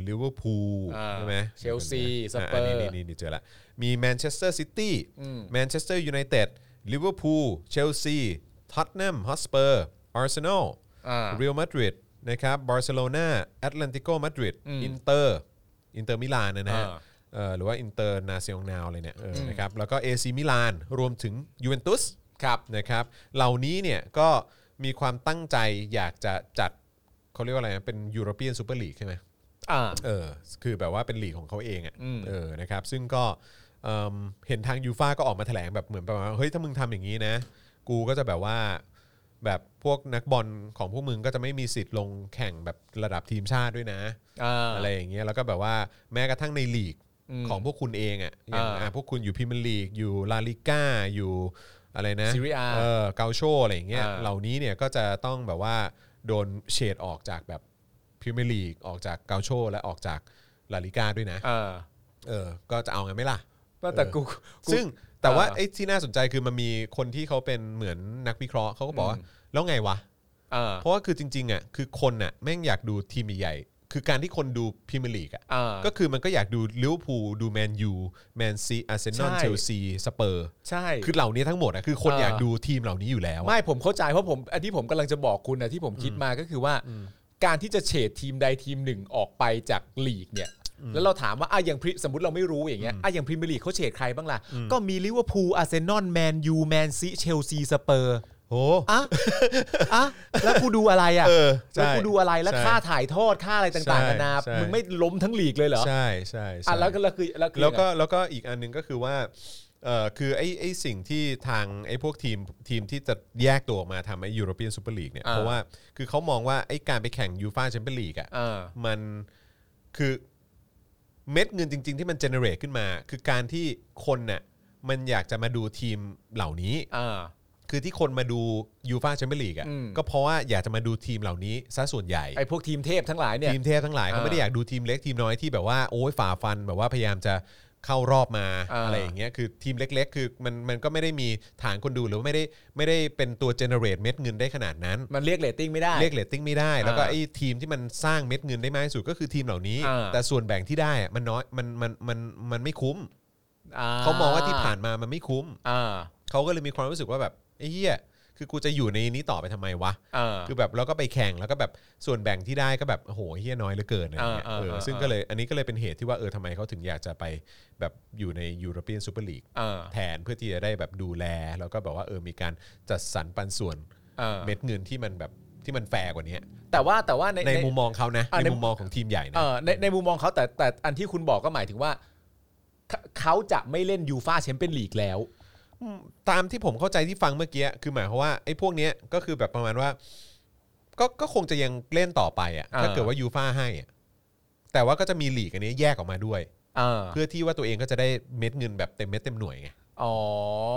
ลิเวอร์พูล
อ่า
ใช่ไหม
เชลซีส
ะ
เปอร์
นนี่นี่เจอละมีแมนเชสเตอร์ซิตี้
อืม
แมนเชสเตอร์ยูไนเต็ดลิเวอร์พูลเชลซีท็อตแนมฮอสเปอร์อาร์เซนอล
อ่า
เรอัลมาดริดนะครับบาร์เซโลนาแอตแลนติโกมาดริด
อืม
อินเตอร์อินเตอร์มิลานนะฮะ
อ่า
เอ่อหรือว่าอินเตอร์นาซิองนาวอะไรเนี่ยเอออนะครับแล้วก็เอซีมิลานรวมถึงยูเวนตุส
ครับ
นะครับเหล่านี้เนี่ยก็มีความตั้งใจอยากจะจัดเขาเรียกว่าอะไรนะเป็นยูโรเปียนซูเปอร์ลีกใช่ไหม
อ่า
เออคือแบบว่าเป็นลีกของเขาเองอะ
อืม
เออนะครับซึ่งก็เอิ่มเห็นทางยูฟาก็ออกมาแถลงแบบเหมือนประมาณว่าเฮ้ยถ้ามึงทำอย่างนี้นะ กูก็จะแบบว่าแบบพวกนักบอลของพวกมึงก็จะไม่มีสิทธิ์ลงแข่งแบบระดับทีมชาติด้วยนะ
อ่า
อะไรอย่างเงี้ยแล้วก็แบบว่าแม้กระทั่งในลีก
อืม
ของพวกคุณเองอ่ะอย่าง
อ่า
อ่ะพวกคุณอยู่พรีเมียร์ลีกอยู่ลาลิก้าอยู่อะไรนะ
Serie A
เออเกาโชอะไรอย่างเงี้ย
อ่า
เหล่านี้เนี่ยก็จะต้องแบบว่าโดนเฉดออกจากแบบพรีเมียร์ลีกออกจากเกาโชและออกจากลาลิก้าด้วยนะ
อ่า
เออก็จะเอาไงนไหม่ล่ะ
แต่กูกู
ซึ่งแต่ว่า
อ่า
ไอ้ที่น่าสนใจคือมันมีคนที่เขาเป็นเหมือนนักวิเคราะห์เขาก็บอกว่าแล้วไงวะ
อ่า
เพราะว่าคือจริงๆอ่ะคือคนอ่ะแม่งอยากดูทีมใหญ่ๆคือการที่คนดูพรีเมียร์ลีกอ่ะ
อ่า
ก็คือมันก็อยากดูลิเวอร์พูลดูแมนยูแมนซีอาร์เซนอล
ใช่
เชลซีสเปอร์
ใช่
คือเหล่านี้ทั้งหมดอะคือคน
เออ
อ
อ
ยากดูทีมเหล่านี้อยู่แล้วอะ
ไม่ผมเข้าใจเพราะผมอันที่ผมกำลังจะบอกคุณนะที่ผมคิดมาก็คือว่า การที่จะเฉดทีมใดทีมหนึ่งออกไปจากลีกเนี่ย แล้วเราถามว่าอ่ะอย่างพรีสมมติเราไม่รู้อย่างเงี้ยอ่ะอย่างพรีเมียร์ลีกเขาเฉดใครบ้างล่ะ ก็มีลิเวอร์พูลอาร์เซนอลแมนยูแมนซีเชลซีสเปอร์
โอ้
อ่ะอ่ะแล้วกูดูอะไรอ่ะ
เออ
แล้ว
ใช่
กูดูอะไรแล้ว
ใช่
ค่าถ่ายทอดค่าอะไรต่างๆ
ใช่
นานา
ใช่
มึงไม่ล้มทั้งลีกเลยเหรอ
ใช่ใช่ใช่
อ่ะแล้วก็แล้วคือแล้วคือ
แล้วก็แล้วก็อีกอันหนึงก็คือว่าเออคือไอ้ไอ้สิ่งที่ทางไอ้พวกทีมทีมที่จะแยกตัวออกมาทำไอ้ยูโรเปียนซูเปอร์ลีกเนี่ยเพราะว่าคือเขามองว่าไอ้การไปแข่งยูฟาแชมเปี้ยนลีกอะ
อ่า
มันคือเม็ดเงินจริง ๆ ที่มันเจเนเรตขึ้นมา คือการที่คนน่ะมันอยากจะมาดูทีมเหล่านี้
อ่า
คือที่คนมาดูยูฟาแชมเปี้ยนลีกอ่ะ
อืม
ก็เพราะว่าอยากจะมาดูทีมเหล่านี้ซะส่วนใหญ่
ไอ้พวกทีมเทพทั้งหลายเนี่ย
ทีมเทพทั้งหลายเขา
อ่า
ไม่ได้อยากดูทีมเล็กทีมน้อยที่แบบว่าโอ้ยฝ่าฟันแบบว่าพยายามจะ เข้ารอบมา
อ่า
อะไรอย่างเงี้ยคือทีมเล็ก ๆ คือมันมันก็ไม่ได้มีฐานคนดูหรือว่าไม่ได้ไม่ได้เป็นตัวเจเนเรตเม็ดเงินได้ขนาดนั้น
มันเรียกเรตติ้งไม่ได้
เรียกเลตติ้งไม่ได้ แล้วก็
อ่า
ไอ้ทีมที่มันสร้างเม็ดเงินได้มากที่สุดก็คือทีมเหล่านี้
อ่า
แต่ส่วนแบ่งที่ได้อะมันน้อยมันมันมันมันไม่คุ้ม เขามองว่าที่ผ่านมามันไม่คุ้ม
อ่า
เขาก็เลยมีความรู้สึกว่าแบบไอ้เหี้ยคือกูจะอยู่ในนี้ต่อไปทำไมวะ
อ่า
คือแบบเราก็ไปแข่งแล้วก็แบบส่วนแบ่งที่ได้ก็แบบโอ้โหเฮียน้อยเหลือเกินอะไรเงี้ย
อ่าอ่า
เออ
อ่า
ซึ่งก็เลยอันนี้ก็เลยเป็นเหตุที่ว่าเออทำไมเขาถึงอยากจะไปแบบอยู่ในยูโรเปียนซูเปอร์ลีก
อ่า
แทนเพื่อที่จะได้แบบดูแล แล้วก็แบบว่าเออมีการจัดสรรปันส่วน
อ่า
เม็ดเงินที่มันแบบที่มันแฟร์กว่านี้
แต่ว่าแต่ว่าใน
ในมุมมองเขานะ
อ่า
ใน
ใน
มุมมองของทีมใหญ่นะ
เออในในมุมมองเขาแต่แต่อันที่คุณบอกก็หมายถึงว่าเขเขาจะไม่เล่นยูฟาแชมเปี้ยนลีกแล้ว
มตามที่ผมเข้าใจที่ฟังเมื่อกี้คือหมายความว่าไอ้พวกเนี้ยก็คือแบบประมาณว่า ก็ก็คงจะยังเล่นต่อไปอ่ะถ้า
อ่า
เกิดว่ายูฟ่าให้อะแต่ว่าก็จะมีลีกอันนี้แยกออกมาด้วย
อ่า
เพื่อที่ว่าตัวเองก็จะได้เม็ดเงินแบบเต็มเม็ดเต็มหน่วยไง
อ๋อ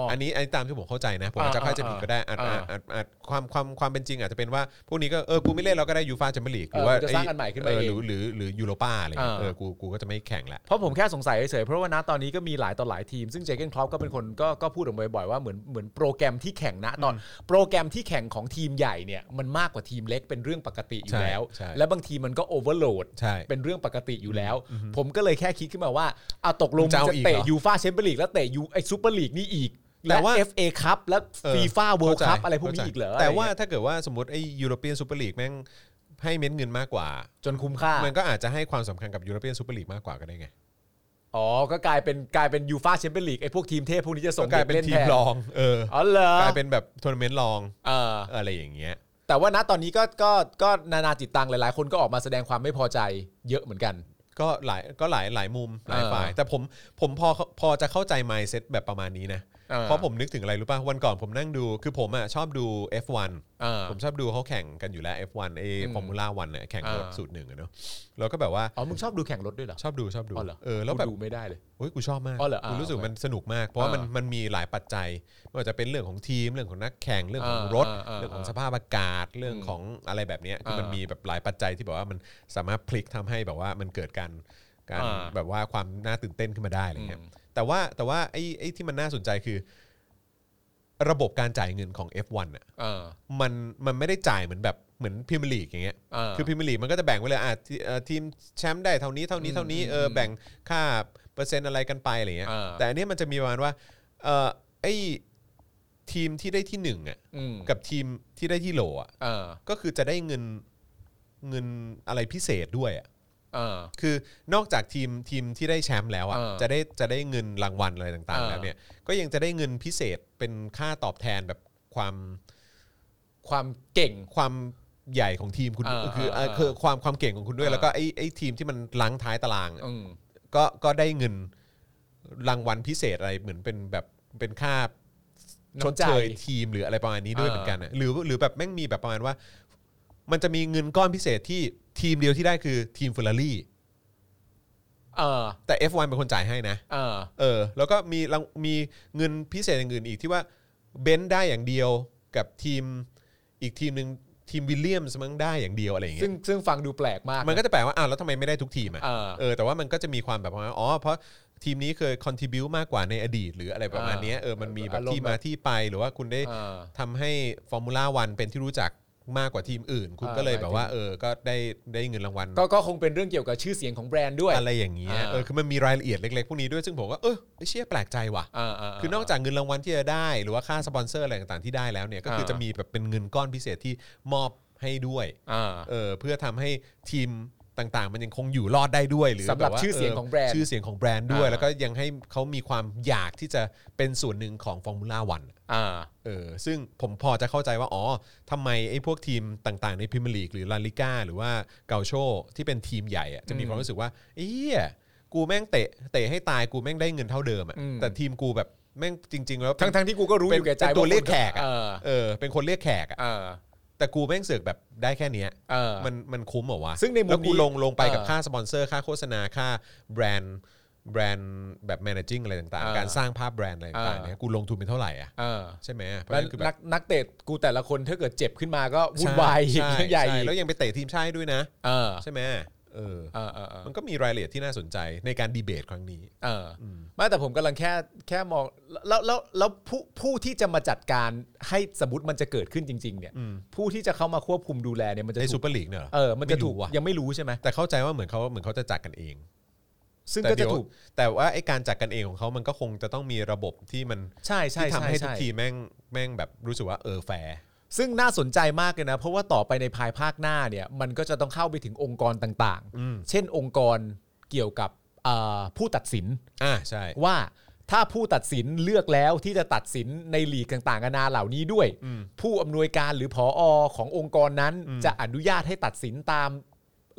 อ
อันนี้อันนี้ตามที่ผมเข้าใจนะ ผม
อ่า
อาจจะเข้าใจผิดก็ได้อาจ
อ่า
อาจอาจอาจความความความเป็นจริงอาจจะเป็นว่า พวกนี้ก็เออ กูไม่เล่นเราก็ได้ยูฟาแชมเปี้ยนลีกห
เอ
รือ อว่า
จะสร้างอันใหม่ขึ้น
เอ
มา
อ
เอ
ห
ง
รือหรือหรือยูโรป้าอะไรเงี้ย
อ่า
เออ กูกูก็จะไม่แข่งละ
เพราะผมแค่สงสัยเฉยๆเพราะว่าณตอนนี้ก็มีหลายต่อหลายทีม ซึ่งเจเกนคลอปก็เป็นคนก็ก็พูดออกมาบ่อยๆว่าเหมือนเหมือนโปรแกรมที่แข่งณตอนโปรแกรมที่แข่งของทีมใหญ่เนี่ยมันมากกว่าทีมเล็กเป็นเรื่องปกติอยู่แล้ว
ใช่ใช่
และบางทีมันก็โอเวอร์โหลด
ใช่
เป็นเรื่องปกติอยู่แล้ว ผมก็เลยแค่คิดขึ้นมาว่าเอาตกลง
จะเอา
จะ
อีกเหรอ
เตะยูฟาแชมเปี้ยนลีกแล้วเตะยูไอซูเปอร์ลีกนี่อีก
แต่
และ
ว่า
เอฟเอคัพและ
เออ
ฟีฟ่าเวิลด์
เข้าใจ
คัพอะไรพวกนี้
เข้าใจ
อีกเหรอ
แต่ว่า
อะไรเงี้ย
ถ้าเกิดว่าสมมติไอ้ยูโรเปียนซูเปอร์ลีกแม่งให้เม็ดเงินมากกว่า
จนคุ้มค่า
มันก็อาจจะให้ความสำคัญกับยูโรเปียนซูเปอร์ลีกมากกว่าก็ได้ไง
อ๋อก็กลายเป็นกลายเป็นยูฟาแชมเปี้ยนลีกไอพวกทีมเทพพวกนี้จะส่ง
ก็กลายเป็น
ด็
ที
แท
มรองเออ
อ๋อเหรอก
ลายเป็นแบบทัวร์นาเมนต์รอง
เออ
อะไรอย่างเงี้ย
แต่ว่าณตอนนี้ก็ก็ก็นานาจิตตังหลาย ๆ คนก็ออกมาแสดงความไม่พอใจเยอะเหมือนกัน
ก็หลายก็หลายหลายมุมหลาย
เออ
ฝ่าย แต่ผมผมพอพอจะเข้าใจ mindset แบบประมาณนี้นะ
เออ
เพราะผมนึกถึงอะไรรู้ป่ะ วันก่อนผมนั่งดูคือผมอ่ะชอบดู F1
เออ
ผมชอบดูเขาแข่งกันอยู่แล้ว F1 เอ
อืม
ฟอร์มูล่าวันเนี่ยแข่งรถ
เออ
สูตรหนึ่งอะเนาะแล้วก็แบบว่า
อ๋อมึงชอบดูแข่งรถด้วยเหรอ
ชอบดูชอบดู
อ๋อเหรอ
เออแล้วแบบ
กูดูไม่ได้เลย
โอ้ยกูชอบมาก
อ๋อเหรออ่า
กูรู้สึก
โอเค
มันสนุกมาก เพราะว่า
อ่ามั
มันมันมีหลายปัจจัยไม่ว่าจะเป็นเรื่องของทีม เรื่องของนักแข่งเรื่องของ
อ่าร
ถ
อ่าอ่า
เรื่องของสภาพอากาศเรื่องของอะไรแบบเนี้ยคือมัน
อ่ามี
มีแบบหลายปัจจัยที่แบบว่ามันสามารถพลิกทำให้แบบว่ามันเกิดการการ
อ่า
แบบว่าความน่าตื่นเต้นขึ้นมาได้อะไรเงี้ย
อืม
แต่ว่าแต่ว่าไอ้ไอ้ที่มันน่าสนใจคือ ระบบการจ่ายเงินของ F1 อ่ะ
เออ
มันมันไม่ได้จ่ายเหมือนแบบเหมือนพิมลีกอย่างเงี้ย
เออ
คือพิมยร์ลีกมันก็จะแบ่งไว้เลยอ่ะทีเอ่อทีมแชมป์ได้เท่านี้เท่านี้เท่านี้เออ
อืม
แบ่งค่าเปอร์เซ็นต์อะไรกันไปอะไรเงี้ย
อ่า
แต่อันเนี้ยมันจะมีประมาณว่าเออไอทีมที่ได้ที่หนึ่งอ่ะ
อืม
กับทีมที่ได้ที่โหลอ่ะ
เออ
ก็คือจะได้เงินเงินอะไรพิเศษด้วยอ่ะ
เออ
คือนอกจากทีมทีมที่ได้แชมป์แล้วอ่ะ
อ่า
จะได้จะได้เงินรางวัลอะไรต่างๆ
อ่า
แล้วเนี่ยก็ยังจะได้เงินพิเศษเป็นค่าตอบแทนแบบความ
ความเก่ง
ความใหญ่ของทีมคุณ
อ่า
คืออ่า
อ่า
คือความความเก่งของคุณด้วย
อ่า
แล้วก็ไอ้ไอ้ทีมที่มันล้างท้ายตารางอ่ะ
อืม
ก็ก็ได้เงินรางวัลพิเศษอะไรเหมือนเป็นแบบเป็นค่าชด
น้ำใจ
เชยทีมหรืออะไรประมาณนี้ด้วย
อ่า
เหมือนกันอ่ะหรือหรือแบบแม่งมีแบบประมาณว่า มันจะมีเงินก้อนพิเศษที่ทีมเดียวที่ได้คือทีมเฟอร์รารี่
เออ
แต่ F1 เป็นคนจ่ายให้นะ
เออ
เออแล้วก็มีรางมีเงินพิเศษอย่างอื่นอีกที่ว่าเบนซ์ได้อย่างเดียวกับทีมอีกทีมหนึ่งทีมวิลเลียมส์มั้งได้อย่างเดียวอะไรอย่างเงี้ย
ซึ่งซึ่งฟังดูแปลกมาก
มันก็จะแปลว่าอ้าวแล้วทำไมไม่ได้ทุกทีมอ่ะ
เออ
เออแต่ว่ามันก็จะมีความแบบว่าอ๋อเพราะทีมนี้เคย contribu มากกว่าในอดีต หรืออะไรประมาณเนี้ยเออมันมีแบบ
อารมณ์
ที่มาที่ไปหรือว่าคุณได้
เออ
ทำให้ฟอร์มูล่าวันเป็นที่รู้จักมากกว่าทีมอื่น คุณ
เออ
ก็เลย
หมา
แบ
ยถึ
บ
ง
ว่า เออก็ได้ได้เงินรางวัล
ก็ก็คงเป็นเรื่องเกี่ยวกับชื่อเสียงของแบรนด์ด้วย
อะไรอย่างเงี้ย
อ่า
เออคือมันมีรายละเอียดเล็กๆพวกนี้ด้วยซึ่งผมก็เออเชี่ยแปลกใจว่ะ
เเ
คือนอกจากเงินรางวัลที่จะได้ หรือว่าค่าสปอนเซอร์อะไรต่างๆที่ได้แล้วเนี่ยก็คือ
เออ
จะมีแบบเป็นเงินก้อนพิเศษที่มอบให้ด้วย
เออ
เออเพื่อทำให้ทีมต่างๆ มันยังคงอยู่รอดได้ด้วยหรือ
สำหรับ
แว่า
ชื่อเสียงของแบรนด์
ชื่อเสียงของแบรนด์ด้วย
อ่า
แล้วก็ยังให้เขามีความอยากที่จะเป็นส่วนหนึ่งของฟอร์มูล่าวัน
เออ
เออซึ่งผมพอจะเข้าใจว่า อ๋อทำไมไอ้พวกทีมต่างๆ ในพรีเมียร์ลีกหรือลาลิก้าหรือว่าเกาโชที่เป็นทีมใหญ่อะจะมี
อืม
ความรู้สึกว่าเอ้ยกูแม่งเตะเตะให้ตายกูแม่งได้เงินเท่าเดิมอะ
อืม
แต่ทีมกูแบบแม่งจริง ๆ แล้ว
ทั้งทั้งที่กูก็รู้อยู่แก่ใจ
เป็นตัว
า
เรียกแขกอะ
เออ
เออเป็นคนเรียกแขกอะ
เออ
แต่กูแม่งเสือกแบบได้แค่เนี้ย
เออ
มันมันคุ้มเหรอวะ
ซึ่งในมุม
แล้วกู
นี้
ลงลงไปกับ
เออ
ค่าสปอนเซอร์ค่าโฆษณาค่าแบรนด์แบรนด์แบบ managing อะไรต่าง
เออ
ๆ การสร้างภาพแบรนด์อะไรต่างๆ
เออ
เนี่ยกูลงทุนเป็นเท่าไหร่อ่ะ
เออ
ใช่ไหมเพราะ
แล้ว
ฉะนั้นคือแบ
นั
บ
กนักเตะกูแต่ละคนถ้าเกิดเจ็บขึ้นมาก็วุ่นวายอีก
ใช่
ใหญ่
ใช่
อีก
แล้วยังไปเตะทีมชาติด้วยนะ
เออ
ใช่ไหมเอ เออ
เออเออเออ
มันก็มีรายละเอียดที่น่าสนใจในการดีเบตครั้งนี้
เอออไม่แต่ผมกำลังแค่แค่มองแล้วแล้วแล้วผู้ผู้ที่จะมาจัดการให้สมมติมันจะเกิดขึ้นจริง ๆ เนี่ย ผู้ที่จะเข้ามาควบคุมดูแลเนี่ยมันจะ
ในซู
ถูก
เปอร์ลีกเนี่ยเหรอ
เออมันจะ
ไรู้
ถูก
ว่ะ
ยังไม่รู้ใช่ไหม
แต่เข้าใจว่าเหมือนเขาเหมือนเขาจะจัดกันเอง
ซึ่ง
แต่
ก็
เดี๋
จะ
ยว
ถูก
แต่ว่าไอ้การจัดกันเองของเขามันก็คงจะต้องมีระบบที่มัน
ใช่ใช่
ที่
ช่
ทำให้ทุก
ช่
ทีมแม่งแม่งแบบรู้สึกว่าเออแฟร์
ซึ่งน่าสนใจมากเลยนะ เพราะว่าต่อไปในภายภาคหน้าเนี่ย มันก็จะต้องเข้าไปถึงองค์กรต่าง
อืม
เช่นองค์กรเกี่ยวกับเอ่อผู้ตัดสิน
อ่าใช่
ว่าถ้าผู้ตัดสินเลือกแล้วที่จะตัดสินในลีกต่างๆนานาเหล่านี้ด้วย
อืม
ผู้อำนวยการหรือผออขององค์กรนั้น
อืม
จะอนุญาตให้ตัดสินตาม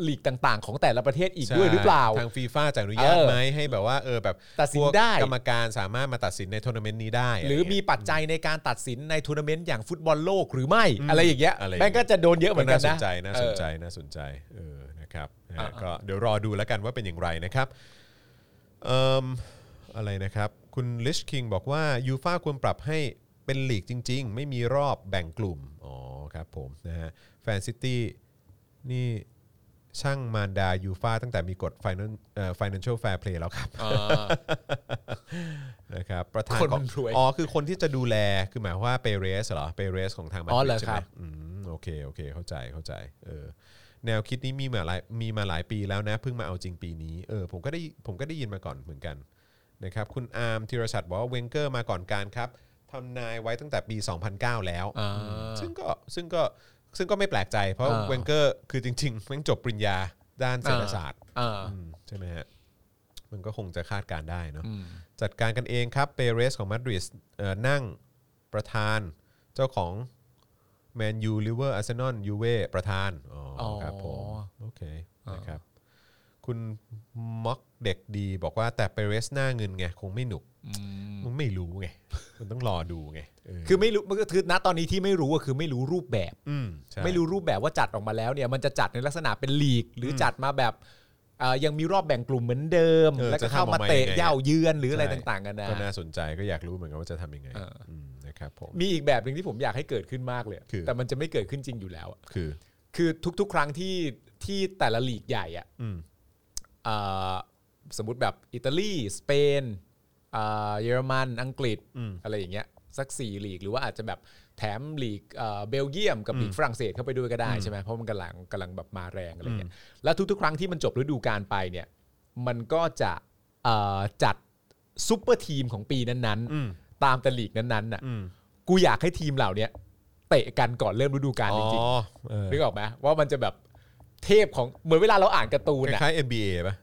ลีกต่างๆ ของแต่ละประเทศอีกด้วยหรือเปล่า
ทางฟีฟ่าจะอนุญาต
เออ
ไหมให้แบบว่าเออแบบ
ตัดสิน
พวก
ได้
กรรมการสามารถมาตัดสินในทัวร์นาเมนต์นี้ได้ะ
หรือ
ไเงี้ย
มีปัจจัยในการตัดสินในทัวร์นาเมนต์อย่างฟุตบอลโลกหรือไม่อะไรอย่างเงี้ย
อะไรอย่างเงี้ย
แม่งก็จะโดนเยอะเหมือนกัน
น่าส
นะ
นใจน่าสนใจ
เอ
น่าสนใจเออนะครับนะ
อ่า
ฮะก็เดี๋ยวรอดูแล้วกันว่าเป็นอย่างไรนะครับเอ่มอะไรนะครับ คุณลิชคิงบอกว่ายูฟาควรปรับให้เป็นลีกจริง ๆ ไม่มีรอบแบ่งกลุ่ม อ๋อครับผมนะฮะแฟนซิตี้นี่ช่างมารดายูฟาตั้งแต่มีกฎ Final เอ่อ Financial Fair Play แล้วครับ
อ
นะครับประธาน
คน
ของ
รวย
อ๋อคือคนที่จะดูแลคือหมายความว่าเปเรสเหรอเปเรสของทางมาด
อ๋อ
ริ
เหร
ด
อ
ใช่ไห
ค
ม
รับ
อืมโอเคโอเคเข้าใจเข้าใจเออแนวคิดนี้มีมาหลายมีมาหลายปีแล้วนะเพิ่งมาเอาจริงปีนี้เออผมก็ได้ผมก็ได้ยินมาก่อนเหมือนกันนะครับคุณอาร์มธีรชัดบอกว่าเวงเกอร์มาก่อนการครับทำนายไว้ตั้งแต่ปี 2009 แล้ว
อ่า
ซึ่งก็ซึ่งก็ซึ่งก็ไม่แปลกใจเพราะ
อ่า
เวงเกอร์คือจริงๆแม่งจบปริญญาด้านเศรษฐศาสตร์
อ่า
อืมใช่ไหมฮะ มันก็คงจะคาดการณ์ได้เนาะ
อืม
จัดการกันเองครับเปเรสของมาดริดเอ่อนั่งประธานเจ้าของแมนยูลิเวอร์อาร์เซนอลยูเว่ประธาน อ๋ออ
อ
ครับผมโอเคนะครับ คุณม็อกเด็กดีบอกว่าแต่เปเรสหน้าเงินไง คงไม่หนุกมันไม่รู้ไง มันต้องรอดูไงเ
คือไม่รู้มันก็คือณตอนนี้ที่ไม่รู้ก็คือไม่รู้รูปแบบ
มใช่
ไม่รู้รูปแบบว่าจัดออกมาแล้วเนี่ยมันจะจัดในลักษณะเป็นลีก หรือจัดมาแบบเอ่อยังมีรอบแบ่งกลุ่มเหมือนเดิม แล้วก็เข้ามาเตะเย่าเยือนหรืออะไรต่างๆกันนะ
ก็น่าสนใจก็อยากรู้เหมือนกันว่าจะทำยังไง
เอออื
มนะครับผม
มีอีกแบบหนึ่งที่ผมอยากให้เกิดขึ้นมากเลย
คือ
แต่มันจะไม่เกิดขึ้นจริงอยู่แล้วอะ
คือ
คือทุกๆ ครั้งที่ที่แต่ละลีกใหญ่อะ
อืม
เอ่อสมมติแบบอิตาลีสเปนเอ่อเยอรมันอังกฤษ
อืม
อะไรอย่างเงี้ยสักสี่ลีก หรือว่าอาจจะแบบแถมลีกเอ่อเบลเยียมกับลีกฝรั่งเศสเข้าไปด้วยก็ได้ใช่ไหมเพราะมันกำลังกำลังแบบมาแรงอะไรเงี้ยแล้วทุกๆ ครั้งที่มันจบฤดูกาลไปเนี่ยมันก็จะเอ่อจัดซูเปอร์ทีมของปีนั้น
อืม
ๆ ตามแต่ลีกนั้นๆน่ะ
อืม
กูอยากให้ทีมเหล่าเนี้ยเตะกันก่อนเริ่มฤดูกาลจริง
อ๋อเออ
ๆนึกออกไหมว่ามันจะแบบเทพของเหมือนเวลาเราอ่านการ์ตู
ค
นอ่ะ
ล้ายๆ NBA ป่ะ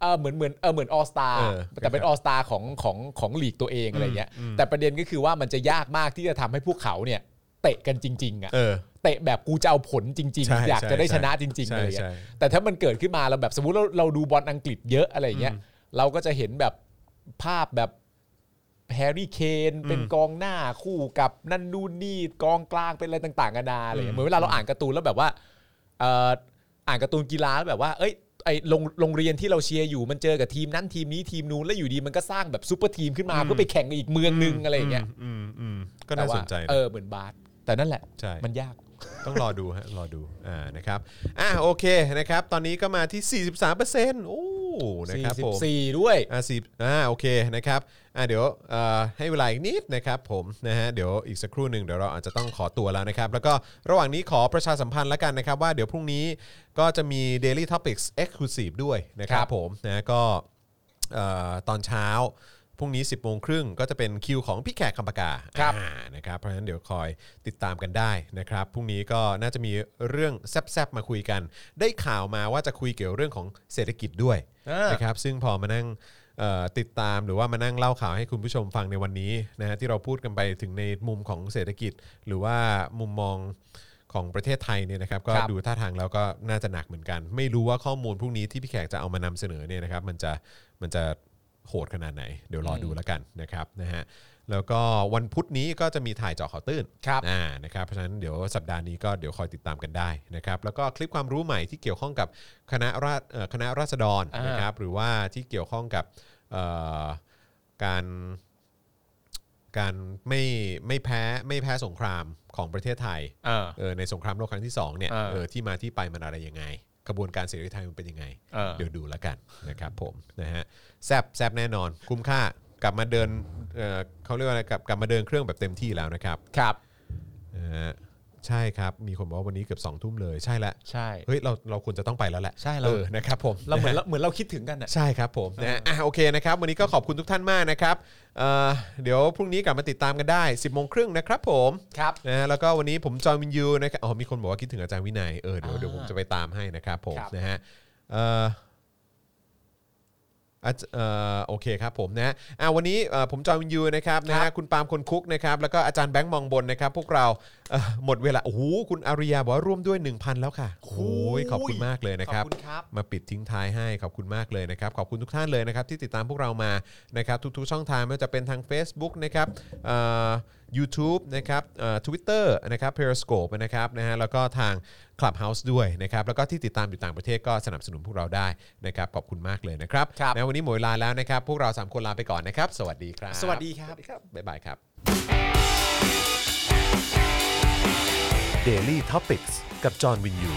เออเหมือนเหมือนเออเหมือนออสตา
เออ
แต่เป็นออสตาของของของลีกตัวเองอะไรเงี้ย
อืมอืม
แต่ประเด็นก็คือว่ามันจะยากมากที่จะทำให้พวกเขาเนี่ยเตะกันจริงๆอ่ะ
เออ
เตะแบบกูจะเอาผลจริง
ใช่
ๆ อยากจะได้
ใช่
ชนะจริงๆ
ใช่
อะไรเลย
ใช่
แต่ถ้ามันเกิดขึ้นมาเราแบบสมมติเราเราดูบอลอังกฤษเยอะอะไรเงี้ยเราก็จะเห็นแบบภาพแบบแฮร์รี่เคนเป็นกองหน้าคู่กับนั่นนู่นนี่กองกลางเป็นอะไรต่างๆกันานาอะไรเงี้ยเหมือนเวลาเราอ่านการ์ตูนแล้วแบบว่า เอ่ออ่านการ์ตูนกีฬาแล้วแบบว่า เอ้ย ไอโรงโรงเรียนที่เราเชียร์อยู่มันเจอกับทีมนั้นทีมนี้ทีมนู้นแล้วอยู่ดีมันก็สร้างแบบซูเปอร์ทีมขึ้นมาเพื่อไปแข่งกับอีกเมืองนึงอะไรอย่างเงี้ย
อืมอืมก็น่า
แต่ว่
สนใจนะ
เออเหมือนบาสแต่นั่นแหละ
ใช่
มันยาก
ต้องรอดูฮะ รอดูอ่านะครับอ่ะโอเคนะครับ ตอนนี้ก็มาที่ 43 โอ้นะครับผม
44 ด้วย
อ่าสิอ่าโอเคนะครับอ่าเดี๋ยวเอ่อให้เวลาอีกนิดนะครับผมนะฮะเดี๋ยวอีกสักครู่หนึ่งเดี๋ยวเราอาจจะต้องขอตัวแล้วนะครับ แล้วก็ระหว่างนี้ขอประชาสัมพันธ์แล้วกันนะครับ ว่าเดี๋ยวพรุ่งนี้ก็จะมี Daily Topics Exclusive ด้วยนะครับ
ครับ
ผมนะก็ เอ่อตอนเช้าพรุ่งนี้ 10บโมงครึ่งก็จะเป็นคิวของพี่แขกคำปากา
ครับ
อ่านะครับเพราะฉะนั้นเดี๋ยวคอยติดตามกันได้นะครับพรุ่งนี้ก็น่าจะมีเรื่องแซบๆมาคุยกัน ได้ข่าวมาว่าจะคุยเกี่ยวเรื่องของเศรษฐกิจด้วย
อ่าน
นะครับซึ่งพอมานั่งเอ่อติดตามหรือว่ามานั่งเล่าข่าวให้คุณผู้ชมฟังในวันนี้นะฮะที่เราพูดกันไปถึงในมุมของเศรษฐกิจ หรือว่ามุมมองของประเทศไทยเนี่ยนะครับก็
ครับ
ดู ดูท่าทางแล้วก็น่าจะหนักเหมือนกัน ไม่รู้ว่าข้อมูลพวกนี้ที่พี่แขกจะเอามานำเสนอเนี่ยนะครับ มันจะมันจะโหดขนาดไหน เดี๋ยวรอดูแล้วกันนะครับนะฮะแล้วก็วันพุธนี้ก็จะมีถ่ายเจาะข่าวตื้น
ครับ
อ่านะครับเพราะฉะนั้นเดี๋ยวสัปดาห์นี้ก็เดี๋ยวคอยติดตามกันได้นะครับแล้วก็คลิปความรู้ใหม่ที่เกี่ยวข้องกับคณะราษเอ่อคณะราษฎร
อ่าน
นะครับหรือว่าที่เกี่ยวข้องกับเอ่อการ การไม่ไม่แพ้ไม่แพ้สงครามของประเทศไทย
อ่า
เออในสงครามโลกครั้งที่2เนี่ย
อ่า
เออที่มาที่ไปมันอะไรยังไง กระบวนการเสรีไทยมันเป็นยังไง
เออ
เดี๋ยวดูแล้วกันนะครับผมนะฮะแซบแซบแน่นอน คุ้มค่ากลับมาเดินเอ่อเขาเรียกว่าอะไรกลับกลับมาเดินเครื่องแบบเต็มที่แล้วนะครับ
ครับ
นะฮะใช่ครับ มีคนบอกว่าวันนี้เกือบ2องทุ่มเลยใช่ละ
ใช่
เฮ้ยเราเราควรจะต้องไปแล้วแหละ
ใช่เรา
ออนะครับผม
เราเหมือ
ฮะ
นะเราเหมือนเราคิดถึงกันอ่ะ
ใช่ครับผมนะฮะอ่ะโอเคนะครับ วันนี้ก็ขอบคุณทุกท่านมากนะครับเอ่อเดี๋ยวพรุ่งนี้กลับมาติดตามกันได้ 10บโมงครึ่งนะครับผม
ครับ
นะฮะแล้วก็วันนี้ผมจอมินยูนะครับอ๋อมีคนบอกว่าคิดถึงอาจารย์วินัยเออเดี๋ยว
อ่า
เดี๋ยวผมจะไปตามให้นะครับผม
ครับ
นะฮะเอ่ออาจเอ่อโอเคครับผมนะฮะอ่ะวันนี้เอ่อผมจอมินยูนะครับนะฮะคุณปาล์มคนคุกนะครับแล้วก็อาจารย์แบงค์มองบนนะครับ พวกเราเอ่อหมดเวลาโอ้โหคุณอาริยาบอกว่าร่วมด้วย 1,000 แล้วค่ะโอ้โหขอบคุณมากเลยนะครับ
ขอบคุณครับ
มาปิดทิ้งท้ายให้ขอบคุณมากเลยนะครับ ขอบคุณทุกท่านเลยนะครับ ที่ติดตามพวกเรามานะครับ ทุกๆช่องทางไม่ว่าจะเป็นทาง Facebook นะครับยูทูบนะครับทวิตเตอร์นะครับ Periscope นะครับนะฮะแล้วก็ทาง Clubhouse ด้วยนะครับ แล้วก็ที่ติดตามอยู่ต่างประเทศก็สนับสนุนพวกเราได้นะครับ ขอบคุณมากเลยนะครับ
ครับ
นะวันนี้หมดเวลาแล้วนะครับ พวกเราสามคนลาไปก่อนนะครับ สวัสดีครับ
สวัสดีครับ
บ๊ายบายครับ
Daily t o p i c กกับจอห์นวินยู